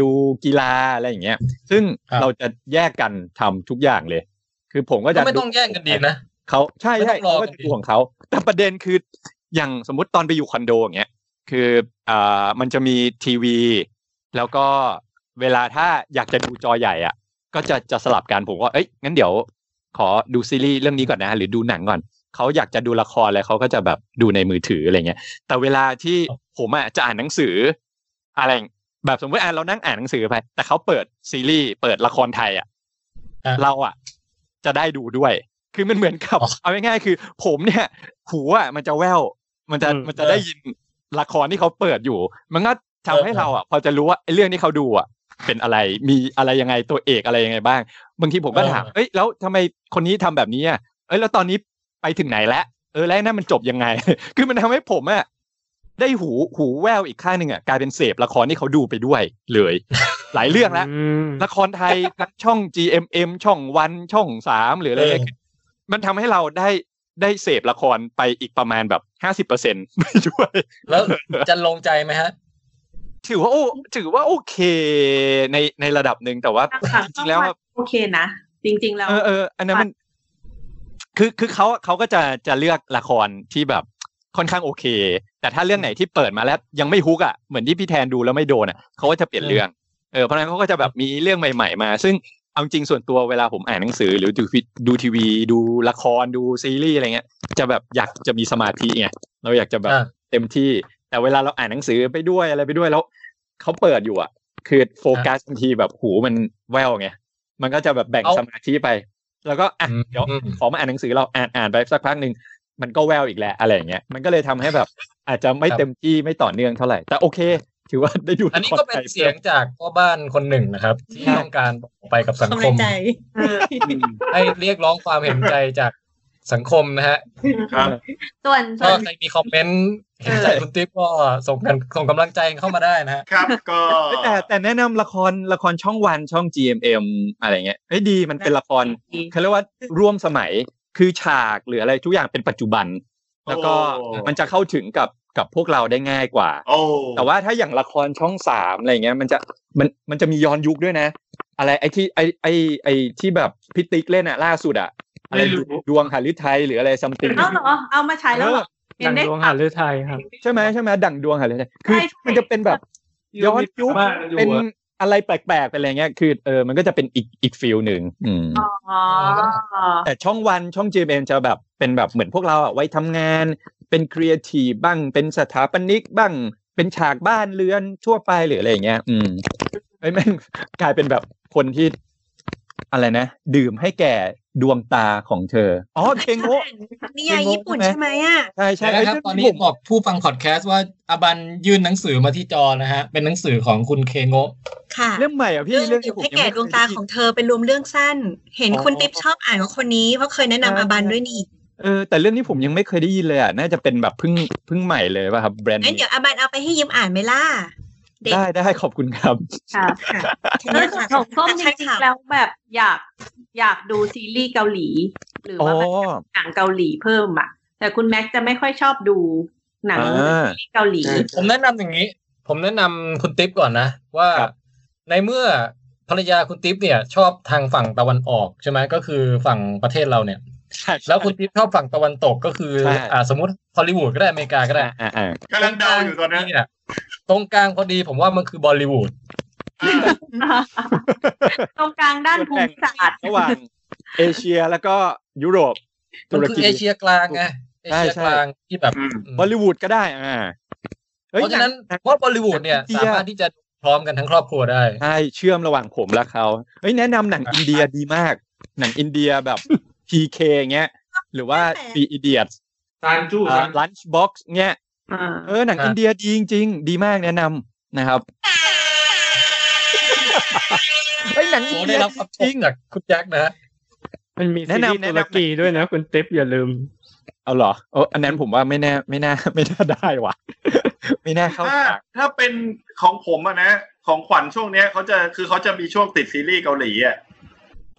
[SPEAKER 9] ดูกีฬาอะไรอย่างเงี้ย ซึ่งเราจะแยกกันทำทุกอย่างเลย คือผมก็
[SPEAKER 4] ก็
[SPEAKER 9] จะ
[SPEAKER 4] ไม่ต้องแย่งกันดีนะ
[SPEAKER 9] เขาใช่
[SPEAKER 4] ไม่ต้
[SPEAKER 9] ใช่
[SPEAKER 4] องรอ
[SPEAKER 9] เขาก็
[SPEAKER 4] กัน
[SPEAKER 9] จะ
[SPEAKER 4] ดิ
[SPEAKER 9] ดูของเขาแต่ประเด็นคืออย่างสมมุติตอนไปอยู่คอนโดอย่างเงี้ยคืออ่ามันจะมีทีวี แล้วก็เวลาถ้าอยากจะดูจอใหญ่อ่ะ ก็จะจะสลับกันผมก็เอ้ยงั้นเดี๋ยว ขอดูซีรีส์เรื่องนี้ก่อนนะ หรือดูหนังก่อนเขาอยากจะดูละครอะไรเขาก็จะแบบดูในมือถืออะไรเงี้ย แต่เวลาที่ผมอ่ะจะอ่านหนังสือ อะไรแบบสมมติอ่ะเรานั่งอ่านหนังสือไป แต่เขาเปิดซีรีส์เปิดละครไทยอ่ะ
[SPEAKER 4] อ่ะ
[SPEAKER 9] เราอ่ะ จะได้ดูด้วย คือมันเหมือนกับ
[SPEAKER 4] อ๋อ
[SPEAKER 9] เอาง่ายๆคือ ผมเนี่ยหูอ่ะมันจะแว่วมันจะ
[SPEAKER 10] อืม
[SPEAKER 9] มันจะได้ยินละครที่เขาเปิดอยู่ มันก็ทำให้
[SPEAKER 4] เออ
[SPEAKER 9] เราอ่ะ พอจะรู้ว่าไอ้เรื่องที่เขาดูอ่ะ เป็นอะไรมีอะไรยังไงตัวเอกอะไรยังไงบ้าง บางทีผมก็ถามเอ้ยแล้วทำไมคนนี้ทำแบบนี้อ่ะเอ้ยแล้วตอนนี้ไปถึงไหนแล้วเออแล้วไอ้นั่นมันจบยัง ไง คือมันทำให้ผมอ่ะได้หูหูแว่วอีกข้างหนึ่งอ่ะกลายเป็นเสพละครที่เขาดูไปด้วยเลย หลายเรื่อง แล้ว
[SPEAKER 10] ม
[SPEAKER 9] ละครไทย ทั้งช่อง GMM ช่องวันช่องสามหรืออะไรเงี้ย
[SPEAKER 4] เออ
[SPEAKER 9] มันทำให้เราได้ได้เสพละครไปอีกประมาณแบบห้าสิบเปอร์เซ็นต์ ไปด้วย
[SPEAKER 4] แล้วจะลงใจไหมฮะ
[SPEAKER 9] ถือว่าโอ้ถือว่าโอเคในในระดับหนึ่งแต่ว่า
[SPEAKER 5] หลังๆ
[SPEAKER 9] จริงๆแล้วอะ
[SPEAKER 5] โอเคนะ จริง ๆ แล้ว
[SPEAKER 9] เออเอออันนั้นมัน คือคือเขาเขาก็จะจะเลือกละครที่แบบค่อนข้างโอเค แต่ถ้าเรื่องไหนที่เปิดมาแล้วยังไม่ฮุกอ่ะเหมือนที่พี่แทนดูแล้วไม่โดนอ่ะเขาก็จะเปลี่ยนเรื่องเออเพราะฉะนั้นเขาก็จะแบบมีเรื่องใหม่ ๆ มา ซึ่งเอาจริงส่วนตัวเวลาผมอ่านหนังสือ หรือดูดูทีวี ดูละครดูซีรีส์อะไรเงี้ย จะแบบอยากจะมีสมาธิไงเราอยากจะแบบ
[SPEAKER 4] อ่า
[SPEAKER 9] เต็มที่ แต่เวลาเราอ่านหนังสือไปด้วยอะไรไปด้วยแล้วเขาเปิดอยู่อ่ะ คือโฟกัสบางทีแบบหูมันแววไงมันก็จะแบบแบ่งสมาธิไป แล้วก็อ่ะเดี๋ยว ขอมาอ่านหนังสือเราอ่านอ่านไปสักพักหนึ่งมันก็แววอีกแหละอะไรอย่างเงี้ยมันก็เลยทำให้แบบ อาจจะไม่
[SPEAKER 4] ครับ
[SPEAKER 9] เต็มที่ไม่ต่อเนื่องเท่าไหร่ แต่โอเค ถือว่าได้ดู
[SPEAKER 4] อันนี้ก็เป็นเสียงจากพ่อบ้านคนหนึ่งนะครับ ที่ต้องการบอกไปกับสัง
[SPEAKER 7] ควา
[SPEAKER 4] ค
[SPEAKER 7] มใน
[SPEAKER 4] ม
[SPEAKER 7] ใจ
[SPEAKER 4] ให้เรียกร้องความเห็นใจจากสังคมนะฮะ
[SPEAKER 3] ครับ
[SPEAKER 5] ส่วนส่
[SPEAKER 4] ก็
[SPEAKER 5] วน
[SPEAKER 4] ใครมีคอมเมนต์เห็นใจคุณติ๊บก็ส่งกันส่งกำลังใจเข้ามาได้นะฮะ
[SPEAKER 3] ครับก็
[SPEAKER 9] แต่แต่แนะนำละครละครช่องวันช่อง GMM อะไรเงี้ยเอ้ยดีมันเป็นละครเขาเรียกว่าร่วมสมัยคือฉากหรืออะไรทุกอย่างเป็นปัจจุบัน แล้วก็มันจะเข้าถึงกับกับพวกเราได้ง่ายกว่า
[SPEAKER 3] โอ้
[SPEAKER 9] แต่ว่าถ้าอย่างละครช่องสามอะไรเงี้ยมันจะมันมันจะมีย้อนยุคด้วยนะ อะไรไอที่ไอไอไอที่แบบพิติกเล่นอะล่าสุดอะอะไร
[SPEAKER 2] ไม่รู้
[SPEAKER 9] ดวงหฤทัยหรืออะไรซัมติง
[SPEAKER 5] เอาเหรอ เอามาใช้แล้วเหรอ
[SPEAKER 10] ดังดวงหาลือไทยครับ
[SPEAKER 9] ใช่ไหมใช่ไหมดั่งดวงหาลือไทยคือมันจะเป็นแบบย้อนยุค
[SPEAKER 2] มากเลยดูอะ
[SPEAKER 9] เป็นอะไรแปลกๆเป็นอะไรเงี้ยคือเออมันก็จะเป็นอีกอีกฟิลหนึ่งอืม
[SPEAKER 5] อ๋อ
[SPEAKER 9] แต่ช่องวันช่อง GMM จะแบบเป็นแบบเหมือนพวกเราอะไว้ทำงาน เป็นครีเอทีฟบ้าง เป็นสถาปนิกบ้าง เป็นฉากบ้านเรือนทั่วไปหรืออะไรอย่างเงี้ย อืมไอ้ยแม่ง กลายเป็นแบบคนที่ อะไรนะ ดื่มให้แก่ดวงตาของเธอ อ๋อเทงโง
[SPEAKER 7] นิยายญี่ปุ่นใช่ไหมอ่ะ
[SPEAKER 9] ใช่ใช่
[SPEAKER 4] ใช่นะครับ ตอนนี้บอกผู้ฟังพอดแคสต์ว่าอาบันยื่นหนังสือมาที่จอนะฮะ เป็นหนังสือของคุณเคโงะ
[SPEAKER 7] ค่ะ
[SPEAKER 9] เรื่องใหม่อ่ะพี่
[SPEAKER 7] เรื่อง
[SPEAKER 9] เรื่อ
[SPEAKER 7] อยู่
[SPEAKER 9] งที่ผม
[SPEAKER 7] ให้
[SPEAKER 9] ยัง
[SPEAKER 7] แก่
[SPEAKER 9] ไม่
[SPEAKER 7] ดวงตาของเธอเป็นรวมเรื่องสั้น เห็นคุณติ๊บชอบอ่านของคนนี้เพราะเคยแนะนำอาบันด้วยนี่
[SPEAKER 9] เออแต่เรื่องนี้ผมยังไม่เคยได้ยินเลยอ่ะน่าจะเป็นแบบเพิ่งเพิ่งใหม่เลยป่ะครับแบรนด์
[SPEAKER 7] งั้นเดี๋ยวอาบันเอาไปให้ยิ้มอ่านไหมล่ะเด็ก
[SPEAKER 9] ได้ได้ขอบคุณครับ
[SPEAKER 5] ค่ะ
[SPEAKER 7] ค่ะ
[SPEAKER 5] เออของส้มจริงๆแล้วแบบอยากอยากดูซีรีส์เกาหลี หรือว่า
[SPEAKER 9] อ๋อ
[SPEAKER 5] แบบหนังเกาหลีเพิ่มอ่ะ แต่คุณแม็กซ์จะไม่ค่อยชอบดูหนัง
[SPEAKER 9] อ่า
[SPEAKER 5] ซีรีส์เกาหลี
[SPEAKER 4] ผมแนะนำอย่างนี้ ผมแนะนำคุณติ๊บก่อนนะ ว่า
[SPEAKER 9] ครับ
[SPEAKER 4] ในเมื่อภรรยาคุณติ๊บเนี่ย ชอบทางฝั่งตะวันออกใช่ไหมก็คือฝั่งประเทศเราเนี่ย แล้วคุณติ๊บชอบฝั่งตะวันตกก็คือ
[SPEAKER 9] ใช่
[SPEAKER 4] อ่าสมมติฮอลลีวูดก็ได้อเมริกาก็ได้
[SPEAKER 9] อ่าอ่าก
[SPEAKER 3] ำลังเดาอยู่ตอนนี้
[SPEAKER 4] เนี่ย ตรงกลางพอดีผมว่ามันคือบอลลีวูด
[SPEAKER 5] ตรงกลางด้านภูมิศาสตร์
[SPEAKER 9] ระหว่างเอเชียแล้วก็ยุโรป
[SPEAKER 4] มัน
[SPEAKER 9] ตุร
[SPEAKER 4] คือ
[SPEAKER 9] กี
[SPEAKER 4] เอเชียกลางไงเอเชีย
[SPEAKER 9] ใช่ใช่
[SPEAKER 4] กลางที่แบบ
[SPEAKER 3] อืม
[SPEAKER 4] อืม
[SPEAKER 9] บอลลีวูดก็ได้อ่าอ้ย
[SPEAKER 4] เพราะฉะนั้น
[SPEAKER 9] หง
[SPEAKER 4] ว่าบอลลีวูดเนี่ย
[SPEAKER 9] อินเดีย
[SPEAKER 4] สามารถที่จะพร้อมกันทั้งครอบครัวได้
[SPEAKER 9] ใช่เชื่อมระหว่างผมและเขาเฮ้ยแนะนำหนังอินเดียดีมาก หนังอินเดียแบบ PK เงี้ย หรือว่า The Idiot
[SPEAKER 2] ซานจู้ซาน
[SPEAKER 9] Lunchbox เงี้ย
[SPEAKER 5] อ่า
[SPEAKER 9] เออหนังอินเดียดีจริงๆ ดีมากแนะนำนะครับเฮ้ยหนังอิ
[SPEAKER 4] โอ้
[SPEAKER 9] น
[SPEAKER 4] ได้
[SPEAKER 9] เดีย
[SPEAKER 4] รับความช
[SPEAKER 9] จริ
[SPEAKER 4] ม
[SPEAKER 9] ง
[SPEAKER 4] จากคุณแจ็คนะฮะ
[SPEAKER 10] มันมี
[SPEAKER 9] แนะ
[SPEAKER 10] ซี
[SPEAKER 9] นำ
[SPEAKER 10] รีส์
[SPEAKER 9] แนะ
[SPEAKER 10] ตุ
[SPEAKER 9] นำ
[SPEAKER 10] รกีด้วยนะคุณติ๊บอย่าลืม
[SPEAKER 9] เอาเหรอโอ้อันนั้นผมว่าไม่แน่ไม่น่า ไม่น่าได้ว่ะ ไม่น่าเข้า
[SPEAKER 3] ถ้า
[SPEAKER 9] ฉาก
[SPEAKER 3] ถ้าเป็นของผมอะนะ ของขวัญช่วงเนี้ยเขาจะคือเขาจะมีช่วงติดซีรีส์เกาหลีอะ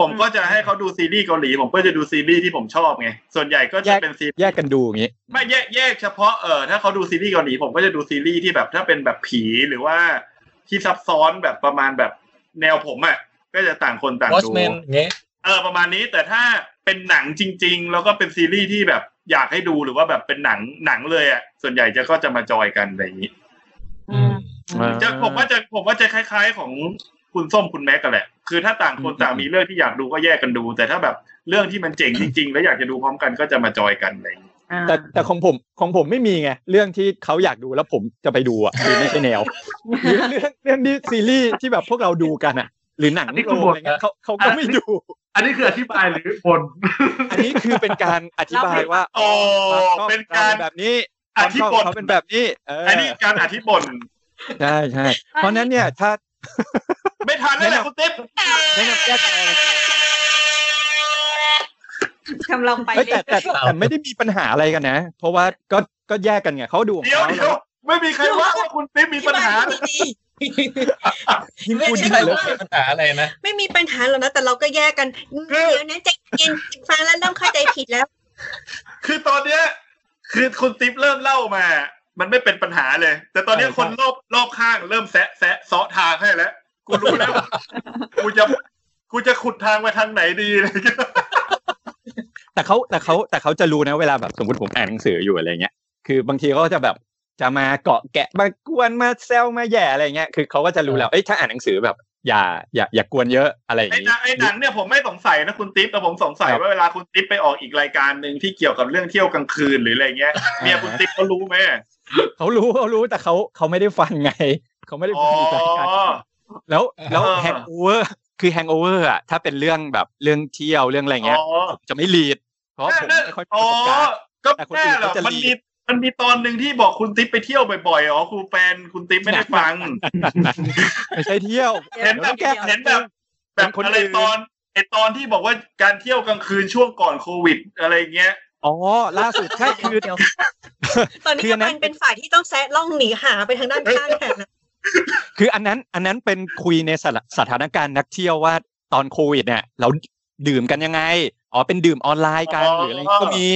[SPEAKER 3] ผมก็จะให้เขาดูซีรีส์เกาหลี ผมก็จะดูซีรีส์ที่ผมชอบไงส่วนใหญ่ก็จะเป็นซี
[SPEAKER 9] แยกกันดูอย่างงี้
[SPEAKER 3] ไม่แยกแยกเฉพาะเออถ้าเขาดูซีรีส์เกาหลีผมก็จะดูซีรีส์ที่แบบถ้าเป็นแบบผีหรือว่าที่ซับซ้อนแบบประมาณแบบแนวผมอะ่ะก็จะต่างคนต่าง
[SPEAKER 4] วอช
[SPEAKER 3] ดู
[SPEAKER 4] แมนเงี้ย
[SPEAKER 3] เออประมาณนี้แต่ถ้าเป็นหนังจริง ๆ แล้วก็เป็นซีรีส์ที่แบบอยากให้ดูหรือว่าแบบเป็นหนังหนังเลยอะ่ะส่วนใหญ่จะก็จะมาจอยกันอะไรอย่างนี้
[SPEAKER 5] อืม
[SPEAKER 3] จะผมว่าจะผมว่าจะคล้าย ๆของคุณส้มคุณแม็กกันแหละ คือถ้าต่างคนต่างมีเรื่องที่อยากดูก็แยกกันดู แต่ถ้าแบบเรื่องที่มันเจ๋งจริง ๆ แล้วอยากจะดูพร้อมกันก็จะมาจอยกันอะไรอย่างนี้
[SPEAKER 9] แต่แต่ของผมของผมไม่มีไงเรื่องที่เขาอยากดูแล้วผมจะไป ดูอ่ะคือไม่ใช่แนว หรือเรื่องเรื่องที่ซีรีส์ที่แบบพวกเราดูกันอ่ะ หรือหนัง
[SPEAKER 2] อันนี้
[SPEAKER 9] โร
[SPEAKER 2] คือง บท
[SPEAKER 9] อะไรเงี้ยเขาเขาก็ไม่ดู
[SPEAKER 2] อันนี้คืออธิบายหรือบน
[SPEAKER 9] อันนี้คือเป็นการอธิบายว่า
[SPEAKER 3] โอ้
[SPEAKER 9] ความชอบ
[SPEAKER 3] เป็นการ
[SPEAKER 9] แบบนี้ค
[SPEAKER 3] อ
[SPEAKER 9] วาม
[SPEAKER 3] ธิ
[SPEAKER 9] ชอบบ
[SPEAKER 3] ท
[SPEAKER 9] เขาเป็นแบบนี้เออ
[SPEAKER 3] อันนี้การอธิบน
[SPEAKER 9] ใช่ใช่เพราะฉะนั้นเนี่ยถ้า
[SPEAKER 3] ไม่ทันแล้วแหละคุณติ๊บ
[SPEAKER 9] แนะนำแยกกันเอา
[SPEAKER 5] กำลังไป
[SPEAKER 9] เอ้ยแต่แต่
[SPEAKER 5] เรื่อย
[SPEAKER 9] แต่ไม่ได้มีปัญหาอะไรกันนะ เพราะว่าก็ก็แยกกันไงเขาดูของ
[SPEAKER 3] เดี๋ยว
[SPEAKER 9] ขา
[SPEAKER 3] เดี๋ยวไม่มีใครว่าว่าคุณติ๊บมีปัญหา
[SPEAKER 9] ยิ่ง
[SPEAKER 4] ไม่
[SPEAKER 9] พูด
[SPEAKER 4] มี
[SPEAKER 9] ยิ่ง
[SPEAKER 4] ใคร
[SPEAKER 9] เล
[SPEAKER 4] รู้
[SPEAKER 9] อะ
[SPEAKER 4] มีปัญหาอะไรนะ
[SPEAKER 7] ไม่มีปัญหาหรอกนะ แต่เราก็แยกกัน
[SPEAKER 3] คือ
[SPEAKER 7] เดี๋ยวนั้นใจเย็นฟังแล้วเริ่มเข้าใจผิดแล้ว
[SPEAKER 3] คือตอนเนี้ย คือคุณติ๊บเริ่มเล่ามา มันไม่เป็นปัญหาเลย แต่ตอนเนี้ย
[SPEAKER 9] ใช่
[SPEAKER 3] คนรอบรอบข้างเริ่มแซะแซะเซาะทางให้แล้วกูรู้แล้ว กูจะกูจะขุดทางไปทางไหนดี อะไรเงี้ย
[SPEAKER 9] แต่เขาแต่เขาแต่เขาจะรู้นะเวลาแบบสมมติผมอ่านหนังสืออยู่อะไรเงี้ย คือบางทีเขาก็จะแบบจะมาเกาะแกะมากวนมาแซวมาแย่อะไรเงี้ย คือเขาก็จะรู้แล้ว เอ้ยถ้าอ่านหนังสือแบบ อย่าอย่าอย่ากวนเยอะอะไรอย่าง
[SPEAKER 3] ไอ้ห
[SPEAKER 9] งี้
[SPEAKER 3] นังไอ้หนังเนี่ยผมไม่สงสัยนะคุณติ๊บแต่ผมสงสัย
[SPEAKER 9] ครับ
[SPEAKER 3] ว่าเวลาคุณติ๊บไปออกอีกรายการหนึ่งที่เกี่ยวกับเรื่องเที่ยวกลางคืนหรืออะไรเงี้ยเมียคุณติ๊บเขารู้ไหม
[SPEAKER 9] เขารู้เขารู้แต่เขาเขาไม่ได้ฟังไง เขาไม่ได้
[SPEAKER 3] อ๋อ
[SPEAKER 9] ฟังรายการแล้วแล้ว
[SPEAKER 3] เออ
[SPEAKER 9] แฮงโอเวอร์คือแฮงโอเวอร์อะถ้าเป็นเรื่องแบบเรื่องเที่ยวเรื่องอะไร
[SPEAKER 3] อ๋
[SPEAKER 9] เงี้ย
[SPEAKER 3] อ
[SPEAKER 9] จะไม่ลีด เพราะผมไม่ค่อยมี
[SPEAKER 3] อ๋อ
[SPEAKER 9] ประสบการณ์
[SPEAKER 3] ก็
[SPEAKER 9] แต่คนอื่
[SPEAKER 3] แน่
[SPEAKER 9] น
[SPEAKER 3] หรอ
[SPEAKER 9] เขาจะ
[SPEAKER 3] มัน
[SPEAKER 9] รี
[SPEAKER 3] มี
[SPEAKER 9] บ
[SPEAKER 3] มันมีตอนหนึ่งที่บอกคุณติ๊บไปเที่ยวบ่อยๆ อ๋อครูแฟนคุณติ๊บไม่ได้ฟัง
[SPEAKER 9] ไม่ใช่เที่ยว
[SPEAKER 3] เห็นแบบ
[SPEAKER 9] ดี๋ยวต้องก้
[SPEAKER 3] เห็นแบบ แบบ
[SPEAKER 9] เป็
[SPEAKER 3] อะไรตอนไอตอนที่บอกว่าการเที่ยวกลางคืนช่วงก่อนโควิด อะไรเงี้ย
[SPEAKER 9] อ๋อ ล่าสุดใช่คือ
[SPEAKER 7] ตอนนี้
[SPEAKER 9] คืออันนั้
[SPEAKER 7] มัน นเป็นฝ่ายที่ต้องแซะล่องหนีหาไปทางด้านข้างแทนแล้ว
[SPEAKER 9] คืออันนั้นอันนั้นเป็นคุยในสถาสถานการณ์นักเที่ยวว่าตอนโควิดเนี่ยเราดื่มกันยังไง อ๋อเป็นดื่มออนไลน์กัน
[SPEAKER 3] อ๋อ
[SPEAKER 9] หรืออะไรก็มี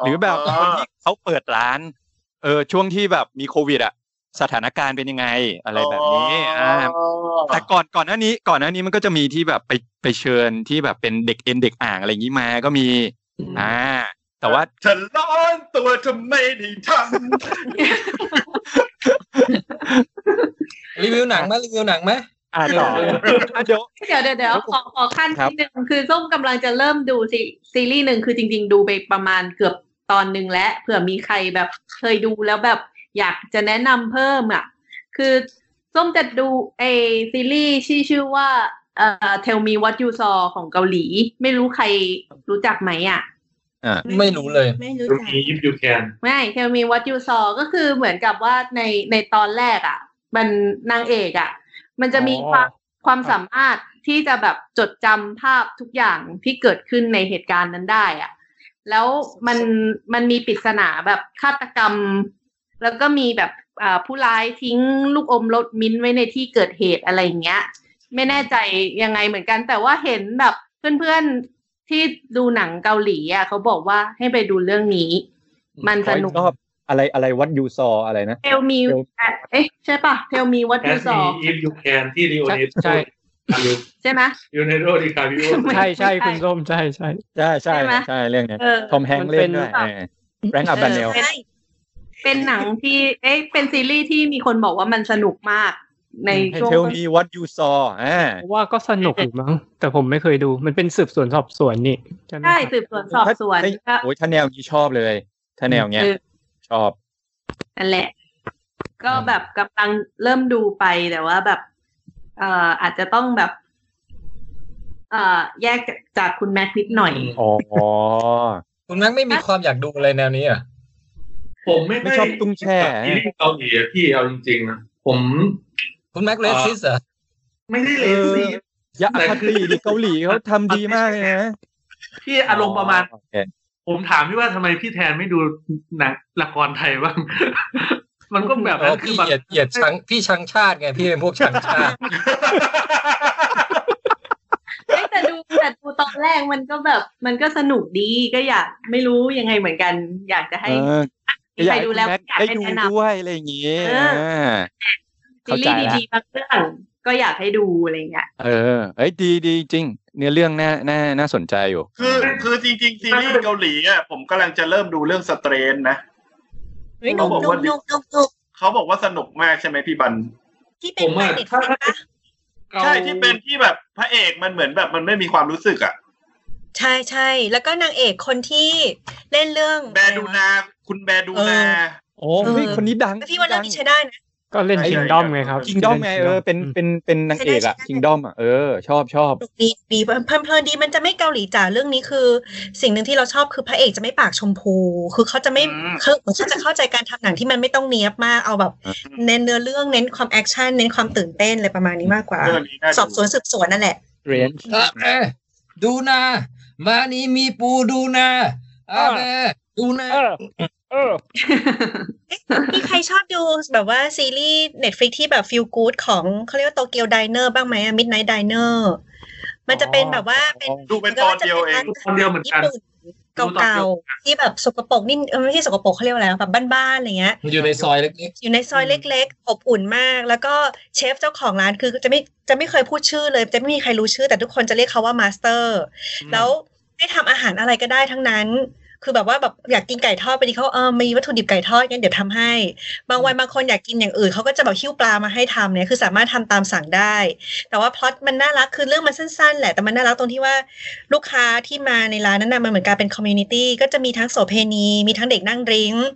[SPEAKER 9] หรือแบบคนที่เขาเปิดร้าน เออช่วงที่แบบมีโควิดอะสถานการณ์เป็นยังไงอะไรแบบนี้อ่าแต่ก่อนก่อนหน้านี้ก่อนหน้านี้มันก็จะมีที่แบบไปไปเชิญที่แบบเป็นเด็กเอ็นเด็กอ่างอะไรอย่างนี้มาก็มี
[SPEAKER 5] ๆ
[SPEAKER 9] อ่า แต่ ว่า
[SPEAKER 3] ฉันร้อนตัวทำไมได้ท
[SPEAKER 4] รีวิวหนังไหมรีวิวหนังไหม
[SPEAKER 9] อ่าต่ออ่ะเดี๋ยว
[SPEAKER 5] เดี๋ยวเดี๋ยวเดี๋ยวขอขอขั้น
[SPEAKER 9] ครับ
[SPEAKER 5] นิดนึงคือส้มกำลังจะเริ่มดูซีซีรีส์หนึ่งคือจริง ๆ ดูไปประมาณเกือบตอนหนึ่งแล้วเผื่อมีใครแบบเคยดูแล้วแบบอยากจะแนะนำเพิ่มอ่ะ คือส้มจะดูไอซีรีส์ที่ชื่อว่าเอ่อ Tell Me What You Saw ของเกาหลี ไม่รู้ใครรู้จักไหมอ่ะ
[SPEAKER 9] อ่า
[SPEAKER 4] ไม่รู้เลย
[SPEAKER 7] ไม่รู้จัก
[SPEAKER 2] มียิปยูแคน
[SPEAKER 5] ไม่ Tell Me What You Saw ก็คือเหมือนกับว่าในในตอนแรกอะ่ะ มันนางเอกอะ่ะ มันจะมีค
[SPEAKER 10] อ๋อ
[SPEAKER 5] วามความสามารถที่จะแบบจดจำภาพทุกอย่างที่เกิดขึ้นในเหตุการณ์นั้นได้อะ่ะ แล้วมันมันมีปริศนาแบบฆาตกรรม แล้วก็มีแบบอ่าผู้ร้ายทิ้งลูกอมรสมิ้นท์ไว้ในที่เกิดเหตุอะไรอย่างเงี้ย ไม่แน่ใจยังไงเหมือนกัน แต่ว่าเห็นแบบเพื่อนๆที่ดูหนังเกาหลีอ่ะเขาบอกว่าให้ไปดูเรื่องนี้ มันสนุก
[SPEAKER 9] รอบอะไรอะไรวัดยูซออะไรนะ
[SPEAKER 5] เทลมี
[SPEAKER 9] Tell-
[SPEAKER 5] เอ๊ะใช่ปะเทลมีวัต
[SPEAKER 2] แค
[SPEAKER 5] ถุ
[SPEAKER 2] ส
[SPEAKER 5] สอ
[SPEAKER 2] มี
[SPEAKER 5] ง
[SPEAKER 2] ยิปยูแคนที่ลีโอ
[SPEAKER 10] ใช่
[SPEAKER 2] เนส
[SPEAKER 10] ใช่
[SPEAKER 5] ใช่ไหม
[SPEAKER 2] ยูเนโรดิคาบิโอ
[SPEAKER 5] ไม่
[SPEAKER 10] ใช่ใช่
[SPEAKER 5] ไม่ใช่
[SPEAKER 10] คุณส้มใช่ใช่
[SPEAKER 9] ใช่ใช่
[SPEAKER 5] ใช่ไหม
[SPEAKER 9] ใช่เรื่องเนี้ย
[SPEAKER 5] เออ
[SPEAKER 9] ทอมแฮง
[SPEAKER 10] มัน
[SPEAKER 9] เล่
[SPEAKER 10] เป็น น
[SPEAKER 9] ด้วย
[SPEAKER 5] แบบ
[SPEAKER 9] แรงอัพดาเนล
[SPEAKER 5] เออ เป็นหนังที่ เอ๊ะเป็นซีรีส์ที่มีคนบอกว่ามันสนุกมาก ในช่วง
[SPEAKER 9] เทลมีวัดยูซออ่า
[SPEAKER 10] เพราะว่าก็สนุกอยู่มั้งแต่ผมไม่เคยดูมันเป็นสืบสวนสอบสวนนี่ใช่ไหม
[SPEAKER 5] ใช่
[SPEAKER 10] ครับ
[SPEAKER 5] สืบสวนสอบสวนก็
[SPEAKER 9] โอ้ยถ้าแนวนี้ชอบเลย ถ้าแนวเนี้ย
[SPEAKER 5] เออ
[SPEAKER 9] ชอบ
[SPEAKER 5] นั่นแหละ ก็แบบกำลังเริ่มดูไปแต่ว่าแบบ เอ่ออาจจะต้องแบบ เอ่อแยกจากคุณแม็กซ์นิดหน่อย
[SPEAKER 9] อ๋อ
[SPEAKER 4] คุณนักไม่มีความอยากดูอะไรแนวนี้เหรอ่ะ
[SPEAKER 2] ผมไม่
[SPEAKER 9] ไม่ชอบตุ้งแช่
[SPEAKER 2] ซีรีส์เกาหลีอะพี่เอาจริงๆนะผม
[SPEAKER 4] คุณแม็กเลสซิสเหรอ
[SPEAKER 2] ไม่ได้เลสซี
[SPEAKER 9] ยาอาคาติดิเกาหลีเขาทำดีมากเลยนะ
[SPEAKER 2] พี่อารมณ์ประมาณ
[SPEAKER 9] โอเค
[SPEAKER 2] ผมถามพี่ว่าทำไมพี่แทนไม่ดูหนังละครไทยบ้าง มันก็แบบ
[SPEAKER 4] อ๋
[SPEAKER 2] นั้
[SPEAKER 4] อน
[SPEAKER 2] คือ
[SPEAKER 4] พี่
[SPEAKER 2] แบบ
[SPEAKER 4] เหยียดเหยียดชังพี่ชังชาติไงพี่เป็นพวกชังชาติ
[SPEAKER 5] เอ้ยแต่ดูแต่ดูตอนแรกมันก็แบบ มันก็สนุกดีก็อยากไม่รู้ยังไงเหมือนกัน อยากจะให้
[SPEAKER 9] เออ
[SPEAKER 5] มีใครดูแล้ว
[SPEAKER 9] อยาก
[SPEAKER 5] อยาก
[SPEAKER 9] ให้
[SPEAKER 5] ให้
[SPEAKER 9] คุณแม็กซ์ได้ดู
[SPEAKER 5] แนะน
[SPEAKER 9] ด้วยอะไรอย่างงี้
[SPEAKER 5] เออ
[SPEAKER 9] อ่า
[SPEAKER 5] ำซี
[SPEAKER 9] เข้าใจ
[SPEAKER 5] รีส์
[SPEAKER 9] แล้ว
[SPEAKER 5] ดีๆบางเรื่องก็อยากให้ดูอะไรเงี้ย
[SPEAKER 9] เออเอ้ยดีดีจริง เนื้อเรื่องน่าน่าน่าสนใจอยู่
[SPEAKER 3] ำ คือคือจริงๆซีรีส์เกาหลีอ่ะผมกำลังจะเริ่มดูเรื่องสเตรนนะ
[SPEAKER 7] เฮ้ยหนุกหนุกหนุกหนุกหนุก
[SPEAKER 3] เขาบอกว่าสนุกมากใช่ไหมพี่บัน
[SPEAKER 7] ที่
[SPEAKER 2] ผ
[SPEAKER 7] เป็น
[SPEAKER 2] มอะ
[SPEAKER 7] ไเด็ก
[SPEAKER 2] ถ้าถ้า
[SPEAKER 7] ใช่ปะ
[SPEAKER 2] ก่า
[SPEAKER 3] ใช่ที่เป็นที่แบบพระเอกมันเหมือนแบบมันไม่มีความรู้สึกอ่ะ
[SPEAKER 7] ใช่ใช่แล้วก็นางเอกคนที่เล่นเรื่อง
[SPEAKER 3] แบดูนา คุณแบดูนา
[SPEAKER 9] โอ้ยคนนี้ดัง
[SPEAKER 7] แล้วพี่ว่าเรื่องนี้ใช้ได้นะ
[SPEAKER 10] ก็เล่น
[SPEAKER 3] ใช่
[SPEAKER 10] ชิง
[SPEAKER 3] ใช่
[SPEAKER 10] ด้อม
[SPEAKER 3] ครับ
[SPEAKER 10] ไงครับ
[SPEAKER 9] คิงดอมไงเออเป็นเป็นเป็นนางเอกอะ
[SPEAKER 7] ใช่ได้
[SPEAKER 9] คิงดอมอะเออ ชอบชอบ
[SPEAKER 7] สนุกดีดีเพลินเพลินเพลินดีมันจะไม่เกาหลีจ๋าเรื่องนี้คือ สิ่งหนึ่งที่เราชอบคือพระเอกจะไม่ปากชมพู คือเขาจะไม่
[SPEAKER 3] อืม
[SPEAKER 7] เขาเขาจะเข้าใจการทำหนังที่มันไม่ต้องเนี้ยบมากเอาแบบ เน้นเนื้อเรื่องเน้นความแอคชั่นเน้นความตื่นเต้นอะไรประมาณนี้มากกว่า
[SPEAKER 3] เรื่องนี้น่าดู
[SPEAKER 7] สอบสวนสืบสวนนั่นแหละ
[SPEAKER 9] เรียน
[SPEAKER 4] อาเบะดูนา มานี้มีปูดูนาอาเบะดูนา
[SPEAKER 10] เออเออ
[SPEAKER 7] มีใครชอบดูแบบว่าซีรีส์ Netflix ที่แบบฟิลกู๊ดของเขาเรียกว่าโตเกียวไดเนอร์บ้างไหมมิดไนท์ไดเนอร์มันจะเป็นแบบว่าเป็น
[SPEAKER 3] ดูเป็นตอนเดียวเอง
[SPEAKER 2] ดูตอนเดียวเหมือน
[SPEAKER 7] ญี่
[SPEAKER 2] กัน
[SPEAKER 7] ปุ่นเก่าๆที่แบบสกปรกนิ่เออไม่ใช่สกปรกเขาเรียกว่าอะไรวะแบบบ้านๆอะไรเงี้ย
[SPEAKER 4] อยู่ในซอยเล็ก
[SPEAKER 7] อยู่ในซอยเล็กๆ อบอุ่นมาก แล้วก็เชฟเจ้าของร้านคือจะไม่จะไม่เคยพูดชื่อเลย จะไม่มีใครรู้ชื่อ แต่ทุกคนจะเรียกเขาว่ามาสเตอร์ แล้วให้ทำอาหารอะไรก็ได้ทั้งนั้น คือแบบว่าแบบอยากกินไก่ทอดไปดีเขาเออมีวัตถุดิบไก่ทอดงั้นเดี๋ยวทำให้ บางวันบางคนอยากกินอย่างอื่นเขาก็จะแบบหิ้วปลามาให้ทำเนี่ยคือสามารถทำตามสั่งได้ แต่ว่าพล็อตมันน่ารักคือเรื่องมันสั้นๆ แหละแต่มันน่ารักตรงที่ว่าลูกค้าที่มาในร้านนั้นนะมันเหมือนการเป็นคอมมูนิตี้ก็จะมีทั้งโสเภณีมีทั้งเด็กนั่งดริ้งก์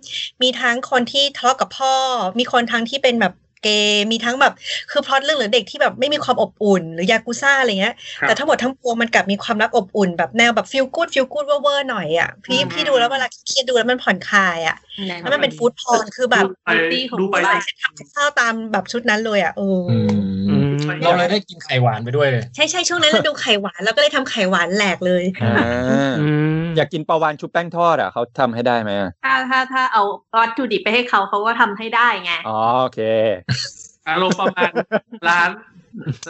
[SPEAKER 7] มีทั้งคนที่ทะเลาะกับพ่อ มีคนทั้งที่เป็นแบบเกย์มีทั้งแบบคือพล็อตเรื่องหรือเด็กที่แบบไม่มีความอบอุ่น หรือยากุซ่าอะไรเงี้ย
[SPEAKER 2] ครับ
[SPEAKER 7] แต่ทั้งหมดทั้งปวงมันกลับมีความรักอบอุ่นแบบแนวแบบฟิลกูดฟิลกูดเวอร์ๆหน่อยอ่ะพี่
[SPEAKER 3] อืม
[SPEAKER 7] พี่ดูแล้วเวลาเครียดดูแล้วมันผ่อนคลายอ่ะแล้วมันเป็นฟู้ดพอนคือแบบ
[SPEAKER 2] ไปดูไป
[SPEAKER 7] บ้านเสร็จทำกับข้าวตามแบบชุดนั้นเลยอ่ะเออ
[SPEAKER 4] ๆเราเลยได้กินไข่หวานไปด้วยเลย
[SPEAKER 7] ใช่ใช่ช่วงนั้นเราดูไข่หวานเราก็เลยทำไข่หวานแหลกเลย
[SPEAKER 9] อ่าอยากกินปลาวานชุบแป้งทอดอ่ะเขาทำให้ได้ไหมอะ
[SPEAKER 5] ถ้าถ้าถ้าเอาวัตถุดิบไปให้เขาเขาก็ทำให้ได้ไง
[SPEAKER 9] อ๋อโอเค
[SPEAKER 2] อารมณ์ประมาณ ร้าน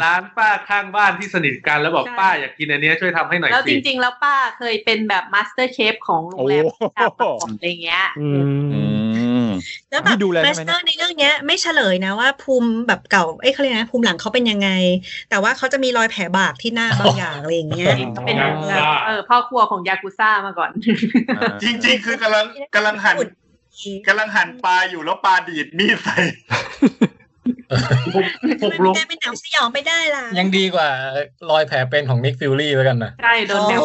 [SPEAKER 2] ร้านป้าข้างบ้านที่สนิทกันแล้วบอก
[SPEAKER 5] ใช่
[SPEAKER 2] ป้าอยากกินอันเนี้ยช่วยทำให้หน่อย
[SPEAKER 5] แล้วจ
[SPEAKER 2] สิ
[SPEAKER 5] ริง ๆ แล้วป้าเคยเป็นแบบมาสเตอร์เชฟของโรงแรม
[SPEAKER 9] โอ้
[SPEAKER 5] จากประกอบอะไรเงี้ย
[SPEAKER 9] อืม
[SPEAKER 7] แล้วแบบ
[SPEAKER 9] นี่ดูแล
[SPEAKER 7] เว
[SPEAKER 9] ได้
[SPEAKER 7] ส
[SPEAKER 9] ไหม
[SPEAKER 7] เตอ
[SPEAKER 9] นะ
[SPEAKER 7] ร์ในเรื่องเนี้ยไม่เฉลยนะว่าภูมิแบบเก่าเอ้ยเขาเรียกนะภูมิหลังเขาเป็นยังไง แต่ว่าเขาจะมีรอยแผลบากที่หน้าบางอย่างอะไรอย่างเงี้ย
[SPEAKER 5] เป็นเออพ่อครัวของยากุซ่ามาก่อน
[SPEAKER 3] จริง ๆ คือกำลังกำลังหั่นกำลังหั่นปลาอยู่แล้วปลาดีดมีดใส่
[SPEAKER 2] หกลง
[SPEAKER 7] แกเป็นหนังสยองไม่ได้ล่ะ
[SPEAKER 4] ยังดีกว่ารอยแผลเป็นของนิกฟิลลี่แล้วกันนะ
[SPEAKER 5] ใช่โดนแมว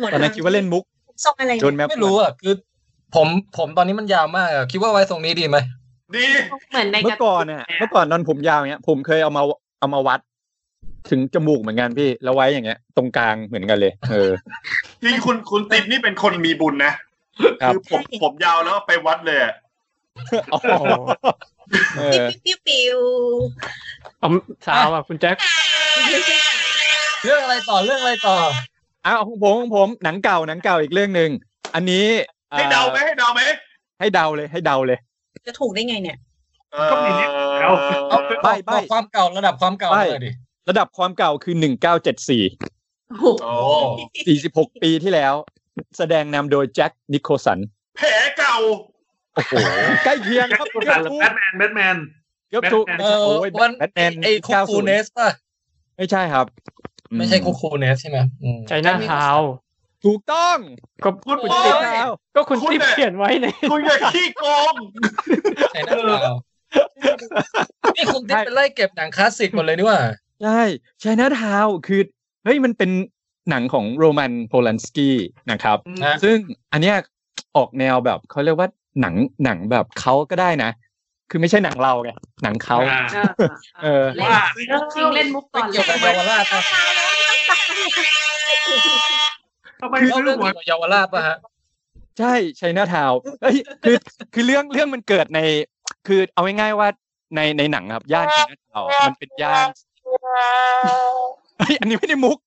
[SPEAKER 7] หมด
[SPEAKER 9] ตอนนั้นคิดว่าเล่นมุก
[SPEAKER 7] ซ่องอะไร
[SPEAKER 9] โดนแมว
[SPEAKER 4] ไม่รู้อ่ะคือผมผมตอนนี้มันยาวมากอะคิดว่าไว้ตรงนี้ดีไหม
[SPEAKER 3] ดี
[SPEAKER 5] เหมือนใน
[SPEAKER 9] เมื่อก่อนเนี่ยเมื่อก่อนนอนผมยาวเนี้ย ผมเคยเอามาเอามาวัด ถึงจมูกเหมือนกันพี่ แล้วไว้อย่างเงี้ย ตรงกลางเหมือนกันเลย เออ
[SPEAKER 3] จริงคุณคุณติ๊บนี่เป็นคนมีบุญนะครับ คือผมผมยาวแล้วไปวัดเลยอะ
[SPEAKER 9] อ๋อเออ
[SPEAKER 7] ปิ้วปิ้ว
[SPEAKER 10] เอาสาวอ่ะคุณแจ็ค
[SPEAKER 4] เรื่องอะไรต่อเรื่องอะไรต่อ
[SPEAKER 9] เอาของผมของผมหนังเก่าหนังเก่าอีกเรื่องหนึ่งอันนี้อ่
[SPEAKER 3] ให้เดาไหมให้เดาไหม
[SPEAKER 9] ให้เดาเลยให้เดาเลย
[SPEAKER 7] จะถูกได้ไงเนี่ย
[SPEAKER 3] เออ
[SPEAKER 2] ก็มีนิดเดียว
[SPEAKER 3] เอา
[SPEAKER 9] ใบ้
[SPEAKER 4] บ
[SPEAKER 9] ใบ้
[SPEAKER 4] อกความเก่าระดับความเก่าเลยดิ
[SPEAKER 9] ระดับความเก่าคือหนึ่งเก้าเจ็ดสี่
[SPEAKER 5] โอ้โห
[SPEAKER 3] โอ้
[SPEAKER 9] สี่สิบหกปีที่แล้ว แสดงนำโดยแจ็คนิโคลสัน
[SPEAKER 3] แผลเก่า
[SPEAKER 9] โอ้โหใกล้เคียง
[SPEAKER 2] แจ็ค
[SPEAKER 9] ครับ
[SPEAKER 2] โกล
[SPEAKER 9] เกื
[SPEAKER 2] สั
[SPEAKER 9] อน บ
[SPEAKER 2] หรือ
[SPEAKER 9] ถูก
[SPEAKER 2] แบทแมนแบทแมน
[SPEAKER 9] เกือบถูก
[SPEAKER 4] เอ
[SPEAKER 9] ไม่ใช่
[SPEAKER 4] อ
[SPEAKER 9] โอ้ย
[SPEAKER 4] วัน
[SPEAKER 9] แบทแมน
[SPEAKER 4] ไอ้คุกคูเนสป่ะ
[SPEAKER 9] ไม่ใช่ครับ
[SPEAKER 4] ไม่ใช่คุกคูเนสใช่ไหมอืม
[SPEAKER 10] ใจหน้าเท้าวน์
[SPEAKER 9] ถูกต้อง
[SPEAKER 10] ก็
[SPEAKER 3] คุณ
[SPEAKER 10] คุณ
[SPEAKER 3] โอ้
[SPEAKER 10] ติ๊บ
[SPEAKER 3] ย
[SPEAKER 9] แล้ว
[SPEAKER 10] ก็คุณ
[SPEAKER 3] คุ
[SPEAKER 10] ติ๊บ
[SPEAKER 3] ณเนี่ย
[SPEAKER 10] เขียนไว้ใน
[SPEAKER 3] คุณอย่าขี้โกง
[SPEAKER 4] ใจหน้าเท้าวน์นี่คุณติ๊บเป็นไล่เก็บหนังคลาสสิกหมดเลยนี่หว่า
[SPEAKER 9] ใช่ชายนาทาวคือเฮ้ยมันเป็นหนังของโรมันโพลันสกี้นะครับ
[SPEAKER 4] นะ
[SPEAKER 9] ซึ่งอันเนี้ยออกแนวแบบเขาเรียกว่าหนังหนังแบบเขาก็ได้นะ คือไม่ใช่หนังเราไงหนังเขา
[SPEAKER 5] เออ
[SPEAKER 9] เออ
[SPEAKER 5] เล่นชิงเล่นมุกก่อนเล
[SPEAKER 4] เกี่ยวยกับเยาวราชป่ะ
[SPEAKER 2] ทำไม
[SPEAKER 4] เล่า
[SPEAKER 2] ซื้อ
[SPEAKER 4] เรื่อง
[SPEAKER 2] หว
[SPEAKER 4] เกี่
[SPEAKER 2] ย
[SPEAKER 4] ยวกับเยาวราชป่ะฮะ
[SPEAKER 9] ใช่ชายนาทาวเอ้ยคือคือเรื่องเรื่องมันเกิดใน คือเอาง่ายๆว่าในในหนังครับ ย่านชายนาทาวมันเป็นย่านเฮ้ยอันนี้ไม่ได้มุก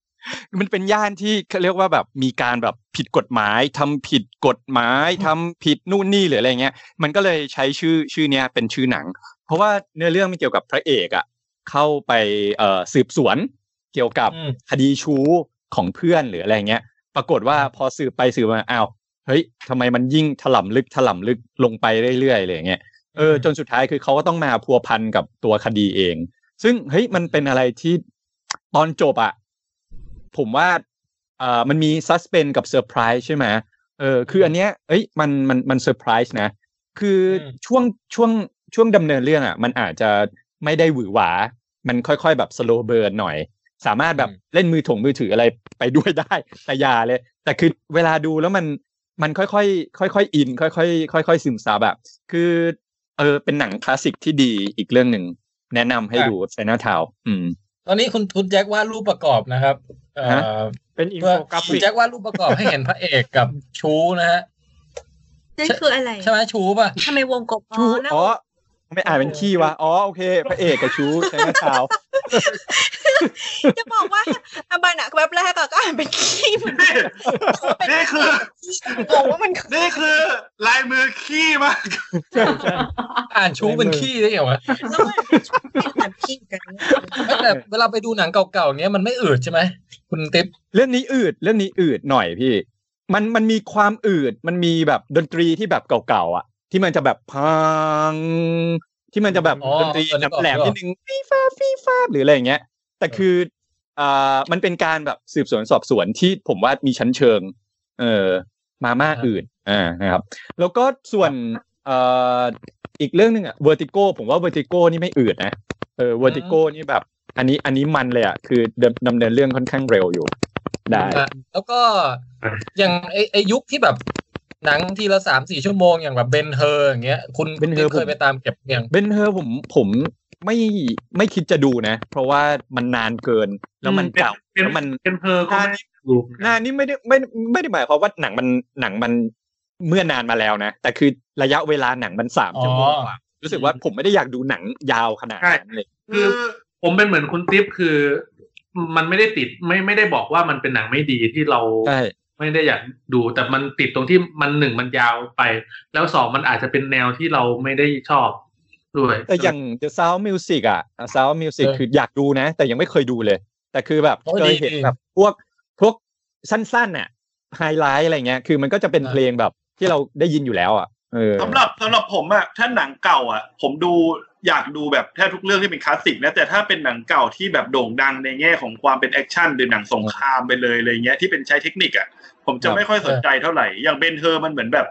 [SPEAKER 9] มันเป็นย่านที่เขาเรียกว่าแบบมีการแบบผิดกฎหมายทำผิดกฎหมายทำผิดนู่นนี่หรืออะไรเงี้ย มันก็เลยใช้ชื่อชื่อเนี้ยเป็นชื่อหนัง เพราะว่าเนื้อเรื่องมันเกี่ยวกับพระเอกอะเข้าไปเอ่อสืบสวนเกี่ยวกับ
[SPEAKER 4] อืม
[SPEAKER 9] คดีชู้ของเพื่อนหรืออะไรเงี้ย ปรากฏว่าพอสืบไปสืบมาอ้าวเฮ้ยทำไมมันยิ่งถล่ำลึกถล่ำลึกลงไปเรื่อยๆอะไรอย่างเงี้ยเออจนสุดท้ายคือเขาก็ต้องมาพัวพันกับตัวคดีเอง ซึ่งเฮ้ยมันเป็นอะไรที่ตอนจบอะผมว่าเอ่อมันมีซัสเพนกับเซอร์ไพรส์ใช่ไหมเออคืออันเนี้ยเอ้ยมันมันมันเซอร์ไพรส์นะ คืออ
[SPEAKER 4] ม
[SPEAKER 9] ช่วงช่วงช่วงดำเนินเรื่องอะมันอาจจะไม่ได้หวือหวา มันค่อยๆแบบสโลเบิร์นหน่อย สามารถแบบ
[SPEAKER 4] อืม
[SPEAKER 9] เล่นมือถงมือถืออะไรไปด้วย ได้ แต่อยาเลย แต่คือเวลาดูแล้วมันมันค่อยๆค่อยๆอิน ค่อยๆค่อยๆซึมซับอะคือเออเป็นหนังคลาสสิกที่ดีอีกเรื่องหนึ่ง แนะนำให้ดูไซน่าทาวอืม
[SPEAKER 4] ตอนนี้คุณคุณแจ็ควาดรูปประกอบนะครับเอ่อ
[SPEAKER 9] ฮะ
[SPEAKER 10] เป็นอิน
[SPEAKER 4] เพื่
[SPEAKER 10] โฟ
[SPEAKER 4] อก
[SPEAKER 10] รา
[SPEAKER 4] คุ
[SPEAKER 10] ฟิ
[SPEAKER 4] ณ
[SPEAKER 10] ก
[SPEAKER 4] แจ็ควาดรูปประกอบให้เห็นพระเอกกับชูนะฮะ
[SPEAKER 7] นั่นคืออะไร
[SPEAKER 4] ใช่ไหมชูป่ะ
[SPEAKER 7] ทำไมวงกบ
[SPEAKER 9] ชู
[SPEAKER 7] นะ
[SPEAKER 9] อ๋อทำไม่อ่านเป็นขี้วะอ๋อโอเคพระเอกกับชูไซน่าทาว
[SPEAKER 7] จะบอกว่าอาบันอะแบบแรกอะก็อ่านเป็นขี้เหมือนกันเป็น
[SPEAKER 3] นี่คือ
[SPEAKER 7] ขี้งงว่ามันคือ
[SPEAKER 3] นี่คือลายมือขี้มาก
[SPEAKER 4] อ่านชูเป็นขี้ได้เหรอวะ
[SPEAKER 7] แล้วมันเป็นชูเป็นแบบขี้เหมือนกัน
[SPEAKER 4] เฮ้ยแต่เวลาไปดูหนังเก่าๆเนี้ยมันไม่อืดใช่ไหมคุณติ๊บ
[SPEAKER 9] เรื่องนี้อืดเรื่องนี้อืดหน่อยพี่ มันมันมีความอืดมันมีแบบดนตรีที่แบบเก่าๆอ่ะ ที่มันจะแบบพัง ที่มันจะแบบ
[SPEAKER 4] อ๋อ
[SPEAKER 9] ดนตรี
[SPEAKER 4] เออนึกออก
[SPEAKER 9] แหลม
[SPEAKER 4] นึกออก
[SPEAKER 9] ๆนิดนึงฟีฟ้าฟีฟ้าหรืออะไรอย่างเงี้ย แต่คืออ่ามันเป็นการแบบสืบสวนสอบสวนที่ผมว่ามีชั้นเชิง เออมาม่าอื่นอ่านะครับ แล้วก็ส่วนเอ่ออีกเรื่องหนึ่งอะเวอร์ติโกผมว่าเวอร์ติโกนี่ไม่อืดนะเออเวอร์ติโกนี่แบบ อันนี้อันนี้มันเลยอะคือดำดำเนินเรื่องค่อนข้างเร็วอยู่ ได้
[SPEAKER 4] อ่ะแล้วก็
[SPEAKER 2] อ่ะ
[SPEAKER 4] อย่างไอไอยุคที่แบบหนังทีละสามสี่ชั่วโมงอย่างแบบเบนเฮอร์อย่างเงี้ย คุณ
[SPEAKER 9] Ben
[SPEAKER 4] ติ๊บ
[SPEAKER 9] Hur
[SPEAKER 4] เค
[SPEAKER 9] ผ
[SPEAKER 4] ย
[SPEAKER 9] ม
[SPEAKER 4] ไปตามเก็บยัง
[SPEAKER 9] เบนเฮอร์ผมผมไม่ไม่คิดจะดูนะ เพราะว่ามันนานเกินแล้วมัน
[SPEAKER 2] เป็น
[SPEAKER 9] เก่า
[SPEAKER 2] เป็น
[SPEAKER 9] แล้วมัน
[SPEAKER 2] เป็นเพอก็ไม่ดูเหมือน
[SPEAKER 9] ห
[SPEAKER 2] กั
[SPEAKER 9] น้าน นี่ไม่ได้ไม่ไม่ได้หมายความว่าหนังมันหนังมันเมื่อนานมาแล้วนะ แต่คือระยะเวลาหนังมันสาม
[SPEAKER 4] อ๋อ
[SPEAKER 9] ชั่วโมงกว่ารู้สึกว่าผมไม่ได้อยากดูหนังยาวขนาดนั้นเลย
[SPEAKER 2] คือผมเป็นเหมือนคุณติ๊บคือ มันไม่ได้ติดไม่ไม่ได้บอกว่ามันเป็นหนังไม่ดีที่เรา
[SPEAKER 9] ใช่
[SPEAKER 2] ไม่ได้อยากดู แต่มันติดตรงที่มันหนึ่งมันยาวไป แล้วสองมันอาจจะเป็นแนวที่เราไม่ได้ชอบด้วย
[SPEAKER 9] แต่อย่าง The Sound Music อ่ะ Sound Music
[SPEAKER 4] เออ
[SPEAKER 9] คืออยากดูนะ แต่ยังไม่เคยดูเลย แต่คือแบบ
[SPEAKER 4] โอ้ย
[SPEAKER 9] เค
[SPEAKER 4] ดี
[SPEAKER 9] ยเห็น
[SPEAKER 4] ดี
[SPEAKER 9] แบบพวกพวกสั้นๆน่ะไฮไลท์อะไรเงี้ย คือมันก็จะเป็น
[SPEAKER 4] อ่า
[SPEAKER 9] เพลงแบบ ที่เราได้ยินอยู่แล้วอ่ะเออ
[SPEAKER 3] สำหรับสำหรับผมอะถ้าหนังเก่าอะผมดูอยากดูแบบแทบทุกเรื่องที่เป็นคลาสสิกนะแต่ถ้าเป็นหนังเก่าที่แบบโด่งดังในแง่ของความเป็นแอคชั่นหรือหนังสงครามไปเลยอะไรเงี้ยที่เป็นใช้เทคนิคอะผมจะ
[SPEAKER 4] ครับ
[SPEAKER 3] ไม่ค่อยสนใจเท่าไหร่อย่างเบนเธอมันเหมือนแบบ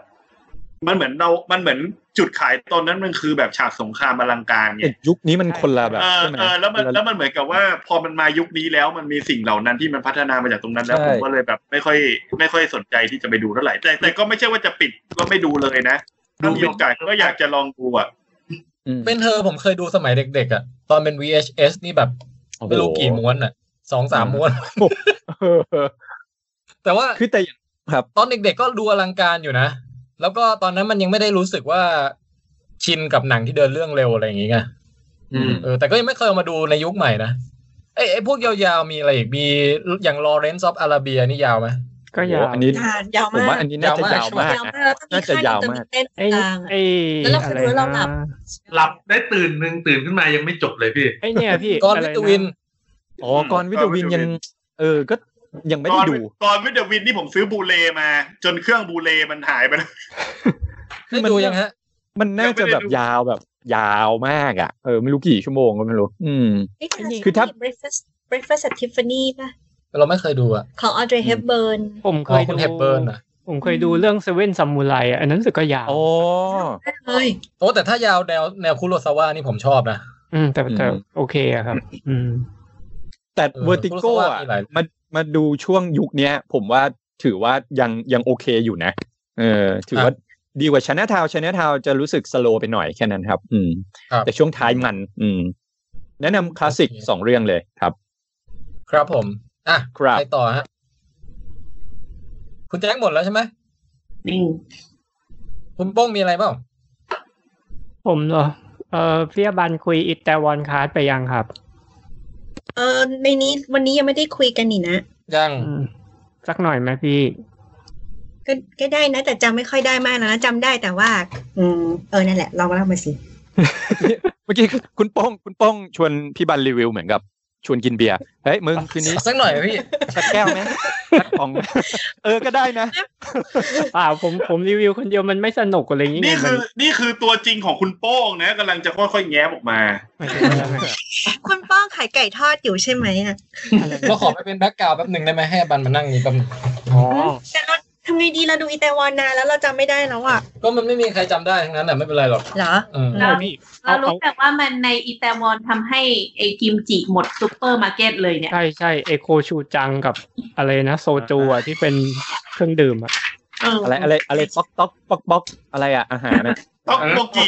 [SPEAKER 3] มันเหมือนเรา มันเหมือนจุดขายตอนนั้นมันคือแบบฉากสงครามอลังการไง
[SPEAKER 9] ยุคนี้มันคนละแบบ
[SPEAKER 3] เออ
[SPEAKER 9] ใช่ไหม
[SPEAKER 3] เออแล้วมันแล้วมันเหมือนกับว่าพอมันมายุคนี้แล้วมันมีสิ่งเหล่านั้นที่มันพัฒนามาจากตรงนั้นแล้ว
[SPEAKER 9] ใช่
[SPEAKER 3] ผมก็เลยแบบไม่ค่อย ไม่ค่อยสนใจที่จะไปดูเท่าไหร่แต่แต่ก็ไม่ใช่ว่าจะปิดก็ไม่ดูเลยนะถ้ามีโอกาสก็อยากจะลองดูอ่ะ
[SPEAKER 4] เป็นเธอผมเคยดูสมัยเด็กๆอ่ะตอนเป็น VHS นี่แบบไม่รู้กี่ม้วนอ่ะสองสามม้วน แต่ว่า
[SPEAKER 9] คือแต่อย่างครับ
[SPEAKER 4] ตอนเด็กๆก็ดูอลังการอยู่นะ แล้วก็ตอนนั้นมันยังไม่ได้รู้สึกว่าชินกับหนังที่เดินเรื่องเร็วอะไรอย่างงี้ไง
[SPEAKER 2] อืม
[SPEAKER 4] เออแต่ก็ยังไม่เคยเอามาดูในยุคใหม่นะไอ้ไอ้พวกยาวๆมีอะไรอีก มีอย่างลอเรนซ์ออฟอาราเบียนี่ยาวไหม
[SPEAKER 10] ก็ยาว
[SPEAKER 9] โอ้อันนี้
[SPEAKER 7] อ่านยา
[SPEAKER 9] ผม
[SPEAKER 7] วาม ก
[SPEAKER 9] ว่าอันนี้น่าจะยาย
[SPEAKER 4] าว
[SPEAKER 9] มาม
[SPEAKER 4] วากก
[SPEAKER 7] ยาว
[SPEAKER 9] นะ
[SPEAKER 7] มากแล้ว
[SPEAKER 9] น่าจะ
[SPEAKER 7] มีขั้น
[SPEAKER 9] ยาวมา
[SPEAKER 7] จะมี
[SPEAKER 9] ก
[SPEAKER 7] เต้น
[SPEAKER 10] ไอ้
[SPEAKER 7] กลาง
[SPEAKER 10] ไอ้
[SPEAKER 7] แล้วเราเค
[SPEAKER 10] อะ
[SPEAKER 7] ย
[SPEAKER 10] ไร
[SPEAKER 7] ดูแล้วเราหลั
[SPEAKER 10] นะ
[SPEAKER 7] บ
[SPEAKER 2] หลับได้ตื่นหนึ่งตื่นขึ้นมายังไม่จบเลยพี่
[SPEAKER 10] ไอ้เนี่ยพี่
[SPEAKER 4] ก่อน
[SPEAKER 10] อะไร
[SPEAKER 4] วิตวิน
[SPEAKER 9] อ๋อกรวิทวินยัง เออ ก็ยังไม่ได้ดู
[SPEAKER 3] ตอนวิดเดวินนี่ผมซื้อบูเลมา จนเครื่องบูเลมันหายไปแล้ว
[SPEAKER 9] คือ
[SPEAKER 4] ได้
[SPEAKER 9] มัน
[SPEAKER 4] ดูยังฮะ
[SPEAKER 9] มันน่าจะแบบยาวแบบ ยาวมากอ่ะ เออ ไม่รู้กี่ชั่วโมงก็ไม่รู้ อืม
[SPEAKER 7] นี่
[SPEAKER 9] คือถ้า
[SPEAKER 7] มี breakfast breakfast at Tiffany ป่ะ
[SPEAKER 4] เราไม่เคยดูอ่ะ
[SPEAKER 7] ของ Audrey Hepburn
[SPEAKER 10] ผมเค
[SPEAKER 4] อ๋อย คุณ
[SPEAKER 10] ดู
[SPEAKER 4] เฮปเบิร์นอ่ะ
[SPEAKER 10] ผมเคยดูเรื่องเซเว่นซัมมูไรอ่ะอันนั้นรู้สึกก็ยาว
[SPEAKER 9] อ๋อ
[SPEAKER 7] เฮ้ย
[SPEAKER 4] โอ้แต่ถ้ายาวแนวแนวคุโรซาวะนี่ผมชอบนะ
[SPEAKER 10] อืมแต่แต่
[SPEAKER 9] อืม
[SPEAKER 10] โอเคอะครับ อืม
[SPEAKER 9] แต่
[SPEAKER 4] เออ
[SPEAKER 9] เวอร์ติโก
[SPEAKER 4] คุณรู้สึกว่า
[SPEAKER 9] อ่ะ
[SPEAKER 4] มีหลาย
[SPEAKER 9] มามาดูช่วงยุคเนี้ย ผมว่าถือว่ายังยังโอเคอยู่นะ เออ ถือว่าดีกว่าชนะทาวชนะทาวจะรู้สึกสโลไปหน่อยแค่นั้นครับ อืม
[SPEAKER 4] ครับ
[SPEAKER 9] แต่ช่วงท้ายมัน อืม แนะนำคลาสสิก
[SPEAKER 4] โอเค
[SPEAKER 9] สองเรื่องเลยครับ
[SPEAKER 4] ครับผมอ่ะ
[SPEAKER 9] ครับ
[SPEAKER 4] ไปต่อฮะคุณแจ็คหมดแล้วใช่ไหม
[SPEAKER 5] จริง
[SPEAKER 4] คุณโป้งมีอะไรเปล่า
[SPEAKER 10] ผมเหรอเออพี่บันคุยอิตาวอนคาร์ดไปยังครับ
[SPEAKER 7] เออในนี้วันนี้ยังไม่ได้คุยกันนี่นะ
[SPEAKER 4] ยัง
[SPEAKER 10] อืมสักหน่อยไหมพี่
[SPEAKER 7] ก็ก็ได้นะ แต่จำไม่ค่อยได้มากนะจำได้แต่ว่า อืมเออนั่นแหละลองมาเล่ามาสิ
[SPEAKER 9] เมื่อกี้ คุณโป้องคุณโป้องชวนพี่บันรีวิวเหมือนกับ ชวนกินเบียร์ เฮ้ย มึงคืน นี้
[SPEAKER 4] สักหน่อยไหมพี่
[SPEAKER 9] สักแก้วไหมสักของไหมเออ ก็ได้นะ
[SPEAKER 10] เปล่าผมผมรีวิวคนเดียวมันไม่สนุกอะไรอย่างเงี้ย
[SPEAKER 3] นี่
[SPEAKER 10] มั
[SPEAKER 3] คือนี่คือตัวจริงของคุณโป้งนะกำลังจะค่อยๆแง้มออกมา
[SPEAKER 10] มันเป็นอะไร
[SPEAKER 7] คุณป้องขายไก่ทอดอยู่ใช่ไหมอ่ะ
[SPEAKER 4] เราขอไปเป็นแบ็กกราวด์แป๊บหนึ่งได้ไหมให้อบันมานั่งนี่แป๊บหนึ่ง
[SPEAKER 10] อ๋อ
[SPEAKER 7] แต่เราทำไงดีเราดูอีแตวอนนานแล้วเราจำไม่ได้แล้วอ่ะ
[SPEAKER 4] ก็มันไม่มีใครจำได้ทั้งนั้นอ่ะไม่เป็นไรหรอก
[SPEAKER 7] เหรอ
[SPEAKER 4] เออ
[SPEAKER 5] แล้ว
[SPEAKER 10] พี่
[SPEAKER 5] เรารู้
[SPEAKER 10] เอา
[SPEAKER 5] แต่ว่ามันในอิตาลีทำให้ไอกิมจิหมดซูเปอร์มาร์เก็ตเลยเนี่ย
[SPEAKER 10] ใช่ใช่เอโคชูจังกับอะไรนะโซจูอะที่เป็นเครื่องดื่มอะ
[SPEAKER 5] เอออ
[SPEAKER 9] อะไรอะไรอะไรป๊อกต๊อกป๊อกป๊อกอะไรอะอาหารนะ
[SPEAKER 3] ต้องโลกิ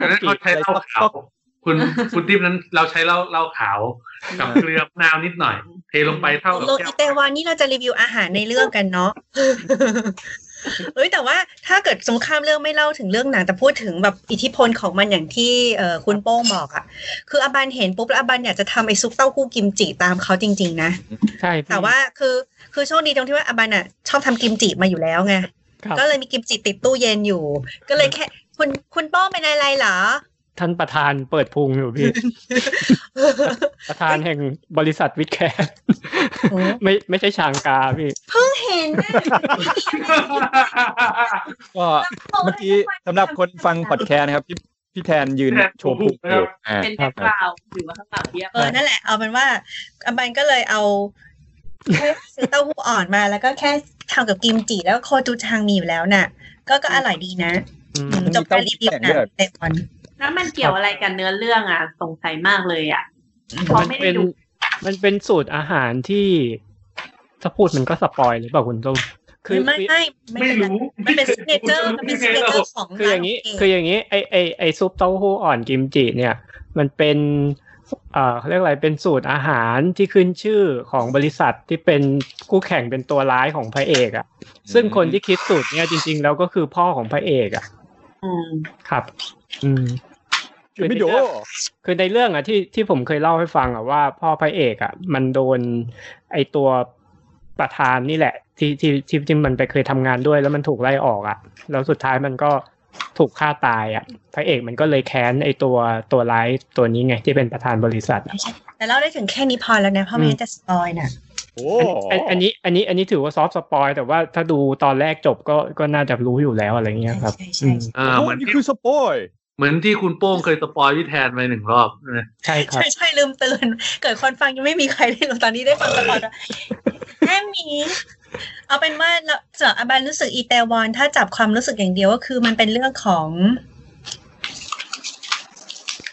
[SPEAKER 2] อันนั้นเราใช้เหล้าขาว คุณคุณทิพย์นั้นเราใช้เหล้าเหล้าขาวกับเกลือมะนาวนิดหน่อย เทลงไปเท่ากับ
[SPEAKER 7] โล
[SPEAKER 2] แก้
[SPEAKER 7] อิ
[SPEAKER 2] ว
[SPEAKER 7] เตวานนี่เราจะรีวิวอาหารในเรื่องกันเนาะ เอ้ยแต่ว่าถ้าเกิดสงครามเรื่องไม่เล่าถึงเรื่องหนังแต่พูดถึงแบบอิทธิพลของมันอย่างที่เอ่อคุณโป้งบอกอะคืออาบันเห็นปุ๊บแล้วอาบันอยากจะทำไอ้ซุปเต้าหู้กิมจิตามเขาจริง ๆ นะ
[SPEAKER 10] ใช่พี่
[SPEAKER 7] แต่ว่าคือคือโชคดีตรงที่ว่าอาบันอะชอบทำกิมจิมาอยู่แล้วไง
[SPEAKER 10] ครับ
[SPEAKER 7] ก็เลยมีกิมจิติดตู้เย็นอยู่ ก็เลยแค่คุณคุณโป้งเป็นอะไรเหร อ
[SPEAKER 10] ท่านประธานเปิดพุงอยู่พี่ ประธานแห่งบริษัทวิดแคร์
[SPEAKER 7] โอ้
[SPEAKER 10] ไม่ไม่ใช่ชางกาพี่
[SPEAKER 7] เพิ่งเห็นน่ะ
[SPEAKER 9] ก็เมื่อกี้สำหรับคนฟังพอดแคสต์นะครับพี่พี่แทนยืนโชว์พุงอยู่อ่า
[SPEAKER 5] เป็นแบ็กกราวด์หรือว่าข้างหลังเนี่ย
[SPEAKER 7] เออนั่นแหละเอาเป็นว่าอาบันก็เลยเอา ซื้อเต้าหู้อ่อนมาแล้วก็แค่ทำกับกิมจิแล้วโคจูชังมีอยู่แล้วน่ะ ก็ก็อร่อยดีนะ
[SPEAKER 10] อืม
[SPEAKER 7] อืมจบการรีวิวหนะเต็มวัน
[SPEAKER 5] แล้วมันเกี่ยวอะไรกับเนื้อเรื่องอ่ะสงสัยมากเลยอ่ะเพราะ
[SPEAKER 10] มัน
[SPEAKER 5] ไม่ได้
[SPEAKER 10] เป็น
[SPEAKER 5] ดู
[SPEAKER 10] มันเป็นสูตรอาหารที่ถ้าพูดมันก็สปอยหรือเปล่าคุณต้มคือ
[SPEAKER 7] ไม่ไม่
[SPEAKER 2] ไม่
[SPEAKER 7] เป็น
[SPEAKER 2] รู้
[SPEAKER 7] มันเป็นซิกเนเจอร์มันเป็นซิกเนเจอร์ของ
[SPEAKER 10] คืออย่าง
[SPEAKER 7] นี้
[SPEAKER 10] นี้คืออย่างนี้ไอไอไอซุปเต้าหู้อ่อนกิมจิเนี่ย มันเป็นเอ่อเขาเรียกอะไรเป็นสูตรอาหารที่ขึ้นชื่อของบริษัทที่เป็นคู่แข่งเป็นตัวร้ายของพระเอกอะ่ะ ซึ่งคนที่คิดสูตรเนี่ยจริง ๆ แล้วก็คือพ่อของพระเอกอะ่ะ
[SPEAKER 5] อืม
[SPEAKER 10] ครับ อืม
[SPEAKER 9] คือไม่โด
[SPEAKER 10] คือในเรื่องอะที่ที่ผมเคยเล่าให้ฟังอะว่าพ่อพระเอกอะมันโดนไอตัวประธานนี่แหละ ที่ที่ที่ที่มันไปเคยทำงานด้วย แล้วมันถูกไล่ออกอะแล้วสุดท้ายมันก็ถูกฆ่าตายอะพระเอกมันก็เลยแค้นไอตัวตัวร้ายตัวนี้ไงที่เป็นประธานบริษัทอะ
[SPEAKER 7] แต่เล่าได้ถึงแค่นี้พอแล้วนะเพราะไม่งั้นจะสปอยน่ะ
[SPEAKER 9] โอ้
[SPEAKER 10] อันอันนี้อันนี้อันนี้ถือว่าซอฟต์สปอยแต่ว่าถ้าดูตอนแรกจบก็ก็น่าจะรู้อยู่แล้วอะไรเงี้ยครับอืม
[SPEAKER 2] อ่าเหมือน
[SPEAKER 9] นี่
[SPEAKER 2] ที่
[SPEAKER 9] คือสปอย
[SPEAKER 2] เหมือนที่คุณโป้งเคยสปอยพี่แทนไปหนึ่งรอบใช่ไหม
[SPEAKER 10] ใช่ครับ
[SPEAKER 7] ใช่ใช่ลืมเตือนเกิดคนฟังยังไม่มีใครได้รู้ตอนนี้ได้ฟังตลอดอะ แม่หมีเอาเป็นว่าเราจากอาบันรู้สึกอีเตวอนถ้าจับความรู้สึกอย่างเดียวก็คือมันเป็นเรื่องของ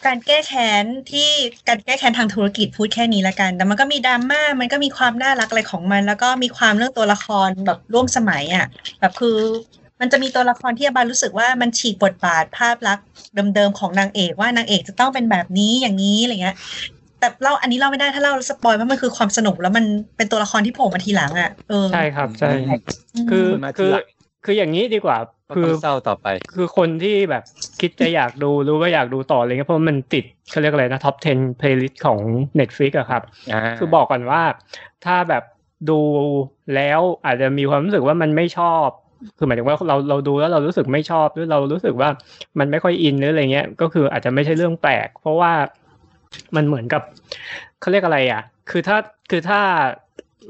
[SPEAKER 7] การแก้แค้นที่การแก้แค้นทางธุรกิจพูดแค่นี้ละกัน แต่มันก็มีดราม่ามันก็มีความน่ารักอะไรของมัน แล้วก็มีความเรื่องตัวละครแบบร่วมสมัยอะ่ะ แบบคือ มันจะมีตัวละครที่อาบันรู้สึกว่ามันฉีกบทบาทภาพลักษณ์เดิมๆของนางเอกว่านางเอกจะต้องเป็นแบบนี้อย่างนี้อะไรเงี้ย แต่เล่าอันนี้เล่าไม่ได้ถ้าเล่าสปอยเพราะมันคือความสนุกแล้วมันเป็นตัวละครที่โผล่มาทีหลังอะ่ะเออ
[SPEAKER 10] ใช่ครับใช่
[SPEAKER 7] ม
[SPEAKER 10] คือ
[SPEAKER 9] มันมาที
[SPEAKER 10] คื
[SPEAKER 9] ห
[SPEAKER 10] อ
[SPEAKER 9] ลัง
[SPEAKER 10] คืออย่างนี้ดีกว่า
[SPEAKER 9] ก็ต้
[SPEAKER 10] คือ
[SPEAKER 9] องเศร้าต่อไป
[SPEAKER 10] คือคนที่แบบคิดจะอยากดูหรู้ว่าอยากดูต่ออะไรเงี้ยเพราะมันติดเขาเรียกอะไรนะท็อป 10 playlist ของ Netflix อะครับ คือบอกก่อนว่าถ้าแบบดูแล้วอาจจะมีความรู้สึกว่ามันไม่ชอบ คือหมายถึงว่าเราเราดูแล้วเรารู้สึกไม่ชอบหรือเรารู้สึกว่ามันไม่ค่อยอินหรืออะไรเงี้ยก็คืออาจจะไม่ใช่เรื่องแปลก เพราะว่ามันเหมือนกับเขาเรียกอะไรอ่ะ คือถ้าคือถ้า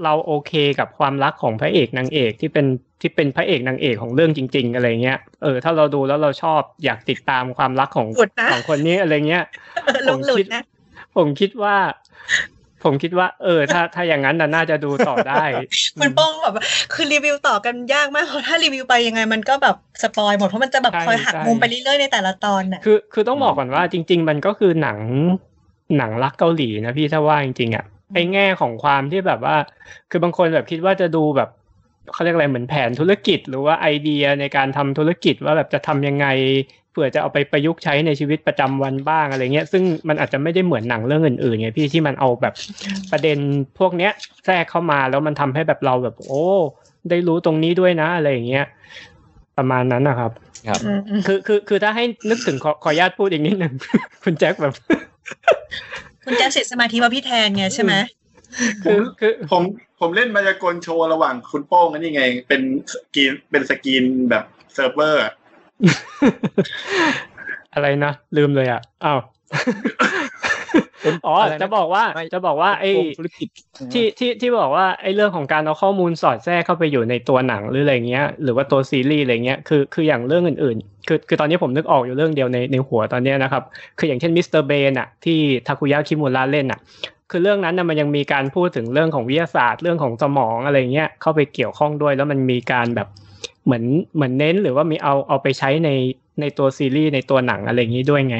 [SPEAKER 10] เราโอเคกับความรักของพระเอกนางเอกที่เป็นที่เป็นพระเอกนางเอกของเรื่องจริง ๆ อะไรเงี้ยเออถ้าเราดูแล้วเราชอบอยากติดตามความรักของ
[SPEAKER 7] หลุดนะ
[SPEAKER 10] ของคนนี้อะไรเงี้ย
[SPEAKER 7] เออลงหลุดนะ
[SPEAKER 10] ผมคิดว่า ผมคิดว่า เออ ถ้าถ้าอย่างนั้นน่ะน่าจะดูต่อได้
[SPEAKER 7] มันโป้งแบบว่าคือรีวิวต่อกันยากมากเพราะถ้ารีวิวไปยังไงมันก็แบบสปอยหมดเพราะมันจะแบบ
[SPEAKER 10] ใช่
[SPEAKER 7] คอยหัก
[SPEAKER 10] ใช่
[SPEAKER 7] มุมไปเรื่อยๆในแต่ละตอนน่ะ
[SPEAKER 10] คือคือต้องบอกก่อนว่าจริง ๆ มันก็คือหนังหนังรักเกาหลีนะพี่ถ้าว่าจริงๆอ่ะไอแง่ของความที่แบบว่า คือบางคนแบบคิดว่าจะดูแบบเขาเรียกอะไรเหมือนแผนธุรกิจ หรือว่าไอเดียในการทำธุรกิจว่าแบบจะทำยังไงเผื่อจะเอาไปประยุกต์ใช้ในชีวิตประจำวันบ้างอะไรเงี้ยซึ่งมันอาจจะไม่ได้เหมือนหนังเรื่องอื่นๆไงพี่ที่มันเอาแบบประเด็นพวกเนี้ยแทรกเข้ามาแล้วมันทำให้แบบเราแบบ โอ้ ได้รู้ตรงนี้ด้วยนะอะไรอย่างเงี้ยประมาณนั้นนะครับ
[SPEAKER 7] อืมอืม
[SPEAKER 10] คือคือคือถ้าให้นึกถึงขอขออนุญาตพูดอีกนิดหนึ่ง คุณแจ็คแบบ
[SPEAKER 7] คุณแจ๊คเสียสมาธิมาพี่แทนไงใช่ไหม
[SPEAKER 10] คือคือ
[SPEAKER 3] ผมผมเล่นมายากลโชว์ระหว่างคุณโป้งนั่นยังไง เป็นสกรีนเป็นสกรีนแบบเซิร์ฟเวอร์อะ
[SPEAKER 10] อะไรนะลืมเลยอ่ะอ้าวอ๋อ
[SPEAKER 9] อะไรนะ
[SPEAKER 10] จะบอกว่า
[SPEAKER 9] ไม่
[SPEAKER 10] จะบอกว่าไอ้
[SPEAKER 9] ธุรกิจ
[SPEAKER 10] ที่ที่ที่บอกว่าไอ้เรื่องของการเอาข้อมูลสอดแทรกเข้าไปอยู่ในตัวหนังหรืออะไรเงี้ยหรือว่าตัวซีรีส์อะไรเงี้ยคือคืออย่างเรื่องอื่นๆ คือคือตอนนี้ผมนึกออกอยู่เรื่องเดียวในในหัวตอนเนี้ยนะครับ คืออย่างเช่นมิสเตอร์เบนอะที่ทาคุยะคิมูระเล่นอะคือเรื่องนั้นนะมันยังมีการพูดถึงเรื่องของวิทยาศาสตร์เรื่องของสมองอะไรเงี้ยเข้าไปเกี่ยวข้องด้วย แล้วมันมีการแบบเหมือนเหมือนเน้นหรือว่ามีเอาเอาไปใช้ในในตัวซีรีส์ในตัวหนังอะไรอย่างนี้ด้วยไง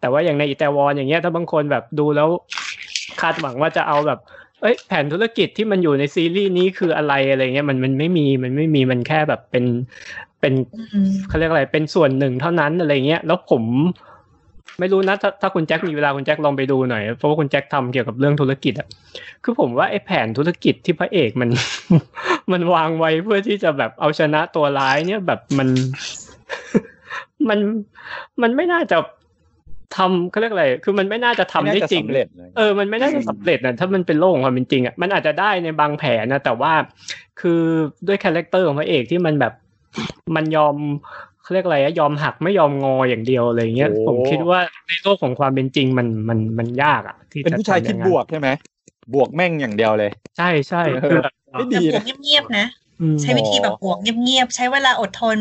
[SPEAKER 10] แต่ว่าอย่างในอิตาวอนอย่างเงี้ยถ้าบางคนแบบดูแล้วคาดหวังว่าจะเอาแบบ เอ้ยแผนธุรกิจที่มันอยู่ในซีรีส์นี้คืออะไรอะไรเงี้ยมันมันไม่มีมันไม่มีมันแค่แบบเป็นเป็น
[SPEAKER 7] อืม
[SPEAKER 10] เขาเรียกอะไรเป็นส่วนหนึ่งเท่านั้นอะไรเงี้ยแล้วผมไม่รู้นะถ้าถ้าคุณแจ็คมีเวลาคุณแจ็คลองไปดูหน่อย เพราะว่าคุณแจ็คทำเกี่ยวกับเรื่องธุรกิจอะคือผมว่าไอ้แผนธุรกิจที่พระเอกมัน มันวางไว้เพื่อที่จะแบบเอาชนะตัวร้ายเนี่ยแบบมัน มันมันไม่น่าจะทำเขาเรียกอะไร คือมันไม่น่าจะทำได้จริง
[SPEAKER 9] ม่น่าะสำเร็จเลย
[SPEAKER 10] เออ มันไม่น่าจะสำเร็จนะถ้ามันเป็นโลกของความเป็นจริงอ่ะ มันอาจจะได้ในบางแผนนะ แต่ว่า คือด้วยคาแรคเตอร์ของพระเอกที่มันแบบ มันยอมเขาเรียกอะไรอะยอมหักไม่ยอมงออย่างเดียวอะไรเงี้ย ผมคิดว่าในโลกของความเป็นจริงมันมันมันยากอ่ะ ที่
[SPEAKER 9] เป็น
[SPEAKER 10] จะ
[SPEAKER 9] ผู้ชาย
[SPEAKER 10] ทำอ
[SPEAKER 9] คิดบ
[SPEAKER 10] งนั้น
[SPEAKER 9] วกใช่ไหมบวกแม่งอย่างเดียวเลย
[SPEAKER 10] ใช่ใช่
[SPEAKER 9] เออ ไม่
[SPEAKER 7] แต่
[SPEAKER 9] ดี
[SPEAKER 7] บวก
[SPEAKER 9] นะ
[SPEAKER 7] เงียบๆนะ
[SPEAKER 10] อืม
[SPEAKER 7] ใช้วิธีแบบบวกเงียบๆ ใช้เวลาอดทน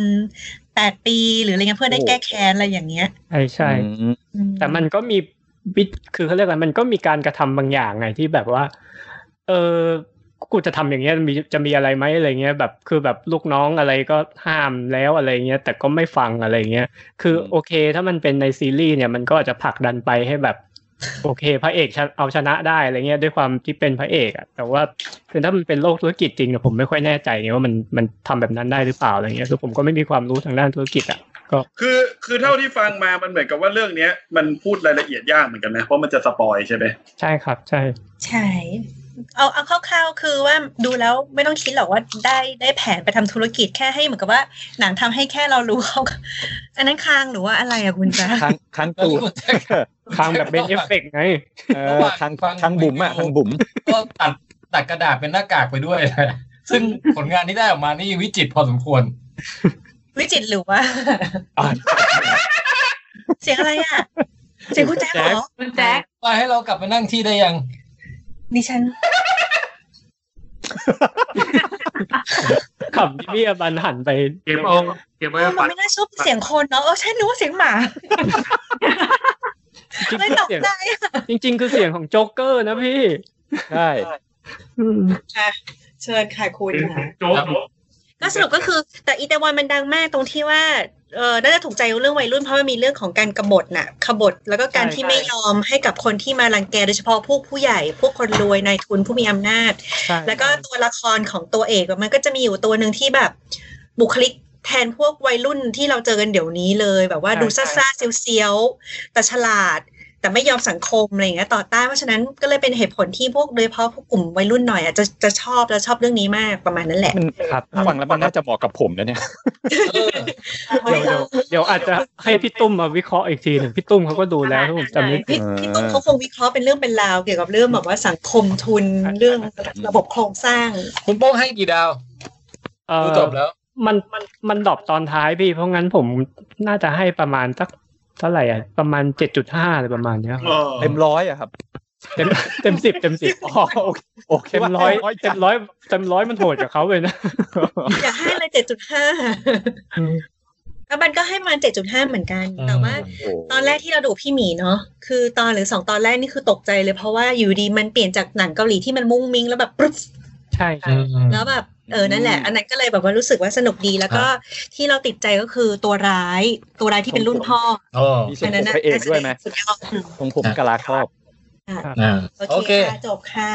[SPEAKER 7] แปดปีหรืออะไรเงี้ยเพื่อได้
[SPEAKER 9] โอ้
[SPEAKER 7] แก้แค้นอะไรอย่างเงี้ย
[SPEAKER 10] ใช่ใช่
[SPEAKER 9] อืม
[SPEAKER 7] อื
[SPEAKER 10] แต่มันก็มีบิดคือเขาเรียกอะไรมันก็มีการกระทำบางอย่างไงที่แบบว่า เออกูจะทำอย่างเงี้ยมีจะมีอะไรไหมอะไรเงี้ย แบบคือแบบลูกน้องอะไรก็ห้ามแล้วอะไรเงี้ย แต่ก็ไม่ฟังอะไรเงี้ย คือ
[SPEAKER 9] อืม
[SPEAKER 10] โอเค ถ้ามันเป็นในซีรีส์เนี่ยมันก็อาจจะผลักดันไปให้แบบ โอเค พระเอกชนะเอาชนะได้อะไรเงี้ยด้วยความที่เป็นพระเอกอะแต่ว่าคือถ้ามันเป็นโลกธุรกิจจริงเนี่ยผมไม่ค่อยแน่ใจไงว่ามันมันทำแบบนั้นได้หรือเปล่าอะไรเงี้ยคือผมก็ไม่มีความรู้ทางด้านธุรกิจอ่ะก็
[SPEAKER 3] คือคือเท่าที่ฟังมามันเหมือนกับว่าเรื่องเนี้ย มันพูดรายละเอียดยากเหมือนกันนะ เพราะมันจะสปอยใช่ไหม
[SPEAKER 10] ใช่ครับ ใช่
[SPEAKER 7] ใช่ เอาเอาคร่าวๆคือว่าดูแล้วไม่ต้องคิดหรอกว่าได้ได้แผนไปทำธุรกิจแค่ให้เหมือนกับว่า หนังทำให้แค่เรารู้เขา อันนั้นคางหรือว่าอะไรอะคุณจ๊ะ
[SPEAKER 9] ค้างค้างตูด
[SPEAKER 10] ทางแบบเบนเอฟเฟกไง
[SPEAKER 9] เออค้างค้างบุ๋มอ่ะค้างบุ๋ม
[SPEAKER 11] ก็ตัดตัดกระดาษเป็นหน้ากากไปด้วย นะซึ่งผลงานที่ได้ออกมานี่วิจิตรพอสมควร
[SPEAKER 7] วิจิตรหรือ ว่า เสียงอะไรอ่ะ เสียงคุณแจ๊คเหรอ
[SPEAKER 5] คุณแจ็ค
[SPEAKER 11] มาให้เรากลับไปนั่งที่ได้ยัง
[SPEAKER 7] ดิฉัน
[SPEAKER 10] ขำที่พี่อบันหันไป
[SPEAKER 2] เก็บเอาเก็บไว้
[SPEAKER 7] เออมันไม่น่าชอบเสียงคนเนาะเออใช่นึกว่าเสียงหมา
[SPEAKER 10] จริงๆคือเสียงจริง ๆ คือเสียงของโจ๊กเกอร์นะพี่
[SPEAKER 4] ใช่
[SPEAKER 7] อ่ะเชิญค่ะคุณค่ะ
[SPEAKER 2] โจ๊ก
[SPEAKER 7] ก็สรุปก็คือแต่อีเตวอนมันดังมากตรงที่ว่าเออน่าจะถูกใจเรื่องวัยรุ่นเพราะมันมีเรื่องของการกบฏน่ะขบฏแล้วก็การ
[SPEAKER 5] ใช่
[SPEAKER 7] ที่
[SPEAKER 5] ใช่
[SPEAKER 7] ไม่ยอมให้กับคนที่มารังแกโดยเฉพาะพวกผู้ใหญ่ พวกคนรวยนายทุนผู้มีอำนาจ
[SPEAKER 10] ใช่
[SPEAKER 7] แล้วก็ตัวละครของตัวเอกอะมันก็จะมีอยู่ตัวหนึ่งที่แบบ บุคลิกแทนพวกวัยรุ่นที่เราเจอกันเดี๋ยวนี้เลย แบบว่า
[SPEAKER 10] ใช่
[SPEAKER 7] ดู
[SPEAKER 10] ใช่
[SPEAKER 7] ซ่าๆเซียวๆแต่ฉลาด แต่ไม่ยอมสังคมอะไรอย่างเงี้ยต่อต้านเพราะฉะนั้นก็เลยเป็นเหตุผลที่พวกโดยเฉพาะพวกกลุ่มวัยรุ่นหน่อยอ่ะจะจะชอบแล้วชอบเรื่องนี้มากประมาณนั้นแหละ
[SPEAKER 10] ครับ
[SPEAKER 9] ฟังแล้วมันน่าจะเหมาะกับผมนะเนี่ย
[SPEAKER 10] เดี๋ยวเดี๋ยวเดี๋ยวอาจจะให้พี่ตุ้มมาวิเคราะห์อีกทีหนึ่งพี่ตุ้มเขาก็ดูแล้วถ้าผมจำไม่ผิ
[SPEAKER 7] พี่
[SPEAKER 10] ด
[SPEAKER 7] พี่ต้นเขาคงวิเคราะห์เป็นเรื่องเป็นราวเกี่ยวกับเรื่องแบบว่าสังคมทุนเรื่องระบบโครงสร้าง
[SPEAKER 4] คุณโป้งให้กี่ดาว
[SPEAKER 10] เอ่อ
[SPEAKER 4] ดูจบแล้ว
[SPEAKER 10] มันมันมันดรอปตอนท้ายพี่ เพราะงั้นผมน่าจะให้ประมาณสักเท่าไหร่อ่ะประมาณเจ็ดจุดห้าอะไรประมาณเนี้ยครับ
[SPEAKER 9] เต็มร้อยอะครับ
[SPEAKER 10] เต็มเต็มสิบเต็มสิบ
[SPEAKER 9] อ๋อโอเคโอเค
[SPEAKER 10] เต็ม
[SPEAKER 9] ว่า
[SPEAKER 10] ร้อย
[SPEAKER 9] เต็มร้อย
[SPEAKER 10] เต็มร้อยเต็มร้อยมันโหดกับเขาเลยนะ
[SPEAKER 7] อย่าให้เลยเจ็ดจุดห้า แล้วมันก็ให้ประมาณเจ็ดจุดห้าเหมือนกัน แต่ว่า ตอนแรกที่เราดูพี่หมีเนาะคือตอนหรือสองตอนแรกนี่คือตกใจเลยเพราะว่าอยู่ดีมันเปลี่ยนจากหนังเกาหลีที่มันมุ้งมิ้งแล้วแบบปุ๊บ
[SPEAKER 10] ใช่ใช่
[SPEAKER 7] แล้วแบบเออนั่นแหละ อันนั้นก็เลยแบบว่ารู้สึกว่าสนุกดีแล้วก็ที่เราติดใจก็คือตัวร้ายตัวร้ายที่เป็นรุ่นพ่อ
[SPEAKER 4] โอ้
[SPEAKER 9] มีส่วนผมพระเอกด้วยไหม
[SPEAKER 7] สุดยอดอืม
[SPEAKER 9] ทรงผมกะลาครอบ
[SPEAKER 7] ค่ะ
[SPEAKER 4] อ่า
[SPEAKER 7] โอ
[SPEAKER 4] โอ
[SPEAKER 7] เค
[SPEAKER 4] เค
[SPEAKER 7] ค่ะจบค่ะ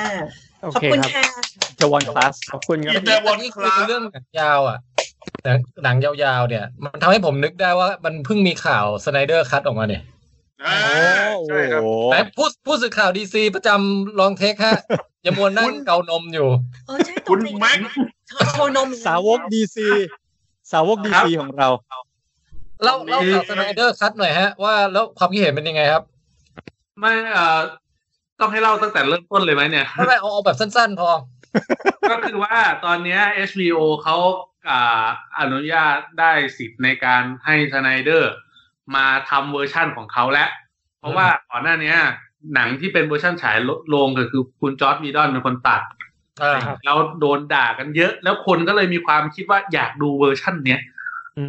[SPEAKER 10] โอ
[SPEAKER 7] ขอบ
[SPEAKER 10] เค
[SPEAKER 7] คุณ
[SPEAKER 10] ครับ
[SPEAKER 7] ค่ะ
[SPEAKER 9] จวอนคลาส
[SPEAKER 10] ขอบคุณครับ
[SPEAKER 3] อีแต่วอน
[SPEAKER 4] นี่
[SPEAKER 3] ค
[SPEAKER 4] คือ
[SPEAKER 3] รับ
[SPEAKER 4] เรื่องหนังยาวอ่ะหนังหนังยาวๆเนี่ย มันทำให้ผมนึกได้ว่ามันเพิ่งมีข่าวสไนเดอร์คัตออกมาเนี่ย
[SPEAKER 3] อ่าใช่ครับ
[SPEAKER 4] แหมผู้ผู้สื่อข่าวดีซีประจำลองเทคฮะอย่ามัวนั่งเกานมอยู่
[SPEAKER 7] โอ้ใช่ตกใจ
[SPEAKER 3] คุณแม็ก
[SPEAKER 7] โชว์นม
[SPEAKER 9] สาวกดีซีสาวกดีซีของเรา
[SPEAKER 4] เล่าเล่าข่าวสไนเดอร์คัตหน่อยฮะ ว่าแล้วความคิดเห็นเป็นยังไงครับ
[SPEAKER 2] ไม่เอ่อต้องให้เล่าตั้งแต่เริ่มต้นเลยไหม เนี่ย
[SPEAKER 4] ไม่ไม่เอาเอาแบบสั้นๆ พอ
[SPEAKER 2] ก็คือว่าตอนเนี้ย HBO เขาอ่าอนุญาตได้สิทธิ์ในการให้ชไนเดอร์ มาทำเวอร์ชั่นของเขาแล้ว เพราะว่าก่อนหน้าเนี้ย หนังที่เป็นเวอร์ชั่นฉายโรงก็คือคุณจอร์ดมีดอนเป็นคนตัด
[SPEAKER 4] อ่า
[SPEAKER 2] แล้วโดนด่ากันเยอะ แล้วคนก็เลยมีความคิดว่าอยากดูเวอร์ชั่นเนี้ย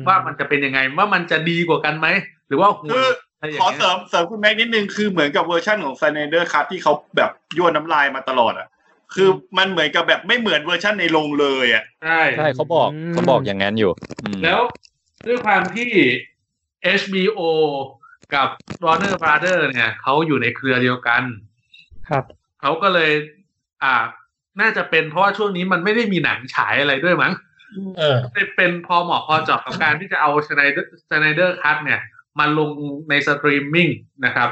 [SPEAKER 2] ว่ามันจะเป็นยังไงว่ามันจะดีกว่ากันไหม หรือว่าห่ว
[SPEAKER 3] คื
[SPEAKER 2] ย
[SPEAKER 3] อ
[SPEAKER 2] ะไรย่าง
[SPEAKER 3] ขอ
[SPEAKER 2] งี้ย
[SPEAKER 3] เสริมเสริมคุณแม็กนิดนึงคือเหมือนกับเวอร์ชั่นของไซเนเดอร์ครับที่เขาแบบยั่วน้ำลายมาตลอดอ่ะ คือมันเหมือนกับแบบไม่เหมือนเวอร์ชั่นในโรงเลยอ่ะ
[SPEAKER 2] ใช่
[SPEAKER 9] ใช่เขาบอก
[SPEAKER 10] อืม
[SPEAKER 9] เขาบอกอย่างนั้นอยู่อืม
[SPEAKER 2] แล้วด้วยความที่ HBO กับ Warner Brother เนี่ยเขาอยู่ในเครือเดียวกัน
[SPEAKER 10] ครับ
[SPEAKER 2] เขาก็เลย อ่า น่าจะเป็นเพราะว่าช่วงนี้มันไม่ได้มีหนังฉายอะไรด้วยมั้ง
[SPEAKER 4] เออ
[SPEAKER 2] เลยเป็นพอเหมาะพอเจอบกับการที่จะเอาชไนเดอร์ชไนเดอร์คัตเนี่ยมาลงในสตรีมมิ่งนะครับ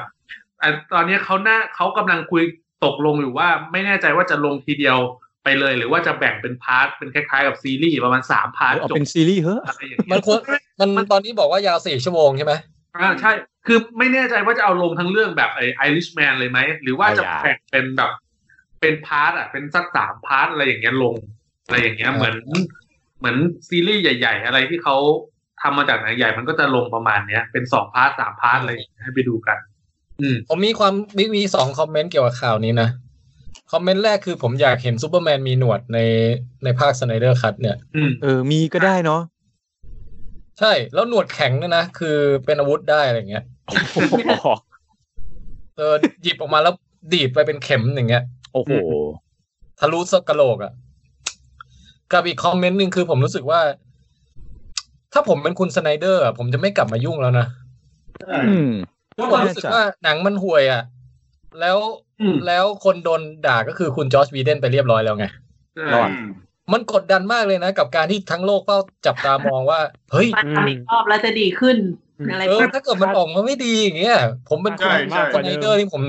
[SPEAKER 2] อ่ะตอนนี้เขาหน้าเขากำลังคุยตกลงอยู่ว่า ไม่แน่ใจว่าจะลงทีเดียวไปเลย หรือว่าจะแบ่งเป็นพาร์ทเป็นคล้ายๆกับซีรีส์ประมาณสามพาร์ท
[SPEAKER 9] เอา
[SPEAKER 2] จบ
[SPEAKER 9] เป็นซีรีส์เหอะ
[SPEAKER 2] อะไรอย่างเงี้ย
[SPEAKER 4] มันควรมันมันตอนนี้บอกว่ายาวสี่ชั่วโมงใช่ไหม
[SPEAKER 2] อ่าใช่ คือไม่แน่ใจว่าจะเอาลงทั้งเรื่องแบบไอ้ไอริชแมนเลยไหม หรือว่าจะแบ่งเป็นแบบ เป็นพาร์ทอ่ะ เป็นสักสามพาร์ทอะไรอย่างเงี้ยลง อะไรอย่างเงี้ย
[SPEAKER 4] อ่า
[SPEAKER 2] เหมือน เหมือนซีรีส์ใหญ่ ๆ อะไรที่เขาทำมาจากหนังใหญ่ มันก็จะลงประมาณเนี้ย เป็นสองพาร์ทสามพาร์ทอะไรอย่างเงี้ยให้ไปดูกัน อืม
[SPEAKER 4] ผมมีความมีมีสองคอมเมนต์เกี่ยวกับข่าวนี้นะ คอมเมนต์แรกคือผมอยากเห็นซูเปอร์แมนมีหนวดในในภาคสไนเดอร์คัตเนี่ย
[SPEAKER 2] อืม
[SPEAKER 9] เออมีก็ได้เนาะ
[SPEAKER 4] ใช่แล้วหนวดแข็งด้วยนะ คือเป็นอาวุธได้อะไรเงี้ย
[SPEAKER 9] โอ้โห
[SPEAKER 4] เออหยิบออกมาแล้วดีดไปเป็นเข็มอย่างเงี้ย
[SPEAKER 9] โอ้โห
[SPEAKER 4] ทะลุสกะโหลกอะ่ะ กับอีกคอมเมนต์หนึ่งคือผมรู้สึกว่า ถ้าผมเป็นคุณสไนเดอร์อะผมจะไม่กลับมายุ่งแล้วนะ
[SPEAKER 9] อืม
[SPEAKER 4] เพราะผมรู้สึกว่าหนังมันห่วยอะ่ะ แล้ว
[SPEAKER 2] อืม
[SPEAKER 4] แล้วคนโดนด่าก็คือคุณจอร์จวีเดนไปเรียบร้อยแล้วไง
[SPEAKER 9] รอด
[SPEAKER 4] มันกดดันมากเลยนะ กับการที่ทั้งโลกเฝ้าจับตามองว่า เฮ้ย
[SPEAKER 5] มันทำอีกรอบแล้วจะดีขึ้นอะไร
[SPEAKER 4] เออ
[SPEAKER 5] เพิ่ม
[SPEAKER 4] ถ้าเกิดมันออกมาไม่ดีอย่างเงี้ยผมเป็นคุณ
[SPEAKER 3] ใช่ใช่
[SPEAKER 4] สไนเดอร์ที่ผม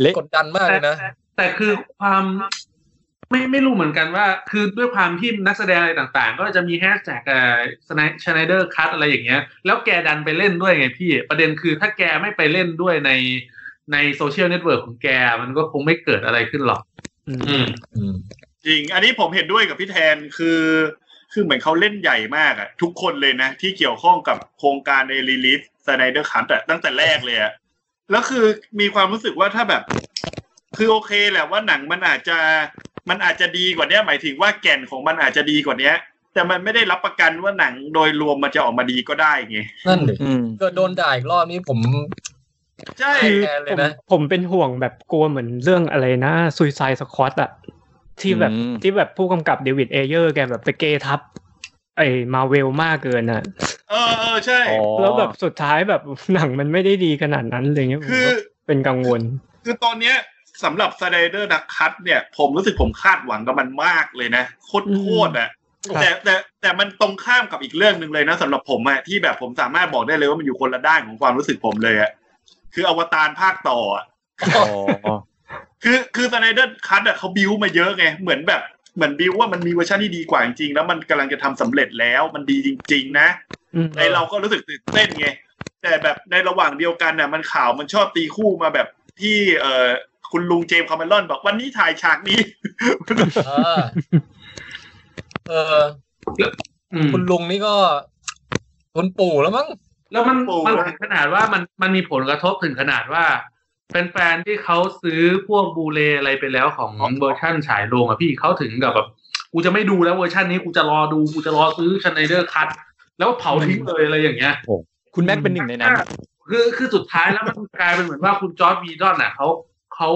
[SPEAKER 9] เละ
[SPEAKER 4] กดดันมากเลยนะ
[SPEAKER 2] แต่แต่คือความไม่ไม่รู้เหมือนกันว่า คือด้วยความที่นักแสดงอะไรต่างๆ ก็จะมีแฮชแท็กชไนเดอร์คัตอะไรอย่างเงี้ย แล้วแกดันไปเล่นด้วยไงพี่ ประเด็นคือถ้าแกไม่ไปเล่นด้วยในในโซเชียลเน็ตเวิร์กของแก มันก็คงไม่เกิดอะไรขึ้นหรอก อืม
[SPEAKER 4] อืม
[SPEAKER 3] จริง อันนี้ผมเห็นด้วยกับพี่แทนคือ คือเหมือนเขาเล่นใหญ่มากอ่ะ ทุกคนเลยนะ ที่เกี่ยวข้องกับโครงการในรีลิฟสไนเดอร์คันแต่ตั้งแต่แรกเลยอ่ะ แล้วคือมีความรู้สึกว่าถ้าแบบ คือโอเคแหละว่าหนังมันอาจจะ มันอาจจะดีกว่าเนี้ยหมายถึงว่าแก่นของมันอาจจะดีกว่าเนี้ย แต่มันไม่ได้รับประกันว่าหนังโดยรวมมันจะออกมาดีก็ได้ไง
[SPEAKER 4] นั่นดิเกิดโดนด่าอีกรอบนี้ผม
[SPEAKER 3] ใช่
[SPEAKER 10] คือ
[SPEAKER 4] แทนเล
[SPEAKER 10] ผ
[SPEAKER 4] ย
[SPEAKER 10] ม
[SPEAKER 4] นะ
[SPEAKER 10] ผมเป็นห่วงแบบกลัวเหมือนเรื่องอะไรนะซุยไซสควอตอะที่แบบที่แบบผู้กำกับเดวิดเอเยอร์แกแบบไปเกทับ ไอ้มาเวลมากเกินอะ
[SPEAKER 3] เออเออใช่
[SPEAKER 10] แล้วแบบสุดท้ายแบบ หนังมันไม่ได้ดีขนาดนั้นอะไรเงี้ยผมก็เป็นกังวล
[SPEAKER 3] คือตอนเนี้ยสำหรับสไนเดอร์ดักคัตเนี่ย ผมรู้สึกผมคาดหวังกับมันมากเลยนะโคตรโคตรๆอะ
[SPEAKER 10] ครับ
[SPEAKER 3] แต่แต่แต่มันตรงข้ามกับอีกเรื่องหนึ่งเลยนะสำหรับผมอะที่แบบผมสามารถบอกได้เลยว่ามันอยู่คนละด้านของความรู้สึกผมเลยอะคืออวตารภาคต่ออะ คือคือสไนเดอร์คัตอะเขาบิวมาเยอะไง เหมือนแบบเหมือนบิวว่ามันมีเวอร์ชันที่ดีกว่าจริงๆแล้วมันกำลังจะทำสำเร็จแล้วมันดีจริง ๆ นะ
[SPEAKER 10] อืม
[SPEAKER 3] ในเราก็รู้สึกตื่นเต้นไง แต่แบบในระหว่างเดียวกันน่ะมันข่าวมันชอบตีคู่มาแบบที่เอ่อคุณลุงเจมส์คาเมรอนบอกวันนี้ถ่ายฉากนี้
[SPEAKER 4] เออคุณลุงนี่ก็คุณปู่แล้วมั้ง
[SPEAKER 2] แล้วมันมันถึงขนาดว่ามันมันมีผลกระทบถึงขนาดว่าแฟนๆที่เขาซื้อพวกบูเลอะไรไปแล้วของเวอร์ชั่นฉายโรงอะพี่เขาถึงกับแบบกูจะไม่ดูแล้วเวอร์ชันนี้กูจะรอดูกูจะรอซื้อชไนเดอร์คัตแล้วเผาทิ้งเลยอะไรอย่างเงี้ย
[SPEAKER 9] คุณแม็กเป็นหนึ่งในนั้น
[SPEAKER 2] คือคือสุดท้ายแล้วมันกลายเป็นเหมือนว่าคุณจอร์ดวีดอนน่ะเขาเขา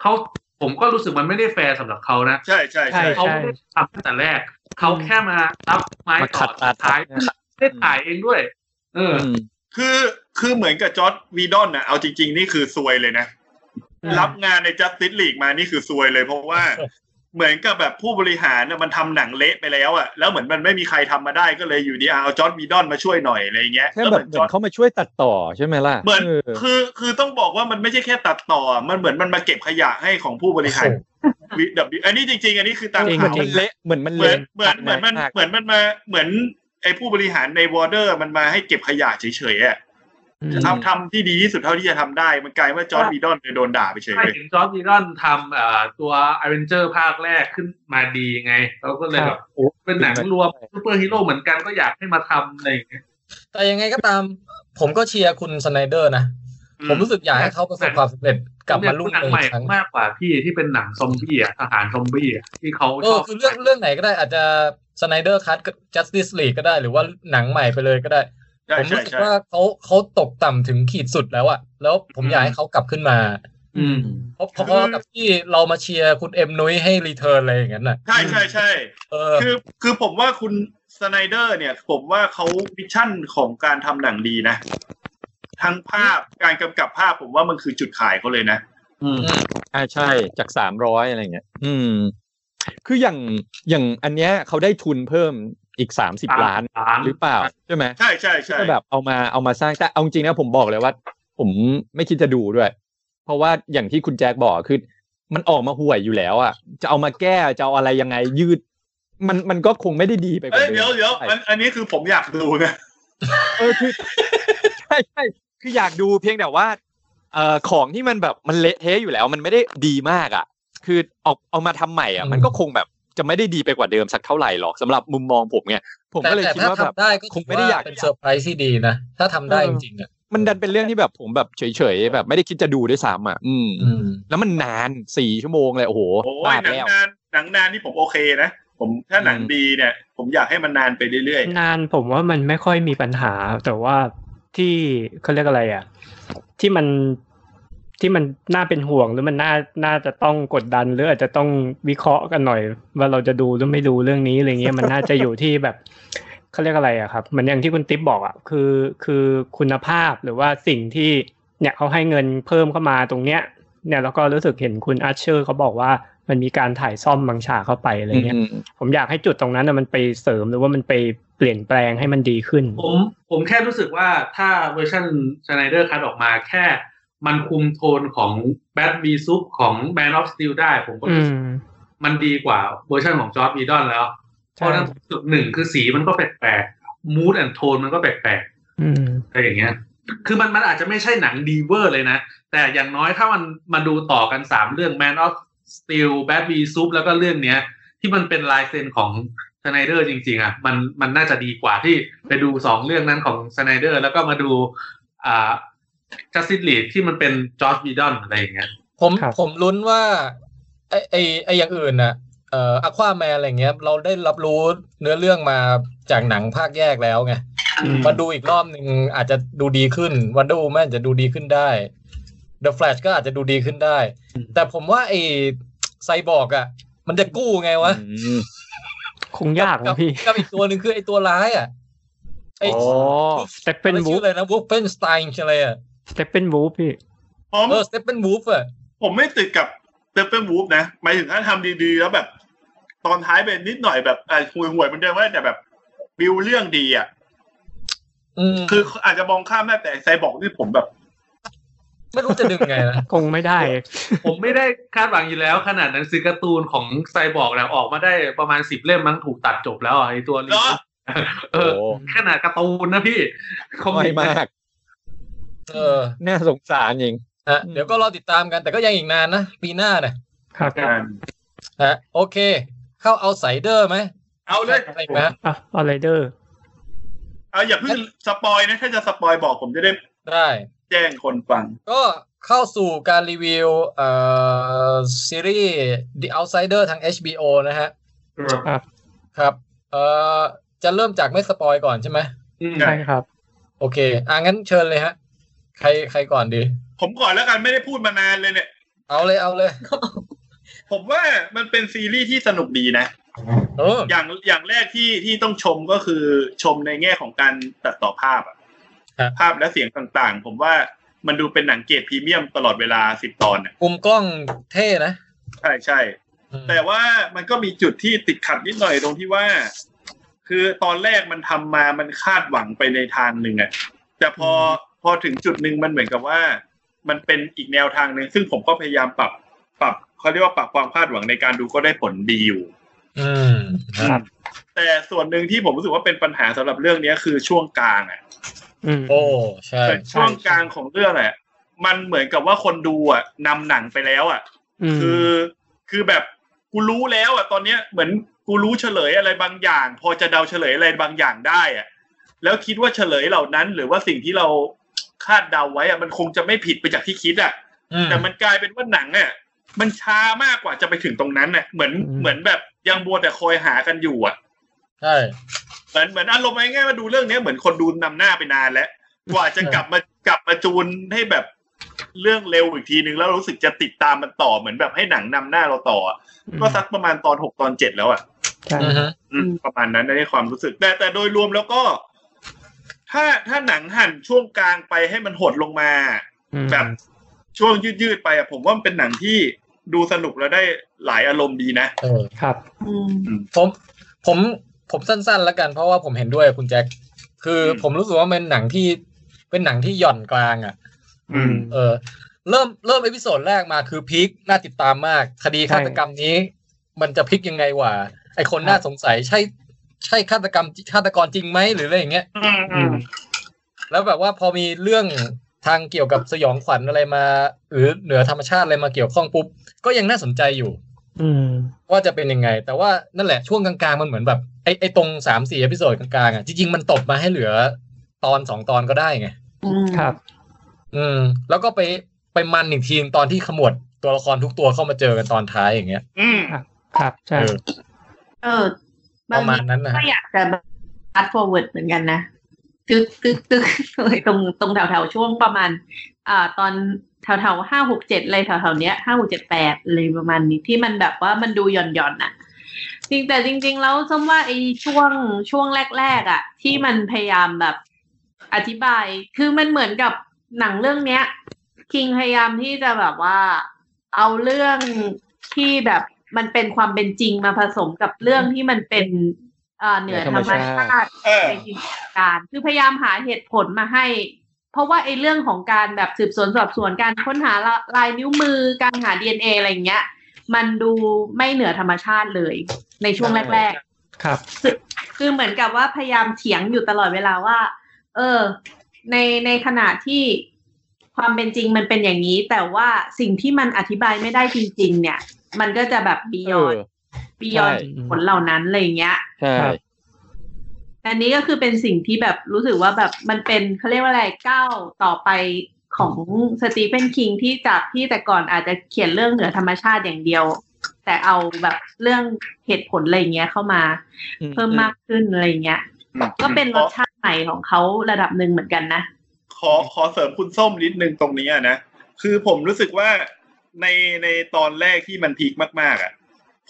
[SPEAKER 2] เขาผมก็รู้สึกมันไม่ได้แฟร์สำหรับเขานะ
[SPEAKER 3] ใช่ใช่ใช่
[SPEAKER 2] เขาไม่ได้ทำตั้งแต่แรก เขาแค่มารับไม้ต่อสุดท้ายไม่ได้ถ่ายเองด้วย เออ
[SPEAKER 3] คือคือเหมือนกับจอร์ดวีดอนน่ะเอาจริง ๆ นี่คือซวยเลยนะ รับงานในจัสติสลีกมานี่คือซวยเลยเพราะ ว่า เหมือนกับแบบผู้บริหารน่ะมันทำหนังเละไปแล้วอ่ะแล้วเหมือนมันไม่มีใครทำมาได้ก็เลยอยู่ดีเอาจอร์ดวีดอนมาช่วยหน่อยอะไรอย่างเงี้ย
[SPEAKER 9] แค่
[SPEAKER 3] ก็เห
[SPEAKER 9] แบ
[SPEAKER 3] มือ
[SPEAKER 9] บ
[SPEAKER 3] น
[SPEAKER 9] เห
[SPEAKER 3] จ
[SPEAKER 9] มื
[SPEAKER 3] อ
[SPEAKER 9] อ
[SPEAKER 3] ร์
[SPEAKER 9] น
[SPEAKER 3] ด
[SPEAKER 9] เขามาช่วยตัดต่อใช่ไหมล่ะ
[SPEAKER 3] เหมือน
[SPEAKER 9] เออ
[SPEAKER 3] คือคือต้องบอกว่ามันไม่ใช่แค่ตัดต่อ มันเหมือนมันมาเก็บขยะให้ของผู้บริหารวิดับอันนี้จริง ๆ อันนี้คือตาม
[SPEAKER 9] จริง
[SPEAKER 3] ข่าว
[SPEAKER 9] จริงเละเหมือนมัน
[SPEAKER 3] เหมือน
[SPEAKER 9] เละ
[SPEAKER 3] เหมือนเหมือนมัน
[SPEAKER 9] มาก
[SPEAKER 3] เหมือนมันมาเหมือนไอ้ผู้บริหารในวอเดอร์มันมาให้เก็บขยะเฉยๆอ่ะทำทำที่ดีที่สุดเท่าที่จะทำได้ มันกลายว่าจอร์ดวีดอนเลยโดนด่าไปเฉย
[SPEAKER 2] ใช่
[SPEAKER 3] เลย
[SPEAKER 2] เห็นจอร์จวีดอนทำเอ่อตัวอเวนเจอร์ภาคแรกขึ้นมาดีไงเขาก็เลยแบบโอ้เป็นหนังรวมซูเปอร์ฮีโร่เหมือนกันก็อยากให้มาทำอะไรอย่างเงี้ย
[SPEAKER 4] แต่ยังไงก็ตาม ผมก็เชียร์คุณสไนเดอร์นะ
[SPEAKER 2] อืม
[SPEAKER 4] ผมรู้สึกอยากให้เขาประสบความสำเร็จกลับมาลุ่ง
[SPEAKER 2] หนัง
[SPEAKER 4] เรือง
[SPEAKER 2] ใหม่
[SPEAKER 4] อีกครั้ง
[SPEAKER 2] มากกว่าพี่ที่เป็นหนังซอมบี้อะทหารซอมบี้อะที่เขา
[SPEAKER 4] เอ
[SPEAKER 2] ช
[SPEAKER 4] อ
[SPEAKER 2] อบ
[SPEAKER 4] คือเรื่องเรื่องไหนก็ได้อาจจะสไนเดอร์คัตจัสติสลีกก็ได้ หรือว่าหนังใหม่ไปเลยก็ได้
[SPEAKER 3] ใช่
[SPEAKER 4] ผม
[SPEAKER 3] ใช่
[SPEAKER 4] รู้สึก
[SPEAKER 3] ใช่
[SPEAKER 4] ว่าเขาเขาตกต่ำถึงขีดสุดแล้วอะแล้วผมอยากให้เขากลับขึ้นมา
[SPEAKER 2] อืม
[SPEAKER 4] เพราะเพราะว่ากับที่เรามาเชียร์คุณเอ็มนุ้ยให้รีเทิร์นอะไรอย่างนั้นน่ะ
[SPEAKER 3] ใช่ใช่ใช่
[SPEAKER 4] เออ
[SPEAKER 3] คือคือผมว่าคุณสไนเดอร์เนี่ย ผมว่าเขาวิชั่นของการทำหนังดีนะ ทั้งภาพการกำกับภาพผมว่ามันคือจุดขายเขาเลยนะ
[SPEAKER 2] อืม
[SPEAKER 9] อ่าใช่จากสามร้อยอะไรเงี้ย อืม คืออย่างอย่างอันเนี้ยเขาได้ทุนเพิ่มอีกสามสิบล้าน
[SPEAKER 2] สามสิบล้าน
[SPEAKER 9] หรือเปล่าใช่ไหม
[SPEAKER 3] ใช่ใช่ใช่
[SPEAKER 9] ก็แบบเอามาเอามาสร้างแต่เอาจริงนะผมบอกเลยว่า ผมไม่คิดจะดูด้วย เพราะว่าอย่างที่คุณแจ็คบอกคือ มันออกมาห่วยอยู่แล้วอ่ะจะเอามาแก้จะเอาอะไรยังไงยืด มันมันก็คงไม่ได้ดีไปก
[SPEAKER 3] เอ้
[SPEAKER 9] ว่าย เดิม
[SPEAKER 3] เดี๋ยวเดี๋ยวอันอันนี้คือผมอยากดูนะ
[SPEAKER 9] เออ คือใช่ใช่คืออยากดูเพียงแต่ว่า เอ่อของที่มันแบบมันเละเทะอยู่แล้ว มันไม่ได้ดีมากอ่ะ คือเอาเอามาทำใหม่อ่ะ มันก็คงแบบจะไม่ได้ดีไปกว่าเดิมสักเท่าไหร่หรอกสำหรับมุมมองผมไงผม
[SPEAKER 4] แต่
[SPEAKER 9] ก็เลย
[SPEAKER 4] แต่
[SPEAKER 9] คิด
[SPEAKER 4] ถ้า
[SPEAKER 9] ว่าแบบ
[SPEAKER 4] ทำได้ก็
[SPEAKER 9] ค
[SPEAKER 4] ถื
[SPEAKER 9] งไม่ได้อยาก
[SPEAKER 4] เป็นเซอร์ไพรส์ที่ดีนะ ถ้าทำได้
[SPEAKER 9] เออ
[SPEAKER 4] จริงๆอ่ะ
[SPEAKER 9] มันดันเป็นเรื่องที่แบบผมแบบเฉยๆแบบไม่ได้คิดจะดูด้วยซ้ำอ่ะอืม
[SPEAKER 4] อืม
[SPEAKER 9] แล้วมันนานสี่ชั่วโมงเลยโอ้โห
[SPEAKER 3] โอ้
[SPEAKER 9] บ้าย
[SPEAKER 3] หนั
[SPEAKER 9] แล้วน
[SPEAKER 3] งานหนังนานนี่ผมโอเคนะ ผมถ้าหนังดีเนี่ย ผมอยากให้มันนานไปเรื่อย
[SPEAKER 10] นานผมว่ามันไม่ค่อยมีปัญหา แต่ว่าที่เขาเรียกอะไรอ่ะ ที่มันที่มันน่าเป็นห่วงหรือมันน่าน่าจะต้องกดดัน หรืออาจจะต้องวิเคราะห์กันหน่อย ว่าเราจะดูหรือไม่ดูเรื่องนี้อะไรเงี้ยมันน่าจะอยู่ที่แบบเขาเรียกอะไรอ่ะครับเหมันอย่างที่คุณติ๊บบอกอ่ะคือคือคุณภาพหรือว่าสิ่งที่เนี่ยเขาให้เงินเพิ่มเข้ามาตรงเนี้ย เนี่ยแล้วก็รู้สึกเห็นคุณอาร์เชอร์เขาบอกว่ามันมีการถ่ายซ่อมบางฉากเข้าไปอะไรเงี้ย
[SPEAKER 9] อืม
[SPEAKER 10] ผมอยากให้จุดตรงนั้นนะมันไปเสริมหรือว่ามันไปเปลี่ยนแปลงให้มันดีขึ้น
[SPEAKER 2] ผมผมแค่รู้สึกว่าถ้าเวอร์ชันชไนเดอร์คัตออกมาแค่ มันคุมโทนของแบทบีซุปของแมนออฟสตีลได้ ผมก็รู้สึกมันดีกว่าเวอร์ชันของจอร์ดวีดอนแล้ว เพ
[SPEAKER 10] ใช่
[SPEAKER 2] ราะฉะนั้นผมรู้สึกหนึ่งคือสีมันก็แปลกๆมูดแอนโทนมันก็แปลกๆ
[SPEAKER 10] อืม
[SPEAKER 2] อะไรอย่างเงี้ย คือมันมันอาจจะไม่ใช่หนังดีเวอร์เลยนะ แต่อย่างน้อยถ้ามันมาดูต่อกันสามเรื่อง Man of Steel Bad v Soup แล้วก็เรื่องเนี้ย ที่มันเป็นลายเซ็นของสไนเดอร์จริง ๆ อ่ะ มันมันน่าจะดีกว่าที่ไปดูสองเรื่องนั้นของสไนเดอร์ แล้วก็มาดูอ่าจัสติสลีดที่มันเป็นจอร์จบีดอนอะไรอย่างเงี้ย
[SPEAKER 4] ผมผมลุ้นว่า ไอไอไออย่างอื่นน่ะเอ่ออควาแมนอะไรเงี้ย เราได้รับรู้เนื้อเรื่องมาจากหนังภาคแยกแล้วไง
[SPEAKER 2] อืม
[SPEAKER 4] มาดูอีกรอบหนึ่งอาจจะดูดีขึ้นวันเดอร์ m ูแมนจะดูดีขึ้นได้ The Flash ก็อาจจะดูดีขึ้นได้ แต่ผมว่าไอไซบอร์กอ่ะ มันจะกู้ไงวะ
[SPEAKER 10] คงยากนะพี่
[SPEAKER 4] กับอีกตัวหนึ่งคือไอตัวร้ายอ่ะไอ
[SPEAKER 10] อ๋อ Steppenwolf
[SPEAKER 4] ชื่ออะไรนะวูฟเปนสไตน์อะไรอ่ะ
[SPEAKER 10] สเตปเป็นวูฟพี่
[SPEAKER 4] เออสเตปเปนวูฟอ่ะ
[SPEAKER 3] ผมไม่ติดกับเตปเปิลวูฟนะหมายถึงถ้าทำดีๆ แล้วแบบ ตอนท้ายเป็นนิดหน่อยแบบอ่ะห่วยๆเหมันเดิมว่าแต่แบบบิวเรื่องดีอ่ะคืออาจจะมองข้ามได้แต่ไซบอร์กนี่ผมแบบ
[SPEAKER 4] ไม่รู้จะดึงไงนะ
[SPEAKER 10] คงไม่ได้
[SPEAKER 2] ผมไม่ได้คาดหวังอยู่แล้ว ขนาดหนังสือการ์ตูนของไซบอร์กแล้วออกมาได้ประมาณสิบเล่มมั้งถูกตัดจบแล้วอ่ะไอตัวนี้เออ ขนาดการ์ตูนนะพี่เขา
[SPEAKER 9] ไม่มาก
[SPEAKER 4] เออ
[SPEAKER 9] น่าสงสารจริง
[SPEAKER 4] ฮะเดี๋ยวก็รอติดตามกันแต่ก็ยังอีกนานนะ ปีหน้าเนี่ย
[SPEAKER 10] ครับ
[SPEAKER 4] ฮะโอเค เข้าเอาไซเดอร์ไหม
[SPEAKER 3] เอาเลย
[SPEAKER 4] อะไรไหมฮะ
[SPEAKER 10] อ่ะอะไรเดอร์
[SPEAKER 3] เอาอย่าเพิ่งสปอยนะ ถ้าจะสปอยบอกผมจะได้
[SPEAKER 4] ได้
[SPEAKER 3] แจ้งคนฟัง
[SPEAKER 4] ก็เข้าสู่การรีวิวเอ่อซีรีส์ The Outsider ทาง HBO นะฮะ
[SPEAKER 10] ครับ
[SPEAKER 4] ครับเอ่อจะเริ่มจากไม่สปอยก่อนใช่ไหม
[SPEAKER 10] ใช่ครับ
[SPEAKER 4] โอเค อ่ะงั้นเชิญเลยฮะ ใครใครก่อนดี
[SPEAKER 3] ผมก่อนแล้วกันไม่ได้พูดมานานเลยเนี่ย
[SPEAKER 4] เอาเลยเอาเลย
[SPEAKER 3] ผมว่ามันเป็นซีรีส์ที่สนุกดีนะ อย่างอย่างแรกที่ที่ต้องชมก็คือชมในแง่ของการตัดต่อภาพอะภาพและเสียงต่างๆ ผมว่ามันดูเป็นหนังเกรดพรีเมียมตลอดเวลาสิบตอนอะ
[SPEAKER 4] กลุ่มกล้องเท่นะ
[SPEAKER 3] ใช่ใช่ แต่ว่ามันก็มีจุดที่ติดขัดนิดหน่อยตรงที่ว่า คือตอนแรกมันทำมามันคาดหวังไปในทางหนึ่งอะแต่พอพอถึงจุดหนึ่งมันเหมือนกับว่า มันเป็นอีกแนวทางหนึ่งซึ่งผมก็พยายามปรับ ปรับเขาเรียกว่าปรับความคาดหวังในการดูก็ได้ผลดีอยู่
[SPEAKER 4] อืมครับ
[SPEAKER 3] แต่ส่วนหนึ่งที่ผมรู้สึกว่าเป็นปัญหาสำหรับเรื่องเนี้ยคือช่วงกลางอะ
[SPEAKER 4] โอ้ใช่
[SPEAKER 3] แต่ช่วงกลางของเรื่องแหละ มันเหมือนกับว่าคนดูอ่ะนำหนังไปแล้วอ่ะ
[SPEAKER 10] อืม
[SPEAKER 3] คือคือแบบกูรู้แล้วอ่ะตอนเนี้ยเหมือนกูรู้เฉลยอะไรบางอย่าง พอจะเดาเฉลยอะไรบางอย่างได้อ่ะ แล้วคิดว่าเฉลยเหล่านั้น หรือว่าสิ่งที่เราคาดเดาไว้อ่ะมันคงจะไม่ผิดไปจากที่คิดอ่ะ
[SPEAKER 4] อืม
[SPEAKER 3] แต่มันกลายเป็นว่าหนังอ่ะมันช้ามากกว่าจะไปถึงตรงนั้นน่ะเหมือนเหมือนแบบยังบัวแต่คอยหากันอยู่อ่ะ
[SPEAKER 4] ใช่
[SPEAKER 3] เหมือนเหมือนอารมณ์ง่ายๆมาดูเรื่องเนี้ยเหมือนคนดูนำหน้าไปนานแล้ว กว่าจะกลับมากลับมาจูนให้แบบเรื่องเร็วอีกทีนึงแล้วรู้สึกจะติดตามมันต่อเหมือนแบบให้หนังนำหน้าเราต่ออะก็สักประมาณตอนหกตอนเจ็ดแล้วอ่ะ
[SPEAKER 10] ใช่
[SPEAKER 3] อืมประมาณนั้นในความรู้สึกแต่แต่โดยรวมแล้วก็ ถ้าถ้าหนังหั่นช่วงกลางไปให้มันหดลงมา แบบช่วงยืดๆไปอะผมว่ามันเป็นหนังที่ดูสนุกแล้วได้หลายอารมณ์ดีนะ
[SPEAKER 4] เออ
[SPEAKER 10] ครับ
[SPEAKER 4] ผมผมผมสั้นๆแล้วกัน เพราะว่าผมเห็นด้วยกับคุณแจ็คคืออผมรู้สึกว่าเป็นหนังที่เป็นหนังที่หย่อนกลางอ่ะ
[SPEAKER 3] อืม
[SPEAKER 4] เออ เริ่มเริ่มเอพิโซดแรกมาคือพีคน่าติดตามมาก คดีฆาตกรรมนี้ มันจะพลิกยังไงวะไอคนน่าสงสัยใช่ ใช่ฆาตกรรมฆาตกรจริงไหมหรืออะไรอย่างเงี้ย แล้วแบบว่าพอมีเรื่องทางเกี่ยวกับสยองขวัญอะไรมาหรือเหนือธรรมชาติอะไรมาเกี่ยวข้องปุ๊บก็ยังน่าสนใจอยู่
[SPEAKER 10] อืม
[SPEAKER 4] ว่าจะเป็นยังไง แต่ว่านั่นแหละช่วงกลางๆ มันเหมือนแบบไอ้ไอ้ตรงสามสี่อพิโซดกลางๆอ่ะจริงๆ มันตบมาให้เหลือตอนสองตอนก็ได้ไง
[SPEAKER 10] ครับ
[SPEAKER 4] อืม แล้วก็ไปไปมันอีกทีตอนที่ขมวดตัวละครทุกตัวเข้ามาเจอกันตอนท้ายอย่างเงี้ย
[SPEAKER 3] อืม
[SPEAKER 10] ครับ ใช่
[SPEAKER 4] เออ
[SPEAKER 5] เออ
[SPEAKER 4] ประมาณนั้นนะ
[SPEAKER 5] ก็อยากจะแบบ fast forward เหมือนกันนะตึกตึก ตึกเลยตรงตรงแถวแถวๆช่วงประมาณ อ่า ตอนแถวแถวห้าหกเจ็ดเลยแถวแถวๆเนี้ยห้าหกเจ็ดแปดเลยประมาณนี้ที่มันแบบว่ามันดูหย่อนหย่อนๆอะจริงแต่จริง ๆ แล้วส้มว่าไอ้ช่วงช่วงแรก ๆอะที่มันพยายามแบบอธิบาย คือมันเหมือนกับหนังเรื่องเนี้ย คิงพยายามที่จะแบบว่าเอาเรื่องที่แบบมันเป็นความเป็นจริงมาผสมกับเรื่องที่มันเป็นเอ่อเหนือธรรมชาติ
[SPEAKER 3] เออ
[SPEAKER 5] ในจินตนาการคือพยายามหาเหตุผลมาให้ เพราะว่าไอ้เรื่องของการแบบสืบสวนสอบสวนการค้นหาละลายนิ้วมือการหา DNA อะไรอย่างเงี้ย มันดูไม่เหนือธรรมชาติเลย ในช่วงแรก ๆ
[SPEAKER 10] ครับ
[SPEAKER 5] คือเหมือนกับว่าพยายามเถียงอยู่ตลอดเวลาว่า เออ ในในขณะที่ความเป็นจริงมันเป็นอย่างนี้ แต่ว่าสิ่งที่มันอธิบายไม่ได้จริง ๆ เนี่ย มันก็จะแบบบียอนบียอน
[SPEAKER 8] ใช่
[SPEAKER 5] ผลเหล่านั้นอะไรอย่างเงี้ย
[SPEAKER 8] ใช่
[SPEAKER 10] ครับ
[SPEAKER 5] อันนี้ก็คือเป็นสิ่งที่แบบรู้สึกว่าแบบมันเป็นเขาเรียกว่าอะไรก้าวต่อไปของสตีเฟนคิงที่จากที่แต่ก่อนอาจจะเขียนเรื่องเหนือธรรมชาติอย่างเดียว แต่เอาแบบเรื่องเหตุผลอะไรเงี้ยเข้ามา
[SPEAKER 9] อืม
[SPEAKER 5] เพิ่มมากขึ้นอะไรเงี้ย
[SPEAKER 3] อืม
[SPEAKER 5] ก็เป็นรสชาติใหม่ของเขาระดับหนึ่งเหมือนกันนะ
[SPEAKER 3] ขอขอเสริมคุณส้มนิดนึงตรงนี้อะนะ คือผมรู้สึกว่าในในตอนแรกที่มันพีคมาก ๆอ่ะ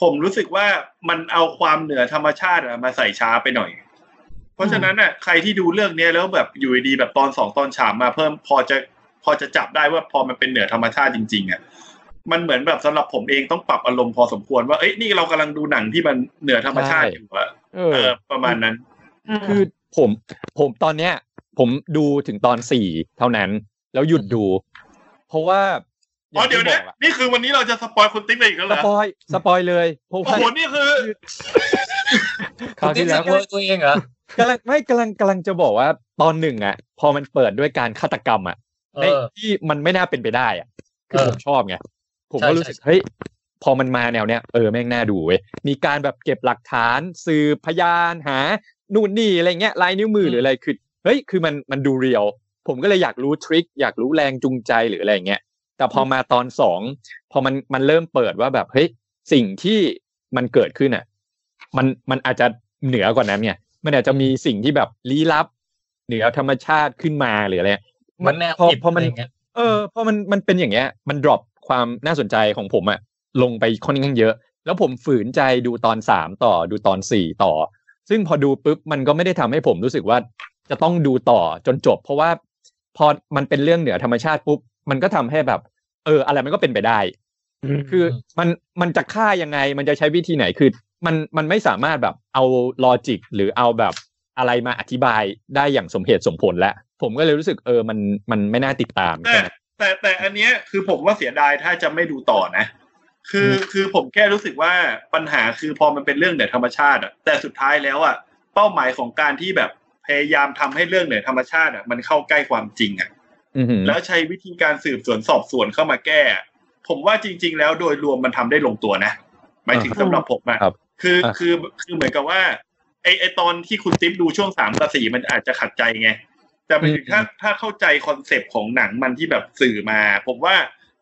[SPEAKER 3] ผมรู้สึกว่ามันเอาความเหนือธรรมชาติอะมาใส่ช้าไปหน่อย เพราะฉะนั้นอ่ะใครที่ดูเรื่องเนี้ยแล้วแบบอยู่ดีๆแบบตอนสองตอนฉามมาเพิ่มพอจะพอจะจับได้ว่าพอมันเป็นเหนือธรรมชาติจริงๆอ่ะมันเหมือนแบบสำหรับผมเองต้องปรับอารมณ์พอสมควรว่าเอ้ยนี่เรากำลังดูหนังที่มันเหนือธรรมชาติอยู่อะ
[SPEAKER 9] เออ
[SPEAKER 3] เออ ประมาณนั้น
[SPEAKER 9] คือผมผมตอนเนี้ย ผมดูถึงตอนสี่เท่านั้น แล้วหยุดดู เพราะว่า
[SPEAKER 3] อ๋อเดี๋ยวนะนี่คือวันนี้เราจะสปอยคุณติ๊กเลยอีกแล้วเห
[SPEAKER 9] ส
[SPEAKER 3] รอ
[SPEAKER 9] ปอยสปอยเลยเพราะ
[SPEAKER 3] โอ้
[SPEAKER 9] ว่า
[SPEAKER 3] โหนี่คือ
[SPEAKER 9] คราวที่แล้ว
[SPEAKER 11] คุณติ๊กสปอยตัวเองเหรอ
[SPEAKER 9] กำลังไม่กำลังกำลังจะบอกว่าตอนหนึ่งอ่ะ พอมันเปิดด้วยการฆาตกรรมอ่ะในที่มันไม่น่าเป็นไปได้อ่ะคือผมชอบไงผมก็รู้สึกเฮ้ยพอมันมาแนวเนี้ยเออแม่งน่าดูเว้ยมีการแบบเก็บหลักฐานสืบพยานหานู่นนี่อะไรเงี้ยลายนิ้วมือหรืออะไรคือเฮ้ยคือมันมันดูเรียว ผมก็เลยอยากรู้ทริคอยากรู้แรงจูงใจหรืออะไรเงี้ย แต่พอมาตอนสองพอมันมันเริ่มเปิดว่าแบบเฮ้ยสิ่งที่มันเกิดขึ้นอ่ะ มันมันอาจจะเหนือกว่านั้นไงมันอาจจะมีสิ่งที่แบบลี้ลับ เหนือธรรมชาติขึ้นมาหรืออะไร
[SPEAKER 11] เหมือนแนว
[SPEAKER 9] พอ
[SPEAKER 11] อิฐ
[SPEAKER 9] พอมัน
[SPEAKER 11] อะไรอย่างเงี้ย
[SPEAKER 9] เออพอมันมันเป็นอย่างเงี้ย มันดรอปความน่าสนใจของผมอะลงไปค่อนข้างเยอะ แล้วผมฝืนใจดูตอนสามต่อดูตอนสี่ต่อ ซึ่งพอดูปุ๊บมันก็ไม่ได้ทำให้ผมรู้สึกว่าจะต้องดูต่อจนจบ เพราะว่าพอมันเป็นเรื่องเหนือธรรมชาติปุ๊บมันก็ทำให้แบบ เออ อะไรมันก็เป็นไปได้ คือมันมันจะฆ่ายังไงมันจะใช้วิธีไหนคือ มันมันไม่สามารถแบบเอาลอจิกหรือเอาแบบอะไรมาอธิบายได้อย่างสมเหตุสมผลแล้วผมก็เลยรู้สึกเออมันมันไม่น่าติดตาม
[SPEAKER 3] แต่แต่แต่อันเนี้ยคือผมว่าเสียดายถ้าจะไม่ดูต่อนะ คือคือผมแค่รู้สึกว่าปัญหาคือพอมันเป็นเรื่องเหนือธรรมชาติอะแต่สุดท้ายแล้วอะเป้าหมายของการที่แบบพยายามทำให้เรื่องเหนือธรรมชาติอะมันเข้าใกล้ความจริงอะ
[SPEAKER 9] อือหือ
[SPEAKER 3] แล้วใช้วิธีการสืบสวนสอบสวนเข้ามาแก้ ผมว่าจริง ๆ แล้วโดยรวมมันทำได้ลงตัวนะหมายถึงสำหรับผมอะคือคือคือเหมือนกับว่าไอไอตอนที่คุณติ๊บดูช่วงสามกับสี่มันอาจจะขัดใจไง แต่หมายถึงถ้าถ้าเข้าใจคอนเซปต์ของหนังมันที่แบบสื่อมา ผมว่า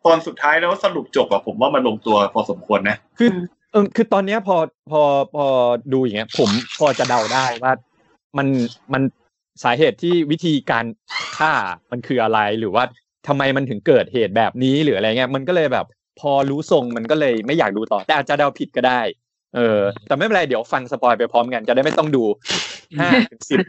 [SPEAKER 3] ตอนสุดท้ายแล้วสรุปจบอะผมว่ามันลงตัวพอสมควรนะ
[SPEAKER 9] คือเออคือตอนเนี้ยพอพอพอดูอย่างเงี้ย ผมพอจะเดาได้ว่ามันมันสาเหตุที่วิธีการฆ่ามันคืออะไรหรือว่าทำไมมันถึงเกิดเหตุแบบนี้หรืออะไรเงี้ยมันก็เลยแบบ พอรู้ทรงมันก็เลยไม่อยากดูต่อ แต่อาจจะเดาผิดก็ได้ เออ แต่ไม่เป็นไรเดี๋ยวฟังสปอยไปพร้อมกันจะได้ไม่ต้องดูห้าถึงสิบ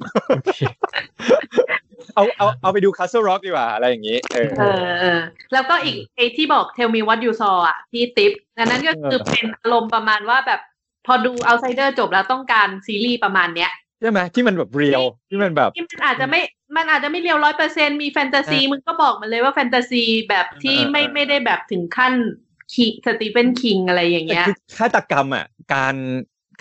[SPEAKER 9] เอาเอาเอาไปดูคัสเซิลร็อกดีกว่าอะไรอย่างงี้เออ
[SPEAKER 5] เออเออแล้วก็อีกไอที่บอก tell me what you saw อ่ะที่ติปอันนั้นก็คือ
[SPEAKER 9] เออ
[SPEAKER 5] เป็นอารมณ์ประมาณว่าแบบพอดู outsider จบแล้วต้องการซีรีส์ประมาณเนี้ย
[SPEAKER 9] ใช่ไหมที่มันแบบเรียวที่มันแบบ
[SPEAKER 5] ที่มันอาจจะไม่ มันอาจจะไม่เรียวร้อยเปอร์เซ็นมีแฟนตาซี
[SPEAKER 9] เออ
[SPEAKER 5] มึงก็บอกมันเลยว่าแฟนตาซีแบบที่
[SPEAKER 9] เออเออ
[SPEAKER 5] ไม่ไม่ได้แบบถึงขั้นคิสตีเฟนคิงอะไรอย่างเงี้ย
[SPEAKER 9] คือฆาตกรรมอ่ะการ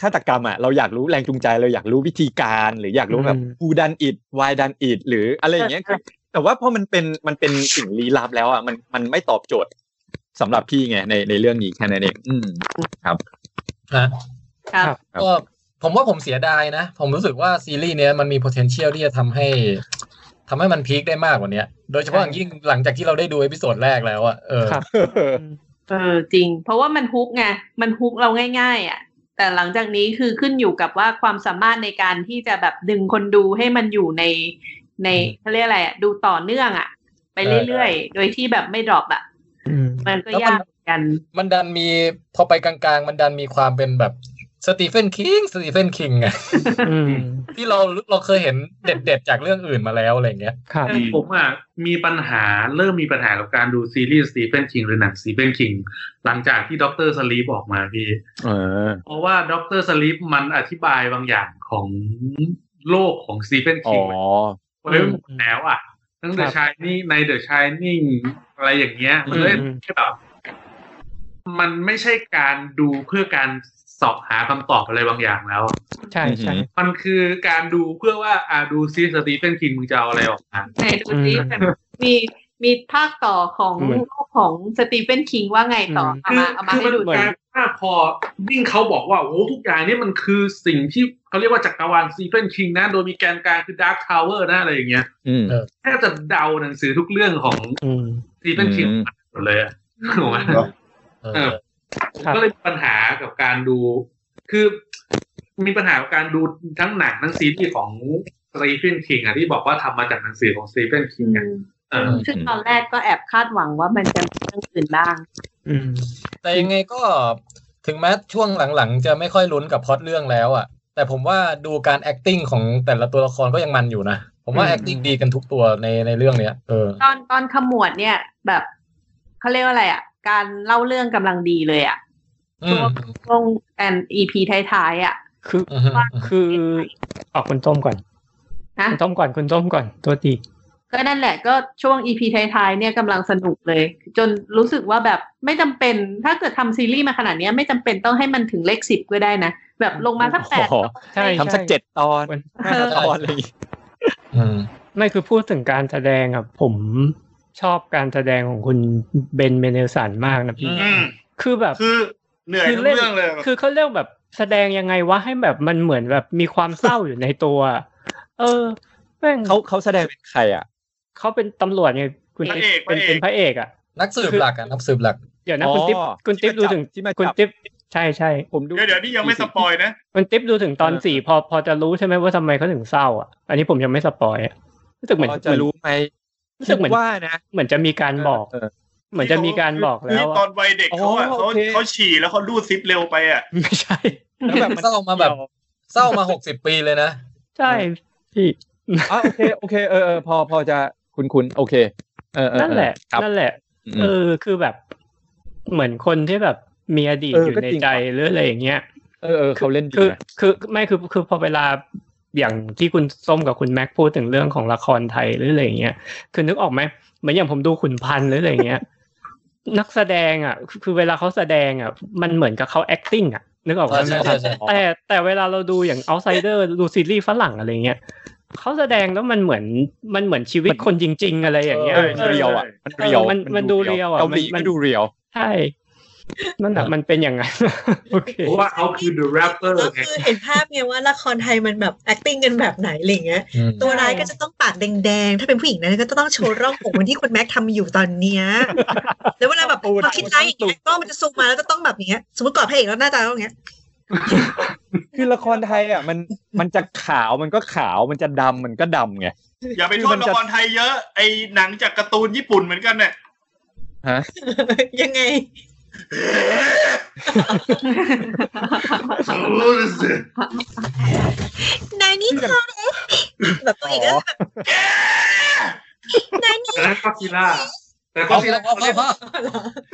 [SPEAKER 9] ฆาตกรรมอ่ะเราอยากรู้แรงจูงใจเราอยากรู้วิธีการ หรืออยากรู้แบบ who done it why done it หรืออะไรอย่างเงี้ยคือแต่ว่าพอมันเป็นมันเป็นสิ่งลี้ลับแล้วอ่ะมันมันไม่ตอบโจทย์สำหรับพี่ไงในในเรื่องนี้แค่นั้นเองอืมครับ
[SPEAKER 11] ฮะ
[SPEAKER 5] ครับ
[SPEAKER 11] ก็ผมว่าผมเสียดายนะ ผมรู้สึกว่าซีรีส์เนี้ยมันมี potential ที่จะทำให้ทำให้มันพีคได้มากกว่าเนี้ย โดยเฉพาะอย่างยิ่งหลังจากที่เราได้ดูเอพิโซดแรกแล้วอะเออ
[SPEAKER 5] เออจริง เพราะว่ามันฮุกไง มันฮุกเราง่ายๆ อ่ะ แต่หลังจากนี้คือขึ้นอยู่กับว่าความสามารถในการที่จะแบบดึงคนดูให้มันอยู่ในในเขาเรียกอะไรอะดูต่อเนื่องอ่ะ ไปเรื่อยๆ โดยที่แบบไม่ดรอปอ่ะ มันก็
[SPEAKER 11] แล้วมัน
[SPEAKER 5] ยากเหมือนกัน
[SPEAKER 11] มันดันมีพอไปกลางๆ มันดันมีความเป็นแบบสตีเฟนคิงสตีเฟนคิงอะที่เราเราเคยเห็นเด็ดๆ จากเรื่องอื่นมาแล้วอะไรอย่างเงี้ย
[SPEAKER 2] คือผมอ่ะมีปัญหาเริ่มมีปัญหากับการดูซีรีส์สตีเฟนคิงหรือหนังสตีเฟนคิงหลังจากที่ด็อกเตอร์สลีปออกมาพี่
[SPEAKER 9] เออ
[SPEAKER 2] เพราะว่าด็อกเตอร์สลีปมันอธิบายบางอย่างของโลกของสตีเฟน
[SPEAKER 9] อ๋
[SPEAKER 2] คิ
[SPEAKER 9] อ
[SPEAKER 2] งไว้หมดแล้วอ่ะ ทั้งเดอะชายนี่ในเดอะชายนิ่งอะไรอย่างเงี้ย มันเลย
[SPEAKER 9] อืม
[SPEAKER 2] แค่แบบมันไม่ใช่การดูเพื่อการสอบหาคำตอบอะไรบางอย่างแล้ว
[SPEAKER 10] ใช่ใช่
[SPEAKER 2] มันคือการดูเพื่อว่าอ่าดูซีสตีเฟนคิงมึงจะเอาอะไรออกมา
[SPEAKER 5] ไหนดูซิแบบมีมีภาคต่อของ
[SPEAKER 2] เหมือน
[SPEAKER 5] ของสตีเฟนคิงว่าไงต่อเอา
[SPEAKER 2] คือ
[SPEAKER 5] มาเอามา
[SPEAKER 2] คือ
[SPEAKER 5] ให้
[SPEAKER 2] มัน
[SPEAKER 5] ดู
[SPEAKER 2] กลารถ้าพอยิ่งเขาบอกว่าโอ้โหทุกอย่างนี่มันคือสิ่งที่เขาเรียกว่าจักรวาลซีเฟนคิงนะ โดยมีแกนกลางคือดาร์คทาวเวอร์นะอะไรอย่างเงี้ย
[SPEAKER 9] อืม
[SPEAKER 2] แทบจะเดาหนังสือทุกเรื่องของ
[SPEAKER 10] อืม
[SPEAKER 2] ซีเฟนคิง
[SPEAKER 9] อืม
[SPEAKER 2] หมดเลยอะถูกไหม
[SPEAKER 11] เออ
[SPEAKER 2] ผมก็เลยมีปัญหากับการดู คือมีปัญหากับการดูทั้งหนังทั้งซีรีส์ของสตีเฟนคิงอ่ะที่บอกว่าทำมาจากหนังสือของสตีเฟนคิงอ่ะเออ
[SPEAKER 5] ซึ่งตอนแรกก็แอบคาดหวังว่ามันจะมีเรื่องอื่นบ้าง
[SPEAKER 4] แต่ยังไงก็ถึงแม้ช่วงหลังๆ จะไม่ค่อยลุ้นกับพล็อตเรื่องแล้วอะแต่ผมว่าดูการ acting ของแต่ละตัวละครก็ยังมันอยู่นะ ผมว่า
[SPEAKER 5] อืม
[SPEAKER 4] acting ดีกันทุกตัวในในเรื่องเนี้ยเออ
[SPEAKER 5] ตอนตอนขมวดเนี่ย แบบเขาเรียกว่าอะไรอ่ะ การเล่าเรื่องกำลังดีเลยอ่ะ
[SPEAKER 4] อืม
[SPEAKER 5] ช่วงแอนอีพีท้ายๆอ่ะ
[SPEAKER 10] คือคือออกคุณต้มก่อน
[SPEAKER 5] ฮะ
[SPEAKER 10] คุณต้มก่อนคุณต้มก่อนตัวตี
[SPEAKER 5] ก็นั่นแหละก็ช่วงอีพีท้ายๆเนี่ยกำลังสนุกเลย จนรู้สึกว่าแบบไม่จำเป็น ถ้าเกิดทำซีรีส์มาขนาดเนี้ยไม่จำเป็นต้องให้มันถึงเลขสิบก็ได้นะ แบบลงมาสักแปด
[SPEAKER 9] โอ้โห
[SPEAKER 10] ใช่ใช่
[SPEAKER 9] ทำสักเจ็ดตอน
[SPEAKER 5] เออ
[SPEAKER 9] ห้าตอนอะไรอย่างงี้
[SPEAKER 10] ไม่คือพูดถึงการแสดงอ่ะผมชอบการแสดงของคุณเบนเมเนลสันมากนะพี่
[SPEAKER 3] อืม
[SPEAKER 10] คือแบบ
[SPEAKER 3] คือเหนื่อยทั้ง
[SPEAKER 10] ล่น
[SPEAKER 3] เรื่องเลย
[SPEAKER 10] คือเขาเรียกแบบแสดงยังไงวะให้แบบมันเหมือนแบบมีความเศร้าอยู่ในตัว เออแม่ง
[SPEAKER 9] เขาเขาแสดงเป็นใครอ่ะ
[SPEAKER 10] เขาเป็นตำรวจไงคุณ
[SPEAKER 3] พระเอก
[SPEAKER 10] เป็น
[SPEAKER 3] พระเอก
[SPEAKER 10] เป็นพระเอกอ่ะ
[SPEAKER 4] นักสืบหลักอะนักสืบหลัก
[SPEAKER 10] เดี๋ยวนะ
[SPEAKER 9] อ๋อ
[SPEAKER 10] คุณติ๊บคุณติ๊บ
[SPEAKER 9] ที่
[SPEAKER 10] ดู
[SPEAKER 9] มาจับ
[SPEAKER 10] ถึง
[SPEAKER 9] ที่มาจับ
[SPEAKER 10] คุณติ๊บใช่ใช่
[SPEAKER 9] ผมดู
[SPEAKER 3] เดี๋ยวเดี๋ยวนี่ยังไม่สปอยนะ
[SPEAKER 10] คุณติ๊บดูถึงตอน
[SPEAKER 9] เออ
[SPEAKER 10] สี่พอพอจะรู้ใช่ไหมว่าทำไมเขาถึงเศร้าอ่ะอันนี้ผมยังไม่สปอยอะรู้สึกเหมือน
[SPEAKER 9] พอจะรู้ไหม
[SPEAKER 10] รู้สึกเหมือน
[SPEAKER 9] ว่านะ
[SPEAKER 10] เหมือนจะมีการบอก
[SPEAKER 9] เออ
[SPEAKER 10] เหมือนจะมีการบอกแล้ว
[SPEAKER 3] ที่ตอ
[SPEAKER 10] อะ
[SPEAKER 3] นวัยเด็กเขาอะ
[SPEAKER 9] อ๋อ
[SPEAKER 3] เขา
[SPEAKER 9] โอเค
[SPEAKER 3] เขาฉี่แล้วเขาดูดซิปเร็วไปอ่ะ
[SPEAKER 10] ไม่ใช่
[SPEAKER 9] แล้วแบบมัน
[SPEAKER 4] เศร้ามาแบบ เศร้ามาหกสิบปีเลยนะ
[SPEAKER 10] ใช่พี่
[SPEAKER 9] อ๋อโอเคโอเคเออเออพอพอจะคุณคุณโอเค เออเออเออ
[SPEAKER 10] นั่นแหละ
[SPEAKER 9] ครับ
[SPEAKER 10] นั่นแหละ
[SPEAKER 9] อืม
[SPEAKER 10] เออคือแบบ เหมือนคนที่แบบมีอดีต
[SPEAKER 9] เออ
[SPEAKER 10] อยู่
[SPEAKER 9] ก็
[SPEAKER 10] ใน
[SPEAKER 9] จริง
[SPEAKER 10] ใจหรืออะไรอย่างเงี้ย
[SPEAKER 9] เออเออเขาเล่นดี
[SPEAKER 10] คือ
[SPEAKER 9] นะ
[SPEAKER 10] คือไม่คือคือพอเวลาอย่างที่คุณส้มกับคุณแม็กพูดถึงเรื่องของละครไทยหรืออะไรอย่างเงี้ยคือนึกออกไหมเหมือนอย่างผมดูขุนพันธ์หรืออะไรอย่างเงี้ย นักแสดงอ่ะ คือคือเวลาเขาแสดงอ่ะ มันเหมือนกับเขา acting อ่ะ นึกออกไหม
[SPEAKER 4] ใช่ใช่ใช่
[SPEAKER 10] แต่แต่เวลาเราดูอย่าง outsider ดูซีรีส์ฝรั่งอะไรเงี้ยเขาแสดงแล้วมันเหมือนมันเหมือนชีวิตคนจริง ๆ อะไรอย่างเงี้ย
[SPEAKER 9] เออมันเรียวอ่ะมันเรียว
[SPEAKER 10] เออมันมันดูเรียวอะ
[SPEAKER 9] เกาหลี
[SPEAKER 10] มัน
[SPEAKER 9] ก็ดูเรียว
[SPEAKER 10] ใช่นั่นแหละมันเป็นอย่างนั้น โอเค
[SPEAKER 2] เพราะว่าเขาคือ the rapper
[SPEAKER 7] ก็
[SPEAKER 2] ไง
[SPEAKER 7] คือเห็นภาพไงว่าละครไทยมันแบบ acting กันแบบไหนอะไรอย่างเงี้ย
[SPEAKER 4] อืม
[SPEAKER 7] ตัวร้ายก็จะต้องปากแดงๆ ถ้าเป็นผู้หญิงนั้นก็ต้องโชว์ร่องผมเหมือนที่คุณแม็กทำอยู่ตอนเนี้ย แล้วเวลาแบบพอคิดร้ายอย่างเงี้ยกล้องมันจะซูมมาแล้วก็ต้องแบบอย่างเงี้ย สมมติกอดพระเอกแล้วหน้าตาต้องอย่างเงี้ย
[SPEAKER 9] คือละครไทยอ่ะมันมันจะขาวมันก็ขาวมันจะดำมันก็ดำไง
[SPEAKER 3] อย่าไปโท
[SPEAKER 9] คือมั
[SPEAKER 3] ษ
[SPEAKER 9] น
[SPEAKER 3] ละ
[SPEAKER 9] จะ
[SPEAKER 3] ครไทยเยอะ ไอ้หนังจากการ์ตูนญี่ปุ่นเหมือนกันเนี่ย
[SPEAKER 9] ฮะ
[SPEAKER 7] ยังไง นายนี่เขาแบบตัวเอกก็แบบนายนี่
[SPEAKER 2] แต่นั้นก็ซีล่าแต่ก็
[SPEAKER 4] เอา
[SPEAKER 2] ซีล่า
[SPEAKER 4] พอพอพอ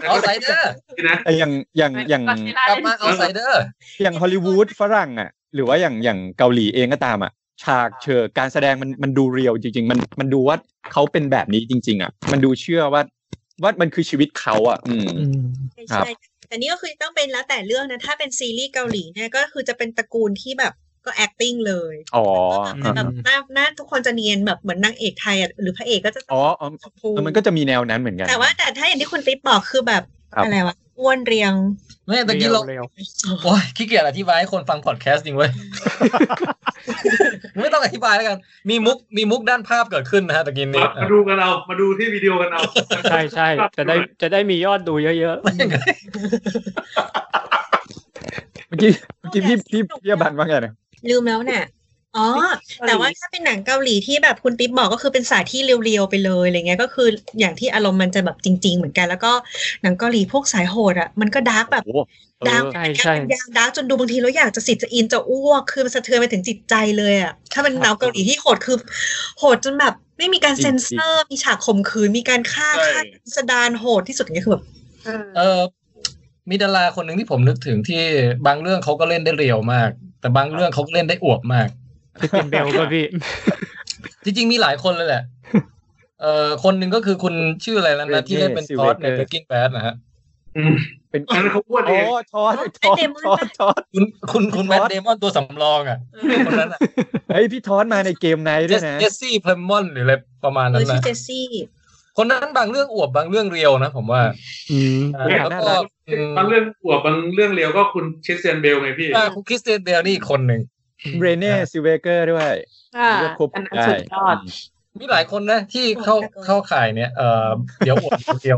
[SPEAKER 4] เอาไซเดอร์
[SPEAKER 2] นะ
[SPEAKER 9] แต่อย่างอย่างอย่าง
[SPEAKER 5] ก็ใช้ได้
[SPEAKER 4] กลับมาเอาไซเดอร์
[SPEAKER 9] อย่างฮอลลีวูดฝรั่งอ่ะ หรือว่าอย่างอย่างเกาหลีเองก็ตามอ่ะ ฉากเชิงการแสดงมันมันดูเรียวจริง ๆ มันมันดูว่าเขาเป็นแบบนี้จริง ๆ อ่ะ มันดูเชื่อว่าว่ามันคือชีวิตเขาอ่ะ อืม
[SPEAKER 7] ใช่แต่นี่ก็คือต้องเป็นแล้วแต่เรื่องนะ ถ้าเป็นซีรีส์เกาหลีเนี่ยก็คือจะเป็นตระกูลที่แบบก็ acting เลย
[SPEAKER 9] อ๋อ
[SPEAKER 7] แต่แบบหน้าหน้าทุกคนจะเนียนแบบเหมือนนางเอกไทยอ่ะหรือพระเอกก็จะต้
[SPEAKER 9] อ๋
[SPEAKER 7] อง
[SPEAKER 9] ออ๋อ
[SPEAKER 7] ชมพู
[SPEAKER 9] เออมันก็จะมีแนวนั้นเหมือนกัน
[SPEAKER 7] แต่ว่าแต่ถ้าอย่างที่คุณติ๊บบอกคือแบบ
[SPEAKER 9] ครับ
[SPEAKER 7] อะไรวะอ้วนเรียง
[SPEAKER 4] ไม่ตะกี้เรา
[SPEAKER 10] เร็ว
[SPEAKER 4] โอ้ยขี้เกียจอธิบายให้คนฟังพอดแคสต์จริงเว้ย ไม่ต้องอธิบายแล้วกัน มีมุกมีมุกด้านภาพเกิดขึ้นนะฮะตะกี้นี้
[SPEAKER 2] มาดูกันเอา มาดูที่วิดีโอกันเอา
[SPEAKER 10] ใช่ใช่จะได้จะได้มียอดดูเยอะ
[SPEAKER 9] เมื่อกี้เมื่อกี้พี่พี่พี่อบันว่าไงนะ
[SPEAKER 7] ลืมแล้วน่ะ อ๋อ แต่ว่าถ้าเป็นหนังเกาหลีที่แบบคุณติ๊บบอกก็คือเป็นสายที่เรียวๆไปเลยอะไรเงี้ยก็คืออย่างที่อารมณ์มันจะแบบจริง ๆ เหมือนกันแล้วก็หนังเกาหลีพวกสายโหดอ่ะมันก็ดาร์กแบบ
[SPEAKER 9] โอ้โห
[SPEAKER 7] ดาร์ก
[SPEAKER 10] ๆใช่
[SPEAKER 7] การ
[SPEAKER 10] ใช่
[SPEAKER 7] เป็นยาดาร์กจนดูบางทีแล้วอยากจะสิทธิ์จะอินจะอ้วกคือมันสะเทือนไปถึงจิตใจเลยอ่ะถ้าเป็นหนังเกาหลีที่โหดคือ โหดจนแบบไม่มีการเซ็นเซอร์มีฉากข่มขืนมีการฆ่า
[SPEAKER 3] ใช่
[SPEAKER 7] ฆ่าพิสดารโหดที่สุดอย่างเงี้ยคือแบบ
[SPEAKER 4] เออมีดาราคนหนึ่งที่ผมนึกถึงที่บางเรื่องเขาก็เล่นได้เรียวมาก แต่บางเรื่องเขาก็เล่นได้อวบมาก
[SPEAKER 10] พี่ตินเบลก็พี่
[SPEAKER 4] จริงๆมีหลายคนเลยแหละ เอ่อคนหนึ่งก็คือคุณชื่ออะไรแล้วนะ
[SPEAKER 9] Renee
[SPEAKER 4] ที่เล่นเป็น
[SPEAKER 9] Zellweger
[SPEAKER 4] ซอสใน Breaking Bad นะฮะ
[SPEAKER 2] อืม
[SPEAKER 9] เป็น
[SPEAKER 2] อันนั้นเขาอ้วนเอ
[SPEAKER 9] โอ้
[SPEAKER 2] ง
[SPEAKER 9] ช้อนช้อนช้อนช้อน
[SPEAKER 4] คุณคุณคุณแมทเดมอนตัวสำรองอ่ะคน นั้นอ่ะ
[SPEAKER 9] เฮ้ยพี่ช้อนมาในเกมไนท์ด้วยนะ
[SPEAKER 4] เจสซี่เพลมอนหรืออะไรประมาณ
[SPEAKER 7] เอ
[SPEAKER 4] นั้
[SPEAKER 7] อน ชื่อ
[SPEAKER 4] นะ
[SPEAKER 7] เจสซี่
[SPEAKER 4] คนนั้นบางเรื่องอวบบางเรื่องเรียวนะผมว่า
[SPEAKER 10] อืม
[SPEAKER 4] เออแล้วก็อืม
[SPEAKER 2] บางเรื่องอวบบางเรื่องเลียวก็คุณคริสเตียนเบลไงพี่
[SPEAKER 4] อ่าคุณคริสเตียนเบลนี่อีกคนหนึ่ง
[SPEAKER 9] เรเน่ซิเวเกอร์ด้วย
[SPEAKER 5] อ่า
[SPEAKER 9] เลือกควบ
[SPEAKER 5] อันนั้น
[SPEAKER 9] ได้
[SPEAKER 5] สุดยอด
[SPEAKER 4] มีหลายคนนะที่เข้าเข้าข่ายเนี่ยเออเดี๋ยวอวดคนเดียว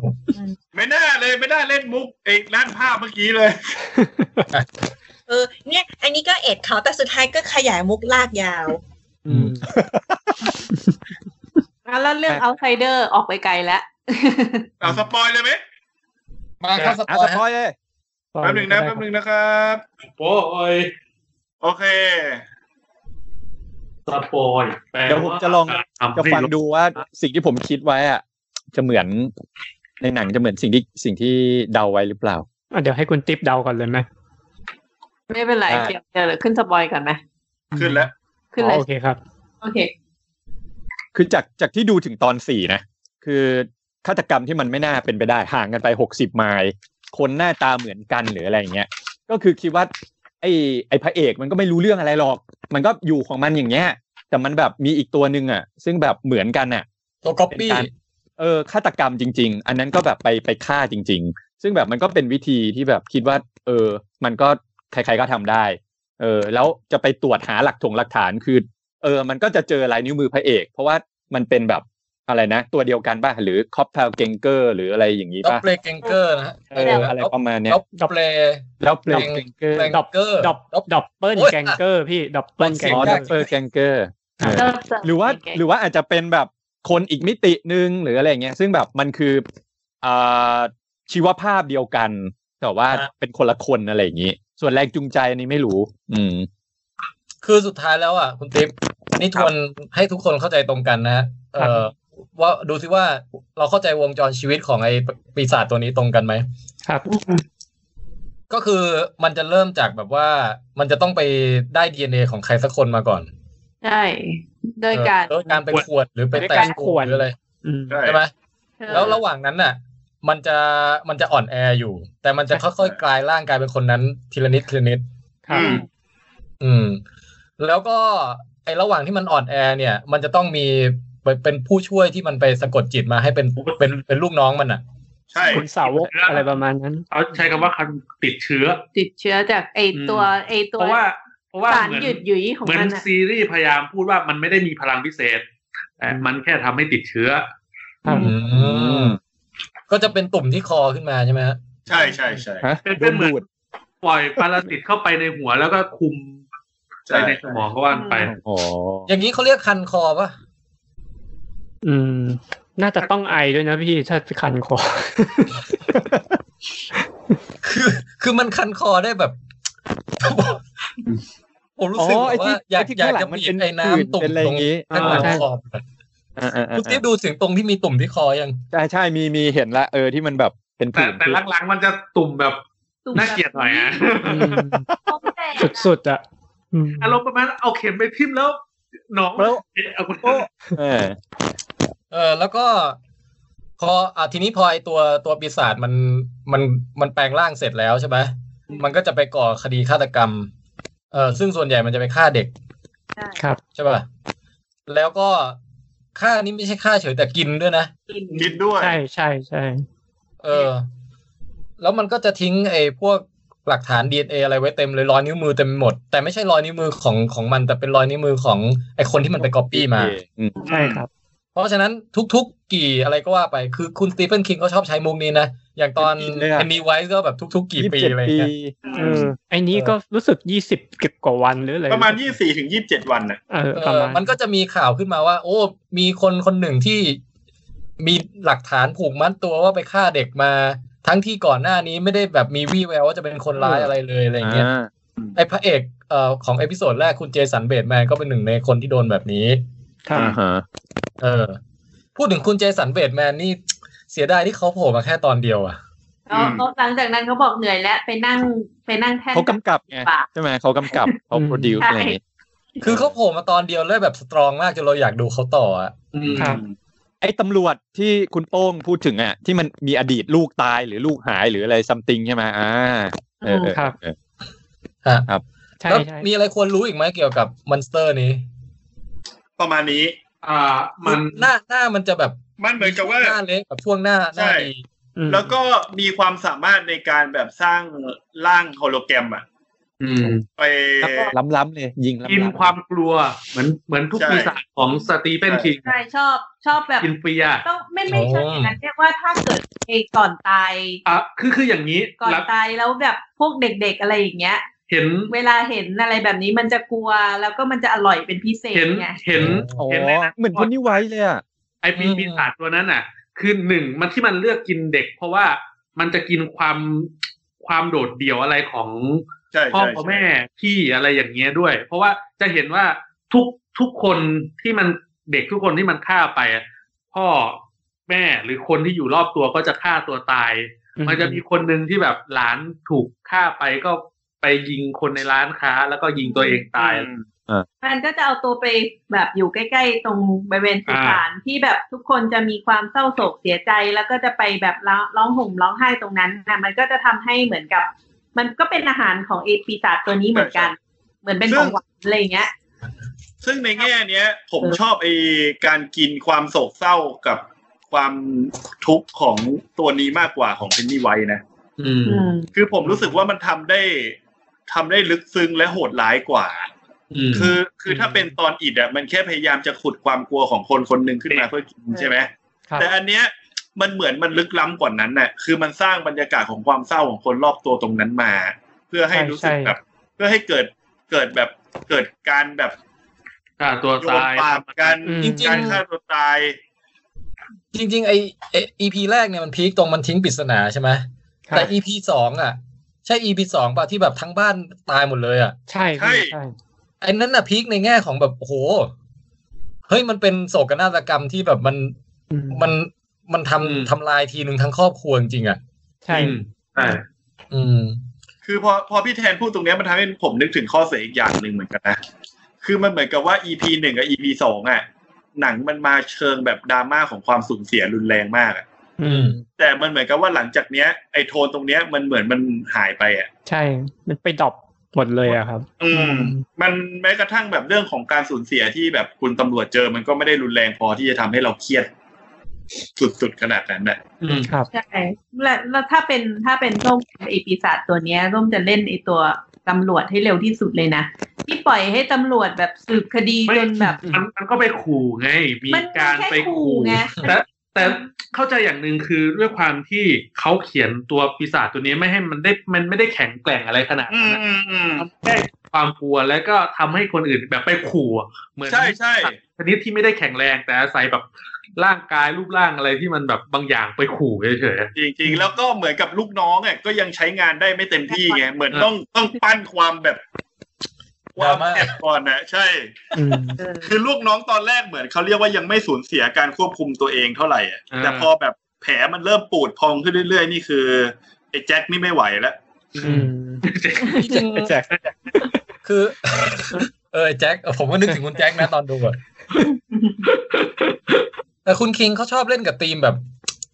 [SPEAKER 3] ไม่น่าเลยไม่น่าเล่นมุกไอ้นั่นภาพเมื่อกี้เลย
[SPEAKER 7] เออ เนี่ย อันนี้ก็เอ็ดเขาแต่สุดท้ายก็ขยายมุกลากยาว
[SPEAKER 5] แล้วเรื่องเอาไซเดอร์ออกไปไกลแล้ว
[SPEAKER 3] เอาสปอยเลยไหม
[SPEAKER 4] มาเข้าสปอย
[SPEAKER 3] สปอยเลยแป๊บหนึ่งนะแป๊บหนึ่งนะครับ
[SPEAKER 2] โอ้ย
[SPEAKER 3] โอเค
[SPEAKER 2] สปอยแปลา
[SPEAKER 9] เดี๋ยวผมจะลองจะฟังดูว่าสิ่งที่ผมคิดไว้อะจะเหมือนในหนังจะเหมือนสิ่งที่สิ่งที่เดาไว้หรือเปล่า
[SPEAKER 10] อ่ะเดี๋ยวให้คุณติ๊บเดาก่อนเลยไหม
[SPEAKER 5] ไม่เป็นไร
[SPEAKER 9] ได้
[SPEAKER 5] เดี๋ยวเดี๋ยวขึ้นสปอยก่อนไหม
[SPEAKER 3] ขึ้นแล้ว
[SPEAKER 5] ขึ้นเล
[SPEAKER 10] อ๋
[SPEAKER 5] ย
[SPEAKER 10] อโอเคครับ
[SPEAKER 5] โอเค
[SPEAKER 9] คือจากจากที่ดูถึงตอนสี่นะ คือฆาตกรรมที่มันไม่น่าเป็นไปได้ห่างกันไปหกสิบไมล์คนหน้าตาเหมือนกันหรืออะไรอย่างเงี้ยก็คือคิดว่าไอ้ไอ้พระเอกมันก็ไม่รู้เรื่องอะไรหรอก มันก็อยู่ของมันอย่างเงี้ย แต่มันแบบมีอีกตัวหนึ่งอ่ะ ซึ่งแบบเหมือนกันอ่ะ
[SPEAKER 4] ตัวก๊อปปี้
[SPEAKER 9] เป็นการเออฆาตกรรมจริง ๆ อันนั้นก็แบบไปไปฆ่าจริง ๆ ซึ่งแบบมันก็เป็นวิธีที่แบบคิดว่า เออ มันก็ใครๆก็ทำได้ เออ แล้วจะไปตรวจหาหลักถงหลักฐานคือ เออ มันก็จะเจอลายนิ้วมือพระเอก เพราะว่ามันเป็นแบบอะไรนะ ตัวเดียวกันป่ะ หรือคอปเทลเกงเกอร์หรืออะไรอย่างนี้
[SPEAKER 4] ด็อป
[SPEAKER 9] ป่ะ
[SPEAKER 4] เปลเกงเกอร์นะฮะ
[SPEAKER 9] เอออะไรประมาณเนี้ย
[SPEAKER 4] ด็อปด็อปเล
[SPEAKER 9] แล้วเปลเกงเกอร์
[SPEAKER 4] ด็อปเกอร์
[SPEAKER 10] ดอบดอบเปิล
[SPEAKER 4] โอ๊ย
[SPEAKER 10] แกงเกอร์พี่ดอบเปิลแกง
[SPEAKER 9] อ๋อ
[SPEAKER 10] เกอ
[SPEAKER 9] ดัป
[SPEAKER 10] ร์
[SPEAKER 9] เปอร์เกงเกอร์
[SPEAKER 5] Dopple
[SPEAKER 9] หรือว่า
[SPEAKER 5] Gangster
[SPEAKER 9] หรือว่าอาจจะเป็นแบบคนอีกมิตินึงหรืออะไรอย่างเงี้ยซึ่งแบบมันคืออ่าชีวภาพเดียวกัน แต่ว่า
[SPEAKER 4] ฮะ
[SPEAKER 9] เป็นคนละคนอะไรอย่างงี้ ส่วนแรงจูงใจอันนี้ไม่รู้ อืม
[SPEAKER 4] คือสุดท้ายแล้วอ่ะคุณติ๊บนี่ทวนให้ทุกคนเข้าใจตรงกันนะฮะเออว่าดูซิว่าเราเข้าใจวงจรชีวิตของไอ้ปีศาจตัวนี้ตรงกันไหม
[SPEAKER 10] ครับ
[SPEAKER 4] ก็คือมันจะเริ่มจากแบบว่ามันจะต้องไปได้ DNA ของใครสักคนมาก่อน
[SPEAKER 5] ใช่โดยการ
[SPEAKER 4] เออโดยการไปขวดหรือไปแตะ
[SPEAKER 10] การขวด
[SPEAKER 4] หรืออะไร
[SPEAKER 10] อืม
[SPEAKER 4] ใช่ไหม แล้วระหว่างนั้นน่ะ มันจะมันจะอ่อนแออยู่ แต่มันจะค่อยๆกลายร่างกลายเป็นคนนั้นทีละนิดทีละนิด
[SPEAKER 10] ครับ
[SPEAKER 3] อืม
[SPEAKER 4] อืม แล้วก็ไอ้ระหว่างที่มันอ่อนแอเนี่ย มันจะต้องมีไปเป็นผู้ช่วยที่มันไปสะกดจิตมาให้เป็นเป็นเป็นลูกน้องมันอ่ะ
[SPEAKER 3] ใช่
[SPEAKER 10] คุณสาวกอะไรประมาณนั้น
[SPEAKER 2] เขาใช้คำว่าคันติดเชื้อ
[SPEAKER 5] ติดเชื้อจากไอ
[SPEAKER 2] อืม
[SPEAKER 5] ตัวไอตั
[SPEAKER 2] เพราะว่า เพราะว่า
[SPEAKER 5] สาร
[SPEAKER 2] เหมือน
[SPEAKER 5] หยุดหยุยของ
[SPEAKER 2] เหมือน
[SPEAKER 5] มันอะ
[SPEAKER 2] ซีรีส์พยายามพูดว่ามันไม่ได้มีพลังพิเศษแต่มันแค่ทำให้ติดเชื้อ
[SPEAKER 10] ครับ
[SPEAKER 4] อืม ก็จะเป็นตุ่มที่คอขึ้นมาใช่ไหมฮะ
[SPEAKER 3] ใช่ใช่ใช่
[SPEAKER 9] ฮะ
[SPEAKER 2] เป็น
[SPEAKER 9] โด
[SPEAKER 2] เป็น
[SPEAKER 9] น
[SPEAKER 2] เหมือน
[SPEAKER 9] ดูด
[SPEAKER 2] ปล่อยปรสิตเข้าไปในหัวแล้วก็คุม
[SPEAKER 3] ใช่
[SPEAKER 2] ไปในสมองก็ว่านไป
[SPEAKER 9] อ๋อ
[SPEAKER 4] อย่างนี้เขาเรียกคันคอปะ
[SPEAKER 10] อืม น่าจะต้องไอด้วยนะพี่ถ้าคันคอ
[SPEAKER 4] คือ คือมันคันคอได้แบบ ผมรู้
[SPEAKER 9] อ๋อ
[SPEAKER 4] สึกแบ
[SPEAKER 9] ไอ้
[SPEAKER 4] บ
[SPEAKER 9] ที่
[SPEAKER 4] ว่าอยาก
[SPEAKER 9] ไที่
[SPEAKER 4] อยาก
[SPEAKER 9] ข้งหลั
[SPEAKER 4] จะ
[SPEAKER 9] ง
[SPEAKER 4] บี
[SPEAKER 9] เป็
[SPEAKER 4] บไอ้น้ำตุ่ม
[SPEAKER 9] เป็นอะไร
[SPEAKER 4] ตรง
[SPEAKER 9] อย่างงี้
[SPEAKER 4] ข้างหลัง
[SPEAKER 10] อ่า
[SPEAKER 4] คอมันอะ
[SPEAKER 9] อ่าอ่าอ่า
[SPEAKER 4] คุณติ๊บดูถึงตรงที่มีตุ่มที่คอยัง
[SPEAKER 9] ใช่ใช่มีมีเห็นละเออที่มันแบบเป็น
[SPEAKER 2] แต่
[SPEAKER 9] ผื่น
[SPEAKER 2] แต่หลังๆมันจะตุ่มแบบ
[SPEAKER 5] ตุ่ม
[SPEAKER 2] น่าเกลียดหน่อยอะ
[SPEAKER 10] อืม
[SPEAKER 12] เขาแตกอะ
[SPEAKER 10] สุดๆอ่ะอืม
[SPEAKER 2] อารมณ์ประมาณเอาเข็มไปทิ่มแล้วหนอง
[SPEAKER 9] แล้ว
[SPEAKER 2] เอาคน
[SPEAKER 9] โอ้เออ
[SPEAKER 4] เออ แล้วก็ พออ่ะทีนี้พอไอตัวตัวปีศาจมันมันมันแปลงร่างเสร็จแล้วใช่ไหมมันก็จะไปก่อคดีฆาตกรรม เออซึ่งส่วนใหญ่มันจะไปฆ่าเด็ก
[SPEAKER 5] ใช่
[SPEAKER 10] ครับ
[SPEAKER 4] ใช่ป่ะแล้วก็ฆ่านี่ไม่ใช่ฆ่าเฉยแต่กินด้วยนะ
[SPEAKER 5] กิน
[SPEAKER 3] กินด้วย
[SPEAKER 10] ใช่ใช่ใช่
[SPEAKER 4] เออ แล้วมันก็จะทิ้งไอ้พวกหลักฐาน DNA อะไรไว้เต็มเลยรอยนิ้วมือเต็มไปหมด แต่ไม่ใช่รอยนิ้วมือของของมันแต่เป็นรอยนิ้วมือของไอ้คนที่มันไปก๊อปปี้มา
[SPEAKER 9] อืม
[SPEAKER 10] ใช่ครับ
[SPEAKER 4] เพราะฉะนั้นทุก ๆ กี่อะไรก็ว่าไปคือคุณสตีเฟนคิงก็ชอบใช้มุกนี้นะ อย่างตอน
[SPEAKER 9] เป็นอินเลยอะ
[SPEAKER 4] เอนนีไวส์ก็แบบทุก ๆ กี่ปี
[SPEAKER 9] 27
[SPEAKER 4] อะไรอย่างเงี้ย
[SPEAKER 10] เออไอ้นี้ก็รู้สึกยี่สิบเก็บกว่าวันหรืออะไร
[SPEAKER 3] ประมาณยี่สี่ถึงยี่สิบเจ็ดวันน่ะ
[SPEAKER 10] เออ
[SPEAKER 4] เอ
[SPEAKER 10] ประ
[SPEAKER 4] อ
[SPEAKER 10] มาณ
[SPEAKER 4] มันก็จะมีข่าวขึ้นมาว่า โอ้ มีคนคนหนึ่งที่มีหลักฐานผูกมัดตัวว่าไปฆ่าเด็กมา ทั้งที่ก่อนหน้านี้ไม่ได้แบบมีวี่แววว่าจะเป็นคนร้ายอะไรเลยอะไรอย่างเงี้ย
[SPEAKER 9] อ่า
[SPEAKER 4] ไอพระเอกเอ่อของเอพิโซดแรกคุณเจสันเบดแมนก็เป็นหนึ่งในคนที่โดนแบบนี้
[SPEAKER 10] ครับ
[SPEAKER 9] อ่าฮะ
[SPEAKER 4] เออ พูดถึงคุณเจสันเบดแมนนี่ เสียดายที่เขาโผล่มาแค่ตอนเดียวอะ
[SPEAKER 5] แล้วเขาหลังจากนั้นเขาบอกเหนื่อยแล้วไปนั่งไปนั่งแท่น
[SPEAKER 9] เขากำกับไง
[SPEAKER 5] ปาก
[SPEAKER 9] ใช่ไหมเขากำกับเขา
[SPEAKER 10] อืม
[SPEAKER 9] โปรดิวอะไรอย่างงี้
[SPEAKER 4] คือเขาโผล่มาตอนเดียวเลยแบบสตรองมากจนเราอยากดูเขาต่ออะ
[SPEAKER 10] ครับ
[SPEAKER 9] ไอ้ตำรวจที่คุณโป้งพูดถึงอ่ะที่มันมีอดีตลูกตายหรือลูกหายหรืออะไรซัมติงใช่ไหมอ่าเออเออ
[SPEAKER 10] ครับ
[SPEAKER 9] เออ
[SPEAKER 4] ฮะ
[SPEAKER 10] ใช่
[SPEAKER 4] แล้ว
[SPEAKER 10] ใช่
[SPEAKER 4] มีอะไรควรรู้อีกไหมเกี่ยวกับมอนสเตอร์นี้
[SPEAKER 3] ประมาณนี้
[SPEAKER 2] อ่ามัน
[SPEAKER 4] หน้าหน้ามันจะแบบ
[SPEAKER 3] มันเหมือนกับว่า
[SPEAKER 4] หน้าเล็กกับช่วงหน้าหน้า
[SPEAKER 3] ใช่
[SPEAKER 4] ดี
[SPEAKER 10] อืม
[SPEAKER 3] แล้วก็มีความสามารถในการแบบสร้างร่างโฮโลแกรมอ่ะ
[SPEAKER 2] อืม
[SPEAKER 3] ไป
[SPEAKER 9] ล้ำๆเลยยิง
[SPEAKER 2] กิน
[SPEAKER 9] ล้ำ
[SPEAKER 2] ความกลัวเหมือนเหมือนทุกปีศาจของสตีเฟนคิง
[SPEAKER 5] ใช่ชอบชอบแบบ
[SPEAKER 2] กินเปียร์
[SPEAKER 5] ต้องไม่ไม่ใช่อย่างนั้นเรียกว่าถ้าเกิดเอก่อนตาย
[SPEAKER 2] อ่ะคือคืออย่างนี้
[SPEAKER 5] ก่อน
[SPEAKER 2] แล้ว
[SPEAKER 5] ตายแล้วแบบพวกเด็กๆอะไรอย่างเงี้ย
[SPEAKER 2] เห็น
[SPEAKER 5] เวลาเห็นอะไรแบบนี้มันจะกลัวแล้วก็มันจะอร่อยเป็นพิเศษ
[SPEAKER 2] เห็น
[SPEAKER 5] ไง
[SPEAKER 2] เห็น
[SPEAKER 9] ๆอ๋อ
[SPEAKER 2] เห็นในนั้น
[SPEAKER 9] เหมือนคนนี้ไว้เลยอ่ะ
[SPEAKER 2] ไอปีปีศาจตัวนั้นอ่ะ คือหนึ่งมันที่มันเลือกกินเด็ก เพราะว่ามันจะกินความความโดดเดี่ยวอะไรของ
[SPEAKER 3] ใช่
[SPEAKER 2] พ่อ
[SPEAKER 3] ใช่
[SPEAKER 2] กับ
[SPEAKER 3] ใช่
[SPEAKER 2] แม่พี่อะไรอย่างเงี้ยด้วย เพราะว่าจะเห็นว่าทุกทุกคนที่มันเด็กทุกคนที่มันฆ่าไปอะพ่อแม่หรือคนที่อยู่รอบตัวก็จะฆ่าตัวตาย มันจะมีคนหนึ่งที่แบบหลานถูกฆ่าไปก็ไปยิงคนในร้านค้า แล้วก็ยิงตัวเองตาย
[SPEAKER 3] อืม
[SPEAKER 5] มันก็จะเอาตัวไปแบบอยู่ใกล้ๆ ตรงบริเวณสุสานที่แบบทุกคนจะมีความเศร้าโศกเสียใจ แล้วก็จะไปแบบร้องร้องห่มร้องไห้ตรงนั้นนะมันก็จะทำให้เหมือนกับ มันก็เป็นอาหารของเอปีศาจตัวนี้เหมือนกัน เหมือนเป็นของหวานอะไรอย่างเงี้ย
[SPEAKER 3] ซึ่งในแง่เนี้ย ผมชอบไอการกินความโศกเศร้ากับความทุกข์ของตัวนี้มากกว่าของเพนนี่ไว้นะ
[SPEAKER 2] อืม
[SPEAKER 5] อืม
[SPEAKER 3] คือผมรู้สึกว่ามันทำได้ทำได้ลึกซึ้งและโหดร้ายกว่า
[SPEAKER 2] อืม
[SPEAKER 3] คือคือถ้าเป็นตอนอิดอ่ะมันแค่พยายามจะขุดความกลัวของคนคนหนึ่งขึ้นมาเพื่อกินใช่ไหม
[SPEAKER 10] ครับ
[SPEAKER 3] แต่อันเนี้ยมันเหมือนมันลึกล้ำกว่านั้นน่ะคือมันสร้างบรรยากาศของความเศร้าของคนรอบตัวตรงนั้นมา เพื่อให้
[SPEAKER 10] ใช่
[SPEAKER 3] รู้สึก
[SPEAKER 10] ใช่
[SPEAKER 3] แบบ เพื่อให้เกิดเกิดแบบเกิดการแบบ
[SPEAKER 2] ฆ่าตัว
[SPEAKER 3] โยน
[SPEAKER 2] ตาย
[SPEAKER 3] ปากการ
[SPEAKER 10] อืม
[SPEAKER 4] จริง
[SPEAKER 3] การ
[SPEAKER 4] ๆ
[SPEAKER 3] ฆ่าตัวตาย
[SPEAKER 4] จริงๆไอไอ EP แรกเนี่ยมันพีคตรงมันทิ้งปริศนาใช่ไหม
[SPEAKER 10] ครับ
[SPEAKER 4] แต่ EP สองอ่ะ ใช่ EP สองป่ะที่แบบทั้งบ้านตายหมดเลยอ่ะ
[SPEAKER 10] ใช่ใช่ใช่
[SPEAKER 4] ไอ้นั้นอ่ะพีคในแง่ของแบบโอ้โหเฮ้ยมันเป็นโศกนาฏกรรมที่แบบมันมันมันทำ
[SPEAKER 2] อืม
[SPEAKER 4] ทำลายทีหนึ่งทั้งครอบครัวจริงๆอ่ะ
[SPEAKER 10] ใช่
[SPEAKER 2] อืมใช่
[SPEAKER 4] อืม
[SPEAKER 3] คือพอพอพี่แทนพูดตรงเนี้ยมันทำให้ผมนึกถึงข้อเสียอีกอย่างหนึ่งเหมือนกันนะคือมันเหมือนกับว่า EP หนึ่งกับ EP สองอ่ะหนังมันมาเชิงแบบดราม่าของความสูญเสียรุนแรงมากอะ
[SPEAKER 10] อืม
[SPEAKER 3] แต่มันเหมือนกับว่าหลังจากเนี้ยไอ้โทนตรงเนี้ยมันเหมือนมันหายไปอ่ะ
[SPEAKER 10] ใช่ มันไปดรอปหมดเลยอะครับ
[SPEAKER 3] อืม
[SPEAKER 10] อืม
[SPEAKER 3] มันแม้กระทั่งแบบเรื่องของการสูญเสียที่แบบคุณตำรวจเจอมันก็ไม่ได้รุนแรงพอที่จะทำให้เราเครียด สุดๆขนาดนั้นแหละ
[SPEAKER 2] อืม
[SPEAKER 10] ครับ
[SPEAKER 5] ใช่และแล้วถ้าเป็นถ้าเป็นร่มไอปีศาจตัวเนี้ยร่มจะเล่นไอตัวตำรวจให้เร็วที่สุดเลยนะ ที่ปล่อยให้ตำรวจแบบสืบคดี
[SPEAKER 2] ไม่
[SPEAKER 5] จนแบบ
[SPEAKER 2] มันมันก็ไปขู่ไง มี
[SPEAKER 5] มัน
[SPEAKER 2] การ
[SPEAKER 5] แค่
[SPEAKER 2] ไปขู่
[SPEAKER 5] ขู่ไง
[SPEAKER 2] แต่แต่เข้าใจอย่างหนึ่งคือด้วยความที่เขาเขียนตัวปีศาจตัวนี้ไม่ให้มันได้มันไม่ได้แข็งแกร่งอะไรขนาด
[SPEAKER 3] อื
[SPEAKER 2] นั้น
[SPEAKER 3] ม
[SPEAKER 2] นะ
[SPEAKER 3] อืมอืม
[SPEAKER 2] มันได้ความกลัวแล้วก็ทำให้คนอื่นแบบไปขู่อะเหมือน
[SPEAKER 3] ใช่ใช่
[SPEAKER 2] สัตว์ชนิดที่ไม่ได้แข็งแรงแต่อาศัยแบบร่างกายรูปร่างอะไรที่มันแบบบางอย่างไปขู่เฉย
[SPEAKER 3] จริงๆ แล้วก็เหมือนกับลูกน้องอ่ะก็ยังใช้งานได้ไม่เต็มที่ไง เหมือน
[SPEAKER 2] เออ
[SPEAKER 3] ต้องต้องปั้นความแบบความ
[SPEAKER 4] ดราม่า
[SPEAKER 3] แอบก่อนนะใช่
[SPEAKER 10] อืม
[SPEAKER 5] เออ
[SPEAKER 3] คือลูกน้องตอนแรกเหมือนเขาเรียกว่ายังไม่สูญเสียการควบคุมตัวเองเท่าไหร่อะ
[SPEAKER 2] อ่า
[SPEAKER 3] แต่พอแบบแผลมันเริ่มปูดพองขึ้นเรื่อยๆ นี่คือไอ้แจ็คนี่ไม่ไหวแล้ว
[SPEAKER 2] ๆ
[SPEAKER 10] อืม
[SPEAKER 4] จริง
[SPEAKER 9] แจ็ค
[SPEAKER 4] คือ เออแจ็คเออผมก็นึกถึงคุณแจ็คนะตอนดูอ่ะแต่คุณคิงเขาชอบเล่นกับธีมแบบ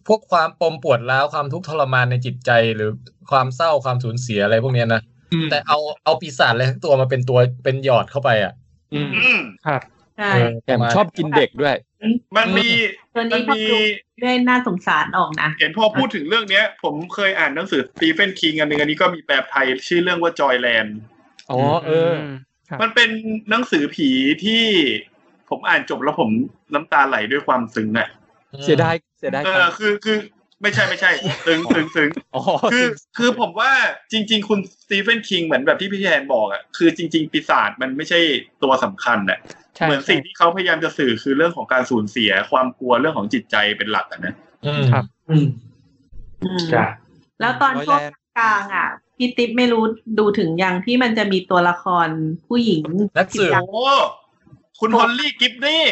[SPEAKER 4] พวกความปมปวดร้าวความทุกข์ทรมานในจิตใจหรือความเศร้าความสูญเสียอะไรพวกเนี้ยนะ
[SPEAKER 2] อืม
[SPEAKER 4] แต่เอาเอาปีศาจอะไรทั้งตัวมาเป็นตัวเป็นหยอดเข้าไปอ่ะ
[SPEAKER 2] อืม
[SPEAKER 3] อืม
[SPEAKER 5] ใช่
[SPEAKER 4] เออ
[SPEAKER 9] แถมชอบกินเด็กด้วย
[SPEAKER 3] มันมี
[SPEAKER 5] ตัว
[SPEAKER 3] มั
[SPEAKER 5] นี้
[SPEAKER 3] น
[SPEAKER 5] พอ
[SPEAKER 3] มี
[SPEAKER 5] ดูด้วยน่าสงสารออกนะ
[SPEAKER 3] เห็นพอพูดถึงเรื่องเนี้ย ผมเคยอ่านหนังสือสตีเฟนคิงอันหนึ่งอันนี้ก็มีแปลไทยชื่อเรื่องว่าจอยแลนด์
[SPEAKER 9] อ๋อเออ
[SPEAKER 10] ครับ
[SPEAKER 3] มันเป็นหนังสือผีที่ผมอ่านจบแล้วผมน้ำตาไหลด้วยความซึ้งอ่ะ
[SPEAKER 9] เสียดายเสียดาย
[SPEAKER 3] เออคือคือไม่ใช่ไม่ใช่ ซึ้งซึ้งซึ้ง
[SPEAKER 9] อ๋อ
[SPEAKER 3] คือคือผมว่าจริง ๆ คุณสตีเฟนคิงเหมือนแบบที่พี่แทนบอกอะคือจริง ๆ ปีศาจมันไม่ใช่ตัวสำคัญอะ
[SPEAKER 10] ใช่
[SPEAKER 3] เหมือนสิ่งที่เขาพยายามจะสื่อคือเรื่องของการสูญเสียความกลัวเรื่องของจิตใจเป็นหลักอะนะ
[SPEAKER 4] อืม
[SPEAKER 10] ครับ
[SPEAKER 2] อืม
[SPEAKER 5] อืม
[SPEAKER 2] จ้ะ
[SPEAKER 5] แล้วตอนช่วงกลางอ่ะพี่ติ๊บไม่รู้ดูถึงยังที่มันจะมีตัวละครผู้หญิง
[SPEAKER 4] นักสืบ
[SPEAKER 5] ที่ดัง
[SPEAKER 3] โอ้คุณฮอลลี่กิฟนี่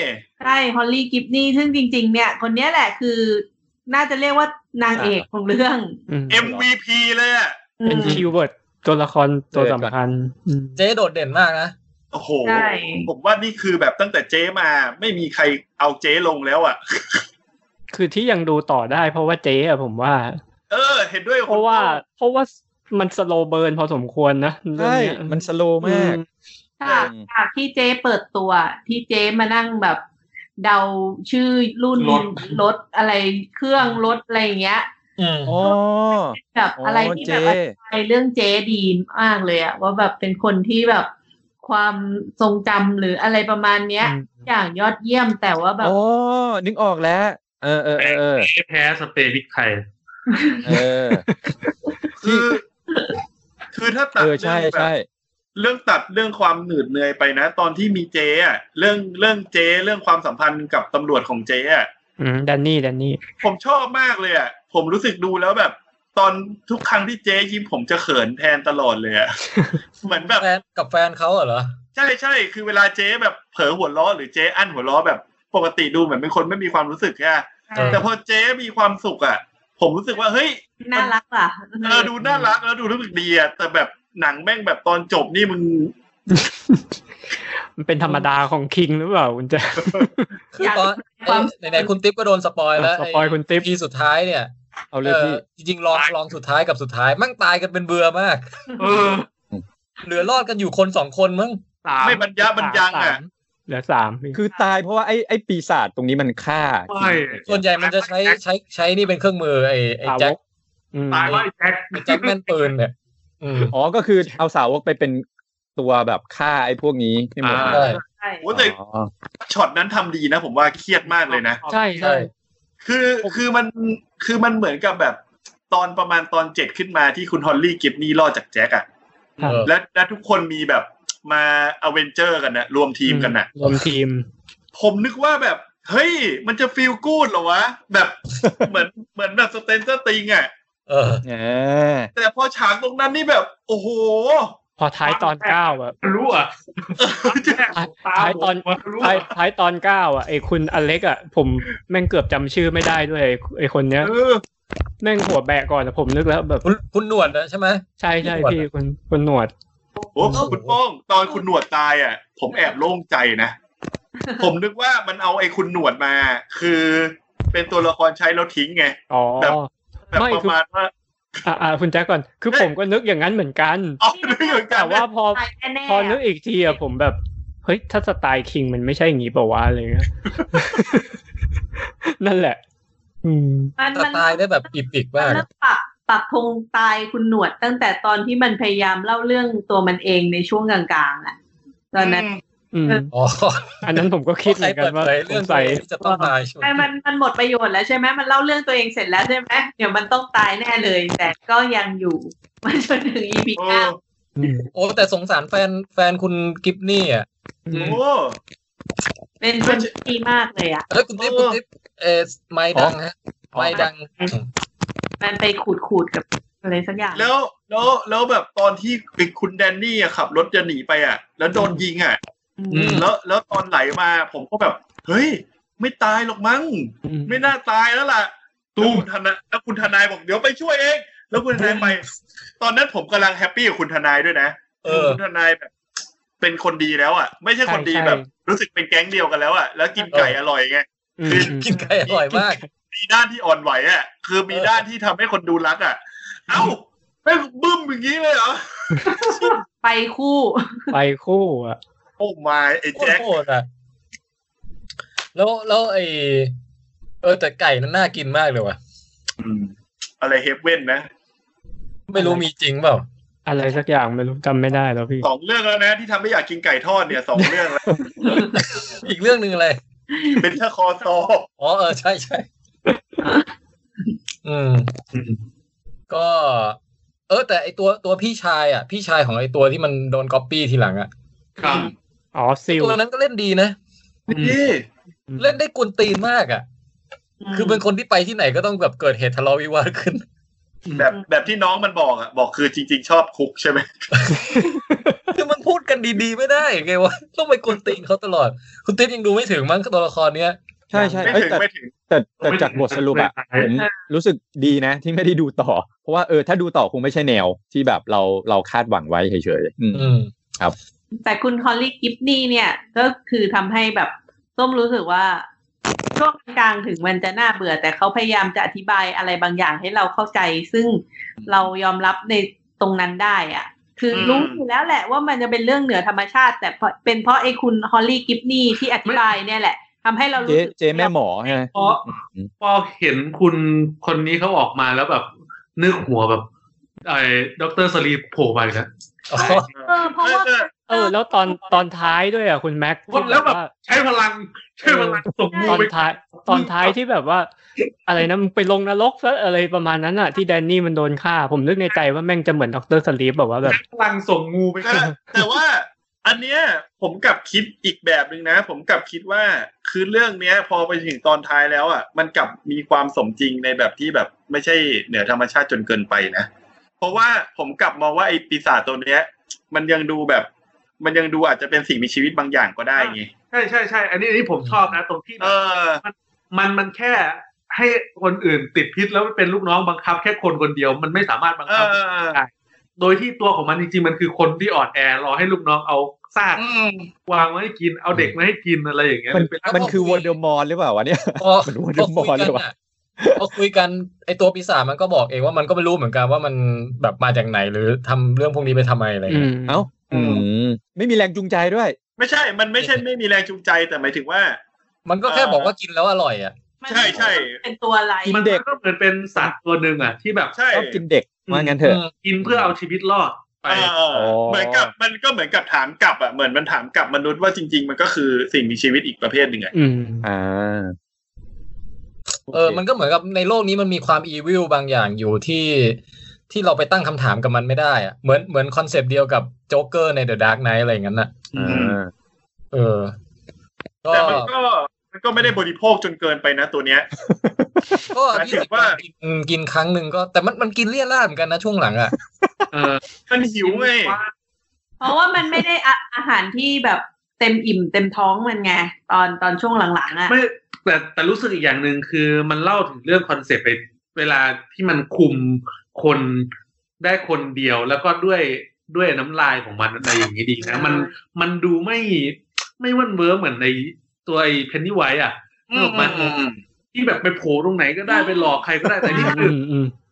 [SPEAKER 5] ใช่ฮอลลี่กิฟนี่ซึ่งจริง ๆ เนี่ย คนเนี้ยแหละคือ น่าจะเรียกว่านางเอกของเรื่อง
[SPEAKER 3] MVP เลยอะ
[SPEAKER 10] เป็นคีย์เวิร์ดตัวละครตัวสำคัญอืม
[SPEAKER 4] เจ๊โดดเด่นมากนะ
[SPEAKER 3] โอ้โห
[SPEAKER 5] ใช่
[SPEAKER 3] ผมว่านี่คือแบบตั้งแต่เจ๊มา ไม่มีใครเอาเจ๊ลงแล้วอะ
[SPEAKER 10] คือที่ยังดูต่อได้เพราะว่าเจ๊อะผมว่า
[SPEAKER 3] เออ เห็นด้วยกับ
[SPEAKER 10] เพ
[SPEAKER 3] คุณ
[SPEAKER 10] ราะว่าเพราะว่ามันสโลเบิร์นพอสมควรนะเรื่อง
[SPEAKER 9] ใช่
[SPEAKER 10] เนี้ย
[SPEAKER 9] มันสโลว์มาก
[SPEAKER 10] อื
[SPEAKER 5] ฉากฉากที่เจ๊เปิดตัว ที่เจ๊มานั่งแบบ เดาชื่อรุ่นรถอะไรเครื่องรถอะไรอย่างเงี้ย
[SPEAKER 4] อืม
[SPEAKER 9] อ๋อ
[SPEAKER 5] แบบอะไรที่แบบว่าไปเรื่องเจ๊ดีมากเลยอะว่าแบบเป็นคนที่แบบความทรงจำหรืออะไรประมาณเนี้ย อย่างยอดเยี่ยมแต่ว่าแบบ
[SPEAKER 9] อ๋อนึกออกแล้ว เออเออเออเออ
[SPEAKER 2] แพ้สเปรย์พริกไทย
[SPEAKER 9] เออ
[SPEAKER 3] คือคือถ้าตัด
[SPEAKER 9] เออใช่
[SPEAKER 3] เรื่องแบบ
[SPEAKER 9] ใช่
[SPEAKER 3] เรื่องตัดเรื่องความหนืดเหนื่อยไปนะ ตอนที่มีเจอะเรื่องเรื่องเจ เรื่องความสัมพันธ์กับตำรวจของเจอะ
[SPEAKER 10] อืมแดันนี่แดันนี่
[SPEAKER 3] ผมชอบมากเลยอะผมรู้สึกดูแล้วแบบ ตอนทุกครั้งที่เจยิ้มผมจะเขินแทนตลอดเลยอะ เหมือนแบบ
[SPEAKER 4] แฟนกับแฟนเขาเหรอ
[SPEAKER 3] ใช่ใช่คือเวลาเจแบบเผลอหัวล้อหรือเจอั้นหัวล้อแบบ ปกติดูเหมือนเป็นคนไม่มีความรู้สึกอะ
[SPEAKER 4] เออ
[SPEAKER 3] แต่พอเจมีความสุขอะผมรู้สึกว่าเฮ้ย
[SPEAKER 5] น่ารักอ่ะ
[SPEAKER 3] เออดูน่ารักแล้วดูรู้สึกดีอะแต่แบบหนังแม่งแบบตอนจบนี่มึง
[SPEAKER 10] มันเป็นธรรมดาของคิงหรือเปล่าคุณแจะ
[SPEAKER 4] คือตอนเอ้ยไหนๆคุณติ๊บก็โดนสปอยแล้ว
[SPEAKER 10] สปอยคุณติ๊บ
[SPEAKER 4] ทีสุดท้ายเนี่ย
[SPEAKER 9] เอาเลยพี่
[SPEAKER 4] จริงๆลองลองสุดท้ายกับสุดท้ายมั่งตายกันเป็นเบื่อมาก
[SPEAKER 2] เออ
[SPEAKER 4] เหลือรอดกันอยู่คนสองคนมั้ง
[SPEAKER 3] ไม่บรรยะบรรยังอะ
[SPEAKER 10] เหลือสามพี่
[SPEAKER 9] คือตายเพราะว่าไอ้ไอ้ปีศาจตรงนี้มันฆ่า
[SPEAKER 2] ใช่
[SPEAKER 4] ส่วนใหญ่มันจะใช้ใช้ใช้นี่เป็นเครื่องมือไอ้ไอ้
[SPEAKER 10] สาว
[SPEAKER 4] แจ็ค
[SPEAKER 10] กอืม
[SPEAKER 2] ตายว่าไอ้แจ็ค
[SPEAKER 4] ไอ้แจ็คแม่นปืนเนี่ยอืม
[SPEAKER 9] อ๋อก็คือเอาสาวกไปเป็นตัวแบบฆ่าไอ้พวกนี้ใช่ไหม
[SPEAKER 2] อ่า
[SPEAKER 4] ใช่
[SPEAKER 5] ใช่
[SPEAKER 3] โอ้แต่
[SPEAKER 9] อ๋อ
[SPEAKER 3] ช็อตนั้นทำดีนะ ผมว่าเครียดมากเลยนะ
[SPEAKER 10] ใช่ใช่
[SPEAKER 3] คือคือมันคือมันเหมือนกับแบบ ตอนประมาณตอนเจ็ดขึ้นมาที่คุณฮอลลี่กิฟนี่รอดจากแจ็คอะ
[SPEAKER 10] ครับ
[SPEAKER 3] และและทุกคนมีแบบมาอเวนเจอร์กันนะรวมทีมกันนะ
[SPEAKER 10] รวมทีม
[SPEAKER 3] ผมนึกว่าแบบ เฮ้ย มันจะฟีลกูดเหรอวะ แบบเหมือนเหมือนแบบสเตนเซอร์ติงอะ
[SPEAKER 4] เออ
[SPEAKER 9] แหม
[SPEAKER 3] แต่พอฉากตรงนั้นนี่แบบ โอ้โห
[SPEAKER 10] พอท้ายตอนเก้าอะ
[SPEAKER 2] รู้อ่ะ
[SPEAKER 10] ท้ายตอน
[SPEAKER 2] รู้
[SPEAKER 10] ท้ายท้ายตอนเก้าอ่ะไอคุณอเล็กอ่ะ ผมแม่งเกือบจำชื่อไม่ได้ด้วยไอ้ไอคนเนี้ย
[SPEAKER 3] เออ
[SPEAKER 10] แม่งหัวแบะก่อนแต่ผมนึกแล้วแบบ
[SPEAKER 4] คุณคุณหนวดนะใช่ไหม
[SPEAKER 10] ใช่ใช่
[SPEAKER 4] หนวด
[SPEAKER 10] พี่คุณคุณหนวด
[SPEAKER 3] โอ้คุณโป้งตอนคุณหนวดตายอ่ะ ผมแอบโล่งใจนะ ผมนึกว่ามันเอาไอ้คุณหนวดมา คือเป็นตัวละครใช้แล้วทิ้งไง
[SPEAKER 10] อ๋อ
[SPEAKER 3] แบบ
[SPEAKER 10] ไม่
[SPEAKER 3] ประ
[SPEAKER 10] คือ
[SPEAKER 3] มาณว่า
[SPEAKER 10] อ่ะอ่าคุณแจ็คก่อน คือผมก็นึกอย่างนั้นเหมือนกัน
[SPEAKER 3] เอาเรื่องกั
[SPEAKER 10] แต่
[SPEAKER 3] น
[SPEAKER 10] ว่า
[SPEAKER 3] ว่า
[SPEAKER 10] พอ
[SPEAKER 5] ตายแน่ๆ
[SPEAKER 10] พอนึกอีกทีอ่ะผมแบบ เฮ้ย ถ้าสไตล์คิงมันไม่ใช่อย่างนี้เปล่าวะอะไร เงี้ย นั่นแหละ อืม
[SPEAKER 5] มัน
[SPEAKER 4] แต่
[SPEAKER 5] มัน
[SPEAKER 4] ตายได้แบบปิดปิก
[SPEAKER 5] มั
[SPEAKER 4] มาน ก
[SPEAKER 5] เริ่มปักปักธงตายคุณหนวดตั้งแต่ตอนที่มันพยายามเล่าเรื่องตัวมันเองในช่วงกลางๆแหละตอนนั้น
[SPEAKER 10] อืม
[SPEAKER 5] เออ
[SPEAKER 4] อ๋อ
[SPEAKER 10] อันนั้นผมก็คิดเหมือนกันว่า
[SPEAKER 4] ใครเปิดเผย
[SPEAKER 10] ส
[SPEAKER 4] เรื่อง
[SPEAKER 10] งสัย
[SPEAKER 4] ที่จะต้องตายใช่ไหม
[SPEAKER 5] ไอ้มันมันหมดประโยชน์แล้วใช่ไหมมันเล่าเรื่องตัวเองเสร็จแล้วใช่ไหมเดี๋ยวมันต้องตายแน่เลย แต่ก็ยังอยู่ มันจนถึง EP
[SPEAKER 3] โอ้
[SPEAKER 5] เก้า
[SPEAKER 4] โอ้แต่สงสารแฟนแฟนคุณกิฟนี่อ่ะ
[SPEAKER 3] โอ้
[SPEAKER 5] เป็นคนที่ดีมากเลยอ่ะ
[SPEAKER 4] เอ้ยคุณติ๊บคุณติ๊บเออไม่ดังฮะไม่ดัง
[SPEAKER 5] มันไปขูดขูดๆกับอะไรสักอย่าง
[SPEAKER 3] แล้วแล้วแล้วแบบตอนที่ไอ้คุณแดนนี่อะขับรถจะหนีไปอ่ะ แล้วโดนยิงอ่ะ
[SPEAKER 4] อืม
[SPEAKER 3] แล้วแล้วตอนไหลมา ผมก็แบบ เฮ้ย ไม่ตายหรอกมั้ง ไม่น่าตายแล้วล่ะตูมทนายแล้วคุณทนายบอกเดี๋ยวไปช่วยเอง แล้วคุณทนายไป ตอนนั้นผมกำลังแฮปปี้กับคุณทนายด้วยนะ
[SPEAKER 4] เออ
[SPEAKER 3] คุณทนายแบบ เป็นคนดีแล้วอ่ะ ไม่ใช่คนดี
[SPEAKER 10] ใช่ใช่
[SPEAKER 3] แบบ รู้สึกเป็นแก๊งเดียวกันแล้วอ่ะแล้วกินไก่อร่อยไง
[SPEAKER 10] อืมอืม
[SPEAKER 4] กินไก่อร่อยมาก
[SPEAKER 3] มีด้านที่อ่อนไหวอ่ะ คือมีด้านที่ทำให้คนดูรักอ่ะ เอ้าแม่งบึ้มอย่างนี้เลยเหรอ
[SPEAKER 5] ไปคู่
[SPEAKER 10] ไปคู่อ่ะ
[SPEAKER 3] โอ้มาไอ้
[SPEAKER 4] โคตร
[SPEAKER 3] แจ็ค
[SPEAKER 4] โหดอ่ะ แล้วแล้วไอเออแต่ไก่นั้นน่ากินมากเลยว่ะ
[SPEAKER 3] อืมอะไรเฮฟเว่นนะ
[SPEAKER 4] ไม่รู้มีจริงเปล่า
[SPEAKER 10] อะไรสักอย่างไม่รู้จำไม่ได้แล้วพี่
[SPEAKER 3] สองเรื่องแล้วนะที่ทำให้อยากกินไก่ทอดเนี่ยสองเรื่องแล้ว
[SPEAKER 4] อีกเรื่องหนึ่งอะไร
[SPEAKER 3] เป็นเทอร์คอซอ
[SPEAKER 4] อ๋อเออใช่ใช่ อืม ก็ เออ แต่ไอตัวตัวพี่ชายอ่ะ พี่ชายของไอตัวที่มันโดนก๊อปปี้ทีหลังอ่ะ
[SPEAKER 2] ครับ
[SPEAKER 10] อ๋อซิล
[SPEAKER 4] ตัวนั้นก็เล่นดีนะ
[SPEAKER 3] นี่
[SPEAKER 4] เล่นได้กวนตีนมากอ่ะ คือเป็นคนที่ไปที่ไหนก็ต้องแบบเกิดเหตุทะเลาะวิวาทขึ้น
[SPEAKER 3] แบบแบบที่น้องมันบอกอ่ะ บอกคือจริง ๆ ชอบคุกใช่ไหม
[SPEAKER 4] คือมันพูดกันดีๆไม่ได้ไงวะต้องไปกวนตีนเขาตลอด คุณติ๊บยังดูไม่ถึงมั้งตัวละครเนี้ย
[SPEAKER 9] ใช่ใช่
[SPEAKER 3] ไม่
[SPEAKER 9] เอ้ย
[SPEAKER 3] ถึงไม่ถึง
[SPEAKER 9] แต่แต่แต่จากบทสรุปอ่ะผมรู้สึกดีนะ ที่ไม่ได้ดูต่อ เพราะว่าเออถ้าดูต่อคงไม่ใช่แนวที่แบบเราเราคาดหวังไว้เฉยๆอืม
[SPEAKER 4] อืม
[SPEAKER 5] แต่คุณคอลลี่กิฟนี่เนี่ย ก็คือทำให้แบบส้มรู้สึกว่าช่วงกลางถึงมันจะน่าเบื่อ แต่เขาพยายามจะอธิบายอะไรบางอย่างให้เราเข้าใจ ซึ่งเรายอมรับในตรงนั้นได้อะคืออ
[SPEAKER 3] ม
[SPEAKER 5] รู้อยู่แล้วแหละว่ามันจะเป็นเรื่องเหนือธรรมชาติ แต่เพราะเป็นเพราะไอ้คุณฮอลลี่กิฟนี่ที่อธิบายเนี่ยแหละทำให้เรารู้
[SPEAKER 9] เจ๊
[SPEAKER 5] สึก
[SPEAKER 9] เจ๊แม่หมอใช่ไหม
[SPEAKER 2] พอพอเห็นคุณคนนี้เขาออกมาแล้วแบบ นึกหัวแบบไอ้ด็อกเตอร์สลีปโผล่ไปแล้ว
[SPEAKER 5] เออเพราะว่า
[SPEAKER 10] เออ แล้วตอนตอนท้ายด้วยอ่ะคุณแม็กซ์ที่
[SPEAKER 2] แล้วแบบใช้พลังใช้พลังส่ง
[SPEAKER 10] มูตอนท้ายตอนท้ายที่แบบว่า อะไรนะมึงไปลงนรกซะอะไรประมาณนั้นอ่ะ ที่แดนนี่มันโดนฆ่า ผมนึกในใจว่าแม่งจะเหมือนด็อกเตอร์สลีปแบบว่าแบบ
[SPEAKER 2] พลังส่งงูไป
[SPEAKER 3] แต่แต่ว่าอันเนี้ยผมกลับคิดอีกแบบหนึ่งนะ ผมกลับคิดว่าคือเรื่องเนี้ย พอไปถึงตอนท้ายแล้วอ่ะ มันกลับมีความสมจริงในแบบที่แบบไม่ใช่เหนือธรรมชาติจนเกินไปนะเพราะว่าผมกลับมองว่าไอ้ปีศาจตัวเนี้ย มันยังดูแบบ มันยังดูอาจจะเป็นสิ่งมีชีวิตบางอย่างก็ได้ไง
[SPEAKER 2] ใช่ใช่ใช่อันนี้อันนี้ผมชอบนะตรงที่
[SPEAKER 3] เออ
[SPEAKER 2] มันมันแค่ให้คนอื่นติดพิษแล้วเป็นลูกน้องบังคับ แค่คนคนเดียวมันไม่สามารถบังคับได้โดยที่ตัวของมันจริงๆมันคือคนที่อ่อนแอรอให้ลูกน้องเอาซากวางไว้ให้กินเอาเด็กมาให้กินอะไรอย่างเงี้ย
[SPEAKER 9] มันคือวอลเดอมอนหรือเปล่าวะเนี่ย มันวอลเดอมอนหรือเปล่า
[SPEAKER 4] พอคุยกันไอตัวปีศาจมันก็บอกเองว่ามันก็ไม่รู้เหมือนกันว่ามันแบบมาจากไหนหรือทำเรื่องพวกนี้ไปทำไมอะไรเงี้ย
[SPEAKER 9] เอ้าไม่มีแรงจูงใจด้วย
[SPEAKER 3] ไม่ใช่ มันไม่ใช่ไม่มีแรงจูงใจแต่หมายถึงว่า
[SPEAKER 4] มันก็แค่บอกว่ากินแล้วอร่อยอ่ะ
[SPEAKER 3] ใช่ใช่
[SPEAKER 5] เป็นตัวอะไร
[SPEAKER 2] มันเด็กก็เหมือนเป็นสัตว์ตัวหนึ่งอ่ะที่แบบ
[SPEAKER 3] ใช่
[SPEAKER 9] กินเด็กว่างั้นเถอะ
[SPEAKER 2] กินเพื่อเอาชีวิตรอดไป
[SPEAKER 3] เหมือนกับมันก็เหมือนกับถามกลับอ่ะเหมือนมันถามกลับมนุษย์ว่าจริง ๆ มันก็คือสิ่งมีชีวิตอีกประเภทหนึ่งอ่ะ
[SPEAKER 9] อ่า
[SPEAKER 4] เออ มันก็เหมือนกับในโลกนี้มันมีความอีวิลบางอย่างอยู่ที่ที่เราไปตั้งคำถามกับมันไม่ได้อะเหมือนเหมือนคอนเซปต์เดียวกับโจ๊กเกอร์ในเดอะดาร์กไนท์อะไรอย่างนั้นน่ะเออ
[SPEAKER 3] แต่มันก็มันก็ไม่ได้บริโภคจนเกินไปนะตัวเนี้ย
[SPEAKER 4] ก็ถือว่ากินครั้งหนึ่งก็ แต่มันมันกินเลี่ยร่าเหมือนกันนะช่วงหลังอ่ะ
[SPEAKER 3] มันหิวไง
[SPEAKER 5] เพราะว่ามันไม่ได้ อาหารที่แบบเต็มอิ่มเต็มท้องมันไงตอนตอนช่วงหลังๆอ่ะ
[SPEAKER 2] ไแต่แต่รู้สึกอีกอย่างหนึ่งคือมันเล่าถึงเรื่องคอนเซปต์ไปเวลาที่มันคุมคนได้คนเดียวแล้วก็ด้วยด้วยน้ำลายของมันอะไรอย่างนี้ดีนะมันมันดูไม่ไม่วันเวอร์เหมือนในตัวไอ้เพนนี่ไว้อ่ะมันที่แบบไปโผล่ตรงไหนก็ได้ไปหลอกใครก็ได้แต่นี่คือ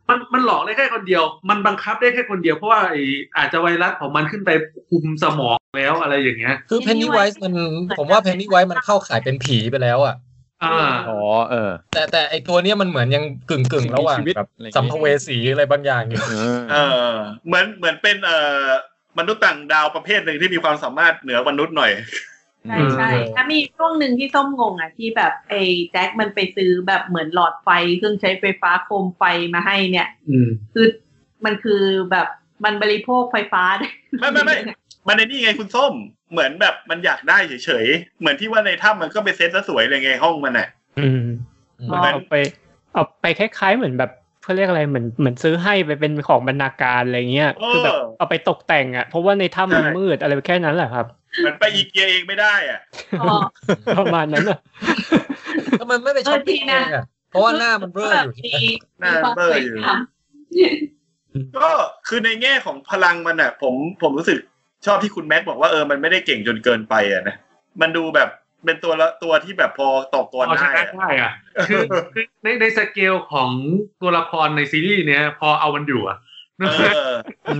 [SPEAKER 2] มันมันหลอกได้แค่คนเดียว มันบังคับได้แค่คนเดียวเพราะว่าไออาจจะไวรัสของมันขึ้นไปคุมสมองแล้วอะไรอย่างเงี้ย
[SPEAKER 4] คือเพนนี่ไวส์มันผมว่าเพนนี่ไวส์มันเข้าขายเป็นผีไปแล้วอ่ะ
[SPEAKER 2] อ๋
[SPEAKER 9] อเออ
[SPEAKER 4] แต่แต่ไอตัวเนี้ยมันเหมือนยังกึ่งกึ่งระหว่างแบบสัมภเวสีอะไรบางอย่างอยู่
[SPEAKER 3] เออ เหมือนเหมือนเป็นเอ่อมนุษย์ต่างดาวประเภทหนึ่งที่มีความสามารถเหนือมนุษย์หน่อย
[SPEAKER 5] ใช่ใช่ถ้ามีช่วงหนึ่งที่ส้มงงอ่ะที่แบบไอ้แจ็คมันไปซื้อแบบเหมือนหลอดไฟเครื่องใช้ไฟฟ้าโคมไฟมาให้เนี่ยคือมันคือแบบมันบริโภคไฟฟ้า
[SPEAKER 3] ไม่ไม่ไม่มันในนี่ไงคุณส้มเหมือนแบบมันอยากได้เฉยๆ เหมือนที่ว่าในถ้ำมันก็ไปเซ็ตซะสวยเลยไงห้องมันอ่ะ
[SPEAKER 10] อืมเอาไป เอาไปคล้ายๆเหมือนแบบเขาเรียกอะไรเหมือนเหมือนซื้อให้ไปเป็นของบรรณาการอะไรเงี้ยคือแบบเอาไปตกแต่งอ่ะเพราะว่าในถ้ำมันมืดอะไรแค่นั้นแห ละครับ
[SPEAKER 3] เหมือนไปอีเกียเองไม่ได้อ่ะ
[SPEAKER 10] ประมาณนั้นอ่ะ
[SPEAKER 4] ทำไมไม่ไปช้อปปิ้งอ่ะเพราะว่าหน้ามันเบ้ออยู่
[SPEAKER 3] หน้าเบ้ออยู่ก็คือในแง่ของพลังมันอ่ะ ผมผมรู้สึกชอบที่คุณแม็กบอกว่าเออ มันไม่ได้เก่งจนเกินไปอ่ะนะ มันดูแบบเป็นตัวละตัวที่แบบพอต่อกรได้
[SPEAKER 2] ได้อ่ะ คือในในสเกลของตัวละครในซีรีส์เนี้ยพอเอามันอยู่อ่ะ
[SPEAKER 3] เ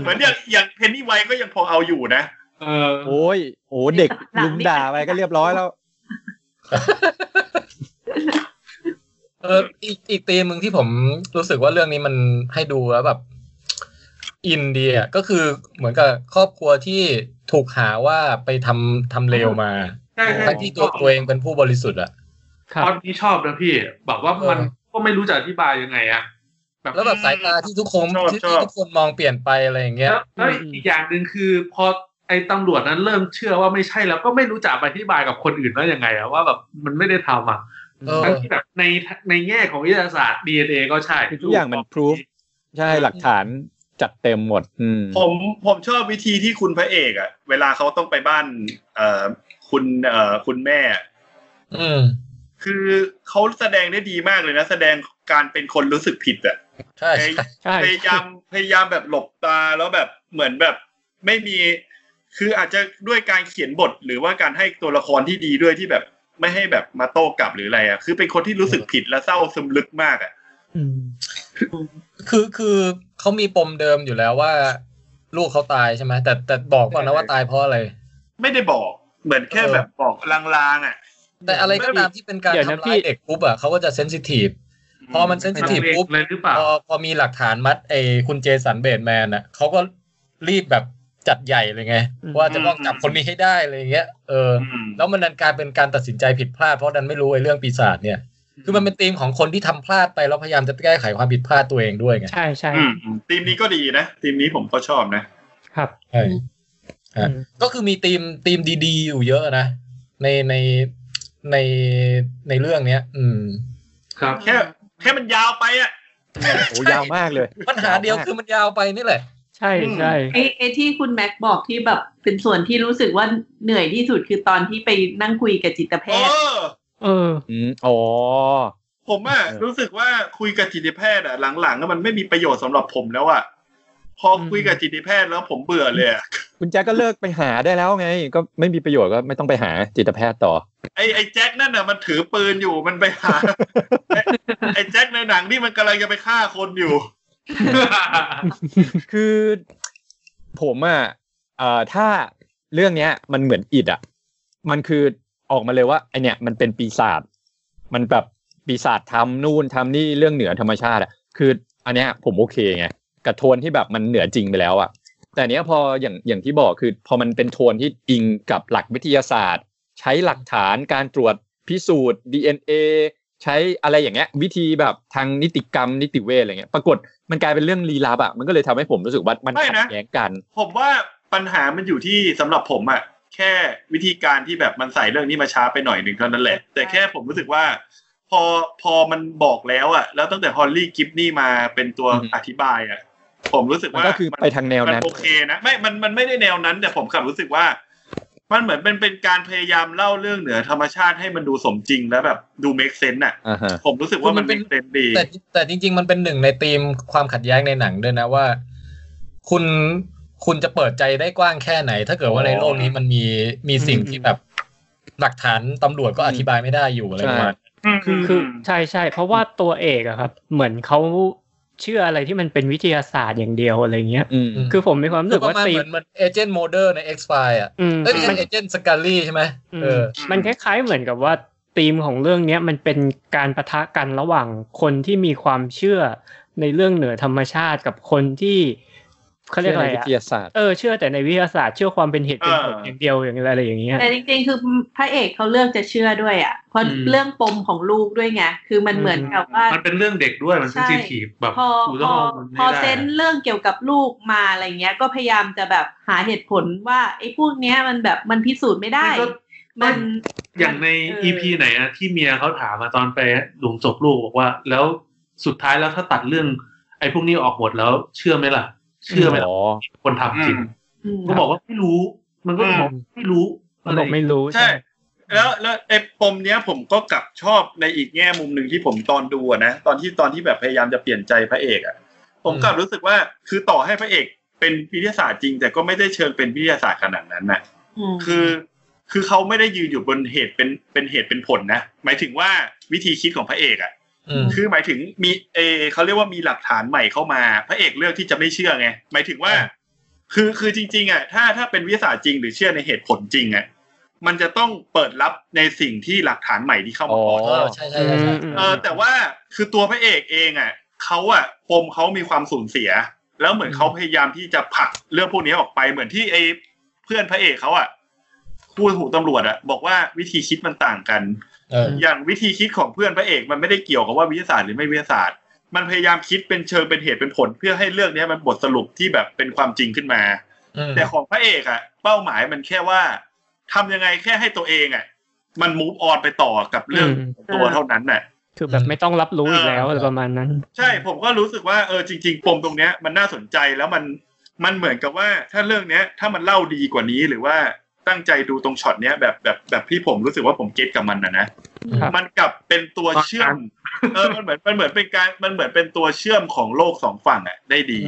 [SPEAKER 3] หมือนอย่างอย่างเพนนี่ไวก็ยังพอเอาอยู่นะ
[SPEAKER 2] เออ โ
[SPEAKER 9] อ้ย โอ้เด็กลุมด่าไปก็เรียบร้อยแล้ว
[SPEAKER 4] เออ อีกอีกตีมึงที่ผมรู้สึกว่าเรื่องนี้มันให้ดูแล้วแบบอินเดียก็คือเหมือนกับครอบครัวที่ถูกหาว่าไปทำทำเลวมาทั้งที่ตัวตัวเองเป็นผู้บริสุทธิ์อ่ะ
[SPEAKER 2] ตอนที่ชอบนะพี่ บอกว่ามันก็ไม่รู้จะอธิบายยังไงอ่ะ
[SPEAKER 4] แล้วแบบสายตาที่ทุกคนที่ทุกคนมองเปลี่ยนไปอะไรอย่างเงี้ย
[SPEAKER 2] แล้วอีกอย่างหนึ่งคือพอไอ้ตำรวจนั้นเริ่มเชื่อว่าไม่ใช่แล้วก็ไม่รู้จะอธิบายกับคนอื่นว่ายังไงอ่ะว่าแบบมันไม่ได้ทำอ่ะทั้งที่แบบในในแง่ของวิทยาศาสตร์ดีเอ็นเอก็ใช่
[SPEAKER 9] ทุกอย่างมันพิสูจใช่หลักฐานจัดเต็มหมด อืม
[SPEAKER 3] ผมผมชอบวิธีที่คุณพระเอกอะเวลาเขาต้องไปบ้าน เอ่อคุณเอ่อคุณแม่
[SPEAKER 4] อืม
[SPEAKER 3] คือเขาแสดงได้ดีมากเลยนะ แสดงการเป็นคนรู้สึกผิดอะ
[SPEAKER 4] ใช่
[SPEAKER 3] พยายามพยายามแบบหลบตาแล้วแบบเหมือนแบบ ไม่มี คืออาจจะด้วยการเขียนบทหรือว่าการให้ตัวละครที่ดีด้วยที่แบบ ไม่ให้แบบมาโต้กลับหรืออะไรอะคือเป็นคนที่รู้สึกผิดและเศร้าซึมลึกมากอะ
[SPEAKER 4] คือคือเขามีปมเดิมอยู่แล้วว่า ลูกเขาตายใช่ไหมแต่แต่บอกก่อนนะว่าตายเพราะอะไร
[SPEAKER 3] ไม่ได้บอก เหมือนแค่แบบบอกลางๆอ่ะ
[SPEAKER 4] แต่อะไรก็ตามที่เป็นการทำร้ายเด็กปุ๊บอ่ะเขาก็จะเซนซิทีฟ
[SPEAKER 11] พอมันเซนซิทีฟปุ๊บพอพอมีหลักฐานมัดไอ้คุณเจสันเบดแมนอ่ะเขาก็รีบแบบจัดใหญ่เลยไง ว่าจะต้องจับคนนี้ให้ได้อะไรเงี้ยเออแล้วมันดันกลายเป็นการตัดสินใจผิดพลาดเพราะดันไม่รู้ไอ้เรื่องปีศาจเนี่ย คือมันเป็นธีมของคนที่ทำพลาดไปแล้วพยายามจะแก้ไขความผิดพลาดตัวเองด้วยไง
[SPEAKER 10] ใช่ใช่
[SPEAKER 3] ธีมนี้ก็ดีนะธีมนี้ผมก็ชอบนะครับ
[SPEAKER 11] ใช่ก็คือมีธีมธีมดีๆ อยู่เยอะนะ ในในในในเรื่องเนี้ย อืม
[SPEAKER 2] ครับ
[SPEAKER 3] แค่แค่มันยาวไปอ่ะ
[SPEAKER 9] โอ้ยาวมากเลย
[SPEAKER 11] ปัญหาเดียวคือมันยาวไปนี่แหละ
[SPEAKER 10] ใช่ใช่
[SPEAKER 5] ไอไอที่คุณแม็กบอกที่แบบเป็นส่วนที่รู้สึกว่าเหนื่อยที่สุดคือตอนที่ไปนั่งคุยกับจิตแพทย์
[SPEAKER 10] เอออื
[SPEAKER 9] มอ๋อ
[SPEAKER 3] ผมอ่ะรู้สึกว่าคุยกับจิตแพทย์อ่ะหลังๆมันไม่มีประโยชน์สำหรับผมแล้วอ่ะพอคุยกับจิตแพทย์แล้วผมเบื่อเลย
[SPEAKER 9] คุณแจ็คก็เลิกไปหาได้แล้วไง ก็ไม่มีประโยชน์ก็ไม่ต้องไปหาจิตแพทย์ต่อ
[SPEAKER 3] ไอ้ไอ้แจ็คนั่นน่ะมันถือปืนอยู่มันไปห า ไอ้แจ็คในหนังนี่มันกำลังจะไปฆ่าคนอยู่
[SPEAKER 9] คือผมอ่ะเอ่อถ้าเรื่องเนี้ย มันเหมือนอิดอ่ะ มันคือออกมาเลยว่าไอเนี้ยมันเป็นปีศาจมันแบบปีศาจทำนู่นทำนี่เรื่องเหนือธรรมชาติอ่ะ คือ อันเนี้ย ผมโอเคไงกับโทนที่แบบมันเหนือจริงไปแล้วอะแต่เนี้ยพออย่างอย่างที่บอกคือพอมันเป็นโทนที่อิงกับหลักวิทยาศาสตร์ ใช้หลักฐานการตรวจพิสูจน์ DNA ใช้อะไรอย่างเงี้ย วิธีแบบทางนิติกรรมนิติเวชอะไรเงี้ย ปรากฏมันกลายเป็นเรื่องลีลับอะมันก็เลยทำให้ผมรู้สึกว่ามันขัดแย้งกัน
[SPEAKER 3] ผมว่าปัญหามันอยู่ที่สำหรับผมอะแค่วิธีการที่แบบมันใส่เรื่องนี้มาช้าไปหน่อยหนึ่งเท่านั้นแหละ แต่แค่ผมรู้สึกว่าพอพอมันบอกแล้วอะแล้วตั้งแต่ฮอลลี่กิฟนี่มาเป็นตัวอธิบายอะผมรู้สึกว่า
[SPEAKER 9] ก็คือไปทางแนวนั้น
[SPEAKER 3] โอเคนะไม่มันมันไม่ได้แนวนั้น แต่ผมกลับรู้สึกว่า มันเหมือนเป็นเป็นการพยายามเล่าเรื่องเหนือธรรมชาติให้มันดูสมจริงแล้วแบบดูเมคเซนต์อ่ะผมรู้สึกว่ามันเป็นเซนดี
[SPEAKER 11] แต่แต่จริง ๆ มันเป็นหนึ่งในธีมความขัดแย้งในหนังด้วยนะว่า คุณคุณจะเปิดใจได้กว้างแค่ไหน ถ้าเกิดว่าในโลกนี้มันมีมีสิ่งที่แบบหลักฐานตำรวจก็อธิบายไม่ได้อยู่อะไรประมาณ
[SPEAKER 10] คือคือใช่ใช่เพราะว่าตัวเอกอะครับ เหมือนเขาเชื่ออะไรที่มันเป็นวิทยาศาสตร์อย่างเดียวอะไรเงี้ย คือผมมีความรู้สึกว่า
[SPEAKER 11] ตีมันเอเจนต์โมเดอร์ใน X f i l e อ่ะเอ้ยมันเอเจนต์สกาลี่ใช่ไหมเออ
[SPEAKER 10] มันคล้ายๆเหมือนกับว่าธีมของเรื่องเนี้ยมันเป็นการประทะกันระหว่างคนที่มีความเชื่อในเรื่องเหนือธรรมชาติกับคนที่เขาเรียกอะไร
[SPEAKER 9] วิทยาศาสตร์
[SPEAKER 10] เออเชื่อแต่ในวิทยาศาสตร์เชื่อความเป็นเหตุเป็นผลอย่างเดียวอย่างอะไรอย่างเงี้ยแต่
[SPEAKER 5] จริงๆคือพระเอกเขาเลือกจะเชื่อด้วยอ่ะเพราะเรื่องปมของลูกด้วยไงคือมันเหมือนกับว่า
[SPEAKER 2] มันเป็นเรื่องเด็กด้วยมันเซนซิทีฟแบบ
[SPEAKER 5] พอพอพอเซนเรื่องเกี่ยวกับลูกมาอะไรเงี้ย ก็พยายามจะแบบหาเหตุผลว่าไอ้พวกเนี้ยมันแบบมันพิสูจน์ไม่ได้ มัน
[SPEAKER 2] อย่างในอีพีไหนอะที่เมียเขาถามมาตอนไปหลุมศพลูกบอกว่า แล้วสุดท้ายแล้วถ้าตัดเรื่อง ไอ้พวกนี้ออกหมดแล้วเชื่อไหมล่ะเชื่อไหมคนทำจริงก็บอกว่าไม่รู้ มันก็บอกไม่รู้
[SPEAKER 10] มันบอกไม่รู้
[SPEAKER 3] ใช่ แล้วแล้วไอ้ปมเนี้ยผมก็กลับชอบในอีกแง่มุมหนึ่งที่ผมตอนดูนะตอนที่ตอนที่แบบพยายามจะเปลี่ยนใจพระเอกอ่ะ ผมกลับรู้สึกว่าคือต่อให้พระเอกเป็นวิทยาศาสตร์จริง แต่ก็ไม่ได้เชิงเป็นวิทยาศาสตร์ขนาดนั้นน่ะ คือ คือเขาไม่ได้ยืนอยู่บนเหตุเป็นเป็นเหตุเป็นผลนะหมายถึงว่าวิธีคิดของพระเอกอ่ะคือหมายถึงมีเอเขาเรียกว่ามีหลักฐานใหม่เข้ามา พระเอกเลือกที่จะไม่เชื่อไงหมายถึงว่า คือคือจริง ๆอ่ะถ้าถ้าเป็นวิทยาศาสตร์จริง หรือเชื่อในเหตุผลจริงอ่ะมันจะต้องเปิดรับในสิ่งที่หลักฐานใหม่ที่เข้ามาก่อน
[SPEAKER 11] ใช่ใช่ใช่
[SPEAKER 3] เออแต่ว่าคือตัวพระเอกเองอ่ะเขาอ่ะปมเขามีความสูญเสีย แล้วเหมือนเขาพยายามที่จะผลักเรื่องพวกนี้ออกไปเหมือนที่ไอ้เพื่อนพระเอกเขาอ่ะพูดถูกตำรวจอ่ะบอกว่าวิธีคิดมันต่างกันอย่างวิธีคิดของเพื่อนพระเอกมันไม่ได้เกี่ยวกับว่าวิทยาศาสตร์หรือไม่วิทยาศาสตร์ มันพยายามคิดเป็นเชิงเป็นเหตุเป็นผล เพื่อให้เรื่องนี้มันบทสรุปที่แบบเป็นความจริงขึ้นมา แต่ของพระเอกอะเป้าหมายมันแค่ว่า ทำยังไงแค่ให้ตัวเองอะมันมูฟออนไปต่อกับเรื่องตัวเท่านั้นน่ะ
[SPEAKER 10] คือแบบไม่ต้องรับรู้อีกแล้วประมาณนั้น
[SPEAKER 3] ใช่ผมก็รู้สึกว่าเออจริง ๆ ปมตรงเนี้ย มันน่าสนใจแล้วมันมันเหมือนกับว่าถ้าเรื่องเนี้ย ถ้ามันเล่าดีกว่านี้หรือว่าั้งใจดูตรงช็อตเนี้ยแบบแบบแบบที่ผมรู้สึกว่าผมเก็ตกับมันนะนะ มันกลับเป็นตัวเชื่อม เออมันเหมือนมันเหมือนเป็นการมันเหมือนเป็นตัวเชื่อมของโลกสองฝั่งอ่ะได้ดี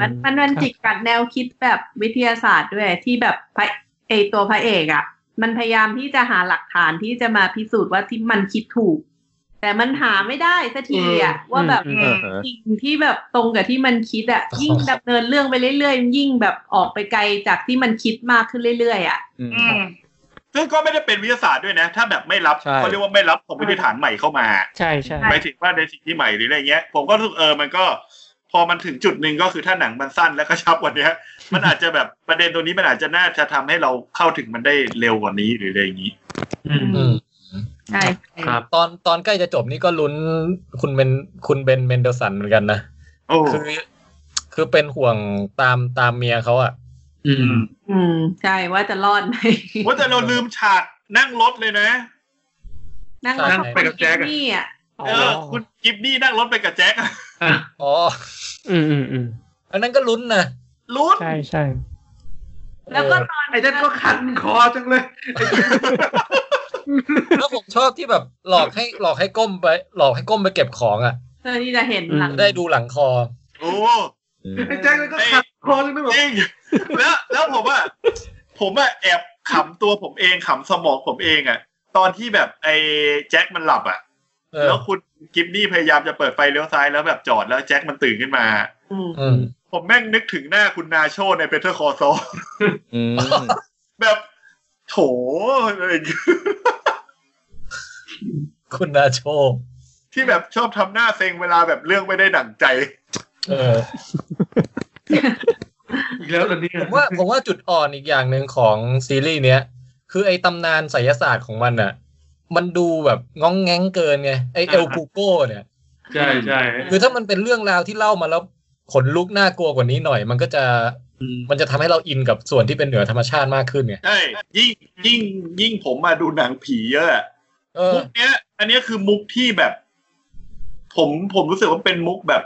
[SPEAKER 5] มันมันมันจิกกัดแนวคิดแบบวิทยาศาสตร์ด้วยที่แบบพระเอตัวพระเอกอ่ะ มันพยายามที่จะหาหลักฐานที่จะมาพิสูจน์ว่าที่มันคิดถูก แต่มันหาไม่ได้สักทีอ่ะว่าแบบสิ่งที่แบบตรงกับที่มันคิดอ่ะยิ่งดำเนินเรื่องไปเรื่อยๆยิ่งแบบออกไปไกลจากที่มันคิดมากขึ้นเรื่อยๆอ่ะ
[SPEAKER 3] ซึ่งก็ไม่ได้เป็นวิทยาศาสตร์ด้วยนะ ถ้าแบบไม่รับ
[SPEAKER 9] ใช่
[SPEAKER 3] เขาเรียกว่าไม่รับสมมติฐานใหม่เข้ามา
[SPEAKER 10] ใช่ใช่
[SPEAKER 3] หมายถึงว่าในสิ่งที่ใหม่หรืออะไรเงี้ย ผมก็รู้สึกเออมันก็ พอมันถึงจุดหนึ่งก็คือถ้าหนังมันสั้นและกระชับกว่าเนี้ย มันอาจจะแบบประเด็นตรงนี้มันอาจจะน่าจะทำให้เราเข้าถึงมันได้เร็วกว่านี้หรืออะไรอย่างนี้
[SPEAKER 4] อืม
[SPEAKER 5] ใช่
[SPEAKER 4] ครับตอนตอนใกล้จะจบนี่ก็ลุ้นคุณเบนคุณเบนเมนเดลสันเหมือนกันนะ
[SPEAKER 3] โอ้
[SPEAKER 4] คือคือเป็นห่วงตามตามเมียเขาอ่ะ
[SPEAKER 2] อืม
[SPEAKER 5] อืมใช่ว่าจะรอดไหม
[SPEAKER 3] ว่าแต่เราลืมฉากนั่งรถเลยนะ
[SPEAKER 5] นั่งรถ
[SPEAKER 4] นั่ง
[SPEAKER 5] เข้า
[SPEAKER 4] ไป
[SPEAKER 5] ไป
[SPEAKER 4] กั
[SPEAKER 5] กั
[SPEAKER 4] บบ แจ็คอะ
[SPEAKER 5] นี่อ่ะ
[SPEAKER 3] เออ คุณกิฟนี่นั่งรถไปกับแจ็คอะ
[SPEAKER 4] อ๋อ
[SPEAKER 10] อืมอืมอืม
[SPEAKER 4] อันนั้นก็ลุ้นนะ
[SPEAKER 3] ลุ้น
[SPEAKER 10] ใช่ใช่
[SPEAKER 5] แล้วก็ตอน
[SPEAKER 2] ไอ้นั่นก็คันคอจังเลย
[SPEAKER 4] แล้วผมชอบที่แบบหลอกให้หลอกให้ก้มไป หลอกให้ก้มไปเก็บของอ่ะ
[SPEAKER 5] เธอที่จะเห็นหลัง
[SPEAKER 4] จะได้ดูหลังคอ
[SPEAKER 3] โอ้
[SPEAKER 2] ไอ้แจ็คนั่นก็คันคอจังเลยแบบ
[SPEAKER 3] จริงแล้วแล้วผมอ่ะผมอ่ะแอบขำตัวผมเองขำสมองผมเองอ่ะ ตอนที่แบบไอ้แจ็คมันหลับอ่ะ
[SPEAKER 4] เออ
[SPEAKER 3] แล้วคุณกิฟนี่พยายามจะเปิดไฟเลี้ยวซ้ายแล้วแบบจอดแล้วแจ็คมันตื่นขึ้นมา
[SPEAKER 5] อืม
[SPEAKER 4] อืม
[SPEAKER 3] ผมแม่งนึกถึงหน้าคุณนาโชในเปเทอร์คอซอ
[SPEAKER 9] อืม
[SPEAKER 3] แบบโถอะไรอย่างเงี้ย
[SPEAKER 4] คุณนาโชค
[SPEAKER 3] ที่แบบชอบทำหน้าเซ็งเวลาแบบเรื่องไม่ได้ดั่งใจ
[SPEAKER 4] เออ
[SPEAKER 2] อีกแล้วเหรอเนี่ย
[SPEAKER 4] ผมว่าผมว่าจุดอ่อนอีกอย่างหนึ่งของซีรีส์เนี้ย คือไอ้ตำนานไสยศาสตร์ของมันน่ะ มันดูแบบง้องแง้งเกินไงไอ้เอลกูโก้เนี่ย
[SPEAKER 2] ใช่ใช่
[SPEAKER 4] คือถ้ามันเป็นเรื่องราวที่เล่ามาแล้วขนลุกน่ากลัวกว่านี้หน่อย มันก็จะมันจะทำให้เราอินกับส่วนที่เป็นเหนือธรรมชาติมากขึ้นไง
[SPEAKER 3] ใช่ ยิ่งยิ่งยิ่งผมมาดูหนังผีเยอะอะ
[SPEAKER 4] เออ
[SPEAKER 3] มุกเนี้ย อันเนี้ยคือมุกที่แบบ ผมผมรู้สึกว่าเป็นมุกแบบ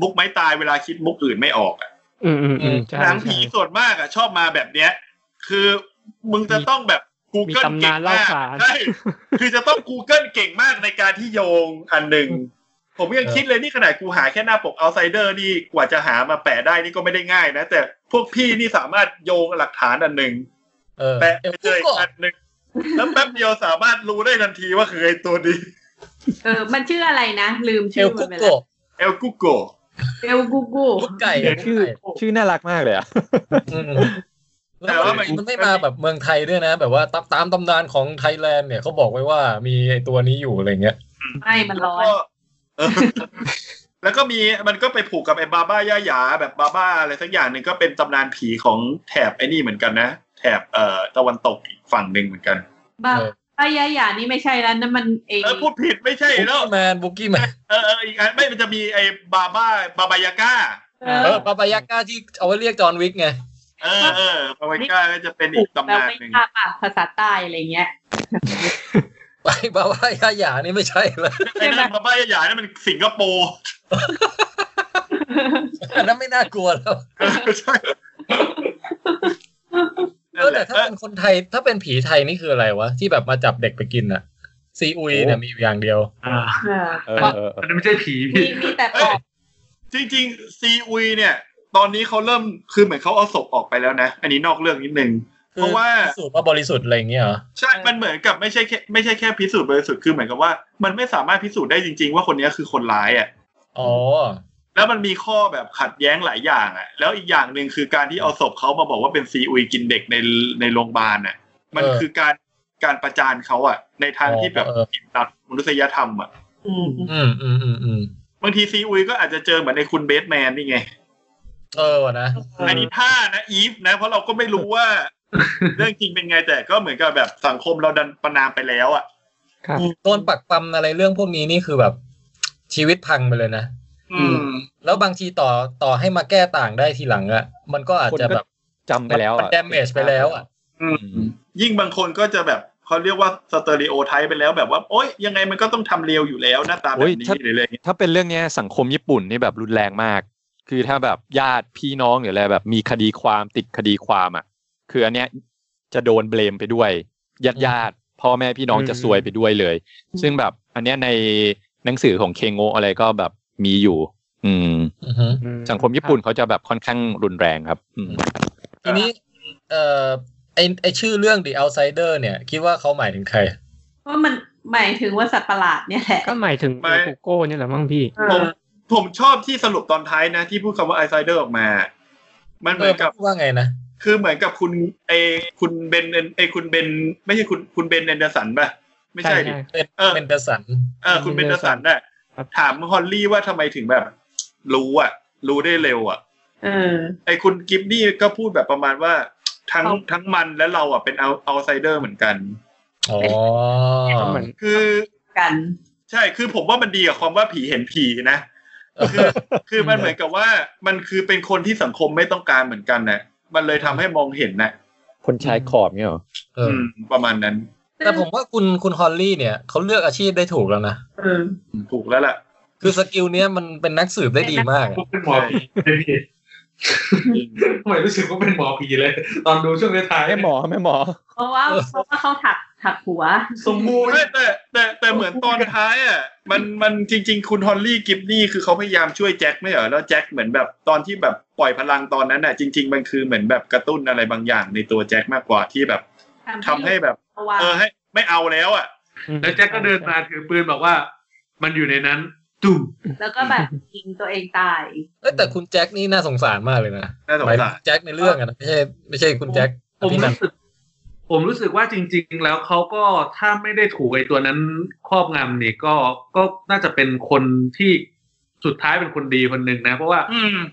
[SPEAKER 3] มุกไม้ตายเวลาคิดมุกอื่นไม่ออกอะ
[SPEAKER 10] อืมอืมอืมใช่
[SPEAKER 3] หนังผี
[SPEAKER 10] ใช่
[SPEAKER 3] ส่วนมากอะชอบมาแบบเนี้ย คือมึงจะต้องแบบ
[SPEAKER 10] มี
[SPEAKER 3] Google
[SPEAKER 10] ตำ
[SPEAKER 3] เก่
[SPEAKER 10] นาง นเล่าม
[SPEAKER 3] าก
[SPEAKER 10] ขาน
[SPEAKER 3] ใช่คือจะต้อง Google เก่งมากในการที่โยงอันหนึ่ง ผมยังคิดเลยนี่ขนาดกูหาแค่หน้าปก outsider นี่กว่าจะหามาแปะได้นี่ก็ไม่ได้ง่ายนะ แต่พวกพี่นี่สามารถโยงหลักฐานอันหนึ่ง
[SPEAKER 4] เออ
[SPEAKER 3] แปะ
[SPEAKER 4] เอล
[SPEAKER 3] ไปเจอ
[SPEAKER 4] กู
[SPEAKER 3] อี
[SPEAKER 4] โก้
[SPEAKER 3] กอันหนึ่งแล้วแป๊บเดียวสามารถรู้ได้ทันทีว่าคือไอตัวนี้
[SPEAKER 5] เออ มันชื่ออะไรนะ ลืม
[SPEAKER 4] เอ
[SPEAKER 5] ชื่
[SPEAKER 4] ล
[SPEAKER 5] อมั
[SPEAKER 4] กู
[SPEAKER 5] นไป
[SPEAKER 4] โก้
[SPEAKER 5] แล้ว
[SPEAKER 3] เอลกุโก
[SPEAKER 5] เอลกูกู
[SPEAKER 4] ลูกไก่ลูก
[SPEAKER 9] ชื่อ
[SPEAKER 4] ไก่
[SPEAKER 9] ชื่อน่ารักมากเลยอ่ะ
[SPEAKER 4] อืม
[SPEAKER 3] แต่ว่ามัน
[SPEAKER 4] มันไม่มาแบบเมืองไทยด้วยนะ แบบว่าตามตามตำนานของไทยแลนด์เนี่ยเขาบอกไว้ว่ามีไอ้ตัวนี้อยู่อะไรเงี้ย
[SPEAKER 5] ไม่มันร้อน
[SPEAKER 3] ก็เอ อแล้วก็มีมันก็ไปผูกกับไอ้บาบ้าย่าหยาแบบบาบ้าอะไรสักอย่างหนึ่งก็เป็นตำนานผีของแถบไอ้นี่เหมือนกันนะ แถบเอ่อตะวันตกอีกฝั่งหนึ่งเหมือนกัน
[SPEAKER 5] บ้า
[SPEAKER 4] เออ
[SPEAKER 5] ป้ายายานี่ไม่ใช่แล้วนั่นมันเอง
[SPEAKER 3] เออพูดผิดไม่ใช่
[SPEAKER 4] บุก
[SPEAKER 3] แล้ว
[SPEAKER 4] กี้แมนบุกกี้แมน
[SPEAKER 3] เออเอออีกอันไม่มันจะมีไอ้บาบ้าบาบายาก้า
[SPEAKER 5] เอ
[SPEAKER 4] เอ
[SPEAKER 5] อ
[SPEAKER 4] อปาปายาก้าที่เอาไว้เรียกจอห์นวิกไง
[SPEAKER 3] เออเออบาบายาก้าก็จะเป็นอีกตำ
[SPEAKER 5] แปล
[SPEAKER 3] นาน
[SPEAKER 5] ไม่
[SPEAKER 3] หนึ่ง
[SPEAKER 5] ทราบอ่ะภาษาใต้อะไรเงี้ย
[SPEAKER 4] ไปปาปายาหยานี่ไม่ใช่ละ
[SPEAKER 3] ไอ้นั่นบาบ้ายาหยานั่นมันสิงคโปร์
[SPEAKER 4] อันนั้นไม่น่ากลัวแล้ว
[SPEAKER 3] เออใช่
[SPEAKER 4] เออแต่ถ้าเป็นคนไทยถ้าเป็นผีไทยนี่คืออะไรวะ ที่แบบมาจับเด็กไปกินอะซีอุยเนี่ยมีอยู่อย่างเดียว
[SPEAKER 2] อ่า
[SPEAKER 5] เออ
[SPEAKER 9] เออเออเอ
[SPEAKER 2] อัน
[SPEAKER 9] อ
[SPEAKER 2] นั้นไม่ใช่ผี
[SPEAKER 5] มี
[SPEAKER 2] พี่
[SPEAKER 5] มีแต่ปอบ
[SPEAKER 3] จริงๆซีอุยเนี่ย ตอนนี้เขาเริ่มคือเหมือนเขาเอาศพออกไปแล้วนะ อันนี้นอกเรื่องนิดนึง
[SPEAKER 4] คื
[SPEAKER 3] เพราะว่า
[SPEAKER 4] พิสูจน์ว่าบริสุทธิ์อะไรอย่างเงี้ยเหรอ
[SPEAKER 3] ใช่มันเหมือนกับไม่ใช่แค่ไม่ใช่แค่พิสูจน์บริสุทธิ์คือเหมือนกับว่า มันไม่สามารถพิสูจน์ได้จริง ๆ ว่าคนนี้คือคนร้ายอ่ะ
[SPEAKER 4] อ๋อ
[SPEAKER 3] แล้วมันมีข้อแบบขัดแย้งหลายอย่างอ่ะ แล้วอีกอย่างหนึ่งคือการที่เอาศพเขามาบอกว่าเป็นซีอุยกินเด็กในในโรงพยาบาลอ่ะ มัน
[SPEAKER 4] เออ
[SPEAKER 3] คือการการประจานเขาอ่ะ ในทางที่แบบ
[SPEAKER 4] เออเออ
[SPEAKER 3] ผิดหลักมนุษยธรรมอ่ะ
[SPEAKER 5] อืม
[SPEAKER 4] อืมอืมอืมอืม
[SPEAKER 3] บางทีซีอุยก็อาจจะเจอเหมือนในคุณเบสแมนนี่ไง
[SPEAKER 4] เออวะนะ
[SPEAKER 3] อันนี้ท่านะอีฟนะ เพราะเราก็ไม่รู้ ว่า เรื่องจริงเป็นไงแต่ก็เหมือนกับแบบสังคมเราดันประนามไปแล้วอ่ะ
[SPEAKER 10] ครับ
[SPEAKER 4] โดนปักปั๊มอะไรเรื่องพวกนี้นี่คือแบบชีวิตพังไปเลยนะ
[SPEAKER 3] อืม
[SPEAKER 4] แล้วบางทีต่อต่อให้มาแก้ต่างได้ทีหลังอะมันก็อาจจะแบบ
[SPEAKER 9] จำไปแล้ว
[SPEAKER 4] มัน
[SPEAKER 9] อ่ะ
[SPEAKER 4] ดมเมจไปแล้วอะ
[SPEAKER 3] อืม ยิ่งบางคนก็จะแบบเขาเรียกว่าสเตอริโอไทป์ไปแล้วแบบว่าโอ๊ยยังไงมันก็ต้องทำเลวอยู่แล้วหน้าตาแบ
[SPEAKER 9] โอ้
[SPEAKER 3] บ
[SPEAKER 9] ย
[SPEAKER 3] นี้
[SPEAKER 9] ชัด
[SPEAKER 3] หรืออะไรเงี้ย
[SPEAKER 9] ถ้าเป็นเรื่องเนี้ยสังคมญี่ปุ่นนี่แบบรุนแรงมาก คือถ้าแบบญาติพี่น้องหรืออะไรแบบมีคดีความติดคดีความอ่ะ คืออันเนี้ยจะโดนเบลมไปด้วยญาติญาติพ่อแม่พี่น้อง
[SPEAKER 10] อืม
[SPEAKER 9] จะซวยไปด้วยเลย ซึ่งแบบอันเนี้ยในหนังสือของเคงโงะอะไรก็แบบมีอยู่ อืม
[SPEAKER 4] อือฮึ
[SPEAKER 10] อื
[SPEAKER 9] สังคมญี่ปุ่นเขาจะแบบค่อนข้างรุนแรงครับอืม
[SPEAKER 4] ทีนี้เอ่อไอไอชื่อเรื่อง The Outsider เนี่ย คิดว่าเขาหมายถึงใคร
[SPEAKER 5] ว่ามันหมายถึงว่าสัตว์ประหลาดเนี่ยแหละ
[SPEAKER 10] ก็หมายถึงเอลกูโก้เนี่ยแหละมั้งพี่
[SPEAKER 5] เอ
[SPEAKER 3] ผม
[SPEAKER 5] อ
[SPEAKER 3] ผมชอบที่สรุปตอนท้ายนะ ที่พูดคำว่าไอไซเดอร์ออกมา มันเหมื
[SPEAKER 4] เออ
[SPEAKER 3] อนกับ
[SPEAKER 4] พูดว่าไงนะ
[SPEAKER 3] คือเหมือนกับคุณไอคุณเบนไอคุณเบน ไม่ใช่คุณคุณเบนแอนเดอร์สันป่ะ ไม่ใช่ดิ
[SPEAKER 4] เป็นเบนเดอร์สัน
[SPEAKER 3] เออคุณเบนแอนเดอร์สันน่ะถามฮอลลี่ว่าทำไมถึงแบบ รู้อ่ะ รู้ได้เร็วอ่ะ
[SPEAKER 5] เออ
[SPEAKER 3] ไอคุณกิฟนี่ก็พูดแบบประมาณว่า ทั้งทั้งมันและเราอ่ะเป็นเอาเอาไซเดอร์เหมือนกัน
[SPEAKER 4] อ๋อ
[SPEAKER 3] คือ
[SPEAKER 5] กัน
[SPEAKER 3] ใช่คือผมว่ามันดีกับความว่าผีเห็นผีนะคือคือมันเหมือนกับว่า มันคือเป็นคนที่สังคมไม่ต้องการเหมือนกันนะมันเลยทำให้มองเห็นนะ
[SPEAKER 9] คนชายขอบเนี่ยหรอ
[SPEAKER 3] อืม ประมาณนั้น
[SPEAKER 4] แต่ผมว่าคุณคุณฮอลลี่เนี่ยเขาเลือกอาชีพได้ถูกแล้วนะ
[SPEAKER 3] ถูกแล้วล่ะ
[SPEAKER 4] คือสกิลเนี้ยมันเป็นนักสืบได้ดีมาก
[SPEAKER 2] เป็นหมอผีทำไมรู้สึกว่าเป็นหมอผีเลย ตอนดูช่วงท้าย
[SPEAKER 9] แม่หมอแม่หมอ
[SPEAKER 5] เพราะว่าเพราะว่าเขาถักถักหัว
[SPEAKER 2] สมมูรณ์
[SPEAKER 3] แต่แต่แต่แต่เหมือนตอนท้ายอ่ะมันมันจริง ๆ คุณฮอลลี่กิฟนี่คือเขาพยายามช่วยแจ็คไม่เหรอแล้วแจ็คเหมือนแบบตอนที่แบบปล่อยพลังตอนนั้นอ่ะจริง ๆ มันคือเหมือนแบบกระตุ้นอะไรบางอย่างในตัวแจ็คมากกว่าที่แบบทำให้แบบ เออให้ ไม่เอาแล้วอ่ะ
[SPEAKER 2] แล้วแจ็คก็เดินมาถือปืนบอกว่า มันอยู่ในนั้นตุ่ม
[SPEAKER 5] แล้วก็แบบยิงตัวเองตาย
[SPEAKER 4] เอ้ยแต่คุณแจ็คนี่น่าสงสารมากเลยนะ
[SPEAKER 3] น่าสงสาร
[SPEAKER 4] แจ็คในเรื่องอะนะไม่ใช่ ไม่ใช่คุณแจ็ค
[SPEAKER 2] ผม
[SPEAKER 4] พี่นัน
[SPEAKER 2] รู้สึก ผมรู้สึกว่าจริง ๆ แล้วเขาก็ถ้าไม่ได้ถูกไอ้ตัวนั้นครอบงำนี่ก็ก็น่าจะเป็นคนที่สุดท้ายเป็นคนดีคนหนึ่งนะ เพราะว่า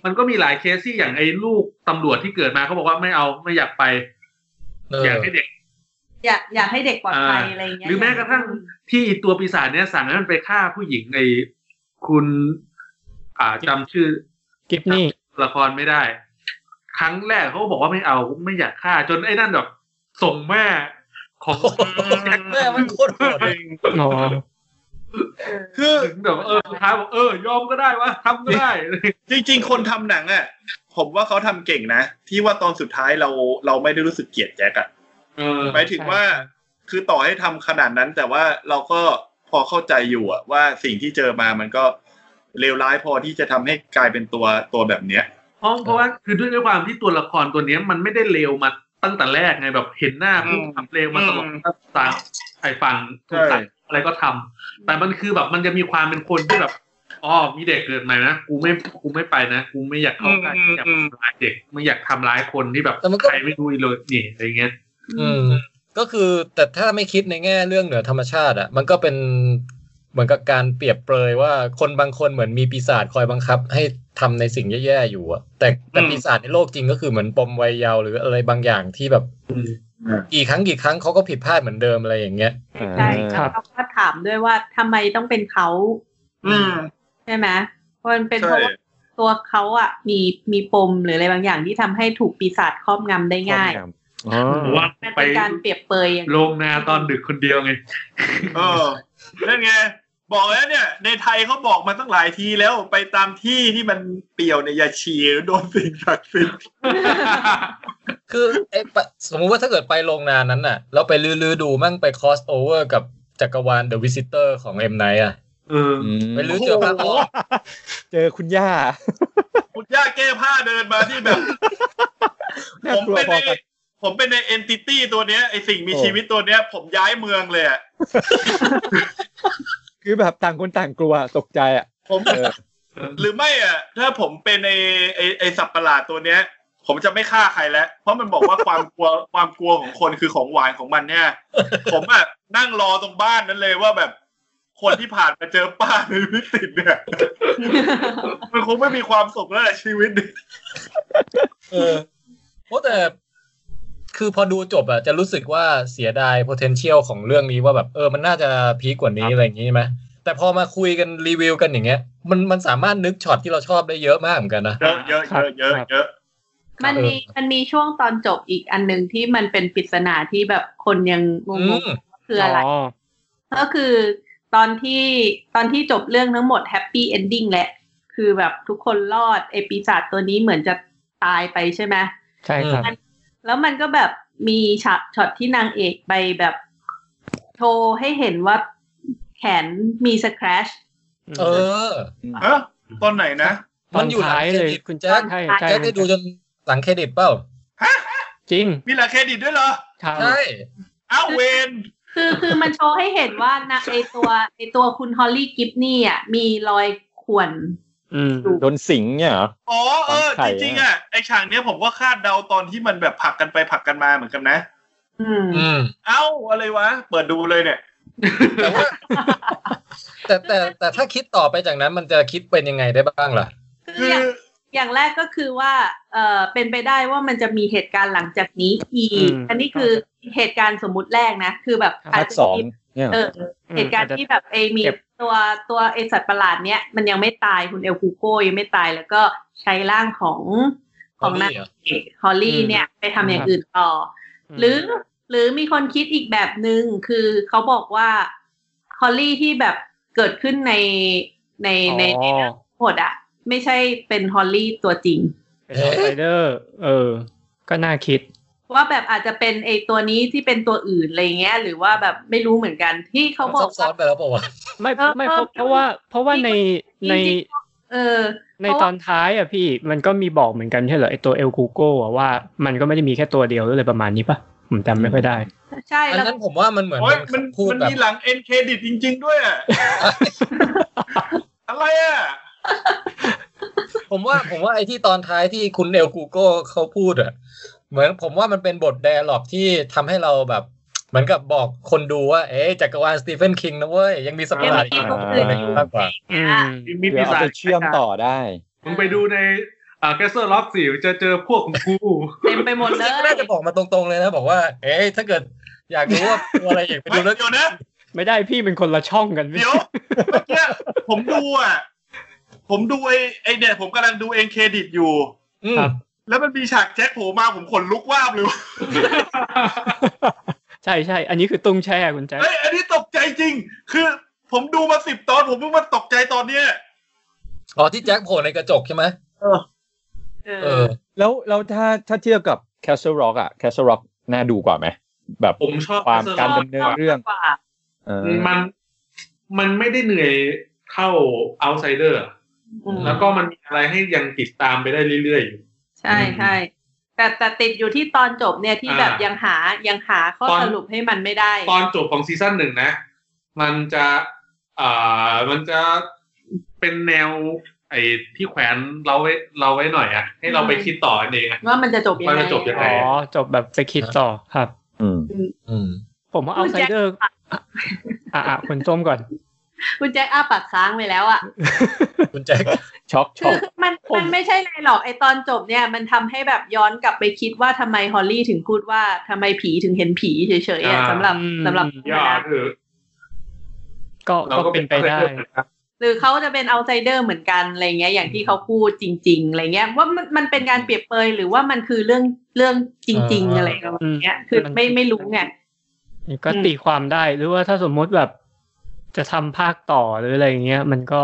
[SPEAKER 2] มันก็มีหลายเคสที่อย่างไอ้ลูกตำรวจที่เกิดมาเขาบอกว่าไม่เอาไม่อยากไปอยากให้เด็ก
[SPEAKER 5] อยากอยากให้เด็กปลอดภัยอะไรเงี้ย
[SPEAKER 2] หรือแม้กระทั่งที่ตัวปีศาจเนี่ยสั่งให้มันไปฆ่าผู้หญิงไอ้คุณ อ่าจำชื่อ
[SPEAKER 10] กิฟนี่
[SPEAKER 2] ละครไม่ได้ ครั้งแรกเขาบอกว่าไม่เอาไม่อยากฆ่า จนไอ้นั่นแบบส่งแม่ของ
[SPEAKER 4] แม่มันโคตรโหดเลย
[SPEAKER 3] คือ
[SPEAKER 2] ถึงแบบเออสุดท้ายบอกเออยอมก็ได้วะทำก็ได้
[SPEAKER 3] จริง ๆ คนทำหนังอ่ะผมว่าเขาทำเก่งนะ ที่ว่าตอนสุดท้ายเราเราไม่ได้รู้สึกเกลียดแจ็คอ่ะ
[SPEAKER 2] เออ
[SPEAKER 3] หมายถึงว่า คือต่อให้ทำขนาดนั้น แต่ว่าเราก็พอเข้าใจอยู่อะว่าสิ่งที่เจอมามันก็เลวร้ายพอที่จะทำให้กลายเป็นตัวตัวแบบเนี้ย
[SPEAKER 2] เพราะเพราะว่าคือด้วยความที่ตัวละครตัวเนี้ยมันไม่ได้เลวมาตั้งแต่แรกไงแบบเห็นหน้าผู้ทำเลวมาตลอด
[SPEAKER 3] อืม
[SPEAKER 2] ถ้าตามไอ้ฟังถูกตัดอะไรก็ทำแต่มันคือแบบมันจะมีความเป็นคนที่แบบอ๋อมีเด็กเกิดใหม่นะกูไม่กูไม่ไปนะกูไม่อยากเข้าใกล้ไม่อยากทำร้ายเด็กไม่อยากทำร้ายคนที่แบบใครไม่รู้อีเลยนี่อะไรเงี้ย
[SPEAKER 4] อืม ก็คือแต่ถ้าไม่คิดในแง่เรื่องเหนือธรรมชาติ อ่ะ มันก็เป็นเหมือนกับการเปรียบเปรยว่าคนบางคนเหมือนมีปีศาจคอยบังคับ ให้ทำในสิ่งแย่ๆอยู่อะแต่แต่ปีศาจในโลกจริงก็คือเหมือนปมวัยเยาว์หรืออะไรบางอย่างที่แบบกี่ครั้งกี่ครั้งเขาก็ผิดพลาดเหมือนเดิมอะไรอย่างเงี้ย
[SPEAKER 5] ใช่แล้วเขาก็ถามด้วยว่าทำไมต้องเป็นเขา
[SPEAKER 3] อืม
[SPEAKER 5] ใช่ไหมเพราะมันเป็นเพ
[SPEAKER 3] ใช่
[SPEAKER 5] ราะว่าตัวเขาอ่ะมีมีปมหรืออะไรบางอย่างที่ทำให้ถูกปีศาจครอบงำได้ง่าย
[SPEAKER 9] อ๋อ
[SPEAKER 2] ว่า
[SPEAKER 5] มัน
[SPEAKER 2] ไป
[SPEAKER 5] เป็นการเปรียบเปรยอย่าง
[SPEAKER 2] ลงนาตอนดึกคนเดียวไง
[SPEAKER 3] เออนั่นไง บอกแล้วเนี่ย ในไทยเขาบอกมาตั้งหลายทีแล้วไปตามที่ที่มันเปี่ยวในยอยาชีหรือโดนสิ่งศักดิ์สิทธิ์
[SPEAKER 4] คือไอ้ปะสมมุติว่าถ้าเกิดไปโรงนานนั้นน่ะ แล้วไปลื้อๆดูมั่งไปคอสโอเวอร์กับจักรวาล The Visitor ของเอ็มไนอ่ะ
[SPEAKER 2] เออ
[SPEAKER 4] ไปลื้อเจอภาพออก
[SPEAKER 9] เจอคุณย่า
[SPEAKER 3] คุณย่าแก้ผ้าเดินมาที่แบบ
[SPEAKER 9] น่า
[SPEAKER 3] ผม
[SPEAKER 9] กลัว
[SPEAKER 3] เป็น
[SPEAKER 9] พอ
[SPEAKER 3] ใน
[SPEAKER 9] กัน
[SPEAKER 3] ผมเป็นในเอนติตี้ตัวเนี้ยไอสิ่งมีชีวิตตัวเนี้ย ผมย้ายเมืองเลยอะ
[SPEAKER 9] คือแบบต่างคนต่างกลัวตกใจอ่ะ
[SPEAKER 3] ผม
[SPEAKER 9] เออ
[SPEAKER 3] หรือไม่อะถ้าผมเป็นไอไอไอสัตว์ประหลาดตัวเนี้ย ผมจะไม่ฆ่าใครแล้ว เพราะมันบอกว่าความกลัว ความกลัวของคนคือของหวานของมันเนี่ย ผมอะนั่งรอตรงบ้านนั้นเลยว่าแบบ คนที่ผ่านมาเจอป้าในวิสิตเนี่ย มันคงไม่มีความสุขแล้วแหละชีวิตเนี่ย
[SPEAKER 4] เออเพราะแต่ คือพอดูจบอ่ะจะรู้สึกว่าเสียดาย potential ของเรื่องนี้ว่าแบบเออมันน่าจะพีคกว่านี้อะไรอย่างงี้ใช่ไหมแต่พอมาคุยกันรีวิวกันอย่างเงี้ย มันมันสามารถนึกช็อตที่เราชอบได้เยอะมากเหมือนกันนะ
[SPEAKER 3] เยอะเยอะเยอะเยอะเยอะ
[SPEAKER 5] มันมีมันมีช่วงตอนจบอีกอันหนึ่งที่มันเป็นปริศนาที่แบบคนยังง
[SPEAKER 4] อื
[SPEAKER 5] ง
[SPEAKER 4] ม
[SPEAKER 5] ๆว่าคืออะไร ก็คือตอนที่ตอนที่จบเรื่องทั้งหมดแฮปปี้เอนดิ้งแหละ คือแบบทุกคนรอดไอปีศาจตัวนี้เหมือนจะตายไปใช่ไหม
[SPEAKER 10] ใช่ครับ
[SPEAKER 5] แล้วมันก็แบบมีฉากช็อตที่นางเอกไปแบบโชว์ให้เห็นว่าแขนมีสแครช
[SPEAKER 4] เออ
[SPEAKER 3] ฮะตอนไหนนะ
[SPEAKER 10] ต
[SPEAKER 4] มั
[SPEAKER 10] อน น
[SPEAKER 4] อยู่หลัง
[SPEAKER 10] ท้าย
[SPEAKER 4] เคร
[SPEAKER 10] เลย
[SPEAKER 4] ดิตคุณแจ๊ค
[SPEAKER 10] ใช่
[SPEAKER 5] ใช่
[SPEAKER 10] ใช่
[SPEAKER 4] แจ๊คได้ดูจนหลังเครดิตเปล่า
[SPEAKER 10] จริง
[SPEAKER 3] มีหลักเครดิตด้วยเหรอ
[SPEAKER 10] ใช่
[SPEAKER 4] ใช่
[SPEAKER 3] เอ้าวเวน
[SPEAKER 5] คือคือมันโชว์ให้เห็นว่านางไอตัวไอตัวคุณฮอลลี่กิฟนี่อ่ะมีรอยข่วน
[SPEAKER 9] โดนสิงเนี่ยเหรอ
[SPEAKER 3] อ๋อเออ
[SPEAKER 9] ไข่
[SPEAKER 3] จ
[SPEAKER 9] อะ
[SPEAKER 3] ริงๆอ่ะไอฉากเนี้ยผมก็คาดเดาตอนที่มันแบบผลักกันไปผลักกันมาเหมือนกันนะ
[SPEAKER 5] อืม
[SPEAKER 3] เอ้าอะไรวะ เปิดดูเลยเนี่ย
[SPEAKER 4] แต่แต่แต่ถ้าคิดต่อไปจากนั้นมันจะคิดเป็นยังไงได้บ้างล่ะ
[SPEAKER 5] คืออย่างอย่างแรกก็คือว่า เออเป็นไปได้ว่ามันจะมีเหตุการณ์หลังจากนี้อีก
[SPEAKER 4] อืม
[SPEAKER 5] อันนี้คือเหตุการณ์สมมุติแรกนะ คือแบบ
[SPEAKER 9] ภาค
[SPEAKER 5] จจะ
[SPEAKER 9] สอง
[SPEAKER 5] มี
[SPEAKER 9] เนี่ย
[SPEAKER 5] เออเหตุการณ์ที่แบบเอมี
[SPEAKER 9] เก็บ
[SPEAKER 5] ตัวตัวไอสัตว์ประหลาดเนี้ยมันยังไม่ตายคุณเอลคูโก้ยังไม่ตายแล้วก็ใช้ร่างของของนางเอกฮอลลี่เนี่ย ไปทำอย่างอื่นต่ออหรือหรือมีคนคิดอีกแบบหนึ่งคือเขาบอกว่าฮอลลี่ที่แบบเกิดขึ้นในในในใน หมดอะไม่ใช่เป็นฮอลลี่ตัวจริง
[SPEAKER 10] เป็นออฟไซเดอร์ เออ ก็น่าคิด
[SPEAKER 5] ว่าแบบอาจจะเป็นไอตัวนี้ที่เป็นตัวอื่นอะไรเงี้ย หรือว่าแบบไม่รู้เหมือนกันที่เขาบอก
[SPEAKER 4] ซ้อนไปแล้วป่าวะ
[SPEAKER 10] ไม่ไม่เพราะเพราะว่า เพราะว่าในใน
[SPEAKER 5] เออ
[SPEAKER 10] ในตอนท้ายอ่ะพี่มันก็มีบอกเหมือนกันใช่เหรอไอตัวเอลกูโก้อะว่ามันก็ไม่ได้มีแค่ตัวเดียวหรืออะไรประมาณนี้ปะผมจำไม่ค่อยได้
[SPEAKER 5] ใช่
[SPEAKER 4] อันนั้นผมว่ามันเหมือน
[SPEAKER 3] โอ๊ยมัน
[SPEAKER 4] พูด
[SPEAKER 3] มัน
[SPEAKER 4] แบบ
[SPEAKER 3] มีหลังเอ็นเครดิตจริง ๆ ด้วย อะอะไรอ่ะ
[SPEAKER 4] ผมว่าผมว่าไอ้ที่ตอนท้ายที่คุณเอลกูโก้เขาพูดอ่ะเหมือนผมว่ามันเป็นบทแดร์ล็อกที่ทำให้เราแบบ เหมือนกับบอกคนดูว่า เอ๊ะจักรวาลสตีเฟนคิงนะเว้ย ยังมีสัตว์ประหลาดอีก
[SPEAKER 9] ยังมีตัวอื่นอยู่
[SPEAKER 4] มากกว่า
[SPEAKER 2] มีปี
[SPEAKER 9] เดี๋ยวเอา
[SPEAKER 2] ศาจ
[SPEAKER 9] ไปเชื่อมต่อได้
[SPEAKER 2] มึงไปดูในอ่าแคสเซิลล็อกสี่จะเจอพวกของกู
[SPEAKER 5] เต็มไปหมดเลย
[SPEAKER 4] น่าจะบอกมาตรงๆเลยนะ บอกว่า เอ๊ะถ้าเกิดอยากรู้ว่าตัวอะไรอีกไปดูแล้ว
[SPEAKER 3] เดี๋ยว นะ
[SPEAKER 10] ไม่ได้พี่เป็นคนละช่องกัน
[SPEAKER 3] เดี๋ยวเมื่อกี้ผมดูอ่ะ ผมดูไอไอเนี่ยผมกำลังดูเอ็นเครดิตอยู่
[SPEAKER 10] ครับ
[SPEAKER 3] แล้วมันมีฉากแจ็คโผล่มาผมขนลุกวาบเลยวะ
[SPEAKER 10] ใช่ใช่อันนี้คือตุ้งแช่คุณแจ๊ค
[SPEAKER 3] เฮ้ยอันนี้ตกใจจริง คือผมดูมาสิบตอน ผมเพิ่งมาตกใจตอนเนี้ย
[SPEAKER 4] อ๋อที่แจ็คโผล่ในกระจกใช่ไหม
[SPEAKER 5] เอ
[SPEAKER 4] เออ
[SPEAKER 9] แล้วแล้วถ้าถ้าเทียบกับ Castle Rock อ่ะ Castle Rock น่าดูกว่าไหมแบบ
[SPEAKER 2] ผมชอบ
[SPEAKER 9] ความ
[SPEAKER 2] Castle
[SPEAKER 9] การ
[SPEAKER 2] Rock
[SPEAKER 9] ดำเนินเรื่อง
[SPEAKER 5] กว่า
[SPEAKER 9] เออ
[SPEAKER 2] มันมันไม่ได้เหนื่อยเท่า outsider อะ
[SPEAKER 5] อืม
[SPEAKER 2] แล้วก็มันมีอะไรให้ยังติดตามไปได้เรื่อยๆอยู่
[SPEAKER 5] ใช่ใช่แต่แต่ติดอยู่ที่ตอนจบเนี่ยที่แบบ
[SPEAKER 2] อ่ายั
[SPEAKER 5] ยังหายังหาข้อ
[SPEAKER 2] ตอน
[SPEAKER 5] สรุปให้มันไม่ได้
[SPEAKER 2] ตอนจบของซีซั่นหนึ่งนะ มันจะอ่ามันจะเป็นแนว ไอ้ที่แขวนเราไว้เราไว้หน่อยอะให้เราไปคิดต่อกันเองอะ
[SPEAKER 5] ว่ามันจะจบยัง
[SPEAKER 2] มัน
[SPEAKER 5] ไง
[SPEAKER 2] จะจบยังไง
[SPEAKER 10] อ๋อจบแบบไปคิดต่อครับ
[SPEAKER 9] อืม
[SPEAKER 4] อืม
[SPEAKER 10] ผมว่าเอาไซเดอร์อ่ะอ่ะคุณส้มก่อน
[SPEAKER 5] คุณแจ็คอ้าปากค้างไปแล้วอ่ะ
[SPEAKER 4] คุณแจ็ค
[SPEAKER 9] ช็อกช็
[SPEAKER 5] คือ
[SPEAKER 9] อก
[SPEAKER 5] มันมันไม่ใช่อะไรหรอกไอตอนจบเนี่ย มันทำให้แบบย้อนกลับไปคิดว่าทำไมฮอลลี่ถึงพูดว่าทำไมผีถึงเห็นผีเฉยๆอ่ะ
[SPEAKER 2] อ่า
[SPEAKER 5] สำหรับ
[SPEAKER 10] อืม
[SPEAKER 5] สำหรับ
[SPEAKER 2] ยอดคือ
[SPEAKER 10] ก็
[SPEAKER 2] เรา
[SPEAKER 10] ก็
[SPEAKER 2] ก็เป็
[SPEAKER 10] เป็น นไปได้
[SPEAKER 5] หรือเขาจะเป็นเอาไซเดอร์เหมือนกันอะไรเงี้ยอย่างที่เขาพูดจริง ๆอะไรเงี้ยว่ามันมันเป็นการเปรียบเปยหรือว่ามันคือเรื่องเรื่องจริง ๆ
[SPEAKER 4] อ่า
[SPEAKER 5] อะไรประมาณเนี้ย คือ
[SPEAKER 10] มัน
[SPEAKER 5] ไม่ไม่รู้ไง
[SPEAKER 10] นี่ก็
[SPEAKER 5] อืม
[SPEAKER 10] ตีความได้หรือว่าถ้าสมมุติแบบจะทำภาคต่อหรืออะไรอย่างเงี้ย มันก็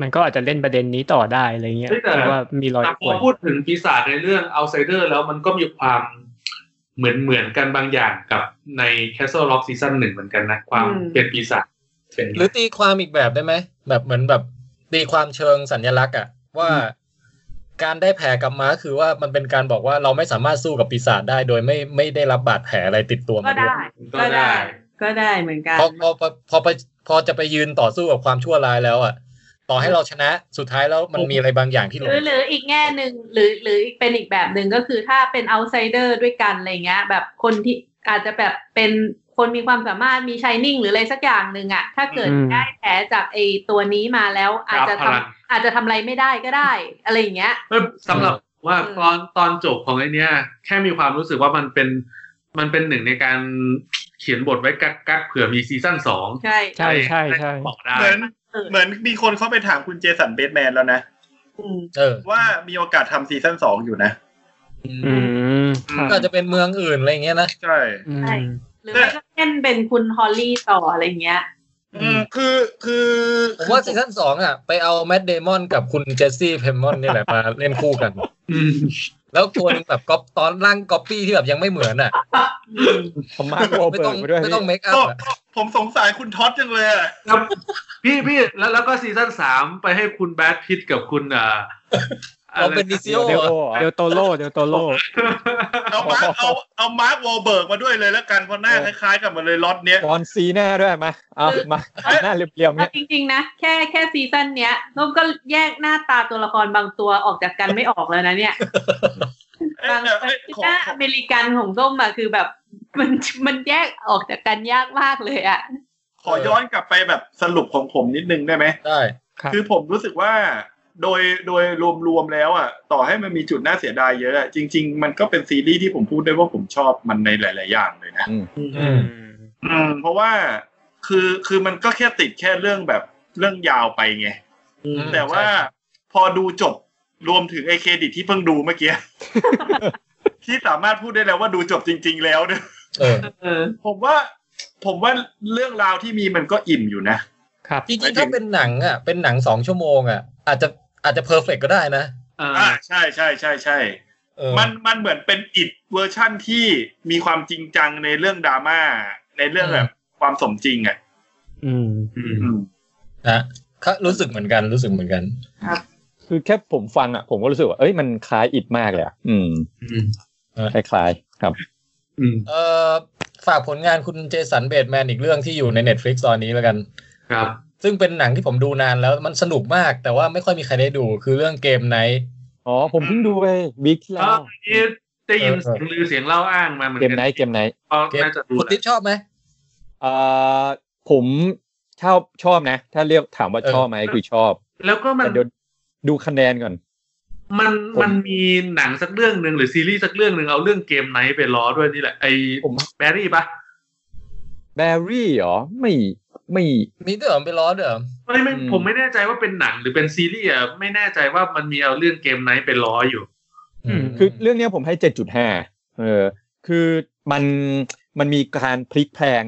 [SPEAKER 10] มันก็อาจจะเล่นประเด็นนี้ต่อได้อะไรเงี้ย
[SPEAKER 2] เฮ้ยแต่
[SPEAKER 10] เพราะว่ามีรอย
[SPEAKER 2] แต่พอ
[SPEAKER 10] ข่วน
[SPEAKER 2] พูดถึงปีศาจในเรื่อง outsider แล้วมันก็มีความเหมือนเหมือนกันบางอย่างกับใน Castle Rock ซีซั่นหนึ่งเหมือนกันนะ ความ
[SPEAKER 5] อืม
[SPEAKER 2] เป็นปีศาจเป็น
[SPEAKER 4] หรือตีความอีกแบบได้ไหมแบบเหมือนแบบตีความเชิงสัญลักษณ์อะว่าการได้แผลกลับมาคือว่ามันเป็นการบอกว่าเราไม่สามารถสู้กับปีศาจได้โดยไม่ไม่ได้รับบาดแผลอะไรติดตัว
[SPEAKER 5] ก็
[SPEAKER 4] มาด้ว
[SPEAKER 5] ได้
[SPEAKER 4] ย
[SPEAKER 5] ก็ได้ ก็ได้เหมือนกัน
[SPEAKER 4] พอพอพอพอไปพอจะไปยืนต่อสู้กับความชั่วร้ายแล้วอะต่อให้เราชนะสุดท้ายแล้วมันมีอะไรบางอย่างที่ห
[SPEAKER 5] ห
[SPEAKER 4] ล
[SPEAKER 5] รื
[SPEAKER 4] ง
[SPEAKER 5] อหรืออีกแง่หนึ่งหรือหรืออีกเป็นอีกแบบหนึ่งก็คือถ้าเป็น outsider ด้วยกันอะไรเงี้ย แบบคนที่อาจจะแบบเป็นคนมีความสามารถมีชายนิ่งหรืออะไรสักอย่างหนึ่งอะถ้าเกิดได้แผลจากไอตัวนี้มาแล้ว อาจจะทำอาจจะทำอะไรไม่ได้ก็ได้ อะไรอย่างเงี้ย
[SPEAKER 2] เอ้ยสำหรับว่าตอนตอนจบของไอเนี้ยแค่มีความรู้สึกว่ามันเป็นมันเป็นหนึ่งในการเขียนบทไว้กักกักเผื่อมีซีซั่นสอง
[SPEAKER 5] ใช่
[SPEAKER 10] ใช่ใช่ใช่
[SPEAKER 2] บอกได้
[SPEAKER 3] เหมือนเหมือนมีคนเข้าไปถามคุณเจสันเบสแมนแล้วนะ
[SPEAKER 5] อืม
[SPEAKER 4] เออ
[SPEAKER 3] ว่ามีโอกาสทำซีซั่นสองอยู่นะ
[SPEAKER 10] อืมครับ
[SPEAKER 4] ก็อาจจะเป็นเมืองอื่นอะไรอย่างเงี้ยนะ
[SPEAKER 3] ใช่
[SPEAKER 10] อืม
[SPEAKER 5] หรือไม่ก็เล่นเป็นคุณฮอลลี่ต่ออะไรเงี้ย
[SPEAKER 3] อืมคือคือ
[SPEAKER 4] ผมว่าซีซั่นสองอะไปเอาแมดเดมอนกับคุณเจสซี่เพมมอนนี่แหละ มาเล่นคู่กัน
[SPEAKER 2] อืม
[SPEAKER 4] แล้วควรแบบก๊อปตอนร่างก๊อปปี้ที่แบบยังไม่เหมือนอะ
[SPEAKER 9] ผมมาร์คโว
[SPEAKER 4] ไม่
[SPEAKER 9] เบิ
[SPEAKER 4] ต้อ
[SPEAKER 9] ร์
[SPEAKER 4] ง
[SPEAKER 9] กไปด้วย
[SPEAKER 4] ไม่ต้องเมคอัพ
[SPEAKER 3] ก็
[SPEAKER 4] อะ
[SPEAKER 3] ผมสงสารคุณท็อตจังเลยอะ
[SPEAKER 2] แล้วพี่พี่แล้วแล้วก็ซีซั่นสามไปให้คุณแบทพิทกับคุณอ่า
[SPEAKER 4] เราเป็นดิซิโอ
[SPEAKER 10] เดี๋ยว เดลโตโลเดลโตโล
[SPEAKER 3] เอามาร์คเอาเอามาร์ควอลเบิร์กมาด้วยเลยแล้วกันเพราะหน้าคล้ายๆกันหมดเลยล็อตเนี้ย
[SPEAKER 9] ตอนซีหน้าด้วยมาเอามาหน้าเรียบๆ
[SPEAKER 5] เอา
[SPEAKER 9] เนี้ย
[SPEAKER 5] จริงๆนะ แค่แค่ซีซั่นเนี้ยนมก็แยกหน้าตาตัวละครบางตัวออกจากกันไม่ออกแล้วนะเนี่ย
[SPEAKER 3] เอ้ย
[SPEAKER 5] บาง
[SPEAKER 3] เนี่ยเอ้ยขอ
[SPEAKER 5] หน้า
[SPEAKER 3] ขอ
[SPEAKER 5] อเมริกันของส้มอะคือแบบ มันมันแยกออกจากกันยากมากเลยอะ
[SPEAKER 3] ขอย้อนกลับไปแบบสรุปของผมนิดนึงได้ไหม
[SPEAKER 11] ได้
[SPEAKER 10] ครับ
[SPEAKER 3] คือผมรู้สึกว่าโดยโดยรวมๆแล้วอ่ะต่อให้มันมีจุดน่าเสียดายเยอะอะจริง ๆ มันก็เป็นซีรีส์ที่ผมพูดได้ว่าผมชอบมันในหลาย ๆ อย่างเลยนะ
[SPEAKER 11] อืม
[SPEAKER 3] อืมเพราะว่าคือคือมันก็แค่ติดแค่เรื่องแบบเรื่องยาวไปไง แต่ว่าพอดูจบรวมถึงไอเครดิตที่เพิ่งดูเมื่อกี้ ที่สามารถพูดได้แล้วว่าดูจบจริง ๆ แล้ว เนี่ย
[SPEAKER 11] เออ
[SPEAKER 5] เออ
[SPEAKER 3] ผมว่า ผมว่าเรื่องราวที่มีมันก็อิ่มอยู่นะ
[SPEAKER 10] ครับ
[SPEAKER 11] จริงๆถ้าเป็นหนังอ่ะเป็นหนังสองชั่วโมงอ่ะอาจจะอาจจะเพอร์เฟกก็ได้นะ
[SPEAKER 2] อ่า
[SPEAKER 3] อ่าใช่ใช่ใช่ใช่
[SPEAKER 11] เออ
[SPEAKER 3] มันมันเหมือนเป็นอิดเวอร์ชั่นที่มีความจริงจังในเรื่องดราม่าในเรื่องแบบความสมจริงอ่ะ
[SPEAKER 10] อืม
[SPEAKER 2] อืม
[SPEAKER 3] อืม
[SPEAKER 11] นะครับรู้สึกเหมือนกันรู้สึกเหมือนกัน
[SPEAKER 9] คือแค่ผมฟังอ่ะผมก็รู้สึกว่าเอ้ยมันคล้ายอิดมากเลยอ่ะอืม
[SPEAKER 2] อืม
[SPEAKER 9] คล้ายๆครับ
[SPEAKER 2] อืม
[SPEAKER 11] เออฝากผลงานคุณเจสันเบดแมนอีกเรื่องที่อยู่ใน Netflix ตอนนี้แล้วกัน
[SPEAKER 2] ครับ
[SPEAKER 11] ซึ่งเป็นหนังที่ผมดูนานแล้วมันสนุกมากแต่ว่าไม่ค่อยมีใครได้ดูคือเรื่องเกมไนท์
[SPEAKER 9] อ๋อผมเพิ่งดูไปบิ๊กที่แล้
[SPEAKER 2] ก็
[SPEAKER 9] ว
[SPEAKER 2] นี่ได้ยินเสียงลือเสียงเล่าอ้างมาเหมือน
[SPEAKER 9] เกม
[SPEAKER 2] กั
[SPEAKER 9] ไหนเกมไหน
[SPEAKER 2] ก็
[SPEAKER 11] เกม
[SPEAKER 2] น่าจะดู
[SPEAKER 11] คุณ
[SPEAKER 2] แห
[SPEAKER 11] ติ๊
[SPEAKER 2] ละ
[SPEAKER 11] บชอบไหม
[SPEAKER 9] เอ่อผมชอบชอบนะ ถ้าเรียกถามว่า
[SPEAKER 11] เออ
[SPEAKER 9] ชอบไหมคือชอบ
[SPEAKER 2] แล้วก็มัน
[SPEAKER 9] แต่เดี๋ยวดูคะแนนก่อน
[SPEAKER 2] มัน
[SPEAKER 9] ผม
[SPEAKER 2] มันมีหนังสักเรื่องหนึ่งหรือซีรีส์สักเรื่องหนึ่งเอาเรื่องเกมไนท์ไปล้อด้วยนี่แหละไอ้
[SPEAKER 9] ผม
[SPEAKER 2] แบร์รี่ปะ
[SPEAKER 9] แบรี่เหรอไม่ไม่
[SPEAKER 11] มีด้วยเหรอไปล้อด้วยเหรอ
[SPEAKER 2] ไม่ไม่
[SPEAKER 9] อืม
[SPEAKER 2] ผมไม่แน่ใจว่าเป็นหนังหรือเป็นซีรีส์อะไม่แน่ใจว่ามันมีเอาเรื่องเกมไนท์ไปล้ออยู่
[SPEAKER 10] อืม
[SPEAKER 9] คือเรื่องเนี้ยผมให้เจ็ดจุดห้าเออ คือมันมันมีการพลิกแพลง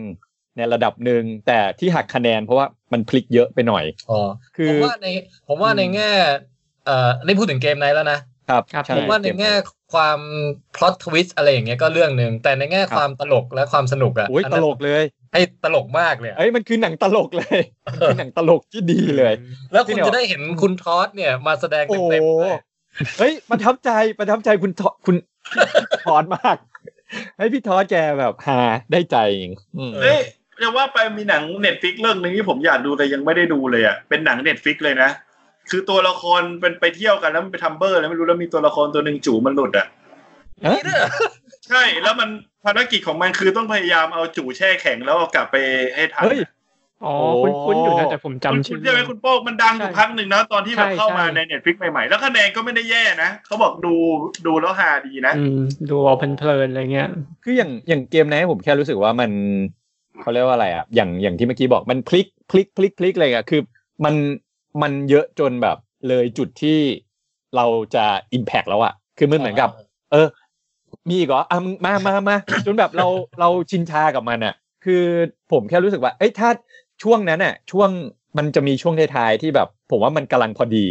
[SPEAKER 9] ในระดับหนึ่งแต่ที่หักคะแนนเพราะว่ามันพลิกเยอะไปหน่อย
[SPEAKER 11] อ๋อ
[SPEAKER 9] คื
[SPEAKER 11] ผ
[SPEAKER 9] อ
[SPEAKER 11] มว่าในผมว่าในแง่เอ่อได้พูดถึงเกมไนท์แล้วนะครับ
[SPEAKER 10] ครับ
[SPEAKER 9] ช่
[SPEAKER 11] ผมว่าในแง่ความพล็อตทวิสอะไรอย่างเงี้ยก็เรื่องหนึ่งแต่ในแง่ความตลกและความสนุกอะ
[SPEAKER 9] โอ้ย
[SPEAKER 11] น
[SPEAKER 9] ต
[SPEAKER 11] นั้น
[SPEAKER 9] ลกเลย
[SPEAKER 11] ให้ตลกมากเลยอะ
[SPEAKER 9] เอ้ยมันคือหนังตลกเลยมันคือหนังตลกที่ดีเลย
[SPEAKER 11] แล้วคุณจะได้เห็นคุณทอสเนี่ยมาแสดง
[SPEAKER 9] โอ้โห
[SPEAKER 11] เต็มๆเลย
[SPEAKER 9] เฮ้ยประทับใจประทับใจคุณทอคุณทอนมาก ให้พี่ทอดแกแบบหาได้ใจเองอืม
[SPEAKER 11] เออ
[SPEAKER 3] เอ้ยจะว่าไปมีหนังเน็ตฟิกเรื่องหนึ่งที่ผมอยากดูแต่ยังไม่ได้ดูเลยอ่ะเป็นหนังเน็ตฟิกเลยนะ คือตัวละครเป็นไปเที่ยวกันแล้วมันไปทำเบอร์แล้วไม่รู้แล้วมีตัวละครตัวหนึ่งจู่มันหลุดอ่ะ
[SPEAKER 9] ฮะ
[SPEAKER 3] ใช่แล้วมันภารกิจของมันคือต้องพยายามเอาจู่แช่แข็งแล้วเอากลับไปให้ทัน
[SPEAKER 9] เฮ้ย
[SPEAKER 10] อ๋อ
[SPEAKER 9] โอ้
[SPEAKER 10] คุ้นๆอยู่นะแต่ผม
[SPEAKER 3] คุณ
[SPEAKER 10] จำชื่
[SPEAKER 3] คุณ
[SPEAKER 10] อ
[SPEAKER 3] ใช่ไหมคุณโป้งมันดังอยู่พักหนึ่งนะตอนที่แบบ
[SPEAKER 10] ใช่
[SPEAKER 3] เข้ามา
[SPEAKER 10] ใช่
[SPEAKER 3] ในเน็ตฟิกใหม่ๆ แล้วคะแนนก็ไม่ได้แย่นะเขาบอกดูดูแล้วฮาดีนะ
[SPEAKER 10] อืมดูเอาเพลินๆอะไรเงี้ย
[SPEAKER 9] คืออย่างอย่างเกมไหนผมแค่รู้สึกว่ามันเขาเรียกว่าอะไรอ่ะอย่างอย่างที่เมื่อกี้บอกมันพลิกพลิกพลิกพลิกอะไรอ่ะคือมันมันเยอะจนแบบเลยจุดที่เราจะอิมแพกแล้วอ่ะคือมันเหมือนกับ เออ มีอีกเหรออ่ะมึงมามามา จนแบบเราเราชินชากับมันอ่ะ คือผมแค่รู้สึกว่า เอ้ยถ้าช่วงนั้นอ่ะ ช่วงมันจะมีช่วงท้ายๆที่แบบ ผมว่ามันกำลังพอดี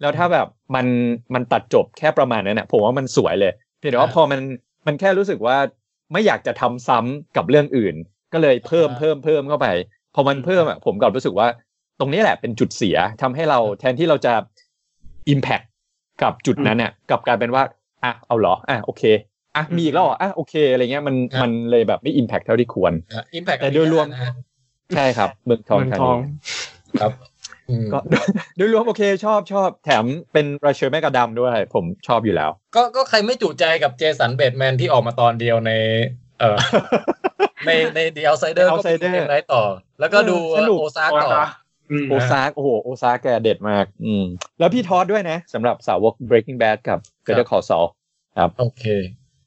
[SPEAKER 9] แล้วถ้าแบบมันมันตัดจบแค่ประมาณนั้นอ่ะ ผมว่ามันสวยเลยเพียงแต่ว่า
[SPEAKER 11] อ่า
[SPEAKER 9] พอมันมันแค่รู้สึกว่าไม่อยากจะทำซ้ำกับเรื่องอื่น ก็เลยเพิ่มเพิ่มเพิ่มเข้าไป พอมันเพิ่มอ่ะผมกลับรู้สึกว่า ตรงนี้แหละเป็นจุดเสียทำให้เราแทนที่เราจะ Impact กับจุดนั้นเนี่ยกลับกลายเป็นว่าอ่ะเอาเหรออ่ะโอเคอ่ะมีอีกแล้วเหรออ่ะโอเคอะไรเงี้ยมัน
[SPEAKER 11] ครับ
[SPEAKER 9] มันเลยแบบไม่ Impact เท่าที่ควร
[SPEAKER 11] อิมแพค
[SPEAKER 9] แต่โดยรวม ใช่ครับ เมืองทอง
[SPEAKER 10] เมือง
[SPEAKER 9] ธา
[SPEAKER 10] ท
[SPEAKER 9] นี
[SPEAKER 10] อง
[SPEAKER 11] ครับอืม
[SPEAKER 9] ก็ โดยรวมโอเคชอบชอบแถมเป็นราเชลแมกกาดัมด้วย ผมชอบอยู่แล้ว
[SPEAKER 11] ก็ก็ใครไม่จุใจกับเจสันเบดแมนที่ออกมาตอนเดียวใน เอ่อ ในใน The Outsider ก็ไปดู
[SPEAKER 9] Outsider
[SPEAKER 11] เกมไนท์ต่อ แล้วก็ดู
[SPEAKER 9] เออสนุก
[SPEAKER 11] โอซาต่อ
[SPEAKER 2] อืม
[SPEAKER 9] โอซากโอ้โหโอซากแกเด็ดมาก อืมแล้วพี่ทอดด้วยนะสำหรับสาวก Breaking Bad กับ g ก t t e r Call Saul
[SPEAKER 11] โอเค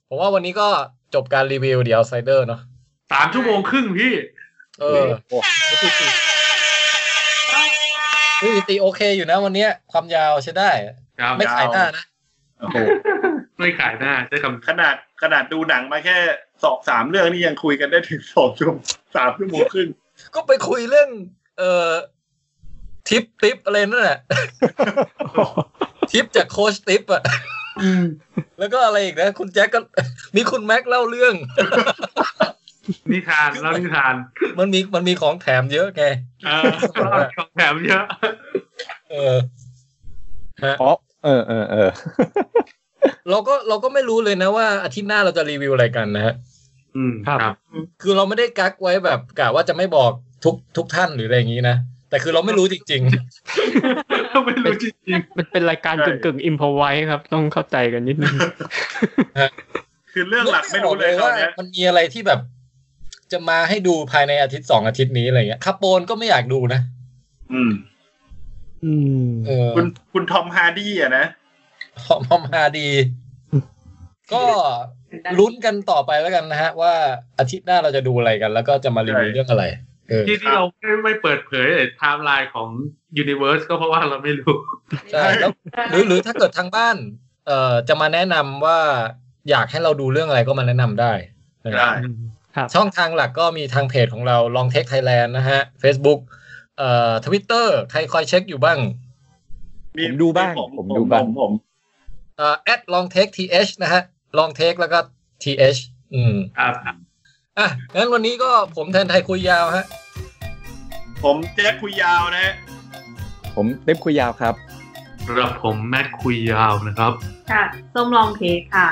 [SPEAKER 11] ผมว่าวันนี้ก็จบการรีวิว The Outsider เนาะ
[SPEAKER 2] สามชั่วโมงครึ่งพี่
[SPEAKER 11] เออ
[SPEAKER 9] โอ้โห
[SPEAKER 11] คือตีโอเคอยู่นะวันเนี้ยความยาวใช้ได้
[SPEAKER 2] ครับ
[SPEAKER 11] ไม่ขายหน้านะ
[SPEAKER 3] โอ้โห
[SPEAKER 2] ไม่ขายหน้าได้คำ
[SPEAKER 3] ขนาดขนาดดูหนังมาแค่สองสามเรื่องนี่ยังคุยกันได้ถึงสองชั่วโมงสามชั่วโมงครึ่ง
[SPEAKER 11] ก็ไปคุยเรื่อง เอ่อ ทิปทิปอะไรนั่นแหละ ทิปจากโค้ชทิปอะแล้วก็อะไรอีกนะ คุณแจ็ค ก็ มีคุณแม็กเล่าเรื่อง
[SPEAKER 2] นิทานเล่านิทาน
[SPEAKER 11] มันมีมันมีของแถมเยอะไง
[SPEAKER 2] เออเล่าของแถมเยอะ
[SPEAKER 11] เออ
[SPEAKER 9] อ๋อเออเออเออ
[SPEAKER 4] เราก็เราก็ไม่รู้เลยนะว่าอาทิตย์หน้าเราจะรีวิวอะไรกันนะฮะ
[SPEAKER 2] อืม
[SPEAKER 13] ครับ
[SPEAKER 4] คือเราไม่ได้กักไว้แบบกะว่าจะไม่บอกทุกทุกท่านหรืออะไรอย่างนี้นะ แต่คือเราไม่รู้จริง
[SPEAKER 2] ๆ ไม่รู้จริง
[SPEAKER 13] มันเป็นรายการกึ่งกึ่งอิมพอไว้ครับ ต้องเข้าใจกันนิดนึง
[SPEAKER 3] คือเรื่องหลักไม่รู้เลยตอนเนี้ย
[SPEAKER 4] มันมีอะไรที่แบบ จะมาให้ดูภายในอาทิตย์สองอาทิตย์นี้อะไรเงี้ยคาโปนก็ไม่อยากดูนะ
[SPEAKER 3] อืม
[SPEAKER 13] อืม
[SPEAKER 4] เออ
[SPEAKER 3] คุณคุณทอมฮาร์ดี้อะนะ
[SPEAKER 4] พอมอมฮาดี ก็ลุ้นกันต่อไปแล้วกันนะฮะ ว่าอาทิตย์หน้าเราจะดูอะไรกัน แล้วก็จะมารีวิวเรื่องอะไร เออ
[SPEAKER 2] ที่ที่เราไม่ไม่เปิดเผยไทม์ไลน์ของยูนิเว s ร์สก็เพราะว่าเราไม่รู้
[SPEAKER 4] ใช่แล้วหรือหรือถ้าเกิดทางบ้าน เอ่อจะมาแนะนำว่าอยากให้เราดูเรื่องอะไรก็มาแนะนำได้นะครับ
[SPEAKER 3] ได้
[SPEAKER 13] ครับ
[SPEAKER 4] ช่องทางหลักก็มีทางเพจของเรา Long Tech Thailand นะฮะ Facebook เอ่อ Twitter ใครคอยเช็คอยู่บ้าง
[SPEAKER 9] ผมดูบ้างผมดูบ้าง
[SPEAKER 3] ผมผม
[SPEAKER 4] เอ่อ at Long Tech th นะฮะ Long Tech แล้วก็ th อืม
[SPEAKER 2] ครับ
[SPEAKER 4] อ่ะงั้นวันนี้ก็ผมแทนไทยคุยยาวฮะ
[SPEAKER 3] ผมแจ็คคุยยาวนะฮะ
[SPEAKER 9] ผมเล็บคุยยาวครับ
[SPEAKER 2] สำหรับผมแมทคุยยาวนะครับ
[SPEAKER 5] ค่ะส้มลองเทคค่ะ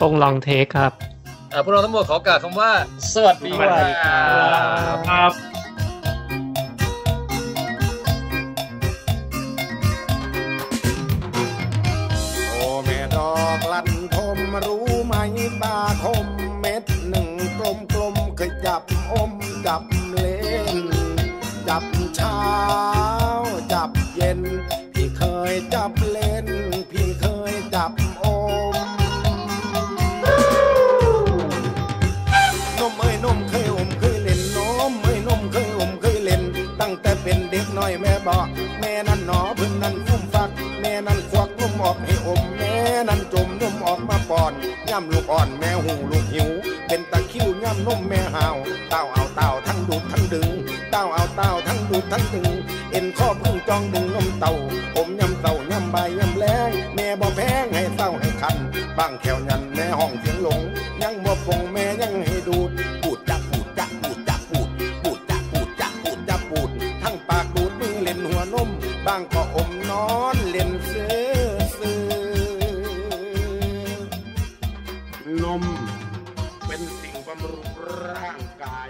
[SPEAKER 13] ตรงลองเทคครับ
[SPEAKER 4] อ่ะพวกเราทั้งหมดขอกล่าวคำว่า สวัสดี
[SPEAKER 2] สวัสดี
[SPEAKER 4] ครับ
[SPEAKER 2] ครับ
[SPEAKER 10] โอ้แม่ดอกลันทมรู้ไหมตาคมเม็ดหนึ่งกลมกลมๆเคยจับอมจับเล่น จับเช้า จับเย็น พี่เคยจับเล่น พี่เคยจับอม นมเอ้ยนมเคยอมเคยเล่นนมเอ้ยนมเคยอมเคยเล่น ตั้งแต่เป็นเด็กน้อยแม่บอกแม่นั่นหนอเพิ่นนั่นฟุ่มฟัก แม่นั่นควักนมออกให้อมแม่นั่นจมนมออกมาป้อนย่ำลูกอ่อนแม่หูลูกหิว เป็นตะคริวย่ำนมแม่หาวเต้าเอาเต้าทั้งดูดทั้งดึงเต้าเอาเต้าทั้งดูดทั้งดึง เอ็นข้อพึ่งจองดึงนมเต่าผมย่ำเต่าย่ำใบย่ำแรงแม่บ่แพงให้เต้าให้คันบางแขวยันแม่ห้องเสียงหลง ยังบ่ฟงแม่ยังให้ดูด ปูดจักปูดจักปูดจักปูดปูดจักปูดจักปูดจักปูด ทั้งปากดูดมือเล่นหัวนม บางก็อมนอนเล่นเสือเสือนมเป็นสิ่งบำรุงร่างกาย